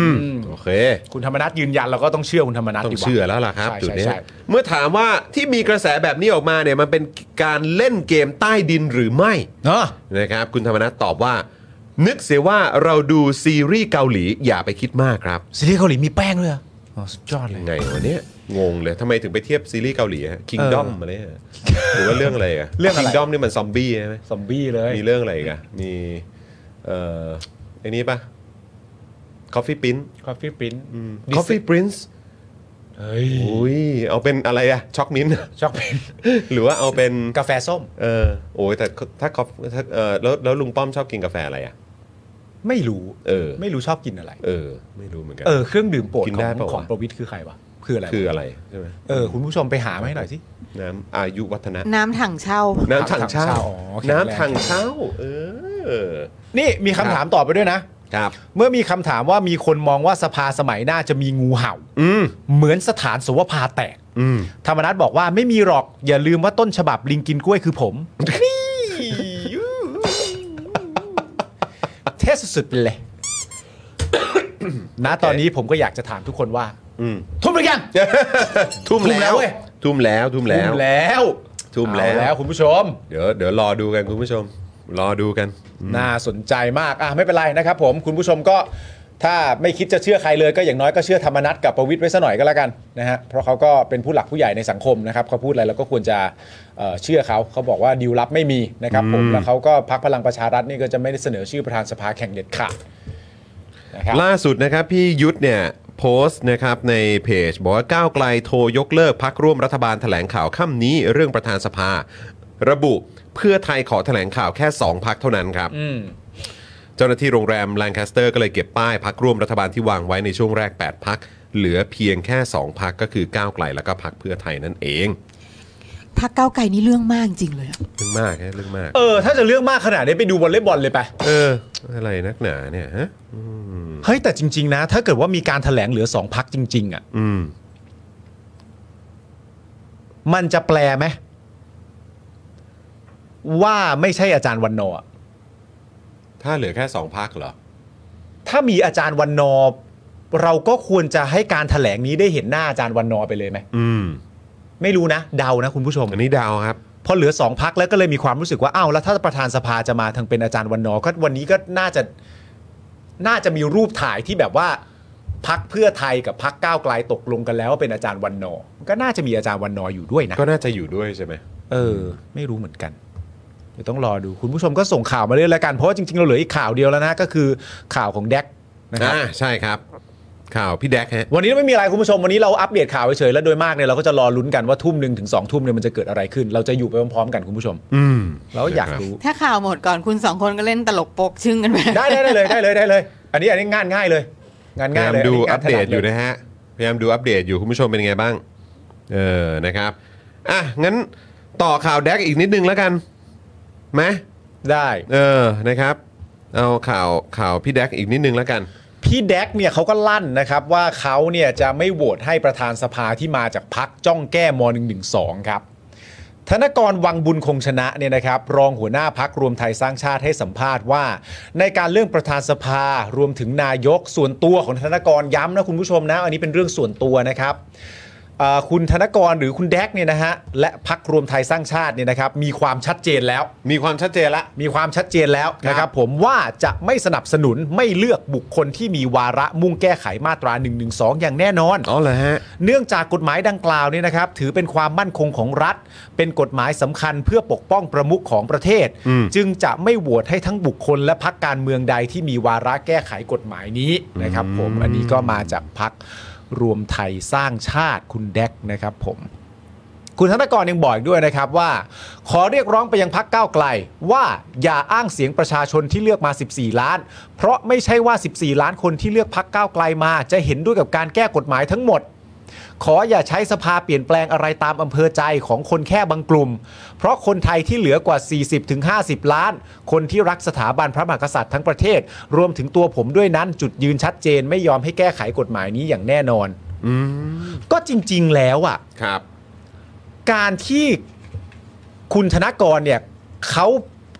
Speaker 1: มโอเค
Speaker 2: คุณธรรมนัสยืนยันเราก็ต้องเชื่อคุณธรรมนัส
Speaker 1: ต้อง
Speaker 2: ดีกว่า
Speaker 1: เชื่อแล้วล่ะครับ
Speaker 2: ใช่
Speaker 1: จุดเนี้ย
Speaker 2: ใช่ใช่
Speaker 1: เมื่อถามว่าที่มีกระแสแบบนี้ออกมาเนี่ยมันเป็นการเล่นเกมใต้ดินหรือไม่
Speaker 2: เนอะ
Speaker 1: นะครับคุณธรรมนัสตอบว่า นึกเสียว่าเราดูซีรีส์เกาหลีอย่าไปคิดมากครับ
Speaker 2: ซีรีส์เกาหลีมีแป้งด้วยเหรออ๋อสุดยอดเลย
Speaker 1: ไงวะเนี่ยงงเลยทำไมถึงไปเทียบซีรีส์เกาหลีฮะคิงดอม
Speaker 2: เอออ
Speaker 1: มาเนี่ยหรือว่าเรื่องอะไรอะ
Speaker 2: (laughs) เรื่องอะไร
Speaker 1: คิงดอมนี่มันซอมบี้ใช่ไหม
Speaker 2: ซอมบี้เลย
Speaker 1: มีเรื่องอะไรอีกอะมีเอ่อไอ้นี้ปะ Coffee Prince
Speaker 2: Coffee Print
Speaker 1: Coffee Prince
Speaker 2: เฮ้ย
Speaker 1: อุ้ยเอาเป็นอะไรอะช็อกมิ้นท์
Speaker 2: ชอบเป็น
Speaker 1: (laughs) หรือว่าเอาเป็น
Speaker 2: กาแฟส้ม
Speaker 1: เออโอ้ยแต่ถ้าคอฟถ้าเออแล้วแล้วลุงป้อมชอบกินกาแฟอะไรอ่ะ
Speaker 2: ไม่รู้
Speaker 1: เออ
Speaker 2: ไม่รู้ชอบกินอะไร
Speaker 1: เออ ไม่รู้เหมือนกัน
Speaker 2: เออเครื่องดื่มโปรด
Speaker 1: กิน
Speaker 2: ข
Speaker 1: ได้
Speaker 2: อง
Speaker 1: เปล่าวะ
Speaker 2: ของประวิทย์คือใครวะคืออะไรวะ
Speaker 1: คืออะไรใช่ไหม
Speaker 2: เออคุณผู้ชมไปหามาให้หน่อยสิ
Speaker 1: น้ำอายุวัฒนะ
Speaker 3: น้ำถังเช่า
Speaker 1: น้ำถังเช่า
Speaker 2: ถังเช่าอ๋อแข็งแรง
Speaker 1: น้ำถังเช่าเออ
Speaker 2: นี่มีคำถามต่อไปด้วยนะ
Speaker 1: ครับ
Speaker 2: เมื่อมีคำถามว่ามีคนมองว่าสภาสมัยหน้าจะมีงูเห่า
Speaker 1: อืม
Speaker 2: เหมือนสถานสุวภาแตก
Speaker 1: อืม
Speaker 2: ธรรมนัฐบอกว่าไม่มีหรอกอย่าลืมว่าต้นฉบับลิงกินกล้วยคือผม นี่เท่สุดๆไปเลย นะตอนนี้ผมก็อยากจะถามทุกคนว่า
Speaker 1: อืม
Speaker 2: ทุ่มหรือยัง
Speaker 1: ทุ่ม
Speaker 2: ทุ่มแล้
Speaker 1: แล้ว ว
Speaker 2: เว้ย
Speaker 1: ทุ่มแล้วทุ่มแล้ว
Speaker 2: ทุ่มแล้ว
Speaker 1: ทุ่มแล้ว
Speaker 2: เอาแล้วคุณผู้ชม
Speaker 1: เดี๋ยวเดี๋ยวรอดูกันคุณผู้ชม รอดูกัน
Speaker 2: น่าสนใจมากอ่ะไม่เป็นไรนะครับผมคุณผู้ชมก็ถ้าไม่คิดจะเชื่อใครเลยก็อย่างน้อยก็เชื่อธรรมนัตกับประวิทย์ไว้ซะหน่อยก็แล้วกันนะฮะเพราะเขาก็เป็นผู้หลักผู้ใหญ่ในสังคมนะครับเขาพูดอะไรเราก็ควรจะเอ่อเชื่อเขาเขาบอกว่าดีลลับไม่มีนะครับผมแล้วเขาก็พักพลังประชารัฐนี่ก็จะไม่ได้เสนอชื่อประธานสภาแข่งเด็ดขาดนะครับ
Speaker 1: ล่าสุดนะครับพี่ยุทธเนี่ยโพสต์นะครับในเพจ บอกว่าก้าวไกลโทรยกเลิกพักร่วมรัฐบาลแถลงข่าวค่ำนี้เรื่องประธานสภา ระบุเพื่อไทยขอแถลงข่าวแค่ 2 พักเท่านั้นครับ เจ้าหน้าที่โรงแรมแลนคาสเตอร์ก็เลยเก็บป้ายพักร่วมรัฐบาลที่วางไว้ในช่วงแรก 8 พัก เหลือเพียงแค่ 2 พักก็คือก้าวไกลแล้วก็พักเพื่อไทยนั่นเอง
Speaker 3: พักเก้าวไกลนี่เรื่องมากจริงเลยอะ
Speaker 1: เรื่องมากนะเรื่องมาก
Speaker 2: เออถ้าจะเรื่องมากขนาดนี้ไปดูวอลเลย์บอลเลยไป
Speaker 1: เออ อะไรนักหนาเนี่ยฮะ
Speaker 2: เฮ้ยแต่จริง ๆ นะ ถ้าเกิดว่ามีการแถลงเหลือสองพักจริง ๆอ่ะ
Speaker 1: อืม
Speaker 2: มันจะแปลไหมว่าไม่ใช่อาจารย์วันนอร์อะ
Speaker 1: ถ้าเหลือแค่ 2 พักเหรอ
Speaker 2: ถ้ามีอาจารย์วันนอร์เราก็ควรจะให้การแถลงนี้ได้เห็นหน้าอาจารย์วันนอร์ไปเลยไหม
Speaker 1: อืม
Speaker 2: ไม่รู้นะ เดานะคุณผู้ชม
Speaker 1: อันนี้เดาวครับ
Speaker 2: พอเหลือสองพักแล้วก็เลยมีความรู้สึกว่าอ้าวแล้วถ้าประธานสภาจะมาทางเป็นอาจารย์วันนอร์ก็วันนี้ก็น่าจะน่าจะมีรูปถ่ายที่แบบว่าพักเพื่อไทยกับพักก้าวไกลตกลงกันแล้วว่าเป็นอาจารย์วันนอร์ก็น่าจะมีอาจารย์วันนอร์อยู่ด้วยนะ
Speaker 1: ก็น่าจะอยู่ด้วยใช่ไหม
Speaker 2: เออ ไม่รู้เหมือนกัน เดี๋ยวต้องรอดูคุณผู้ชมก็ส่งข่าวมาเรื่อยๆแล้วกันเพราะว่าจริงๆเราเหลืออีกข่าวเดียวแล้วนะก็คือข่าวของแดกนะครับ
Speaker 1: อ่าใช่ครับ ข่าวพี่แดกฮะ
Speaker 2: วันนี้ไม่มีอะไรคุณผู้ชมวันนี้เราอัปเดตข่าวเฉยๆแล้วโดยมากเนี่ยเราก็จะรอลุ้นกันว่าทุ่มหนึ่งถึงสองทุ่มเนี่ยมันจะเกิดอะไรขึ้น เราจะอยู่ไปพร้อมๆกันคุณผู้ชม
Speaker 1: อืม
Speaker 2: เราอยากรู้
Speaker 3: ถ้าข่าวหมดก่อนคุณสองคนก็เล่นตลกโปกชึ่งกันไป
Speaker 2: ได้ได้ได้เลยได้เลยได้เลย อันนี้อันนี้งานง่ายเลย งาน
Speaker 1: พยา
Speaker 2: ง่า
Speaker 1: ยา
Speaker 2: ย
Speaker 1: ม
Speaker 2: เลย
Speaker 1: ดู
Speaker 2: นนี้งา
Speaker 1: อั
Speaker 2: น
Speaker 1: ป
Speaker 2: ถ
Speaker 1: เด
Speaker 2: นั
Speaker 1: ตอยู่
Speaker 2: ล
Speaker 1: นะฮะพยายามดูอัปเดตอยู่คุณผู้ชมเป็นไงบ้าง เออนะครับ อ่ะ งั้นต่อข่าวแดกอีกนิดนึงแล้วกันไหม
Speaker 2: ได้
Speaker 1: เออนะครับ เอาข่าวข่าวพี่แดกอีกนิดนึงแล้วกัน
Speaker 2: พี่แดกเนี่ยเขาก็ลั่นนะครับว่าเขาเนี่ยจะไม่โหวตให้ประธานสภาที่มาจากพักจ้องแก้ม .112 ครับ ธนกรวังบุญคงชนะเนี่ยนะครับ รองหัวหน้าพักรวมไทยสร้างชาติให้สัมภาษณ์ว่า ในการเรื่องประธานสภารวมถึงนายกส่วนตัวของธนกรย้ำนะคุณผู้ชมนะ อันนี้เป็นเรื่องส่วนตัวนะครับเอ่อคุณธนกรหรือคุณแดกเนี่ยนะฮะและพักรวมไทยสร้างชาติเนี่ยนะครับ มีความชัดเจนแล้ว
Speaker 1: มีความชัดเจนละ
Speaker 2: มีความชัดเจนแล้ว
Speaker 1: ครับ
Speaker 2: นะครับ ผมว่าจะไม่สนับสนุนไม่เลือกบุคคลที่มีวาระมุ่งแก้ไขมาตรา1นึอย่างแน่นอน
Speaker 1: อ๋อเหรอฮะ
Speaker 2: เนื่องจากกฎหมายดังกล่าวเนี่ยนะครับ ถือเป็นความมั่นคงของรัฐ เป็นกฎหมายสำคัญเพื่อปกป้องประมุขของประเทศ
Speaker 1: อืม
Speaker 2: จึงจะไม่โหวตให้ทั้งบุคคลและพักการเมืองใดที่มีวาระแก้ไขกฎหมายนี้นะครับ ผมอันนี้ก็มาจากพักรวมไทยสร้างชาติคุณแดกนะครับ ผม คุณธนกรยังบอกอีกด้วยนะครับว่า ขอเรียกร้องไปยังพักก้าวไกล ว่าอย่าอ้างเสียงประชาชนที่เลือกมา 14 ล้าน เพราะไม่ใช่ว่า 14 ล้านคนที่เลือกพักก้าวไกลมา จะเห็นด้วยกับการแก้กฎหมายทั้งหมด ขออย่าใช้สภาเปลี่ยนแปลงอะไรตามอำเภอใจของคนแค่บางกลุ่ม เพราะคนไทยที่เหลือกว่า 40-50 ล้าน คนที่รักสถาบันพระมหากษัตริย์ทั้งประเทศ รวมถึงตัวผมด้วยนั้น จุดยืนชัดเจนไม่ยอมให้แก้ไขกฎหมายนี้อย่างแน่นอน
Speaker 1: อืม
Speaker 2: ก็จริง ๆ แล้วอ่ะ
Speaker 1: ครับ
Speaker 2: การที่คุณธนกรเนี่ยเขา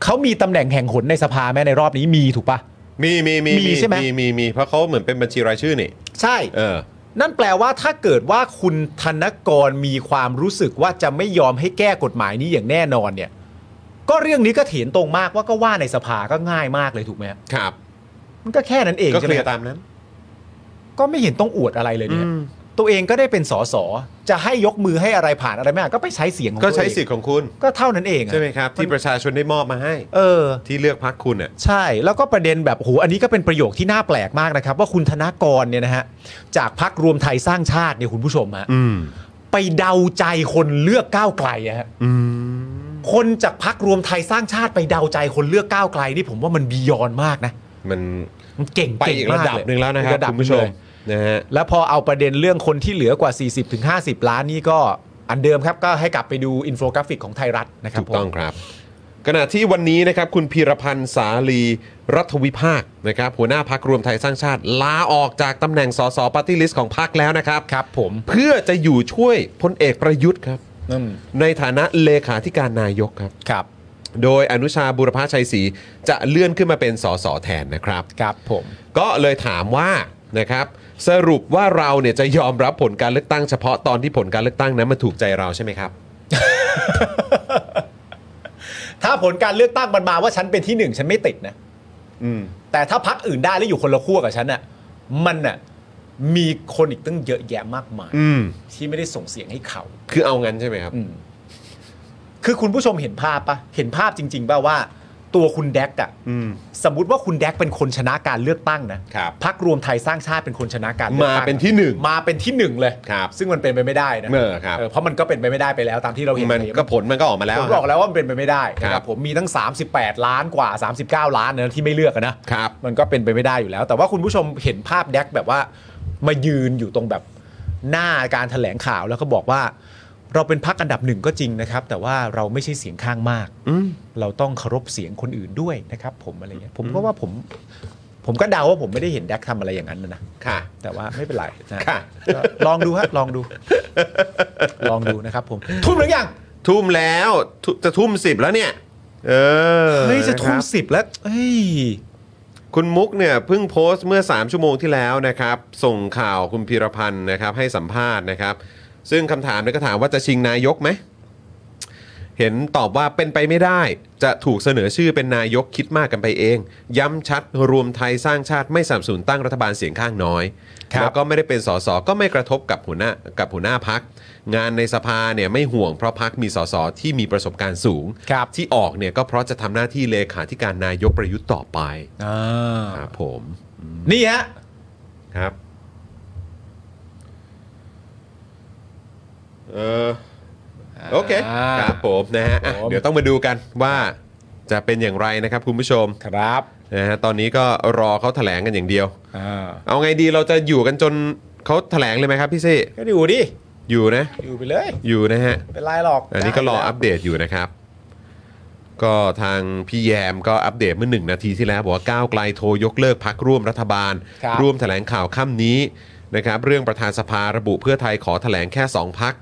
Speaker 2: เขามีตำแหน่งแห่งหนในสภาแม้ในรอบนี้มีถูกปะ
Speaker 1: มีมีมี
Speaker 2: มีใช่ไหม
Speaker 1: มีมีมีเพราะเขาเหมือนเป็นบัญชีรายชื่อนี่
Speaker 2: ใช่
Speaker 1: เออ
Speaker 2: นั่นแปลว่าถ้าเกิดว่าคุณธนกรมีความรู้สึกว่าจะไม่ยอมให้แก้กฎหมายนี้อย่างแน่นอนเนี่ย ก็เรื่องนี้ก็เถียงตรงมากว่าก็ว่าในสภาก็ง่ายมากเลยถูกไหมฮะ
Speaker 1: ครับ
Speaker 2: มันก็แค่นั้นเอง
Speaker 1: ก็
Speaker 2: ใช่
Speaker 1: เค
Speaker 2: ไหม
Speaker 1: ลียร์ตามนั้น
Speaker 2: ก็ไม่เห็นต้องอวดอะไรเลยเนี่ยตัวเองก็ได้เป็นสสจะให้ยกมือให้อะไรผ่านอะไรไม่ผ่านก็ไปใช้เสียงของ
Speaker 1: ก็
Speaker 2: ตัวเอง
Speaker 1: ใช้สิทธิ์ของคุณ
Speaker 2: ก็เท่านั้นเองอะ
Speaker 1: ใช่ไหมครับ ที่ประชาชนได้มอบมาให้
Speaker 2: เออ
Speaker 1: ที่เลือกพักคุณอ่ะ
Speaker 2: ใช่แล้วก็ประเด็นแบบโหอันนี้ก็เป็นประโยคที่น่าแปลกมากนะครับ ว่าคุณธนากรเนี่ยนะฮะจากพักรวมไทยสร้างชาติเนี่ยคุณผู้ชมฮะ
Speaker 1: อืม
Speaker 2: ไปเดาใจคนเลือกก้าวไกลอะฮะ
Speaker 1: อืม
Speaker 2: คนจากพักรวมไทยสร้างชาติไปเดาใจคนเลือกก้าวไกลนี่ผมว่ามันบียอนมากนะ
Speaker 1: มัน
Speaker 2: มันเก่ง
Speaker 1: ไป
Speaker 2: เก่ง
Speaker 1: อีก
Speaker 2: มา
Speaker 1: ระ
Speaker 2: ก
Speaker 1: ดับ
Speaker 2: เย
Speaker 1: หนึ่งแล้วนะค
Speaker 2: อี
Speaker 1: รับ
Speaker 2: กระดับ
Speaker 1: คุณผู้ช
Speaker 2: ห
Speaker 1: ม
Speaker 2: นึ่งเลย
Speaker 1: นะฮะ
Speaker 2: แล้วพอเอาประเด็นเรื่องคนที่เหลือกว่า 40-50 ล้านนี่ก็อันเดิมครับก็ให้กลับไปดูอินโฟกราฟิกของไทยรัฐนะครับ
Speaker 1: ถูกต้อง
Speaker 2: ผม
Speaker 1: ครับ ขณะที่วันนี้นะครับคุณพีรพันธ์สาลีรัฐวิภาคนะครับหัวหน้าพักรวมไทยสร้างชาติ ลาออกจากตำแหน่งสสปาร์ตี้ลิสต์ของพักแล้วนะครับ
Speaker 2: ครับผม
Speaker 1: เพื่อจะอยู่ช่วยพลเอกประยุทธ์ครับ
Speaker 2: อืม
Speaker 1: ในฐานะเลขาธิการนายกครับ
Speaker 2: ครับ
Speaker 1: โดยอนุชาบุรพาชัยศรีจะเลื่อนขึ้นมาเป็นสสแทนนะครับ
Speaker 2: ครับผม
Speaker 1: ก็เลยถามว่านะครับสรุปว่าเราเนี่ยจะยอมรับผลการเลือกตั้งเฉพาะตอนที่ผลการเลือกตั้งนั้นมันถูกใจเราใช่ไหมครับ
Speaker 2: ถ้าผลการเลือกตั้งมันมาว่าฉันเป็นที่หนึ่งฉันไม่ติดนะ
Speaker 1: อืม
Speaker 2: แต่ถ้าพักอื่นได้แล้วอยู่คนละขั้วกับฉันน่ะมันน่ะมีคนอีกตั้งเยอะแยะมากมาย
Speaker 1: อืม
Speaker 2: ที่ไม่ได้ส่งเสียงให้เขา
Speaker 1: คือเอางั้นใช่ไหมครับ
Speaker 2: อืมคือคุณผู้ชมเห็นภาพปะเห็นภาพจริงๆป่าว่า ตัวคุณแดกอะ
Speaker 1: อืม
Speaker 2: สมมติว่าคุณแดกเป็นคนชนะการเลือกตั้งนะครับพักรวมไทยสร้างชาติเป็นคนชนะการลือกตั้
Speaker 1: มาเป็นที่หนึ่ง
Speaker 2: มาเป็นที่หนึ่งเลย
Speaker 1: ครับ
Speaker 2: ซึ่งมันเป็นไปไม่ได้นะ
Speaker 1: เออครับ
Speaker 2: เพราะมันก็เป็นไปไม่ได้ไปแล้วตามที่เราเห็น
Speaker 1: มัน
Speaker 2: ใ
Speaker 1: ก็ผลมันก็ออกมาแล้ว
Speaker 2: ผม
Speaker 1: ค
Speaker 2: บ
Speaker 1: รั
Speaker 2: อบ กแล้วว่ามันเป็นไปไม่ได้นะ
Speaker 1: ค
Speaker 2: ค
Speaker 1: รั
Speaker 2: รับบ ผมมีทั้ง 38 ล้านกว่า 39 ล้านนะที่ไม่เลือกอะนะครับ มันก็เป็นไปไม่ได้อยู่แล้ว แต่ว่าคุณผู้ชมเห็นภาพแดกแบบว่า มายืนอยู่ตรงแบบหน้าการแถลงข่าวแล้วก็บอกว่า เราเป็นพักอันดับหนึ่งก็จริงนะครับ แต่ว่าเราไม่ใช่เสียงข้างมาก เราต้องเคารพเสียงคนอื่นด้วยนะครับผมอะไรเงี้ยผมก็ว่าผม ผมก็เดาว่าผมไม่ได้เห็นแดกทำอะไรอย่างนั้นนะนะ
Speaker 1: ค่ะ
Speaker 2: แต่ว่าไม่เป็นไรนะ
Speaker 1: ค่ะ
Speaker 2: ก็ลองดูฮะลองดู ลองดูนะครับผมทุ่มหรือยัง
Speaker 1: ทุ่มแล้วทุจะทุ่มสิบแล้วเนี่ย เออ
Speaker 2: เฮ้ยจะทุ่
Speaker 1: น
Speaker 2: ม
Speaker 1: ครับ
Speaker 2: สิบแล้วเฮ้ย
Speaker 1: คุณมุกเนี่ยเพิ่งโพสต์เมื่อ 3 ชั่วโมงที่แล้วนะครับ ส่งข่าวคุณพีรพันธ์นะครับ ให้สัมภาษณ์นะครับ ซึ่งคำถามเนี่ยก็ถามว่าจะชิงนายกไหม เห็นตอบว่าเป็นไปไม่ได้ จะถูกเสนอชื่อเป็นนายกคิดมากกันไปเอง ย้ำชัดรวมไทยสร้างชาติไม่สนับสนุนตั้งรัฐบาลเสียงข้างน้อย
Speaker 2: ครับ
Speaker 1: แล้วก็ไม่ได้เป็นสสก็ไม่กระทบกับหัวหน้ากับหัวหน้าพัก งานในสภาเนี่ยไม่ห่วงเพราะพักมีสสที่มีประสบการณ์สูง
Speaker 2: ครับ
Speaker 1: ที่ออกเนี่ยก็เพราะจะทำหน้าที่เลขาธิการนายกประยุทธ์ต่อไปครับผม
Speaker 2: นี่ฮะ
Speaker 1: ครับ เออโอเค
Speaker 2: อ่า
Speaker 1: ครับผมนะฮะอ่ะ
Speaker 2: ครับผม
Speaker 1: เดี๋ยวต้องมาดูกันว่าจะเป็นอย่างไรนะครับคุณผู้ชม
Speaker 2: ครับ
Speaker 1: นะฮะตอนนี้ก็รอเขาแถลงกันอย่างเดียว
Speaker 2: อ่า
Speaker 1: เอาไงดีเราจะอยู่กันจนเขาแถลงเลยไหมครับพี่ซี่
Speaker 2: ก็อยู่ดิ
Speaker 1: อยู่นะ
Speaker 2: อยู่ไปเลย
Speaker 1: อยู่นะฮะ
Speaker 2: ไม่เป็นไรหรอก
Speaker 1: อันนี้ก็รอ
Speaker 2: ได้
Speaker 1: อัปเดตอยู่นะครับ ก็ทางพี่แยมก็อัปเดตเมื่อหนึ่งนาทีที่แล้ว บอกว่าก้าวไกลโทรยกเลิกพักร่วมรัฐบาล
Speaker 2: ครับ
Speaker 1: ร่วมแถลงข่าวค่ำนี้นะครับ เรื่องประธานสภาระบุเพื่อไทยขอแถลงแค่ 2 พัก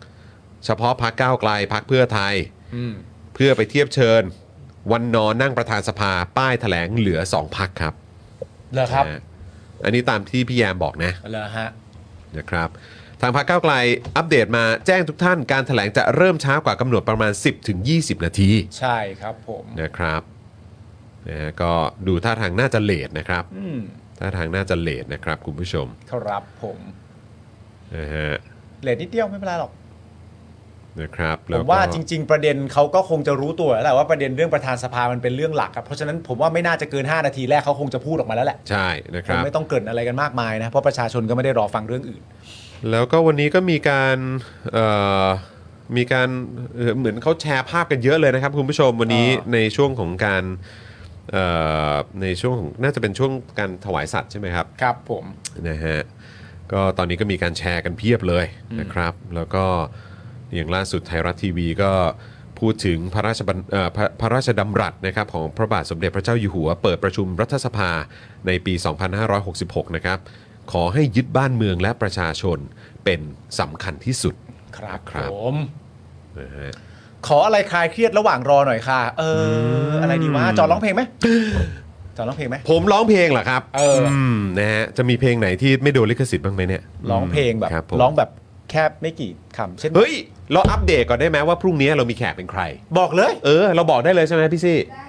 Speaker 1: เฉพาะพักก้าวไกลพักเพื่อไทย
Speaker 2: อืม
Speaker 1: เพื่อไปเทียบเชิญ วันนอนนั่งประธานสภาป้ายแถลงเหลือ 2 พักครับ
Speaker 2: เหรอครับ
Speaker 1: นะฮะอันนี้ตามที่พี่แยมบอกนะ
Speaker 2: เหรอฮะ
Speaker 1: นะครับทางพรรคก้าวไกลอัปเดตมาแจ้งทุกท่านการแถลงจะเริ่มช้ากว่ากำหนดประมาณ 10-20 นาที
Speaker 2: ใช่ครับผม
Speaker 1: นะครับนะฮะก็ดูท่าทางน่าจะเลทนะครับ
Speaker 2: อืม
Speaker 1: ท่าทางน่าจะเลทนะครับคุณผู้ชม
Speaker 2: ครับผม
Speaker 1: นะฮะ
Speaker 2: เลทนิดเดียวไม่เป็นไรหรอก
Speaker 1: นะครับ
Speaker 2: ผ
Speaker 1: แล้
Speaker 2: ม
Speaker 1: ก็
Speaker 2: ว่าจริง ๆ ประเด็นเขาก็คงจะรู้ตัวแล้วแหละว่าประเด็นเรื่องประธานสภามันเป็นเรื่องหลักครับเพราะฉะนั้นผมว่าไม่น่าจะเกิน 5 นาทีแรกเขาคงจะพูดออกมาแล้วแหละ
Speaker 1: ใช่นะค
Speaker 2: คง
Speaker 1: รับ
Speaker 2: ไม่ต้องเกรินอะไรกันมากมายนะเพราะประชาชนก็ไม่ได้รอฟังเรื่องอื่น
Speaker 1: แล้วก็วันนี้ก็มีการเอ่อ มีการเอ่อเหมือนเขาแชร์ภาพกันเยอะเลยนะครับ คุณผู้ชมวันนี้ในช่วงของการเอ่อในช่วงของน่าจะเป็นช่วงการถวายสัตว์ใช่ไหมครับ
Speaker 2: ครับผม
Speaker 1: นะฮะก็ตอนนี้ก็มีการแชร์กันเพียบเลยนะครับ แล้วก็อย่างล่าสุดไทยรัฐทีวีก็พูดถึงพระราชบัญเอ่อพระพระราชดำรัสนะครับของพระบาทสมเด็จพระเจ้าอยู่หัว เปิดประชุมรัฐสภาในปี 2566 นะครับ ขอให้ยึดบ้านเมืองและประชาชนเป็นสำคัญที่สุด
Speaker 2: ครับ
Speaker 1: ครับ
Speaker 2: ผม
Speaker 1: นะฮะ
Speaker 2: ขออะไรคลายเครียดระหว่างรอหน่อยค่ะ เออ อะไรดีวะจอร้องเพลงไหมจอร้องเพลงไหม
Speaker 1: ผมร้องเพลงเหรอครับ
Speaker 2: เอออื
Speaker 1: มนะฮะจะมีเพลงไหนที่ไม่โดนลิขสิทธิ์บ้างไหมเนี่ย
Speaker 2: ร้องเพลงแบบ
Speaker 1: คผม
Speaker 2: ร้องแบบแคบไม่กี่คำเช่น
Speaker 1: เฮ้ยเราอัปเดตก่อนได้ไหมว่าพรุ่งนี้เรามีแขกเป็นใคร
Speaker 2: บอกเลย
Speaker 1: เออ เราบอกได้เลยใช่ไหมพี่ซี่ได้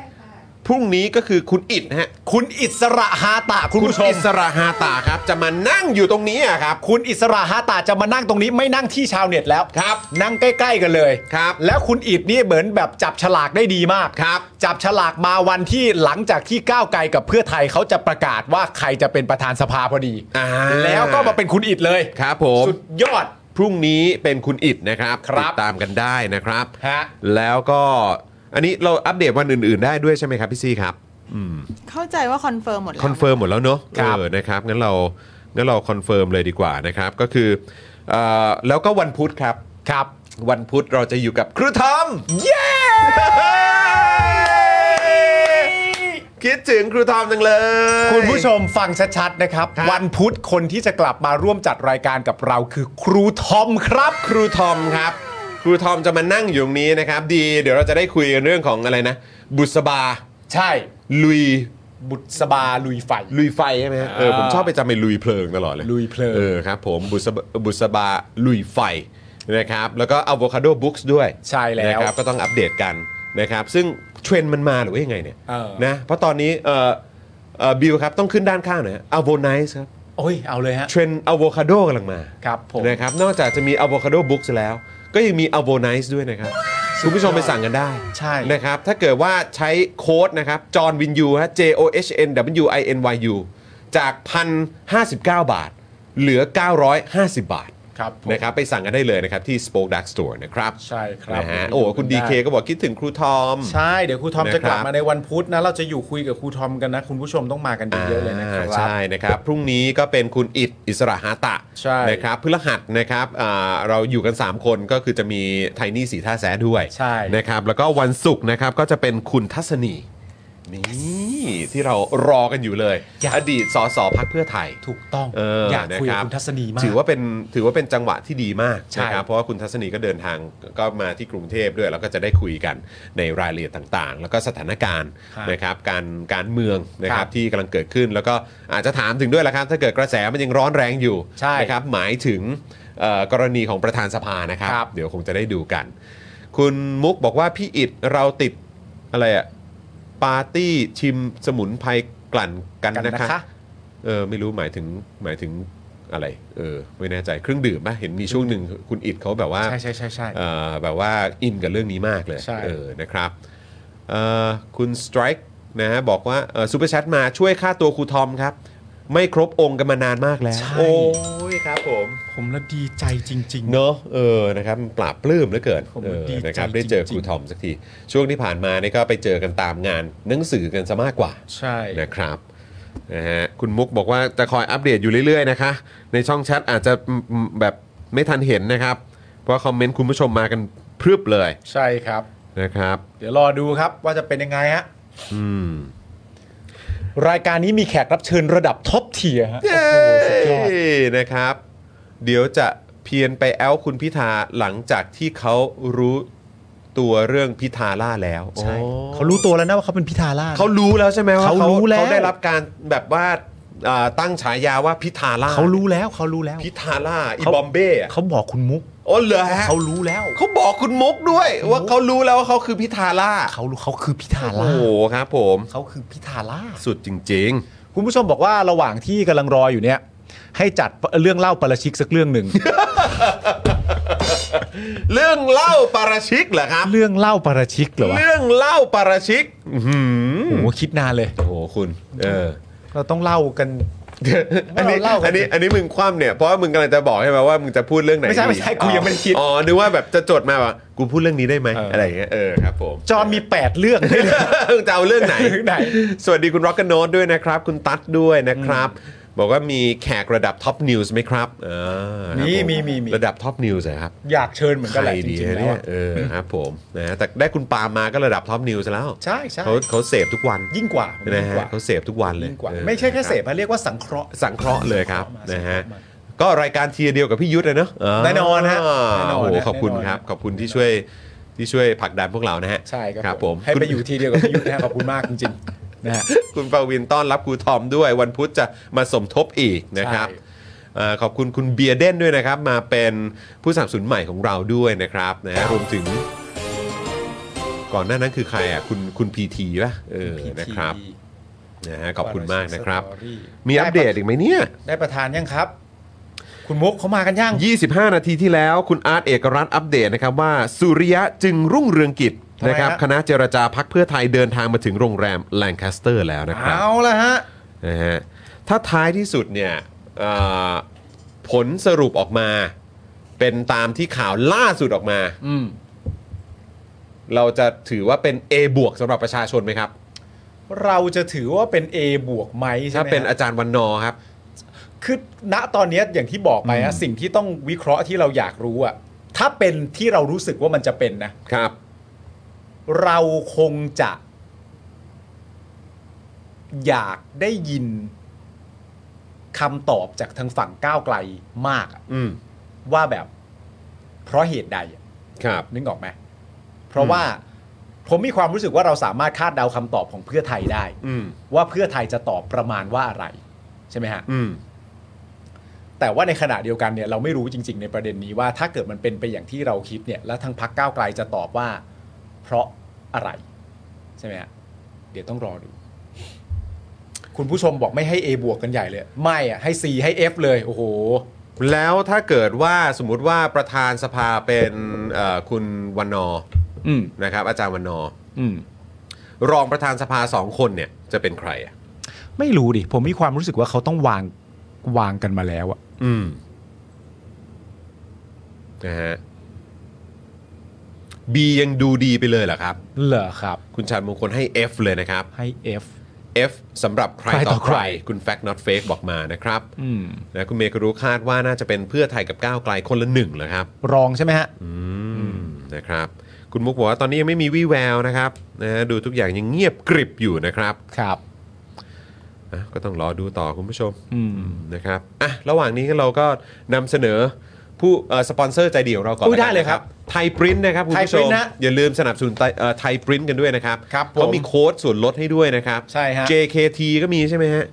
Speaker 1: พรุ่งนี้ก็คือคุณอิดฮะ
Speaker 2: คุณอิสระฮาตะคุณผู้ช
Speaker 1: อิ
Speaker 2: ม
Speaker 1: สระฮาตาครับ จะมานั่งอยู่ตรงนี้อะครับ
Speaker 2: คุณอิสระฮาตาจะมานั่งตรงนี้ไม่นั่งที่ชาวเน็ตแล้ว
Speaker 1: ครับ
Speaker 2: นั่งใกล้ ๆ กันเลย
Speaker 1: ครับ
Speaker 2: แล้วคุณอิดนี่เหมือนแบบจับฉลากได้ดีมาก
Speaker 1: ครับ
Speaker 2: จับฉลากมาวันที่หลังจากที่ก้าวไกลกับเพื่อไทยเขาจะประกาศว่าใครจะเป็นประธานสภาพอดี
Speaker 1: อ่า
Speaker 2: แล้วก็มาเป็นคุณอิดเลย
Speaker 1: ครับผม
Speaker 2: สุดยอด
Speaker 1: พรุ่งนี้เป็นคุณอิดนะครับ
Speaker 2: ครับ
Speaker 1: ติดตามกันได้นะครับ
Speaker 2: ฮะ
Speaker 1: แล้วก็อันนี้เราอัปเดตวันอื่น ๆ ได้ด้วยใช่ไหมครับพี่ซี่ครับ
Speaker 3: (laughs) เข้าใจว่าคอนเฟิร์มหมดแล้ว
Speaker 1: คอนเฟิร์มหมดแล้วเนอะ
Speaker 2: ครับ
Speaker 1: เออนะครับงั้นเรางั้นเราคอนเฟิร์มเลยดีกว่านะครับ ก็คือเอ่อแล้วก็วันพุธครับครับ วันพุธเราจะอยู่กับครูทอมเย้คิดถึงครูทอมจังเลย
Speaker 2: คุณผู้ชมฟังชัดๆนะครับ
Speaker 1: ครับ
Speaker 2: วันพุธคนที่จะกลับมาร่วมจัดรายการกับเราคือครูทอมครับ
Speaker 1: ครูทอมครับ ครูทอมจะมานั่งอยู่ตรงนี้นะครับ ดีเดี๋ยวเราจะได้คุยกันเรื่องของอะไรนะ บุษบา
Speaker 2: ใช่
Speaker 1: ลุย
Speaker 2: บุตรสบาลุยไฟ
Speaker 1: ลุยไฟใช่ไหมฮะเออผมชอบไปจำเป็นลุยเพลิงตลอดเลย
Speaker 2: ลุยเพลิง
Speaker 1: เออครับผมบุษบาบุษบาลุยไฟนะครับแล้วก็อะโวคาโดบุ๊กส์ด้วย
Speaker 2: ใช่แล้ว
Speaker 1: นะครับก็ต้องอัปเดตกันนะครับซึ่งเทรนด์มันมาหรือว่ายังไงเนี่ย
Speaker 2: เออ
Speaker 1: นะเพราะตอนนี้เอ่อเอ่อบิวครับต้องขึ้นด้านข้างหน่อยอะโวไนซ์ครับ
Speaker 2: โอ้ยเอาเลยฮะ
Speaker 1: เทรนด์อะโวคาโดกำลังมา
Speaker 2: ครับผม
Speaker 1: นะครับนอกจากจะมีอะโวคาโดบุ๊กแล้ว ก็ยังมีอะโวไนซ์ด้วยนะครับคุณผู้ชมไปสั่งกันได้
Speaker 2: ใช่
Speaker 1: นะครับถ้าเกิดว่าใช้โค้ดนะครับจอห์นวินยูฮะ J O H N W I N Y U จาก 1,059 บาท เหลือ 950 บาท
Speaker 2: ครับผม
Speaker 1: นะครับไปสั่งกันได้เลยนะครับที่ Spoke Dark Store นะครับ
Speaker 2: ใช่ครับ
Speaker 1: นะฮะ
Speaker 2: ไปดู
Speaker 1: โอ้คุณ
Speaker 2: กั
Speaker 1: ดี
Speaker 2: นได้
Speaker 1: เคก็บอกคิดถึงครูทอม
Speaker 2: ใช่เดี๋ยวครูทอมจะกลับ
Speaker 1: นะครับ
Speaker 2: มาในวันพุธนะ เราจะอยู่คุยกับครูทอมกันนะ คุณผู้ชมต้องมากันเยอะๆเลยนะครั
Speaker 1: อ่า
Speaker 2: บ
Speaker 1: ใช่นะครับ พรุ่งนี้ก็เป็นคุณอิดอิสระหาตะ
Speaker 2: ใช่
Speaker 1: นะครับพฤหัสนะครับอ่าเราอยู่กัน 3 คนก็คือจะมีไทนี่สีท่าแสด้วย
Speaker 2: ใช่
Speaker 1: นะครับแล้วก็วันศุกร์นะครับก็จะเป็นคุณทัศนีนี่ที่เรารอกันอยู่เลย อดีตสสพักเพื่อไทย
Speaker 2: ถูกต้อง
Speaker 1: เอออย
Speaker 2: อากคุยกับคุณทัศนีมาก
Speaker 1: ถือว่าเป็นถือว่าเป็นจังหวะที่ดีมาก
Speaker 2: ใช่
Speaker 1: นะครับเพราะว่าคุณทัศนีก็เดินทางก็มาที่กรุงเทพด้วย แล้วก็จะได้คุยกันในรายละเอียดต่างๆ แล้วก็สถานการณ์
Speaker 2: ครับ
Speaker 1: นะครับการการเมืองนะค
Speaker 2: ครั
Speaker 1: รับบ ที่กำลังเกิดขึ้น แล้วก็อาจจะถามถึงด้วยละครับ ถ้าเกิดกระแสมันยังร้อนแรงอยู่
Speaker 2: ใช่
Speaker 1: นะครับหมายถึงเอ่อกรณีของประธานสภานะครับ
Speaker 2: ครับ
Speaker 1: เดี๋ยวคงจะได้ดูกัน คุณมุกบอกว่าพี่อิดเราติดอะไรอะปาร์ตี้ชิมสมุนไพรกลั่นกัน
Speaker 2: กัน
Speaker 1: นะ
Speaker 2: นะคะ คะ
Speaker 1: เออไม่รู้หมายถึงหมายถึงอะไรเออไม่แน่ใจเครื่องดื่มป่ะเห็นมีช่วงหนึ่งคุณอิดเขาแบบว่า
Speaker 2: ใช่ใช่ใช่ใช่
Speaker 1: เออแบบว่าอินกับเรื่องนี้มากเลย
Speaker 2: ใช่
Speaker 1: เออนะครับเออคุณสไตร k ์นะฮะบอกว่าเออซูเปอร์แชทมาช่วยค่าตัวครูทอมครับ ไม่ครบองค์กันมานานมากแล้ว โอ้ยครับผม
Speaker 2: ผมละดีใจจริง
Speaker 1: เนอะเออนะครับปราบปลื้มเหลือเกิน
Speaker 2: ผม
Speaker 1: เออ
Speaker 2: ดีใจ
Speaker 1: นะครับได้เจอ
Speaker 2: จริงๆ
Speaker 1: ครูทอมสักที ช่วงที่ผ่านมานี่ก็ไปเจอกันตามงานหนังสือกันซะมากกว่า
Speaker 2: ๆ ใช่
Speaker 1: นะครับนะฮะคุณมุกบอกว่าจะคอยอัปเดตอยู่เรื่อย ๆ นะคะ ในช่องแชทอาจจะอืมอืมแบบไม่ทันเห็นนะครับ เพราะคอมเมนต์คุณผู้ชมมากันพรึบเลย
Speaker 2: ใช่ครับ
Speaker 1: นะครับ
Speaker 2: เดี๋ยวรอดูครับว่าจะเป็นยังไงฮะ
Speaker 1: อืม
Speaker 2: รายการนี้มีแขกรับเชิญระดับท็อปเทียร์ฮะ
Speaker 1: เย้
Speaker 2: โอ้โหสุดยอด
Speaker 1: นะครับ เดี๋ยวจะเพียนไปแอลคุณพิธาหลังจากที่เขารู้ตัวเรื่องพิธาล่าแล้ว
Speaker 2: ใช่
Speaker 1: โอ้
Speaker 2: เขารู้ตัวแล้วนะว่าเขาเป็นพิธาล่า
Speaker 1: เขารู้แล้วใช่ไหมว่า
Speaker 2: เขารู้แล้ว
Speaker 1: เขาได้รับการแบบว่าอ่าตั้งฉายาว่าพิธาล่า
Speaker 2: เขารู้แล้วเขารู้แล้ว
Speaker 1: พิธาล่าอีบอมเบ้อะ
Speaker 2: เขาบอกคุณมุก
Speaker 1: อ๋อเหรอฮะ
Speaker 2: เขารู้แล้ว
Speaker 1: เขาบอกคุณมุกด้วยว่าเขารู้แล้วว่าเขาคือพิธาล่า
Speaker 2: เขารู้เขาคือพิธา
Speaker 1: โอ้
Speaker 2: ล่า
Speaker 1: โหครับผม
Speaker 2: เขาคือพิธาล่า
Speaker 1: สุดจริง
Speaker 2: คุณผู้ชมบอกว่าระหว่างที่กำลังรออยู่เนี่ย ให้จัดเรื่องเล่าปาราชิกสักเรื่อง
Speaker 1: (laughs)
Speaker 2: หนึ่ง
Speaker 1: ๆ เรื่องเล่าปาราชิกเหรอครับ
Speaker 2: เรื่องเล่าปาราชิกเหรอวะ
Speaker 1: เรื่องเล่าปาราชิกอื้อหือ
Speaker 2: โอ้โหคิดนานเลย
Speaker 1: โอ้โหคุณ เออ
Speaker 2: เราต้องเล่ากัน
Speaker 1: อันนี้
Speaker 2: เราเล่ากัน
Speaker 1: อันนี้อันนี้มึงคว่ำเนี่ยเพราะว่ามึงกำลังจะบอกใช่ไหมว่ามึงจะพูดเรื่องไหน
Speaker 2: ไม่ใช่ไม่ใช่กูยังไม่ได้คิด
Speaker 1: อ๋อนึกว่าแบบจะจดมาว่ากูพูดเรื่องนี้ได้ไหม
Speaker 2: เอออ
Speaker 1: อะไรอย่างเงี้ยเออครับผม
Speaker 2: จอมี 8 เรื่อง
Speaker 1: จะเอาเรื่องไหน
Speaker 2: เรื่องไหน
Speaker 1: สวัสดีคุณร็อก n ก n o น e ด้วยนะครับ คุณตั๊ดด้วยนะครับ บอกว่ามีแขกระดับท็อปนิวส์ไหมครับอ่าครับ
Speaker 2: มี
Speaker 1: ผ
Speaker 2: มีมีมี
Speaker 1: ระดั (laughs) บท็อปนิวส์ครับ
Speaker 2: อยากเชิญเหมือน
Speaker 1: ใค
Speaker 2: กันแห
Speaker 1: ร
Speaker 2: ละจ
Speaker 1: ดี
Speaker 2: ริงๆแล้ว
Speaker 1: เนี่ย
Speaker 2: อะ
Speaker 1: เออครับผมนะแต่ได้คุณปาล์มมาก็ระดับท็อปนิวส์แล้ว
Speaker 2: ใช่ใช่
Speaker 1: เขาเขาเสพทุกวัน
Speaker 2: ยิ่งกว่าผม
Speaker 1: นะ
Speaker 2: ยิ่ง
Speaker 1: ฮะ
Speaker 2: กว่า
Speaker 1: เขาเสพทุกวันเลย
Speaker 2: ยิ่งกว่า
Speaker 1: ออ
Speaker 2: ไม่ใช่แค่
Speaker 1: รับ
Speaker 2: เสพเขาเรียกว่าสังเคราะห์
Speaker 1: สังเคราะห์เลยครับ
Speaker 2: สังเคราะห์มา
Speaker 1: นะฮะ
Speaker 2: สังเคราะห์
Speaker 1: ก็รายการเทียร์เดียวกับพี่ยุทธเลยเนอะ
Speaker 2: แน่นอนฮะแน่นอน
Speaker 1: โอ้โห
Speaker 2: ฮะ
Speaker 1: ขอบคุณ
Speaker 2: แน่นอน
Speaker 1: ครับ
Speaker 2: ฮะ
Speaker 1: ขอบคุณที่ช่วยที่ช่วยผลักดันพวกเรานะฮะ
Speaker 2: ใช่ครับ
Speaker 1: ครับผม
Speaker 2: ให้
Speaker 1: คุณ
Speaker 2: ไปอยู่ทีเดียวกับพี่ยุทธนะครับขอบคุณมากจริงๆนะฮะ
Speaker 1: คุณปวินต้อนรับครูทอมด้วย วันพุธจะมาสมทบอีกนะครับ
Speaker 2: ใช่
Speaker 1: เอ่อขอบคุณคุณเบียร์เด้นด้วยนะครับ มาเป็นผู้สนับสนุนใหม่ของเราด้วยนะครับนะฮะรวมถึง ก่อนหน้านั้นคือใครอ่ะคุณคุณพีทีป่ะเออนะครับนะฮะขอบคุณมากนะครับ มีอัปเดตอีกไหมเนี่ย
Speaker 2: ได้ประธานยังครับ คุณมุกเขามากันยัง
Speaker 1: 25 นาทีที่แล้วคุณอาร์ตเอกรัตน์อัปเดตนะครับว่า สุริยะจึงรุ่งเรืองกิจ
Speaker 2: ทำไม
Speaker 1: นะครับ
Speaker 2: ฮะ
Speaker 1: คณะเจรจาพักเพื่อไทยเดินทางมาถึงโรงแรมแลงคาสเตอร์แล้วนะครับ
Speaker 2: เอาละฮะ
Speaker 1: นะฮะถ้าท้ายที่สุดเนี่ยเอ่อผลสรุปออกมา เป็นตามที่ข่าวล่าสุดออกมา
Speaker 2: อืม
Speaker 1: เราจะถือว่าเป็น A บวกสำหรับประชาชนไหมครับ
Speaker 2: เราจะถือว่าเป็น A บวกไหมใช่
Speaker 1: ถ้า
Speaker 2: ไหม
Speaker 1: เป็น
Speaker 2: ฮะ
Speaker 1: อาจารย์วันนอครับ
Speaker 2: คือณตอนเนี้ยอย่างที่บอกไปนะสิ่งที่ต้องวิเคราะห์ที่เราอยากรู้อะถ้าเป็นที่เรารู้สึกว่ามันจะเป็นนะ
Speaker 1: ครับ
Speaker 2: เราคงจะ อยากได้ยินคำตอบจากทางฝั่งก้าวไกลมากอะ
Speaker 1: อืม
Speaker 2: ว่าแบบ เพราะเหตุใดอะ
Speaker 1: ครับ
Speaker 2: นึกออกไหมเพราะว่าผมมีความรู้สึกว่าเราสามารถคาดเดาคำตอบของเพื่อไทยได้
Speaker 1: อืม
Speaker 2: ว่าเพื่อไทยจะตอบประมาณว่าอะไร ใช่ไหมฮะ
Speaker 1: อืม
Speaker 2: แต่ว่าในขณะเดียวกันเนี่ยเราไม่รู้จริง ๆ ในประเด็นนี้ว่าถ้าเกิดมันเป็นไปอย่างที่เราคิดเนี่ยแล้วทางพักก้าวไกลจะตอบว่า เพราะอะไร ใช่ไหมฮะเดี๋ยวต้องรอดู คุณผู้ชมบอกไม่ให้ A บวกกันใหญ่เลย ไม่อะให้ C ให้ F เลย โอ้โห
Speaker 1: แล้วถ้าเกิดว่าสมมุติว่าประธานสภาเป็นเอ่อคุณวันนอ
Speaker 2: อืม
Speaker 1: นะครับ อาจารย์วันนอ
Speaker 2: อืม
Speaker 1: รองประธานสภาสองคนเนี่ยจะเป็นใครอ่ะ
Speaker 2: ไม่รู้ดิ ผมมีความรู้สึกว่าเขาต้องวางวางกันมาแล้วอะ
Speaker 1: อืมนะฮะ B ยังดูดีไปเลยเหรอครับ
Speaker 2: เหรอครับ
Speaker 1: คุณชานมงคลให้ F เลยนะครับ
Speaker 2: ให้ F
Speaker 1: F สำหรับใคร
Speaker 2: ใครต่
Speaker 1: ต่
Speaker 2: อ
Speaker 1: อ
Speaker 2: ใค
Speaker 1: ใค
Speaker 2: ร
Speaker 1: ร คุณ Fact Not Fake บอกมานะครับ
Speaker 2: อืม
Speaker 1: นะคุณเมย์ก็รู้คาดว่าน่าจะเป็นเพื่อไทยกับก้าวไกลคนละหนึ่งเหรอครับ
Speaker 2: รองใช่ไหมฮะ
Speaker 1: อืมนะครับ คุณมุกบอกว่าตอนนี้ยังไม่มีวี่แววนะครับนะฮะดูทุกอย่างยังเงียบกริบอยู่นะครับ
Speaker 2: ครับ
Speaker 1: อ่ะก็ต้องรอดูต่อคุณผู้ชม
Speaker 2: อืม
Speaker 1: นะครับอ่ะระหว่างนี้เราก็นำเสนอผู้เอ่อสปอนเซอร์ใจเดียวเราก่อน
Speaker 2: อุ๊ย
Speaker 1: แล้วกัน
Speaker 2: ได้เลยครับ
Speaker 1: นะไทยปริ้นนะครับคุณผู้ช
Speaker 2: Thai
Speaker 1: ม
Speaker 2: Print นะ
Speaker 1: อย่าลืมสนับสนุนไทยเอ่อไทยปริ้นกันด้วยนะครับ
Speaker 2: ครับผม
Speaker 1: เขามีโค้ดส่วนลดให้ด้วยนะครับ
Speaker 2: ใช่ฮะ
Speaker 1: JKT ก็มีใช่ไหมฮะ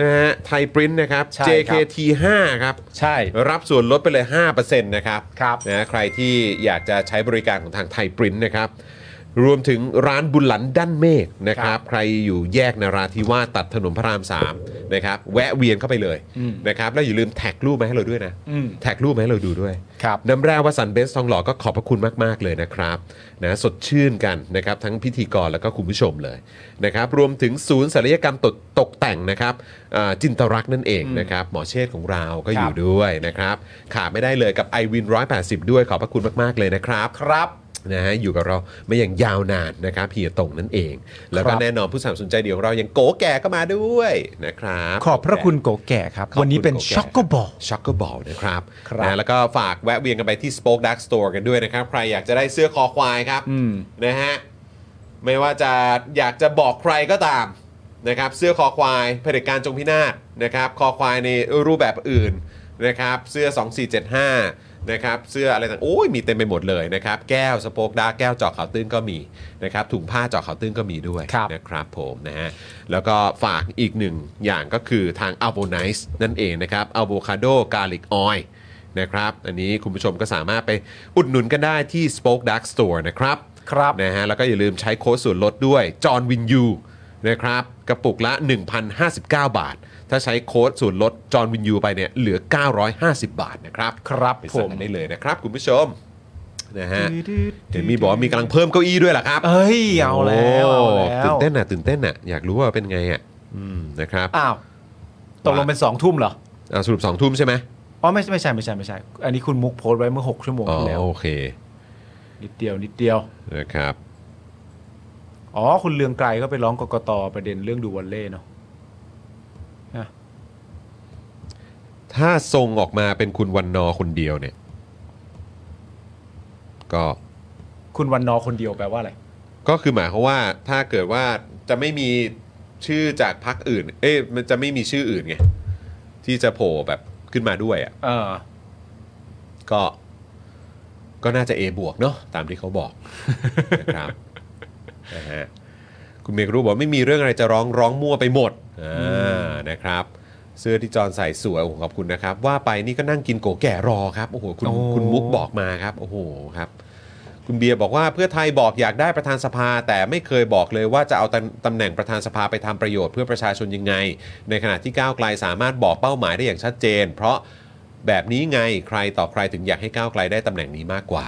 Speaker 1: นะฮะไทยปริ้นนะครับ
Speaker 2: ใช่ครับ
Speaker 1: JKT 5 ครับ
Speaker 2: ใช่
Speaker 1: รับส่วนลดไปเลย 5%นะครับ
Speaker 2: ครับ
Speaker 1: นะใครที่อยากจะใช้บริการของทางไทยปริ้นนะครับ รวมถึงร้านบุญหลันด้านเมฆนะค
Speaker 2: ครั
Speaker 1: รับ
Speaker 2: บ
Speaker 1: ใครอยู่แยกนาราธิวาสตัดถนนพระราม 3 นะครับ แวะเวียนเข้าไปเลย
Speaker 2: อืม
Speaker 1: นะครับ แล้วอย่าลืมแท็กรูปมาให้เราด้วยนะ
Speaker 2: อืม
Speaker 1: แท็กรูปมาให้เราดูด้วย
Speaker 2: ครับ
Speaker 1: น้ำแร่วสันต์เบนซ์ทองหล่อก็ขอบพระคุณมาก ๆ เลยนะครับนะสดชื่นกันนะครับทั้งพิธีกรแล้วก็คุณผู้ชมเลยนะครับรวมถึงศูนย์ศัลยกรรมตกตกแต่งนะครับอ่าจินตรักษณ์นั่นเองนะครับหมอเชษฐ์ของเราก็อยู่
Speaker 2: ครับ
Speaker 1: ด้วยนะครับขาดไม่ได้เลยกับ i w วิน180 ด้วยขอบพระคุณมาก ๆ เลยนะครับ
Speaker 2: ครับ
Speaker 1: นะฮะอยู่กับเรามาอย่างยาวนานนะครับเฮียตงนั่นเอง แล้ว
Speaker 2: ค
Speaker 1: ก็
Speaker 2: รับ
Speaker 1: แน่นอนผู้สามสนใจเดียวของเรายังโกแก่ก็มาด้วยนะครับ
Speaker 2: ขอบพระคุณโกแก่ครับ
Speaker 1: ขอบคุณ
Speaker 2: วันนี้เป็น
Speaker 1: โกแก่
Speaker 2: ช็อกโกบอล
Speaker 1: ช็อกเกอร์บอลนะครับ
Speaker 2: ครับ
Speaker 1: นะแล้วก็ฝากแวะเวียนกันไปที่ Spoke Dark Store กันด้วยนะครับ ใครอยากจะได้เสื้อคอควายครับ
Speaker 2: อืม
Speaker 1: นะฮะไม่ว่าจะอยากจะบอกใครก็ตามนะครับ เสื้อคอควายเผด็จการจงพินาศนะครับคอควายในรูปแบบอื่นนะครับเสื้อ 2475นะครับเสื้ออะไรต่างโอ้ยมีเต็มไปหมดเลยนะครับแก้วสโปกดาร์กแก้วเจาะขาวตื้นก็มีนะครับถุงผ้าเจาะขาวตื้นก็มีด้วย
Speaker 2: ครับ
Speaker 1: นะครับผมนะฮะแล้วก็ฝากอีกหนึ่งอย่างก็คือทาง a l b o n i c e นั่นเองนะครับ Avocado Garlic Oil นะครับ อันนี้คุณผู้ชมก็สามารถไปอุดหนุนกันได้ที่ Spoke Dark Store นะครับ
Speaker 2: ครับ
Speaker 1: นะฮะแล้วก็อย่าลืมใช้โค้ดส่วนลดด้วยจอห์นวินยูนะครับกระปุกละ 1,059 บาท ถ้าใช้โค้ดส่วนลดจอห์นวินยูไปเนี่ยเหลือ 950 บาทนะครับ
Speaker 2: ครับ
Speaker 1: ไป
Speaker 2: ผ
Speaker 1: สั่ง
Speaker 2: ม
Speaker 1: กันได้เลยนะครับคุณผู้ชมนะฮะเห็นมีบอกว่ามีกำลังเพิ่มเก้าอี้ด้วยเหรอครับ
Speaker 2: เอ้ย เอาแล้ว เอาแล้
Speaker 1: ตื่
Speaker 2: วน
Speaker 1: เต้นอ่ะตื่นเต้นอ่ะอยากรู้ว่าเป็นไงอ่ะอืมนะครับ
Speaker 2: อ้าว ตกลงเป็นสองทุ่มเหรอ
Speaker 1: อ่ะสรุปสองทุ่มใช่ไหม
Speaker 2: อ๋อไม่ใช่ไม่ใช่ไม่ใช่ไม่ใช่ อันนี้คุณมุกโพสต์ไว้เมื่อ 6 ชั่วโมง
Speaker 1: อ๋อ
Speaker 2: ที่แล้ว
Speaker 1: โอเค
Speaker 2: นิดเดียวนิดเดียว
Speaker 1: นะครับ
Speaker 2: อ๋อ คุณเลืองไกลก็ไปร้องกกตประเด็นเรื่องดูวอลเล่เนาะ
Speaker 1: ถ้าทรงออกมาเป็นคุณวันนอคนเดียวเนี่ย ก็
Speaker 2: คุณวันนอคนเดียวแปลว่าอะไร
Speaker 1: ก็คือหมายความว่าถ้าเกิดว่าจะไม่มีชื่อจากพรรคอื่น เอ๊ะมันจะไม่มีชื่ออื่นไงที่จะโผล่แบบขึ้นมาด้วยอ่ะ
Speaker 2: เออ
Speaker 1: ก็ก็น่าจะ A บวกเนาะตามที่เขาบอก นะครับ (laughs) นะฮะคุณเมกรู้บอกไม่มีเรื่องอะไรจะร้องร้องมั่วไปหมดอ่านะครับ เสื้อที่จอนใส่สวยโอ้โหขอบคุณนะครับ ว่าไปนี่ก็นั่งกินโกแก่รอครับโอ้โหคุณ
Speaker 2: โอ้
Speaker 1: คุณมุกบอกมาครับโอ้โหครับ คุณเบียร์บอกว่าเพื่อไทยบอกอยากได้ประธานสภา แต่ไม่เคยบอกเลยว่าจะเอาตำตำแหน่งประธานสภาไปทำประโยชน์เพื่อประชาชนยังไง ในขณะที่ก้าวไกลสามารถบอกเป้าหมายได้อย่างชัดเจน เพราะแบบนี้ไงใครต่อใครถึงอยากให้ก้าวไกลได้ตำแหน่งนี้มากกว่า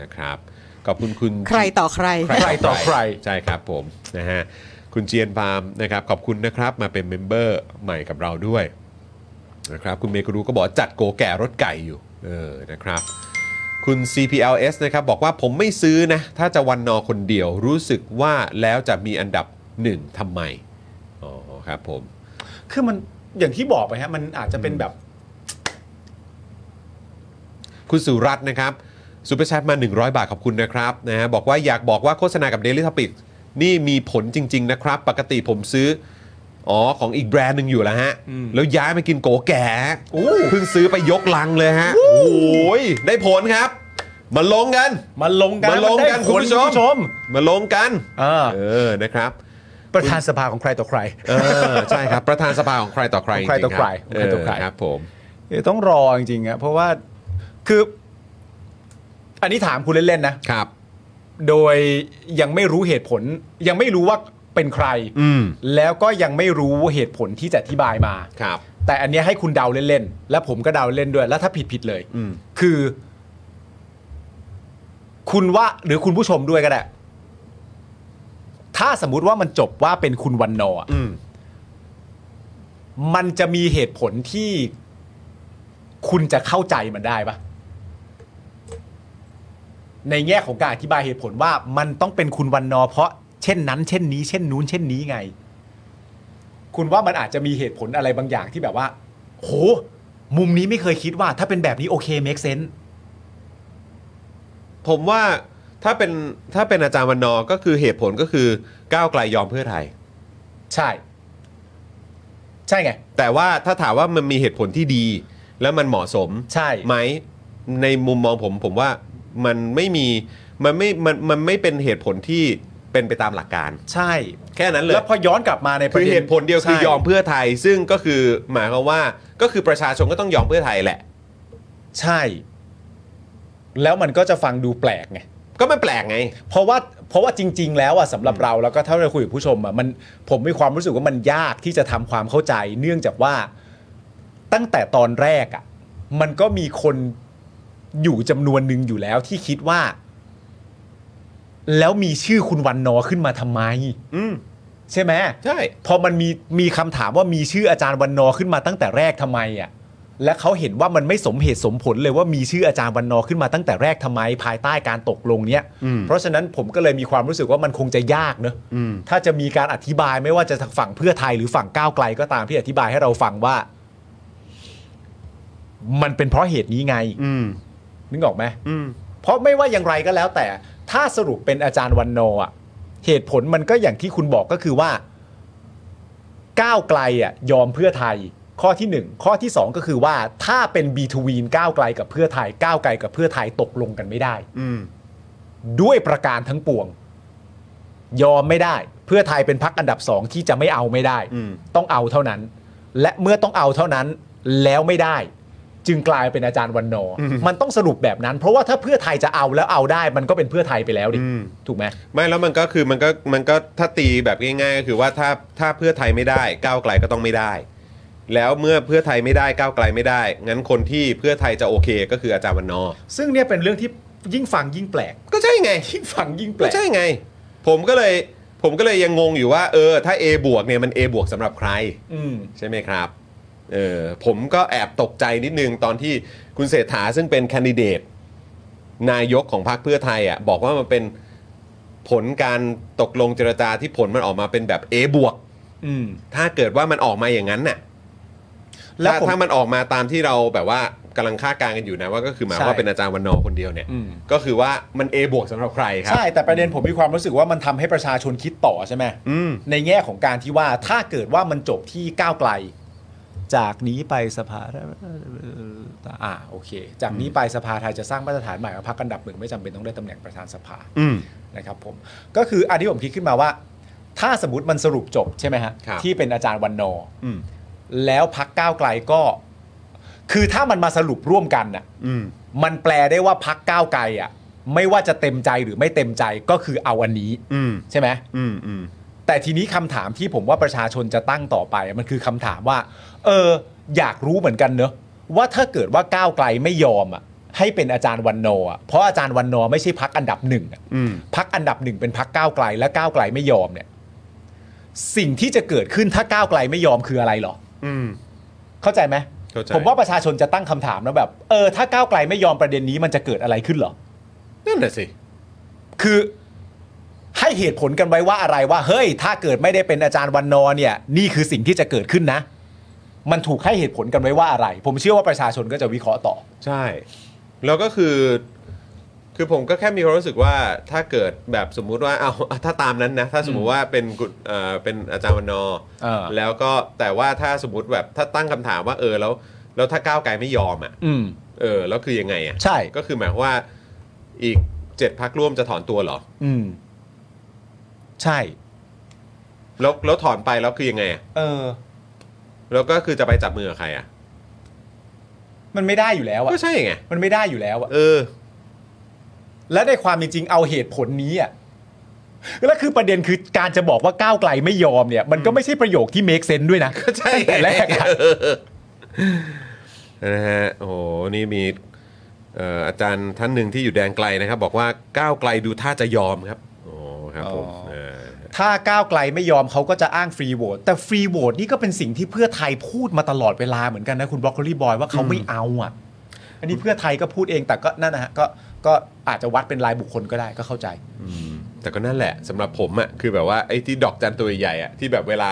Speaker 1: นะครับขอบคุณคุณ
Speaker 3: ใครต่อใคร
Speaker 2: ใครต่อใคร
Speaker 1: ใช่ครับผมนะฮะคุณเจียนพามนะครับขอบคุณนะครับมาเป็นเมมเบอร์ใหม่กับเราด้วยนะครับคุณเมกรูก็บอกจัดโกแก่รถไก่อยู่เออนะครับคุณ CPLS นะครับบอกว่าผมไม่ซื้อนะ ถ้าจะวันนอคนเดียวรู้สึกว่าแล้วจะมีอันดับหนึ่งทำไมอ๋อครับผม
Speaker 2: คือมันอย่างที่บอกไปฮะ มันอาจจะเป็นแบบ
Speaker 1: คุณสุรัตน์นะครับซูเปอร์แชทมา 100 บาทขอบคุณนะครับนะฮะบอกว่าอยากบอกว่าโฆษณากับ Daily Topic นี่มีผลจริง ๆ นะครับ ปกติผมซื้อ อ๋อ ของอีกแบรนด์หนึ่งอยู่แล้วฮะ แล้วย้ายมากินโกแก่
Speaker 2: อู้
Speaker 1: เพิ่งซื้อไปยกลังเลยฮะ โอ้ยได้ผลครับ มาลงกัน
Speaker 2: มาลงกัน
Speaker 1: มาลงกัน
Speaker 2: ได้ผ
Speaker 1: คุณ
Speaker 2: ล
Speaker 1: ผู้ชม
Speaker 2: ผู้ชม
Speaker 1: มาลงกัน
Speaker 2: เออ
Speaker 1: เออนะครับ
Speaker 2: ประธานสภาของใครต่อใคร
Speaker 1: เออใช่ครับ ประธานสภาของใครต่อใคร
Speaker 2: ของใครต่อใคร
Speaker 1: จงๆบ
Speaker 2: ของใครต่อใคร
Speaker 1: เครับผม
Speaker 2: เดี๋ยวต้องรอจริงๆอะเพราะว่าคือ อันนี้ถามคุณเล่นๆนะ
Speaker 1: ครับ
Speaker 2: โดยยังไม่รู้เหตุผล ยังไม่รู้ว่าเป็นใคร
Speaker 1: อืม
Speaker 2: แล้วก็ยังไม่รู้เหตุผลที่จะอธิบายมา
Speaker 1: ครับ
Speaker 2: แต่อันเนี้ยให้คุณเดาเล่นๆ และผมก็เดาเล่นด้วย แล้วถ้าผิดผิดเลย
Speaker 1: อืม
Speaker 2: คือ คุณว่าหรือคุณผู้ชมด้วยก็ได้ ถ้าสมมุติว่ามันจบว่าเป็นคุณวันนอร์อะ
Speaker 1: อืม
Speaker 2: มันจะมีเหตุผลที่คุณจะเข้าใจมันได้ปะในแง่ของการอธิบายเหตุผลว่ามันต้องเป็นคุณวันนอร์เพราะเช่นนั้น เช่นนี้ เช่นนู้น เช่นนี้ไง คุณว่ามันอาจจะมีเหตุผลอะไรบางอย่างที่แบบว่า โห มุมนี้ไม่เคยคิดว่า ถ้าเป็นแบบนี้โอเคเมคเซน
Speaker 1: ผมว่าถ้าเป็นถ้าเป็นอาจารย์วันนอร์ก็คือเหตุผลก็คือก้าวไกลยอมเพื่อไทย
Speaker 2: ใช่ ใช่ไง
Speaker 1: แต่ว่าถ้าถามว่ามันมีเหตุผลที่ดี แล้วมันเหมาะสม
Speaker 2: ใช่
Speaker 1: ไหมในมุมมองผมผมว่ามันไม่มีมันไม่มันมันไม่เป็นเหตุผลที่เป็นไปตามหลักการ
Speaker 2: ใช่
Speaker 1: แค่นั้นเลย
Speaker 2: แล้วพอย้อนกลับมาในประ
Speaker 1: คือ
Speaker 2: เด็น
Speaker 1: เหตุผลเดียวคือยอมเพื่อไทย ซึ่งก็คือหมายความว่าก็คือประชาชนก็ต้องยอมเพื่อไทยแหละ
Speaker 2: ใช่ แล้วมันก็จะฟังดูแปลกไง
Speaker 1: ก็ไม่แปลกไง
Speaker 2: เพราะว่าเพราะว่าจริง ๆ แล้วอะสำหรับเราแล้วก็เท่าที่เราคุยกับผู้ชมอะมันผมมีความรู้สึกว่ามันยากที่จะทำความเข้าใจ เนื่องจากว่าตั้งแต่ตอนแรกอะมันก็มีคนอยู่จำนวนหนึ่งอยู่แล้วที่คิดว่า แล้วมีชื่อคุณวันนอร์ขึ้นมาทำไม
Speaker 1: อืม
Speaker 2: ใช่ไหม
Speaker 1: ใช่
Speaker 2: พอมันมีมีคำถามว่ามีชื่ออาจารย์วันนอร์ขึ้นมาตั้งแต่แรกทำไมอ่ะและเขาเห็นว่ามันไม่สมเหตุสมผลเลยว่ามีชื่ออาจารย์วันนอร์ขึ้นมาตั้งแต่แรกทำไม ภายใต้การตกลงเนี้ย
Speaker 1: อืม
Speaker 2: เพราะฉะนั้นผมก็เลยมีความรู้สึกว่ามันคงจะยากเนอะถ้าจะมีการอธิบายไม่ว่าจะทางฝั่งเพื่อไทยหรือฝั่งก้าวไกลก็ตามที่อธิบายให้เราฟังว่า มันเป็นเพราะเหตุนี้ไง
Speaker 1: อืม
Speaker 2: นึกออกไหม
Speaker 1: อืม
Speaker 2: เพราะไม่ว่าอย่างไรก็แล้วแต่ ถ้าสรุปเป็นอาจารย์วันโนอ่ะ เหตุผลมันก็อย่างที่คุณบอกก็คือว่า ก้าวไกลอ่ะยอมเพื่อไทย ข้อที่หนึ่งข้อที่สองก็คือว่าถ้าเป็น B2W ก้าวไกลกับเพื่อไทยก้าวไกลกับเพื่อไทยตกลงกันไม่ได้
Speaker 1: อืม
Speaker 2: ด้วยประการทั้งปวง ยอมไม่ได้ เพื่อไทยเป็นพักอันดับสองที่จะไม่เอาไม่ได้
Speaker 1: อืม
Speaker 2: ต้องเอาเท่านั้น และเมื่อต้องเอาเท่านั้นแล้วไม่ได้ จึงกลายเป็นอาจารย์วันนอร์มันต้องสรุปแบบนั้น เพราะว่าถ้าเพื่อไทยจะเอาแล้วเอาได้ มันก็เป็นเพื่อไทยไปแล้วดิ
Speaker 1: อืม
Speaker 2: ถูกไหม
Speaker 1: ไม่แล้วมันก็คือมันก็มันก็ถ้าตีแบบง่ายๆก็คือว่าถ้าถ้าเพื่อไทยไม่ได้ ก้าวไกลก็ต้องไม่ได้ แล้วเมื่อเพื่อไทยไม่ได้ก้าวไกลไม่ได้ งั้นคนที่เพื่อไทยจะโอเคก็คืออาจารย์วันนอร์
Speaker 2: ซึ่งเนี่ยเป็นเรื่องที่ยิ่งฟังยิ่งแปลก
Speaker 1: ก็ใช่ไง
Speaker 2: ยิ่งฟังยิ่งแปล
Speaker 1: ก็
Speaker 2: ก
Speaker 1: ใช่ไง ผมก็เลยผมก็เลยยังงงอยู่ว่า เออ ถ้า A บวกเนี่ยมัน A บวกสำหรับใคร
Speaker 2: อืม
Speaker 1: ใช่ไหมครับ เออผมก็แอบตกใจนิดนึงตอนที่คุณเศรษฐาซึ่งเป็นแคนดิเดต นายกของพรรคเพื่อไทยอ่ะบอกว่ามันเป็นผลการตกลงเจรจาที่ผลมันออกมาเป็นแบบ A บวก
Speaker 2: อืม
Speaker 1: ถ้าเกิดว่ามันออกมาอย่างนั้นน่ะ
Speaker 2: แล้ว
Speaker 1: ถ้า
Speaker 2: ผม
Speaker 1: ถ้ามันออกมาตามที่เราแบบว่ากำลังคาดการณ์กันอยู่นะว่าก็คือหมาย
Speaker 2: ใช่
Speaker 1: ว่าเป็นอาจารย์วันนอร์คนเดียวเนี่ย
Speaker 2: อืม
Speaker 1: ก็คือว่ามัน A บวกสำหรับใครครับ
Speaker 2: ใช่แต่ประเด็นผมมีความรู้สึกว่ามันทำให้ประชาชนคิดต่อใช่ไหม
Speaker 1: อืม
Speaker 2: ในแง่ของการที่ว่าถ้าเกิดว่ามันจบที่ก้าวไกล จากนี้ไปสภาอ่าโอเค จากนี้ไปสภาไทยจะสร้างมาตรฐานใหม่ว่าพรรคอันดับหนึ่งไม่จำเป็นต้องได้ตำแหน่งประธานสภา
Speaker 1: อืม
Speaker 2: นะครับผมก็คืออันที่ผมคิดขึ้นมาว่า ถ้าสมมติมันสรุปจบใช่ไหมฮะ
Speaker 1: ครับ
Speaker 2: ที่เป็นอาจารย์วันนอร์
Speaker 1: อืม
Speaker 2: แล้วพักก้าวไกลก็ คือถ้ามันมาสรุปร่วมกันน่ะ
Speaker 1: อืม
Speaker 2: มันแปลได้ว่าพักก้าวไกลอ่ะ ไม่ว่าจะเต็มใจหรือไม่เต็มใจก็คือเอาอันนี้
Speaker 1: อืม
Speaker 2: ใช่ไหม
Speaker 1: อืมอืม
Speaker 2: แต่ทีนี้คำถามที่ผมว่าประชาชนจะตั้งต่อไป มันคือคำถามว่า เออ อยากรู้เหมือนกันเนอะว่าถ้าเกิดว่าก้าวไกลไม่ยอมอ่ะ ให้เป็นอาจารย์วันโนอร์อ่ะเพราะอาจารย์วันโนอร์ไม่ใช่พักอันดับหนึ่งอ่ะ
Speaker 1: อืม
Speaker 2: พักอันดับหนึ่งเป็นพักก้าวไกลและก้าวไกลไม่ยอมเนี่ย สิ่งที่จะเกิดขึ้นถ้าก้าวไกลไม่ยอมคืออะไรเหรอ
Speaker 1: อืม
Speaker 2: เข้าใจไหม
Speaker 1: เข้าใจ
Speaker 2: ผมว่าประชาชนจะตั้งคำถามนะแบบ เออ ถ้าก้าวไกลไม่ยอมประเด็นนี้มันจะเกิดอะไรขึ้นเหรอ
Speaker 1: นั่นแหละสิ
Speaker 2: คือให้เหตุผลกันไว้ว่าอะไรว่า เฮ้ย ถ้าเกิดไม่ได้เป็นอาจารย์วันนอร์เนี่ย นี่คือสิ่งที่จะเกิดขึ้นนะ มันถูกให้เหตุผลกันไว้ว่าอะไร ผมเชื่อว่าประชาชนก็จะวิเคราะห์ต่อ
Speaker 1: ใช่ แล้วก็คือ คือผมก็แค่มีความรู้สึกว่าถ้าเกิดแบบสมมุติว่า (laughs) เอาถ้าตามนั้นนะ ถ้าสมมุติว่าเป็นกุเอ่อเป็นอาจารย์วันนอร์
Speaker 2: เออ
Speaker 1: แล้วก็แต่ว่าถ้าสมมติแบบถ้าตั้งคำถามว่าเออแล้ว แล้วถ้าก้าวไกลไม่ยอมอ่ะ
Speaker 2: อืม
Speaker 1: เออแล้วคือยังไงอ่ะ
Speaker 2: ใช่
Speaker 1: ก็คือหมายความว่าอีกเจ็ดพักร่วมจะถอนตัวเหรอ
Speaker 2: อืม ใช่
Speaker 1: แล้วแล้วถอนไปแล้วคือยังไงอะ
Speaker 2: เออ
Speaker 1: แล้วก็คือจะไปจับมือกับใครอ่ะ
Speaker 2: มันไม่ได้อยู่แล้วอะ
Speaker 1: ก็ใช่ไง
Speaker 2: มันไม่ได้อยู่แล้วอะ
Speaker 1: เออ
Speaker 2: และในความเป็นจริงเอาเหตุผลนี้อ่ะแล้วคือประเด็นคือการจะบอกว่าก้าวไกลไม่ยอมเนี่ย มันก็ไม่ใช่ประโยคที่ make sense ด้วยนะ
Speaker 1: ก็ใช่
Speaker 2: ตั้งแต่แรกอะ
Speaker 1: เออนะฮะโอ้โหนี่มีเอ่ออาจารย์ท่านหนึ่งที่อยู่แดนไกลนะครับ บอกว่าก้าวไกลดูท่าจะยอมครับโอ้ครับผม
Speaker 2: อ๋อ
Speaker 1: เออ
Speaker 2: ถ้าก้าวไกลไม่ยอมเขาก็จะอ้างฟรีโหวตแต่ฟรีโหวตนี่ก็เป็นสิ่งที่เพื่อไทยพูดมาตลอดเวลาเหมือนกันนะคุณบรอกโคลีบอยว่าเขาไม่เอาอ่ะ อันนี้เพื่อไทยก็พูดเองแต่ก็นั่นนะฮะก็ก็อาจจะวัดเป็นรายบุคคลก็ได้ก็เข้าใจ
Speaker 1: อืมแต่ก็นั่นแหละสำหรับผมอะ่ะคือแบบว่าไอ้ที่ดอกจันตัวใหญ่ๆอะ่ะที่แบบเวลา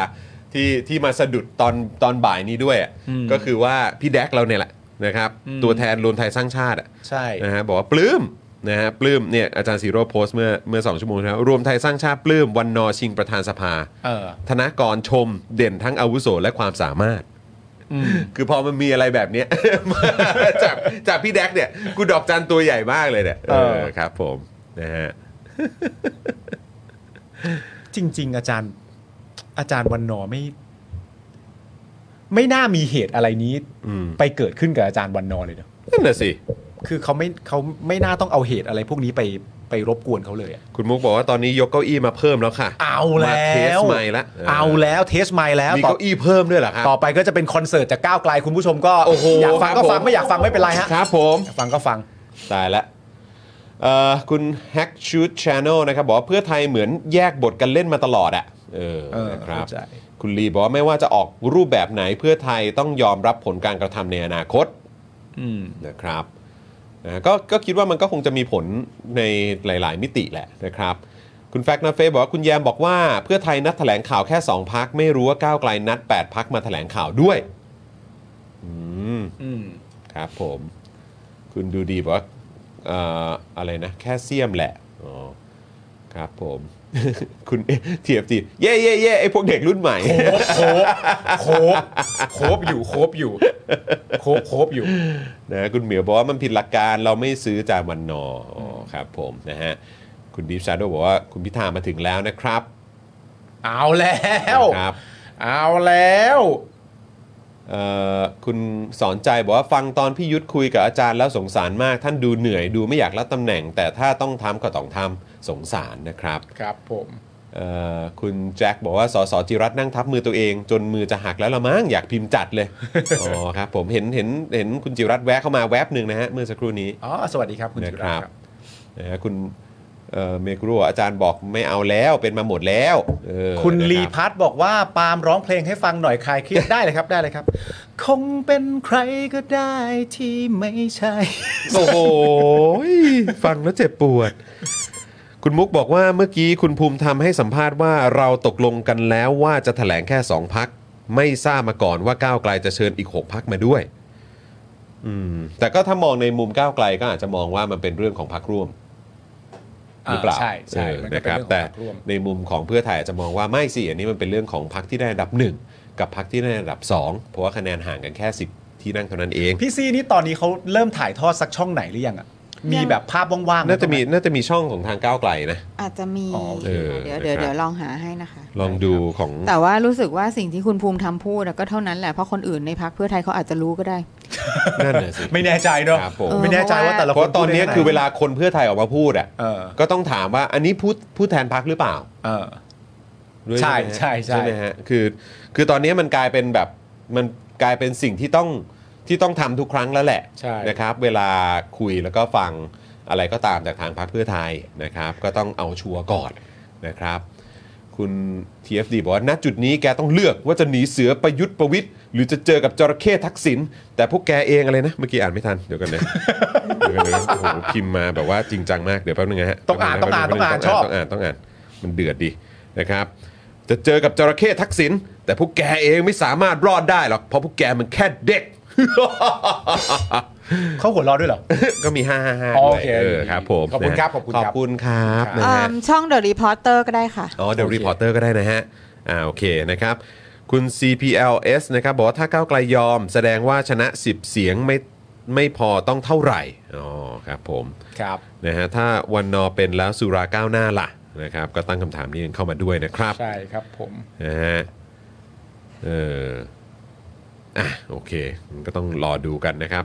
Speaker 1: ที่ที่มาสะดุดตอนตอนบ่ายนี้ด้วยอะ
Speaker 2: อืม
Speaker 1: ก็คือว่าพี่แดกเราเนี่ยแหละนะครับ
Speaker 2: อืม
Speaker 1: ตัวแทนรวมไทยสร้างชาติอ่ะ
Speaker 2: ใช่
Speaker 1: นะฮะบอกว่าปลื้มนะฮะปลื้มเนี่ยอาจารย์สีโรจน์โพสต์เมื่อเมื่อสองชั่วโมงที่แล้วรวมไทยสร้างชาติปลื้มวันนอชิงประธานสภา
Speaker 2: เออ
Speaker 1: ธนากรชมเด่นทั้งอาวุโสและความสามารถ
Speaker 2: อืม
Speaker 1: คือพอมันมีอะไรแบบเนี้ย (laughs) มาจากจากพี่แดกเนี่ยกูดอกจันตัวใหญ่มากเลยเนี่ย
Speaker 2: เออ
Speaker 1: เออครับผมนะฮะ
Speaker 2: จริง ๆ อาจารย์อาจารย์วันนอร์ไม่ ไม่น่ามีเหตุอะไรนี้
Speaker 1: อืม
Speaker 2: ไปเกิดขึ้นกับอาจารย์วันนอร์เลยเนอะ
Speaker 1: นั่นน่ะสิ
Speaker 2: คือเขาไม่เขาไม่น่าต้องเอาเหตุอะไรพวกนี้ไปไปรบกวนเขาเลยอะ
Speaker 1: คุณมุกบอกว่าตอนนี้ยกเก้าอี้มาเพิ่มแล้วค่ะ
Speaker 2: เอา
Speaker 1: มา
Speaker 2: แล้
Speaker 1: เทส
Speaker 2: ว
Speaker 1: ใหม่ละเออ
Speaker 2: เอาแล้วเทสใหม่แล้ว
Speaker 1: มี
Speaker 2: ต่อ
Speaker 1: เก้าอี้เพิ่มด้วยเหรอครับ
Speaker 2: ต่อไปก็จะเป็นคอนเสิร์ตจากก้าวไกลคุณผู้ชมก็
Speaker 1: โอ้โห
Speaker 2: ยากฟัง
Speaker 1: ค
Speaker 2: ก็
Speaker 1: รับผม
Speaker 2: ฟังไม่อยากฟังไม่เป็นไรฮะ
Speaker 1: ครับผม
Speaker 2: อยากฟังก็ฟัง
Speaker 1: ตายละเอ่อคุณ Hack Shoot Channel นะครับ บอกว่าเพื่อไทยเหมือนแยกบทกันเล่นมาตลอดอะเออ
Speaker 2: เออ
Speaker 1: นะครับ
Speaker 2: เข้าใจ
Speaker 1: คุณลีบอกว่าไม่ว่าจะออกรูปแบบไหนเพื่อไทยต้องยอมรับผลการกระทำในอนาคต
Speaker 2: อืม
Speaker 1: นะครับนะก็ก็คิดว่ามันก็คงจะมีผลในหลาย ๆ มิติแหละนะครับ คุณแฟกนาเฟบอกว่าคุณแยมบอกว่าเพื่อไทยนัดแถลงข่าวแค่ 2 พัก ไม่รู้ว่าก้าวไกลนัด 8 พักมาแถลงข่าวด้วยอืม
Speaker 2: อืม
Speaker 1: ครับผม คุณดูดีบอกว่าเอ่ออะไรนะ แค่เสียมแหละอ๋อครับผม (laughs) คุณเทียบจีเย่เย่เย่ไอพวกเด็กรุ่นใหม่
Speaker 2: (laughs) โคบโคบโคบอยู่โคบอยู่โคบโคบอยู่
Speaker 1: นะคุณเหมียวบอกว่ามันผิดหลักการเราไม่ซื้อจานวันนออ๋อครับผมนะฮะคุณดีฟชาโดบอกว่าคุณพิธามาถึงแล้วนะครับ
Speaker 2: เอาแล้ว
Speaker 1: ครับ
Speaker 2: เอาแล้ว
Speaker 1: เอ่อคุณสอนใจบอกว่าฟังตอนพี่ยุทธคุยกับอาจารย์แล้วสงสารมาก ท่านดูเหนื่อยดูไม่อยากรับตำแหน่ง แต่ถ้าต้องทำก็ต้องทำสงสารนะครับ
Speaker 2: ครับ ผม
Speaker 1: เอ่อคุณแจ็คบอกว่าสสจิรัตน์นั่งทับมือตัวเอง จนมือจะหักแล้วละมั้งอยากพิมพ์จัดเลย
Speaker 2: (laughs)
Speaker 1: อ๋อครับผมเห็นเห็นเห็นคุณจิรัตน์แวะเข้ามาแวบหนึ่งนะฮะเมื่อสักครู่นี้
Speaker 2: อ๋อ สวัสดีครับคุณ
Speaker 1: นะ
Speaker 2: จุ
Speaker 1: ค
Speaker 2: ฬา
Speaker 1: รับ
Speaker 2: ครับ
Speaker 1: นะฮะคุณเอ่อเมกรูบอกอาจารย์บอกไม่เอาแล้วเป็นมาหมดแล้วเออ
Speaker 2: คุณลี
Speaker 1: นะรับ
Speaker 2: พัทบอกว่าปาล์มร้องเพลงให้ฟังหน่อยคลายเครียด ได้เลยครับได้เลยครับ คงเป็นใครก็ได้ที่ไม่ใช่
Speaker 1: โอ้โหฟังแล้วเจ็บปวด คุณมุกบอกว่าเมื่อกี้คุณภูมิธรรมให้สัมภาษณ์ว่าเราตกลงกันแล้วว่าจะแถลงแค่สองพัก ไม่ทราบมาก่อนว่าก้าวไกลจะเชิญอีกหกพักมาด้วย อืม แต่ก็ถ้ามองในมุมก้าวไกลก็อาจจะมองว่ามันเป็นเรื่องของพักร่วมหรือเปล่า
Speaker 2: อ่าใช่ใช่
Speaker 1: เออ
Speaker 2: มันก็
Speaker 1: นะค
Speaker 2: เป็
Speaker 1: น รับ
Speaker 2: เรื่องของ
Speaker 1: แต่
Speaker 2: พรรคร่วม
Speaker 1: ในมุมของเพื่อไทยอาจจะมองว่าไม่สิอันนี้มันเป็นเรื่องของพักที่ได้อันดับหนึ่งกับพักที่ได้อันดับสองเพราะว่าคะแนนห่างกันแค่สิบที่นั่งเท่านั้นเอง
Speaker 2: พี่ซีนี่ตอนนี้เขาเริ่มถ่ายทอดสักช่องไหนหรือยังอ่ะ มีแบบภาพว่างๆ
Speaker 1: น่าจะมีน่าจะมีช่องของทางก้าวไกลนะ
Speaker 3: อาจจะมี
Speaker 2: อ๋อโอเค
Speaker 3: เดี๋ยวเดี๋ยว
Speaker 1: นะครับ
Speaker 3: เดี๋ยวลองหาให้นะคะ
Speaker 1: ลองดูของ
Speaker 3: แต่ว่ารู้สึกว่าสิ่งที่คุณภูมิทำพูดอะก็เท่านั้นแหละเพราะคนอื่นในพักเพื่อไทยเขาอาจจะรู้ก็ได้
Speaker 1: นั่นน่ะสิ
Speaker 2: ไม่แน่ใจเนอะ
Speaker 1: ครับผม
Speaker 2: ไม่แน่ใจว่าแต่ละ
Speaker 1: เพ
Speaker 2: คน
Speaker 1: ราะตอนนี้คือเวลาคนเพื่อไทยออกมาพูดอ่ะ
Speaker 2: เออ
Speaker 1: ก็ต้องถามว่าอันนี้พูดพูดแทนพักหรือเปล่า
Speaker 2: เออ
Speaker 1: ด้วย
Speaker 2: ใช่
Speaker 1: ไหมฮะ
Speaker 2: ใช่ใช่
Speaker 1: ไหมฮะคือ คือตอนนี้มันกลายเป็นแบบมันกลายเป็นสิ่งที่ต้องที่ต้องทำทุกครั้งแล้วแหละ
Speaker 6: ใช่
Speaker 1: นะครับ เวลาคุยแล้วก็ฟังอะไรก็ตามจากทางพรรคเพื่อไทยนะครับ ก็ต้องเอาชัวร์ก่อนนะครับ คุณ TFD บอกว่าณจุดนี้แกต้องเลือกว่าจะหนีเสือประยุทธ์ประวิทย์หรือจะเจอกับจระเข้ทักษิณแต่พวกแกเองอะไรนะ เมื่อกี้อ่านไม่ทัน เดี๋ยวกันนะ เดี๋ยวกันนะโอ้โหพิมพ์มาแบบว่าจริงจังมาก เดี๋ยวแป๊บนึงนะฮะ
Speaker 2: ต้องอ่าน
Speaker 1: แป๊บงะ
Speaker 2: ต้องอ่าน
Speaker 1: แป๊
Speaker 2: ต้
Speaker 1: นึงต้อง
Speaker 2: องอ่านชอบ
Speaker 1: อ่านต้องอ่าน มันเดือดดีนะครับ จะเจอกับจระเข้ทักษิณแต่พวกแกเองไม่สามารถรอดได้หรอกเพราะพวกแกมันแค่เด็ก
Speaker 2: เขาหัวเรอด้วยเหรอ
Speaker 1: ก็มี5 5 5
Speaker 2: อ๋อ
Speaker 1: ด้
Speaker 2: โอ
Speaker 1: วย
Speaker 2: เค
Speaker 1: เออครับผม
Speaker 2: ขอบคุณครับ
Speaker 1: นะฮะ
Speaker 2: ขอบคุณ
Speaker 1: ข
Speaker 2: ครั
Speaker 1: อบบ คุณครับนะฮะ
Speaker 3: เอิ่มช่อง The Reporter ก็ได้ค่ะ
Speaker 1: อ๋อ The Reporter ก็ได้นะฮะ อ่า โอเคนะครับ คุณ CPLS นะครับ บอกว่าถ้าก้าวไกลยอม แสดงว่าชนะ 10 เสียงไม่ไม่พอต้องเท่าไหร่ อ๋อ ครับผม
Speaker 2: ครับ
Speaker 1: นะฮะ ถ้าวันนอเป็นแล้วสุราก้าวหน้าล่ะนะครับ ก็ตั้งคำถามนี้กันเข้ามาด้วยนะครับ
Speaker 2: ใช่ครับผม
Speaker 1: นะฮะ เออ อ่ะ โอเคก็ต้องรอดูกันนะครับ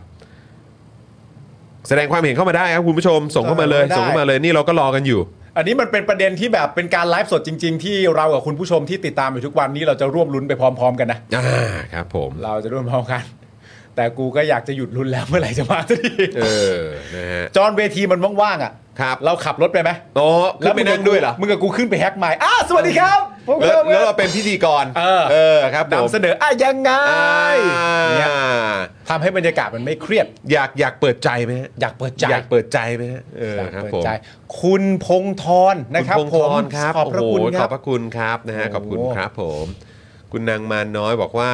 Speaker 1: แสดงความเห็นเข้ามาได้ครับคุณผู้ชม ส่งเข้ามาเลย ส่งเข้ามาเลย นี่เราก็รอกันอยู่
Speaker 2: อันนี้มันเป็นประเด็นที่แบบเป็นการไลฟ์สดจริง ๆ ที่เรากับคุณผู้ชมที่ติดตามอยู่ทุกวันนี้เราจะร่วมลุ้นไปพร้อม ๆ กันนะ
Speaker 1: อ่า ครับผม
Speaker 2: เราจะร่วมพร้อมกัน แต่กูก็อยากจะหยุดลุ้นแล้วเมื่อไหร่จะมาสักที
Speaker 1: เออ นะฮะ
Speaker 2: จอห์นเวทีมันว่างๆอ่ะ
Speaker 1: ครับ
Speaker 2: เราขับรถไปไหม
Speaker 1: โอ้ขึ้นไปนั่งด้วยเหรอ
Speaker 2: มึงกับกูขึ้นไปแฮกไมค์อ้าสวัสดีครับผม
Speaker 1: แล้ว
Speaker 2: เอ
Speaker 1: แล้ว
Speaker 2: อ
Speaker 1: เราเป็นพิธีกร
Speaker 2: เออ
Speaker 1: เออครับผม
Speaker 2: นำเสนออ่ะยังไง
Speaker 1: อ่า
Speaker 2: เนี่ยทำให้บรรยากาศมันไม่เครียด
Speaker 1: อยากอยากเปิดใจไหมฮะ
Speaker 2: อยากเปิดใจ
Speaker 1: อยากเปิดใจไหมฮะเออ
Speaker 2: อยาก
Speaker 1: ครับ
Speaker 2: เปิด
Speaker 1: ผม
Speaker 2: ใจ คุณพงธรนะครับ
Speaker 1: ณพงธรครับ
Speaker 2: ผมขอบพระคุณ
Speaker 1: โโห
Speaker 2: ค
Speaker 1: ข
Speaker 2: รั
Speaker 1: อบ บพระคุณครับนะฮะข
Speaker 2: โอ้โห
Speaker 1: อบคุณครับผม คุณนางมารน้อยบอกว่า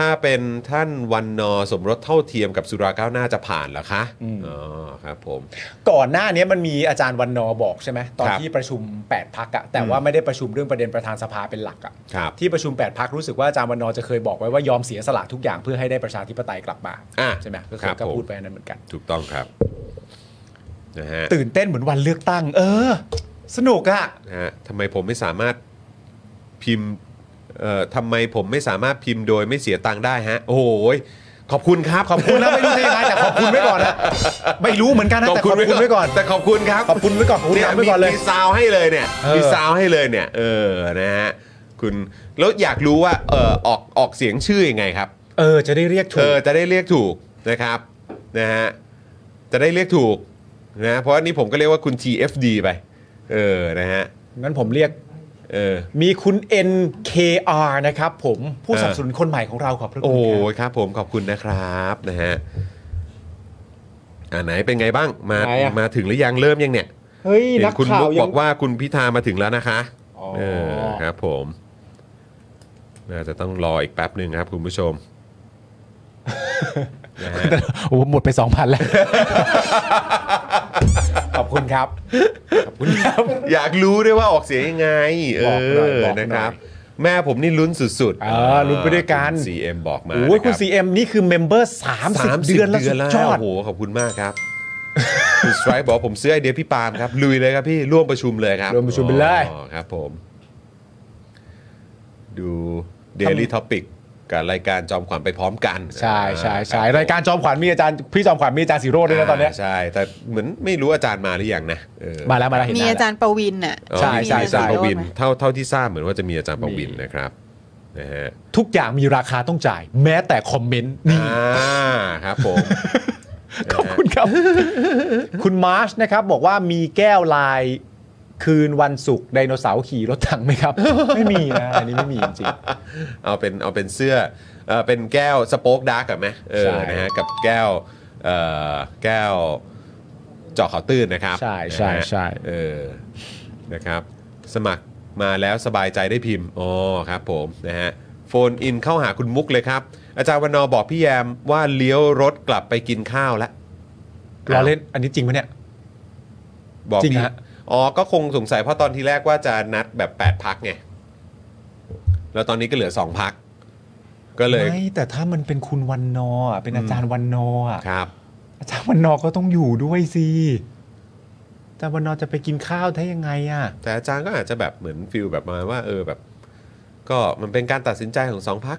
Speaker 1: ถ้าเป็นท่านวันนอสมรสเท่าเทียมกับสุราก้าวหน้าจะผ่านเหรอคะอ๋อครับผม
Speaker 2: ก่อนหน้านี้มันมีอาจารย์วันนอบอกใช่ไหมตอน
Speaker 1: ครับ
Speaker 2: ที่ประชุม 8พักอะแต่ว่าไม่ได้ประชุมเรื่องประเด็นประธานสภาเป็นหลักอะ
Speaker 1: ครับ
Speaker 2: ที่ประชุม 8พักรู้สึกว่าอาจารย์วันนอจะเคยบอกไว้ว่ายอมเสียสละทุกอย่างเพื่อให้ได้ประชาธิปไตยกลับมา
Speaker 1: อ่ะ
Speaker 2: ใช่ไหมก็เค
Speaker 1: ครั
Speaker 2: ย
Speaker 1: บ
Speaker 2: ก็
Speaker 1: ผม
Speaker 2: พูดไปอันนั้นเหมือนกัน
Speaker 1: ถูกต้องครับนะฮะ
Speaker 2: ตื่นเต้นเหมือนวันเลือกตั้ง เออ สนุกอะ
Speaker 1: นะฮะทำไมผมไม่สามารถพิมพ์เอ่อทำไมผมไม่สามารถพิมพ์โดยไม่เสียตังค์ได้ฮะ โอ้โหขอบคุณครับ
Speaker 2: ขอบคุณนะไม่รู้จะยังไงแต่ขอบคุณไว้ก่อนนะไม่รู้เหมือนกัน
Speaker 1: (laughs)
Speaker 2: นะ
Speaker 1: ขอบ
Speaker 2: แต่ข
Speaker 1: คุ
Speaker 2: อบ
Speaker 1: ณ
Speaker 2: คุณไว้ก่อน
Speaker 1: แต่ขอบคุณครับ
Speaker 2: ขอบคุณไว้ก่อนขอบคุณ
Speaker 1: เนี่ย
Speaker 2: ย้ำไว้
Speaker 1: มี
Speaker 2: ก่อนเลย
Speaker 1: มีซาวให้เลยเนี่ย
Speaker 2: เออ
Speaker 1: มีซาวให้เลยเนี่ย เออนะฮะคุณแล้วอยากรู้ว่าเออออกออกเสียงชื่อยังไงครับ
Speaker 2: เออจะได้เรียกถู
Speaker 1: เอก อจะได้เรียกถูกนะครับนะฮะจะได้เรียกถูกนะเพราะว่านี่ผมก็เรียกว่าคุณ TFD ไป เออนะฮะ
Speaker 2: งั้นผมเรียก
Speaker 1: เออ
Speaker 2: มีคุณ NKR นะครับผมผู้สนับสนุนคนใหม่ของเราขอบพระคุณ
Speaker 1: โอ้
Speaker 2: ค
Speaker 1: ยค
Speaker 2: รับ
Speaker 1: รับผมขอบคุณนะครับนะฮะอ่าไหนเป็นไงบ้างมา
Speaker 2: ไหนอะ
Speaker 1: มาถึงหรือยังเริ่มยังเนี่ย
Speaker 2: เฮ้ย
Speaker 1: เห็
Speaker 2: นัก
Speaker 1: นคุณ
Speaker 2: ข่า
Speaker 1: มุ
Speaker 2: ว
Speaker 1: ก
Speaker 2: ยั
Speaker 1: บอง กว่าคุณพิธามาถึงแล้วนะคะ
Speaker 2: อ๋อ
Speaker 1: เออครับผม น่าจะต้องรออีกแป๊บหนึ่งครับคุณผู้ชมนะฮะ
Speaker 2: โอ้หมดไป 2,000 แล้ว ขอบคุณครับ ขอบคุณครับ
Speaker 1: อยากรู้ด้วยว่าออกเสียงยังไง เอ
Speaker 2: บอกหน่อย
Speaker 1: อ
Speaker 2: บอกหน่อย
Speaker 1: นะครับ แม่ผมนี่ลุ้นสุด
Speaker 2: เออลุ้นไปด้วยกัน
Speaker 1: คุณ CM บอกมา
Speaker 2: โอ้ย
Speaker 1: นะ
Speaker 2: คุณ
Speaker 1: รับ
Speaker 2: CM นี่คือเมมเบอร์ 30 เดือนแล้วสุดยอด
Speaker 1: โอ้โห ขอบคุณมาก
Speaker 2: (laughs)
Speaker 1: ครับ คุณสไตร์บอกว่าผมเสื้อไอเดียพี่ปาล์มครับ ลุยเลยครับพี่ ร่วมประชุมเลยครับ
Speaker 2: ร่วมประชุมไปเลย
Speaker 1: อ๋อครับผม ดู Daily Topic กับรายการจอมขวัญไปพร้อมกัน
Speaker 2: ใช่ใช่ใช่
Speaker 1: คบ
Speaker 2: รายการจอมขวัญมีอาจารย์ พี่จอมขวัญมีอาจารย์สีโรดด้วยนะตอนเนี้ย
Speaker 1: าใช่ แต่เหมือนไม่รู้อาจารย์มาหรือยังนะเออ
Speaker 2: มาแล้วมาแล้วเห็นห
Speaker 3: มีอา
Speaker 2: น้าแล้ว
Speaker 3: จารย์ประวินน่ะ
Speaker 1: อ๋อ
Speaker 2: ใช่
Speaker 1: มี
Speaker 2: ใช่
Speaker 1: อาจารย์
Speaker 2: ใช่
Speaker 1: ประวินเท่าเท่าที่ทราบเหมือนว่าจะมีอาจารย์ประวินนะครับนะฮะ
Speaker 2: ทุกอย่างมีราคาต้องจ่าย แม้แต่คอมเมนต์นี่
Speaker 1: อ่าครับผม
Speaker 2: ขอบคุณครับ คุณมาร์ชนะครับ บอกว่ามีแก้วลายคืนวันศุกร์ไดโนเสาร์ขี่รถถังไหมครับ ไม่มีนะอันนี้ไม่มีจริง
Speaker 1: เอาเป็นเอาเป็นเสื้อ เอ่อเป็นแก้วสโป๊กดาร์กกับไหมเออ
Speaker 2: ใช่
Speaker 1: นะฮะกับแก้วเอ่อแก้วเจาะข่าวตื้นนะครับ
Speaker 2: ใช่ใช่
Speaker 1: นะฮะ
Speaker 2: ใช่
Speaker 1: เออ นะครับ สมัครมาแล้วสบายใจได้พิมพ์ อ๋อครับผมนะฮะ โฟนอินเข้าหาคุณมุกเลยครับ อาจารย์วันนอบอกพี่แยมว่าเลี้ยวรถกลับไปกินข้าวแล้ว
Speaker 2: รอเล่น อันนี้จริงปะเนี่ย
Speaker 1: บอก
Speaker 2: จริง
Speaker 1: พี่
Speaker 2: ฮะ
Speaker 1: อ๋อ ก็คงสงสัยเพราะตอนที่แรกว่าจะนัดแบบ 8 พักไง แล้วตอนนี้ก็เหลือ 2 พัก ก็เลย
Speaker 2: ไม่แต่ถ้ามันเป็นคุณวันนอร์อะเป็นอาจารย์วันนอร์อะ
Speaker 1: ครับ
Speaker 2: อาจารย์วันนอร์ก็ต้องอยู่ด้วยสิอาจารย์วันนอร์จะไปกินข้าวได้ยังไงอ่ะ
Speaker 1: แต่อาจารย์ก็อาจจะแบบเหมือนฟิลแบบมาว่า เออแบบ ก็มันเป็นการตัดสินใจของสองพัก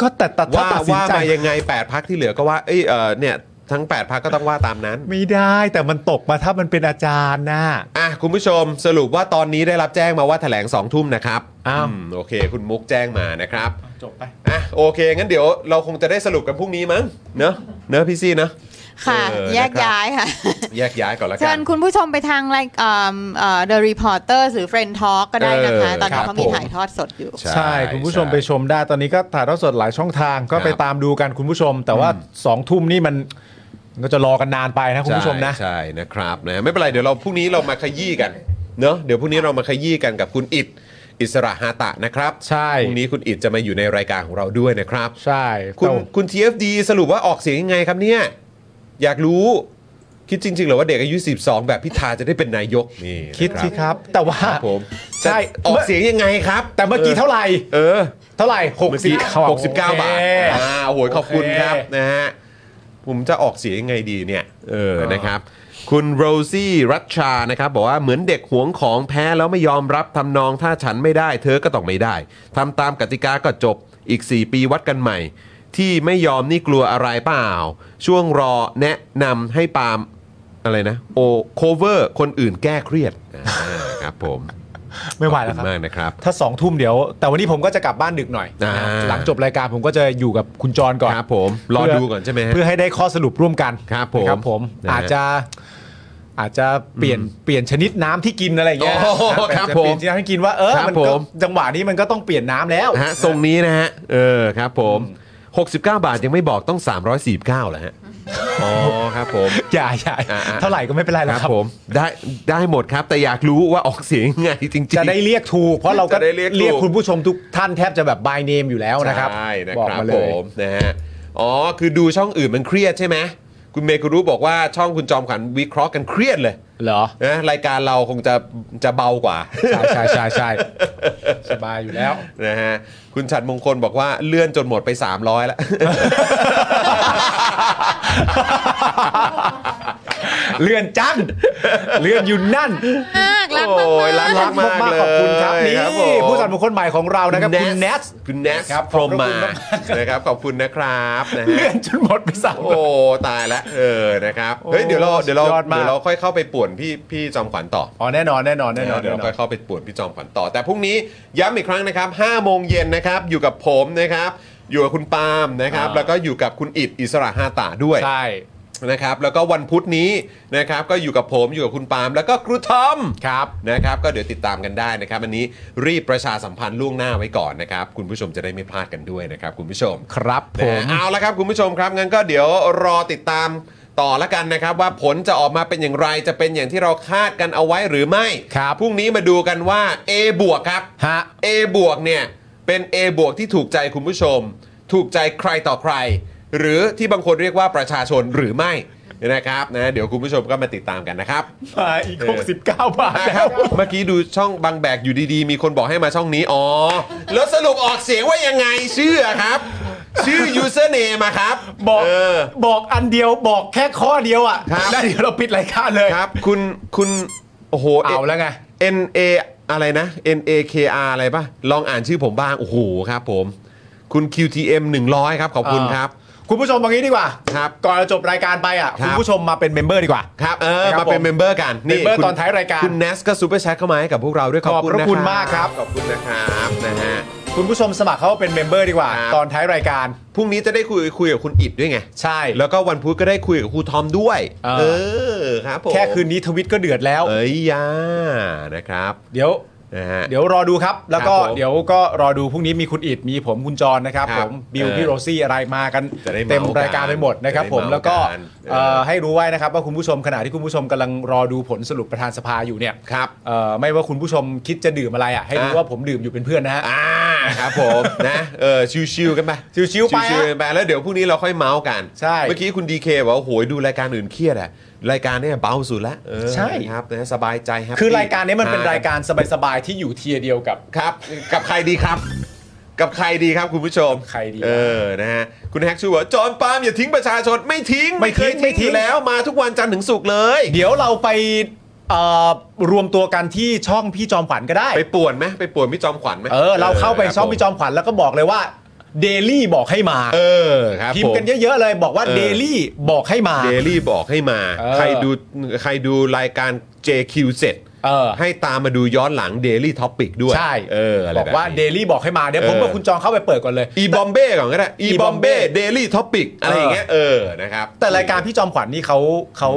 Speaker 2: ก็แต่แต่ถ้า
Speaker 1: ว่า
Speaker 2: ตัดสิน
Speaker 1: ว่า
Speaker 2: ใจ
Speaker 1: มายังไง 8 พักที่เหลือก็ว่า เอ้ยเออเนี่ยทั้ง 8 พักก็ต้องว่าตามนั้น
Speaker 2: ไม่ได้แต่มันตกมาถ้ามันเป็นอาจารย์นะ
Speaker 1: อ่ะคุณผู้ชมสรุปว่าตอนนี้ได้รับแจ้งมาว่าแถลง2ทุ่มนะครับ
Speaker 2: อ้าว
Speaker 1: มโอเค คุณมุกแจ้งมานะครับ
Speaker 2: จบไป
Speaker 1: อ่ะโอเค งั้นเดี๋ยวเราคงจะได้สรุปกันพรุ่งนี้มั้งเนอะเนอะพี่ซี่เนอะ
Speaker 3: ค่ะ
Speaker 1: เออ
Speaker 3: แยก
Speaker 1: นะครับ
Speaker 3: ย้ายค่ะ
Speaker 1: แยกย้ายก่อนละ
Speaker 3: เชิ
Speaker 1: กั
Speaker 3: ญ
Speaker 1: น
Speaker 3: คุณผู้ชมไปทางรายเอ่อเอ่อ The Reporters หรือ Friend Talk ก็ได้นะคะ
Speaker 1: เออ
Speaker 3: ตอน
Speaker 1: ค
Speaker 3: นี้
Speaker 1: รับ
Speaker 3: เขามี
Speaker 1: ผม
Speaker 3: ถ่ายทอดสดอยู่
Speaker 1: ใช่
Speaker 2: ใช่ คุณผู้ชม
Speaker 1: ใช่
Speaker 2: ไปชมได้ตอนนี้ก็ถ่ายทอดสดหลายช่องทางก็ไป
Speaker 1: ครับ
Speaker 2: ตามดูกันคุณผู้ชม แต่ว่าสองทุ่มนี่มันมันก็จะรอกันนานไปนะคุณผู้ชมนะ
Speaker 1: ใช่ใช่นะครับนะไม่เป็นไรเดี๋ยวเราพรุ่งนี้เรามาขยี้กันเนอะเดี๋ยวพรุ่งนี้เรามาขยี้กันกับคุณอิดอิสระฮาตะนะครับ
Speaker 2: ใช่
Speaker 1: พรุ่งนี้คุณอิดจะมาอยู่ในรายการของเราด้วยนะครับ
Speaker 2: ใช่
Speaker 1: คุณ
Speaker 2: แต่
Speaker 1: คุณ TFD สรุปว่าออกเสียงยังไงครับเนี่ย อยากรู้คิดจริงๆเหรือว่าเด็กอายุ 12 แบบพิธาจะได้เป็นนายกนี่
Speaker 2: คิดสิครับ แต่ว่า
Speaker 1: ครับผม
Speaker 2: ใช่
Speaker 1: ออกเสียงยังไงครับ
Speaker 2: แต่เมื่อกี้เท่าไหร่
Speaker 1: เออ
Speaker 2: เท่าไหร่หก
Speaker 1: เมื่อ
Speaker 2: สิบ
Speaker 1: กี้
Speaker 2: โอ
Speaker 1: 69
Speaker 2: เค
Speaker 1: บาทอ่าโอ้โหขอบคุณครับ
Speaker 2: โอเค
Speaker 1: นะฮะผมจะออกเสียงยังไงดีเนี่ยเออนะครับ คุณโรซี่รัชชานะครับ บอกว่าเหมือนเด็กหวงของแพ้แล้วไม่ยอมรับทำนองถ้าฉันไม่ได้ เธอก็ต้องไม่ได้ทำตามกติกาก็จบอีก 4 ปีวัดกันใหม่ ที่ไม่ยอมนี่กลัวอะไรเปล่า ช่วงรอแนะนำให้ปาล์มอะไรนะ โอโคเวอร์คนอื่นแก้เครียดอ่าครับผม
Speaker 2: ไม่ไหวแล้ว
Speaker 1: ข
Speaker 2: ครั
Speaker 1: อบ ณมากนะครับ
Speaker 2: ถ้าสองทุ่มเดี๋ยว แต่วันนี้ผมก็จะกลับบ้านดึกหน่อย
Speaker 1: อ่า
Speaker 2: หลังจบรายการผมก็จะอยู่กับคุณจรก่อน
Speaker 1: ครับผมรอดูก่อนใช่ไหมฮะ
Speaker 2: เพื่อให้ได้ข้อสรุปร่วมกัน
Speaker 1: ครับผม
Speaker 2: นะครับผม
Speaker 1: นะฮะ
Speaker 2: อาจจะอาจจะเปลี่ยนเปลี่ยนชนิดน้ำที่กินอะไรอย่างเงี้ย
Speaker 1: โอ้โหค
Speaker 2: อาจ
Speaker 1: รับ
Speaker 2: จะ
Speaker 1: ผ
Speaker 2: เปลี่
Speaker 1: ม
Speaker 2: ยนชนิดน้ำที่กินว่าเออ
Speaker 1: ครับ
Speaker 2: มันก็
Speaker 1: ผม
Speaker 2: จังหวะนี้มันก็ต้องเปลี่ยนน้ำแล้ว
Speaker 1: ฮะทรงนี้นะฮะ เออครับผม 69 บาทยังไม่บอกต้อง 349เหรอฮะ อ๋อครับผม
Speaker 2: อย่าอย่า
Speaker 1: อ่าอ่า
Speaker 2: เท่าไหร่ก็ไม่เป็นไรหรอกครับ
Speaker 1: ผมได้ได้หมดครับแต่อยากรู้ว่าออกเสียงยังไงจริงๆ
Speaker 2: จะได้เรียกถูก เพราะเราก็
Speaker 1: จะได้เรียกถูก
Speaker 2: คุณผู้ชมทุกท่านแทบจะแบบ by name อยู่แล้วนะครับ
Speaker 1: ใช่นะ
Speaker 2: บอก
Speaker 1: ครับ
Speaker 2: มาเล
Speaker 1: ผ
Speaker 2: ย
Speaker 1: มนะฮะอ๋อคือดูช่องอื่นมันเครียดใช่ไหมคุณเมกุรุบอกว่าช่องคุณจอมขวัญวิเคราะห์กันเครียดเลย
Speaker 2: เหรอ
Speaker 1: นะรายการเราคงจะจะเบากว่า
Speaker 2: ใช่ใช่ใช่ใช่สบายอยู่แล้ว
Speaker 1: นะฮะคุณฉัดมงคลบอกว่าเลื่อนจนหมดไป 300 แล้ว
Speaker 2: เลื่อนจังเลื่อนอยู่นั่น
Speaker 3: มากรักมาก
Speaker 1: โอ้ยรักมากเลย
Speaker 2: ขอบคุณครับนี่
Speaker 1: ครับผม
Speaker 2: ผู้สันบุคคลใหม่ของเรานะครับคุณเนส
Speaker 1: คุณเนส
Speaker 2: ครับ
Speaker 1: พรหมมา
Speaker 2: ขอบพระคุณมาก
Speaker 1: นะครับขอบคุณนะครับนะ
Speaker 2: เลื่อ
Speaker 1: ฮะ
Speaker 2: นจนหมดไปสาม
Speaker 1: โอ้ตายละเออนะครับเฮ้ยเดี๋ยวเราเดี๋ยวเรา
Speaker 2: สุดยอดมาก
Speaker 1: เดี๋ยวเราค่อยเข้าไปป่วนพี่พี่จอมขวัญต่อ
Speaker 2: อ๋อแน่นอนแน่นอนแน่นอน
Speaker 1: เดี๋ยว
Speaker 2: แน่
Speaker 1: เรา
Speaker 2: นอ
Speaker 1: ค่อน ยเข้าไปป่วนพี่จอมขวัญต่อ แต่พรุ่งนี้ย้ำอีกครั้งนะครับ5โมงเย็นนะครับอยู่กับผมนะครับอยู่กับคุณปาล์มนะครับ
Speaker 2: อ่า
Speaker 1: แล้วก็อยู่กับคุณอิดอิสระฮาตาด้วย
Speaker 2: ใช่
Speaker 1: นะครับแล้วก็วันพุธนี้นะครับก็อยู่กับผมอยู่กับคุณปาล์มแล้วก็ครูทอม
Speaker 2: ครับ
Speaker 1: นะครับก็เดี๋ยวติดตามกันได้นะครับอันนี้รีบประชาสัมพันธ์ล่วงหน้าไว้ก่อนนะครับคุณผู้ชมจะได้ไม่พลาดกันด้วยนะครับคุณผู้ชม
Speaker 2: ครับผม
Speaker 1: นะฮะเอาละครับคุณผู้ชมครับงั้นก็เดี๋ยวรอติดตามต่อละกันนะครับ ว่าผลจะออกมาเป็นอย่างไรจะเป็นอย่างที่เราคาดกันเอาไว้หรือไม่
Speaker 2: ครับ
Speaker 1: พรุ่งนี้มาดูกันว่า A บวกครับ
Speaker 2: ฮะ
Speaker 1: A บวกเนี่ยเป็น A บวกที่ถูกใจคุณผู้ชม ถูกใจใครต่อใคร หรือที่บางคนเรียกว่าประชาชนหรือไม่นะครับนะเดี๋ยวคุณผู้ชมก็มาติดตามกันนะครับ
Speaker 2: มาอีก 69 บาท
Speaker 1: นะค
Speaker 2: แล้ (laughs)
Speaker 1: รับ
Speaker 2: ว
Speaker 1: เมื่อกี้ดูช่องบางแบกอยู่ดีๆ มีคนบอกให้มาช่องนี้อ๋อแล้วสรุปออกเสียงว่ายังไงชื่ออะครับ ชื่อ username อะครับ
Speaker 2: บอก
Speaker 1: เออ
Speaker 2: บอกอันเดียวบอกแค่ข้อเดียวอ่ะ
Speaker 1: ครับ
Speaker 2: แล้วเดี๋ยวเราปิดรายการเลย
Speaker 1: ครับคุณคุณโอ้โห
Speaker 2: เอาแล้วไง
Speaker 1: N A อะไรนะ N A K R อะไรป่ะ ลองอ่านชื่อผมบ้าง โอ้โหครับผม คุณ Q T M 100 ครับ ขอบคุณครับ
Speaker 2: คุณผู้ชมบางนี้ดีกว่า
Speaker 1: ครับ
Speaker 2: ก่อนจะจบรายการไปอ่ะ
Speaker 1: ครับ
Speaker 2: คุณผู้ชมมาเป็นเมมเบอร์ดีกว่า
Speaker 1: ครับเออ
Speaker 2: ครับ
Speaker 1: มาเป็น
Speaker 2: ผม
Speaker 1: เมมเบอร์กัน
Speaker 2: เมมเบอร์
Speaker 1: คุณ
Speaker 2: ตอนท้ายรายการ
Speaker 1: คุณเนสก็ซูเปอร์แชทเข้ามาให้กับพวกเราด้วยขอบคุณ
Speaker 2: ขอบพระคุณ
Speaker 1: น
Speaker 2: มากครับ
Speaker 1: ขอบคุณนะครับนะฮะ
Speaker 2: คุณผู้ชมสมัครเข้ามาเป็นเมมเบอร์ดีกว่า
Speaker 1: ครับ
Speaker 2: ตอนท้ายรายการ
Speaker 1: พรุ่งนี้จะได้คุยคุยกับคุณอิดด้วยไง
Speaker 2: ใช่
Speaker 1: แล้วก็วันพุธก็ได้คุยกับครูทอมด้วย
Speaker 2: เอ
Speaker 1: อ
Speaker 2: อ
Speaker 1: ครับผม
Speaker 2: แค่คืนนี้ทวิตก็เดือดแล้ว
Speaker 1: เอ้ยยานะครับ
Speaker 2: เดี๋ยว
Speaker 1: นะฮะ
Speaker 2: เดี๋ยวรอดูครับ แล้วก็
Speaker 1: ครับผม
Speaker 2: เดี๋ยวก็รอดูพรุ่งนี้มีคุณอิดมีผมคุณจรนะครับ
Speaker 1: ครับ
Speaker 2: ผมบิว
Speaker 1: เออ
Speaker 2: พี่โรซี่อะไรมากัน
Speaker 1: จะได้เมาส์
Speaker 2: เต็มรายการไปหมดนะครับ
Speaker 1: จะได้
Speaker 2: ผม
Speaker 1: เมาส์
Speaker 2: แล้วก็
Speaker 1: กันเออ
Speaker 2: เอ่อให้รู้ไว้นะครับว่าคุณผู้ชมขณะที่คุณผู้ชมกำลังรอดูผลสรุปประธานสภาอยู่เนี่ย
Speaker 1: ครับ
Speaker 2: เอ่อไม่ว่าคุณผู้ชมคิดจะดื่มอะไรอ่ะให้รู้
Speaker 1: อ่ะ
Speaker 2: ว่าผมดื่มอยู่เป็นเพื่อนนะฮะ
Speaker 1: อ่าครับผม (laughs) นะเออชิวๆกันไป
Speaker 2: ชิวๆไปฮะ
Speaker 1: ชิวๆกันไปแล้วเดี๋ยวพรุ่งนี้เราค่อยเมาส์กัน
Speaker 2: ใช่
Speaker 1: เมื่อกี้คุณดีเคบอกว่าโหยดูรายการอื่นเครียดอะรายการเนี่ยเบาสุดละเออ
Speaker 2: ใช่
Speaker 1: ครับนะสบายใจครับ
Speaker 2: คือรายการนี้มันเป็นรายการสบายๆที่อยู่เทียร์เดียวกับ
Speaker 1: ครับ กับใครดีครับ กับใครดีครับคุณผู้ชม
Speaker 2: กับใครดี
Speaker 1: เออนะฮะคุณแฮกชื่อว่าจอห์นปาล์มอย่าทิ้งประชาชนไม่ทิ้ง
Speaker 2: ไม่ทิ้ง
Speaker 1: เคย
Speaker 2: ไม่ทิ้
Speaker 1: อ
Speaker 2: ง
Speaker 1: ยู่แล้วมาทุกวันจันทร์ถึงศุกร์เลย
Speaker 2: เดี๋ยวเราไปเอ่อรวมตัวกันที่ช่องพี่จอมขวัญก็ได้
Speaker 1: ไปป่วนไหมไปป่วนพี่จอมขวัญไหม
Speaker 2: เออเราเข้าไปช่องพี่จ
Speaker 1: ม
Speaker 2: อมขวัญแล้วก็บอกเลยว่าเดลี่บอกให้มา
Speaker 1: เออครับ
Speaker 2: พิมพ์กัน
Speaker 1: ผ
Speaker 2: เยอะๆเลยบอกว่า
Speaker 1: เออ
Speaker 2: เดลี่บอกให้มา
Speaker 1: เดลี่บอกให้มา
Speaker 2: เออ
Speaker 1: ใครดูใครดูรายการ JQ เสร็จ
Speaker 2: เออ
Speaker 1: ให้ตามมาดูย้อนหลัง Daily Topic ด้วย
Speaker 2: ใช่
Speaker 1: เอออะไร
Speaker 2: บ
Speaker 1: แนี้
Speaker 2: อกว่าเดลี่บอกให้มาเดี๋ยวผม
Speaker 1: เออ
Speaker 2: กับคุณจองเข้าไปเปิดก่อนเลย
Speaker 1: อีบอมเบ้ก่อนก็ได้อีบอมเบ้
Speaker 2: Bombay
Speaker 1: Daily Topic อะไรอย่างเงี้ยเออนะครับ
Speaker 2: แต่รายการพี่จอมขวัญนี่เขาเขา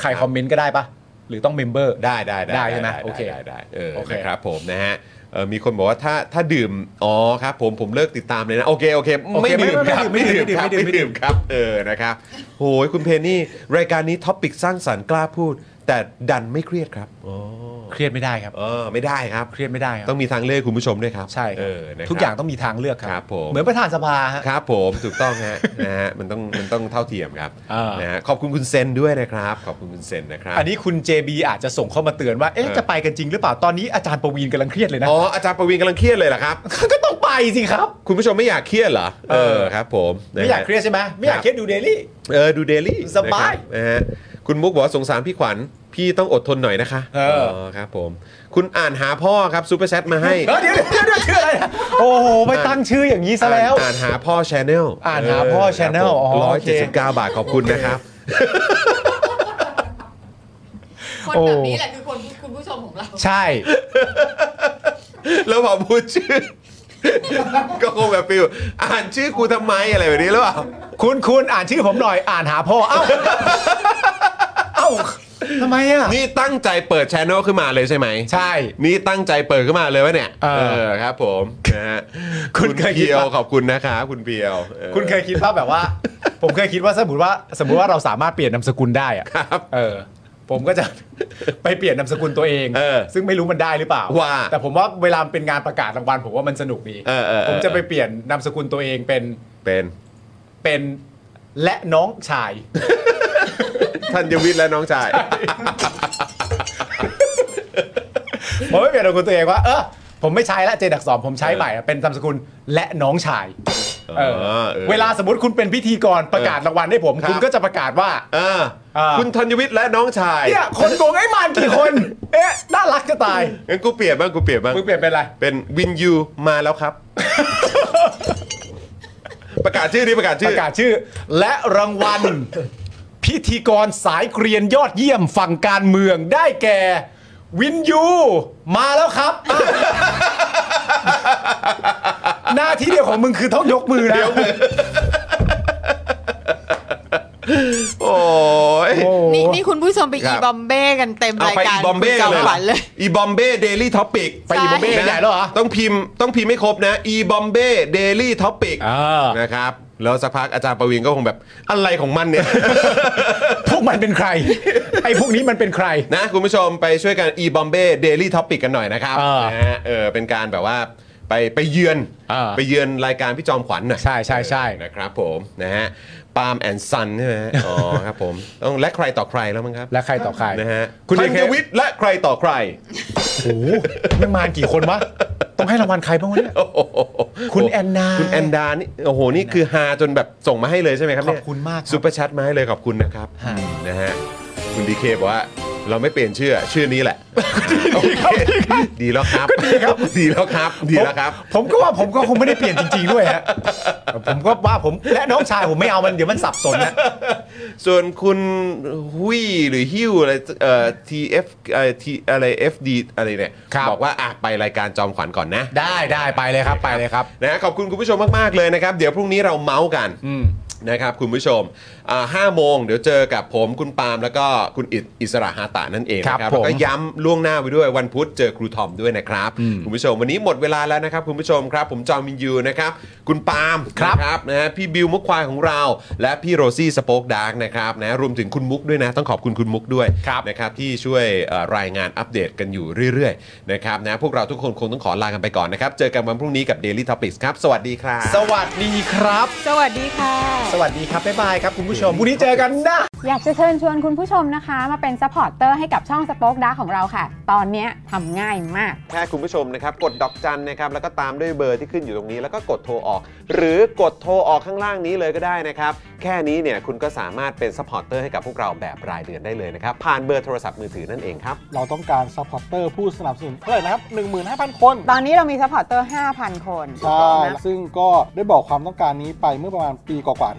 Speaker 2: ใครคอมเมนต์ก็ได้ปะหรือต้องเมมเบอร์
Speaker 1: ได้ได้
Speaker 2: ได้ใช่ไหมโอเค
Speaker 1: ได้ได้เออ
Speaker 2: โอเค
Speaker 1: นะครับผมนะฮะเออมีคนบอกว่าถ้าถ้าดื่ม อ๋อครับผมผมเลิกติดตามเลยนะ โอเคโอเค ไม่ดื่มครับไม่ดื่มครับไม่ดื่มครับเออนะครับโหยคุณเพนนี่ รายการนี้ท็อปิกสร้างสรรค์กล้าพูด แต่ดันไม่เครียดครับอ๋อ
Speaker 2: เครียดไม่ได้ครับ
Speaker 1: เออไม่ได้ครับ
Speaker 2: เครียดไม่ได้ครับ
Speaker 1: ต้องมีทางเลือกให้คุณผู้ชมด้วยครับ
Speaker 2: ใช่ค
Speaker 1: เอ
Speaker 2: รั
Speaker 1: อ
Speaker 2: บ
Speaker 1: นะครับ
Speaker 2: ทุกอย่างต้องมีทางเลือกค
Speaker 1: ครั
Speaker 2: รับ
Speaker 1: ผม
Speaker 2: เหมือนประธานสภาฮะ
Speaker 1: ครับผมถูกต้องฮะ นะฮะมันต้องมันต้องเท่าเทียมครับ
Speaker 2: อ่าน
Speaker 1: นะฮะขอบคุณคุณเซนด้วยนะครับ ขอบคุณคุณเซนนะครับ
Speaker 2: อันนี้คุณ JB อาจจะส่งเข้ามาเตือนว่าเอ๊ะ
Speaker 1: เออ
Speaker 2: จะไปกันจริงหรือเปล่าตอนนี้อาจารย์ประวีนกำลังเครียดเลยนะ
Speaker 1: อ๋ออาจารย์ประวินกำลังเครียดเลยเหรอครับ
Speaker 2: ก็ต้องไปสิครับ
Speaker 1: คุณผู้ชมไม่อยากเครียดเหรอเอ
Speaker 2: เออ
Speaker 1: อครับ ผมนะฮะ
Speaker 2: ไม่อยากเครียดใช่ไหมไม่อยากเครียดดูเดลี่
Speaker 1: เออดูเดลี่
Speaker 2: สบาย
Speaker 1: นะฮะคุณมุกบอกว่าสงสารพี่ขวัญพี่ต้องอดทนหน่อยนะคะ
Speaker 2: เออ
Speaker 1: ครับผม คุณอ่านหาพ่อครับซูเปอร์แชทมาให้
Speaker 2: เออเดี๋ยวเดี๋ยวเดี๋ยวชื่ออะไรนะโอ้โห ไปตั้งชื่ออย่างนี้ซะแล้ว
Speaker 1: อ่านหาพ่อชแนล
Speaker 2: อ่านหาพ่อ Channel อ๋อ
Speaker 1: ร้อย
Speaker 2: โอเค
Speaker 1: เจ็ดสิบเก้าบาทขอบคุณนะครับ
Speaker 3: คนแบบนี้แหละคือคนคุณผู้ชมของเรา
Speaker 2: ใช่
Speaker 1: แล้วพอพูดชื่อ (laughs) ก็คงแบบฟิลอ่านชื่อกูทำไมอะไรแบบนี้หรือเปล่า
Speaker 2: คุณคุณอ่านชื่อผมหน่อยอ่านหาพ่อ เอ้า เอ้าทำไมอ่ะ
Speaker 1: นี่ตั้งใจเปิดช n e l ขึ้นมาเลยใช่ไหม
Speaker 2: ใช่
Speaker 1: นี่ตั้งใจเปิดขึ้นมาเลย วะเนี่ย
Speaker 2: เออ
Speaker 1: ครับผมนะฮะ
Speaker 2: คุณเคยคิด
Speaker 1: เพียว
Speaker 2: ปะ
Speaker 1: ขอบคุณนะครับคุณเพียวออ
Speaker 2: คุณเคยคิดว่าแบบว่า ผมเคยคิดว่าสมมติว่า สมมติว่าเราสามารถเปลี่ยนนามสกุลได้อ่ะ
Speaker 1: ครับ
Speaker 2: เออ ผมก็จะ ไปเปลี่ยนนามสกุลตัวเอง
Speaker 1: เออ
Speaker 2: ซึ่งไม่รู้มันได้หรือเปล่า
Speaker 1: ว่า
Speaker 2: แต่ผมว่าเวลาเป็นงานประกาศรางวัลผมว่ามันสนุกดี
Speaker 1: เออเออเออ
Speaker 2: ผมจะไปเปลี่ยนนามสกุลตัวเองเป็น
Speaker 1: เป็น
Speaker 2: เป็นและน้องชาย
Speaker 1: (laughs) ท่านยวิทย์และน้องชาย
Speaker 2: (laughs) ผมไม่เปลี่ยนนามสกุลตัวเองว่าเออผมไม่ใช้ละเจดักสอนผมใช้ใหม่อะเป็นนามสกุลและน้องชาย
Speaker 1: เอ
Speaker 2: เอ
Speaker 1: อ
Speaker 2: อ
Speaker 1: เออ
Speaker 2: เวลาสมมติคุณเป็นพิธีกรประกาศรางวัลให้ผม
Speaker 1: ครับ
Speaker 2: คุณก็จะประกาศว่า
Speaker 1: เออ
Speaker 2: เออ
Speaker 1: คุณธัญวิทย์และน้องชาย
Speaker 2: เนี่ยคนโกงไอ้มันกี่คน เอ๊ะน่ารักจะตาย
Speaker 1: งั้นกูเปลี่ยนบ้างกูเปลี่ยนบ้าง
Speaker 2: มึงเปลี่ยนเป็นอะไร
Speaker 1: เป็นวินยูมาแล้ว
Speaker 2: (laughs)
Speaker 1: ครับ ประกาศชื่อดิประกาศ
Speaker 2: ป
Speaker 1: ชื่อ
Speaker 2: ระกาศชื่อ และรางวัล พิธีกรสายเกรียนยอดเยี่ยมฝั่งการเมืองได้แก่ วินยู มาแล้ว (laughs) ครับอ่ะหน้าที่เดียวของมึงคือต้องยกมือนะ
Speaker 1: โอ้ย
Speaker 3: นี่นี่คุณผู้ชมไป
Speaker 1: ครั
Speaker 3: อี
Speaker 1: บ
Speaker 3: บอมเบ้กันเต็ม
Speaker 1: เอา
Speaker 3: ราย
Speaker 1: ไป
Speaker 3: การ
Speaker 1: อีบอมเบ้
Speaker 3: คุณจอม
Speaker 1: เลย
Speaker 3: ขวัญเลย
Speaker 1: อีบอมเบ้เดลี่ท็อปิก
Speaker 2: ไปอีบอมเบ้
Speaker 1: นะ
Speaker 2: ใหญ่แล้วเหรอ
Speaker 1: ต้องพิมพ์ต้องพิมพ์ไม่ครบนะอีบอมเบ้เดลี่ท็อปิก
Speaker 2: อ่า
Speaker 1: นะครับ แล้วสักพักอาจารย์ประวินก็คงแบบอะไรของมันเนี่ย (laughs)
Speaker 2: พวกมันเป็นใคร ไอ้พวกนี้มันเป็นใคร
Speaker 1: นะคุณผู้ชมไปช่วยกันอีบอมเบ้เดลี่ท็อปิกกันหน่อยนะครับ
Speaker 2: อ่าน
Speaker 1: นะฮะเออเป็นการแบบว่าไปไปเยือน
Speaker 2: อ่า
Speaker 1: ไปเยือนรายการพี่จอมขวัญหน่อย
Speaker 2: ใช่ใช่ใช่
Speaker 1: เออนะครับผมนะฮะปาล์มแอนซันใช่ไหมฮะอ๋อครับผมต้องและใครต่อใครแล้วมั้งครับ
Speaker 2: และใครต่อใคร
Speaker 1: นะฮะ
Speaker 2: คุณ
Speaker 1: ธั
Speaker 2: เด
Speaker 1: ญวิทย์และใครต่อใคร
Speaker 2: โอ้โหแม่งมานกี่คนวะ ต้องให้รางวัลใครบ้างวะเนี่ย
Speaker 1: โอ้โห
Speaker 2: คุณแอนนา
Speaker 1: คุณแอนดานี่โอ้โหนี่คือฮาจนแบบส่งมาให้เลยใช่ไหมครับเนี่ย
Speaker 2: ขอบคุณมากครับ
Speaker 1: ซูเปอร์แชทมาให้เลยขอบคุณนะครับ
Speaker 2: ฮะ
Speaker 1: นะฮะคุณดีเคบอกว่าเราไม่เปลี่ยนชื่อชื่อนี้แหละโอเคดีแล้วครับดีครับ (laughs) ดีแล้วครับดีแล้วครับ
Speaker 2: ผมผมก็ว่าผมก็คงไม่ได้เปลี่ยนจริงๆด้วยฮะ ผมก็ว่าผมและน้องชายผมไม่เอามันเดี๋ยวมันสับสนนะ
Speaker 1: ส่วนคุณหุยหรือฮิวอะไรเอ่อ TF เอ่อ T อะไร FD อะไรเนี่ย
Speaker 2: ครับ
Speaker 1: บอกว่าอ่ะไปรายการจอมขวัญก่อนนะ
Speaker 2: ได้ได้ไปเลยครับไปเลยครับ
Speaker 1: นะขอบคุณคุณผู้ชมมาก ๆ เลยนะครับ เดี๋ยวพรุ่งนี้เราเมาส์กัน นะครับคุณผู้ชมอ่าห้าโมงเดี๋ยวเจอกับผมคุณปาล์มแล้วก็คุณอิดอิสระหาตานั่นเองนะครับ แล้วก็
Speaker 2: ผม
Speaker 1: ย้ำล่วงหน้าไว้ด้วยวันพุธเจอครูทอมด้วยนะครับ คุณผู้ชมวันนี้หมดเวลาแล้วนะครับคุณผู้ชมครับ ผมจอมินยูนะครับคุณปาล์ม
Speaker 2: ครับ
Speaker 1: นะนะฮะพี่บิวมุกควายของเรา และพี่โรซี่สป็อกดาร์กนะครับนะรวมถึงคุณมุกด้วยนะ ต้องขอบคุณคุณมุกด้วย
Speaker 2: ครับ
Speaker 1: นะครับที่ช่วยเอ่อรายงานอัปเดตกันอยู่เรื่อยๆนะครับนะพวกเราทุกคนคงต้องขอลากันไปก่อนนะครับเจอกันวันพรุ่งนี้กับ Daily Topics ครับสวัสดีครับ
Speaker 2: สวัสดีครับ
Speaker 3: สวัสดีค่ะ
Speaker 2: สวัสดีครับบ๊ายบายครับคุณผู้ชมวันนี้เจอกันนะ
Speaker 5: อยากจะเชิญชวนคุณผู้ชมนะคะ มาเป็นซัพพอร์ตเตอร์ให้กับช่องสป็อคดาของเราค่ะ ตอนเนี้ยทำง่ายมาก
Speaker 1: แค่คุณผู้ชมนะครับ กดดอกจันนะครับ แล้วก็ตามด้วยเบอร์ที่ขึ้นอยู่ตรงนี้ แล้วก็กดโทรออก หรือกดโทรออกข้างล่างนี้เลยก็ได้นะครับ แค่นี้เนี่ยคุณก็สามารถเป็นซัพพอร์ตเตอร์ให้กับพวกเราแบบรายเดือนได้เลยนะครับ ผ่านเบอร์โทรศัพท์มือถือนั่นเองครับ
Speaker 6: เราต้องการซัพพอร์เตอร์ผู้สนับสนุนเท่าไหร่นะครับ 15,000 คน
Speaker 5: ตอนนี้เรามีซัพพอร์ตเตอร์5,000 คน
Speaker 6: ใช่
Speaker 5: นะ
Speaker 6: ซึ่งก็ได้บอกความต้องการนี้ไปเมื่อประมาณปีกว่าๆ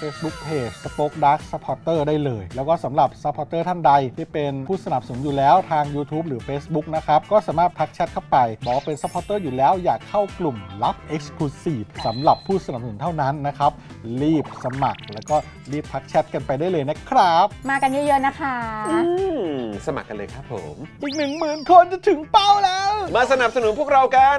Speaker 6: Facebook Page Spoke Dark Supporter ได้เลย แล้วก็สำหรับ Supporter ท่านใดที่เป็นผู้สนับสนุนอยู่แล้วทาง YouTube หรือ Facebook นะครับ ก็สามารถทักแชทเข้าไป บอกว่าเป็น Supporter อยู่แล้วอยากเข้ากลุ่มลับ Exclusive สำหรับผู้สนับสนุนเท่านั้นนะครับ รีบสมัคร แล้วก็รีบทักแชทกันไปได้เลยนะครับ
Speaker 5: มากันเยอะๆนะคะ
Speaker 1: อืมสมัครกันเลยครับผม
Speaker 6: อีก 1 0,000 คนจะถึงเป้าแล้ว
Speaker 1: มาสนับสนุนพวกเรากัน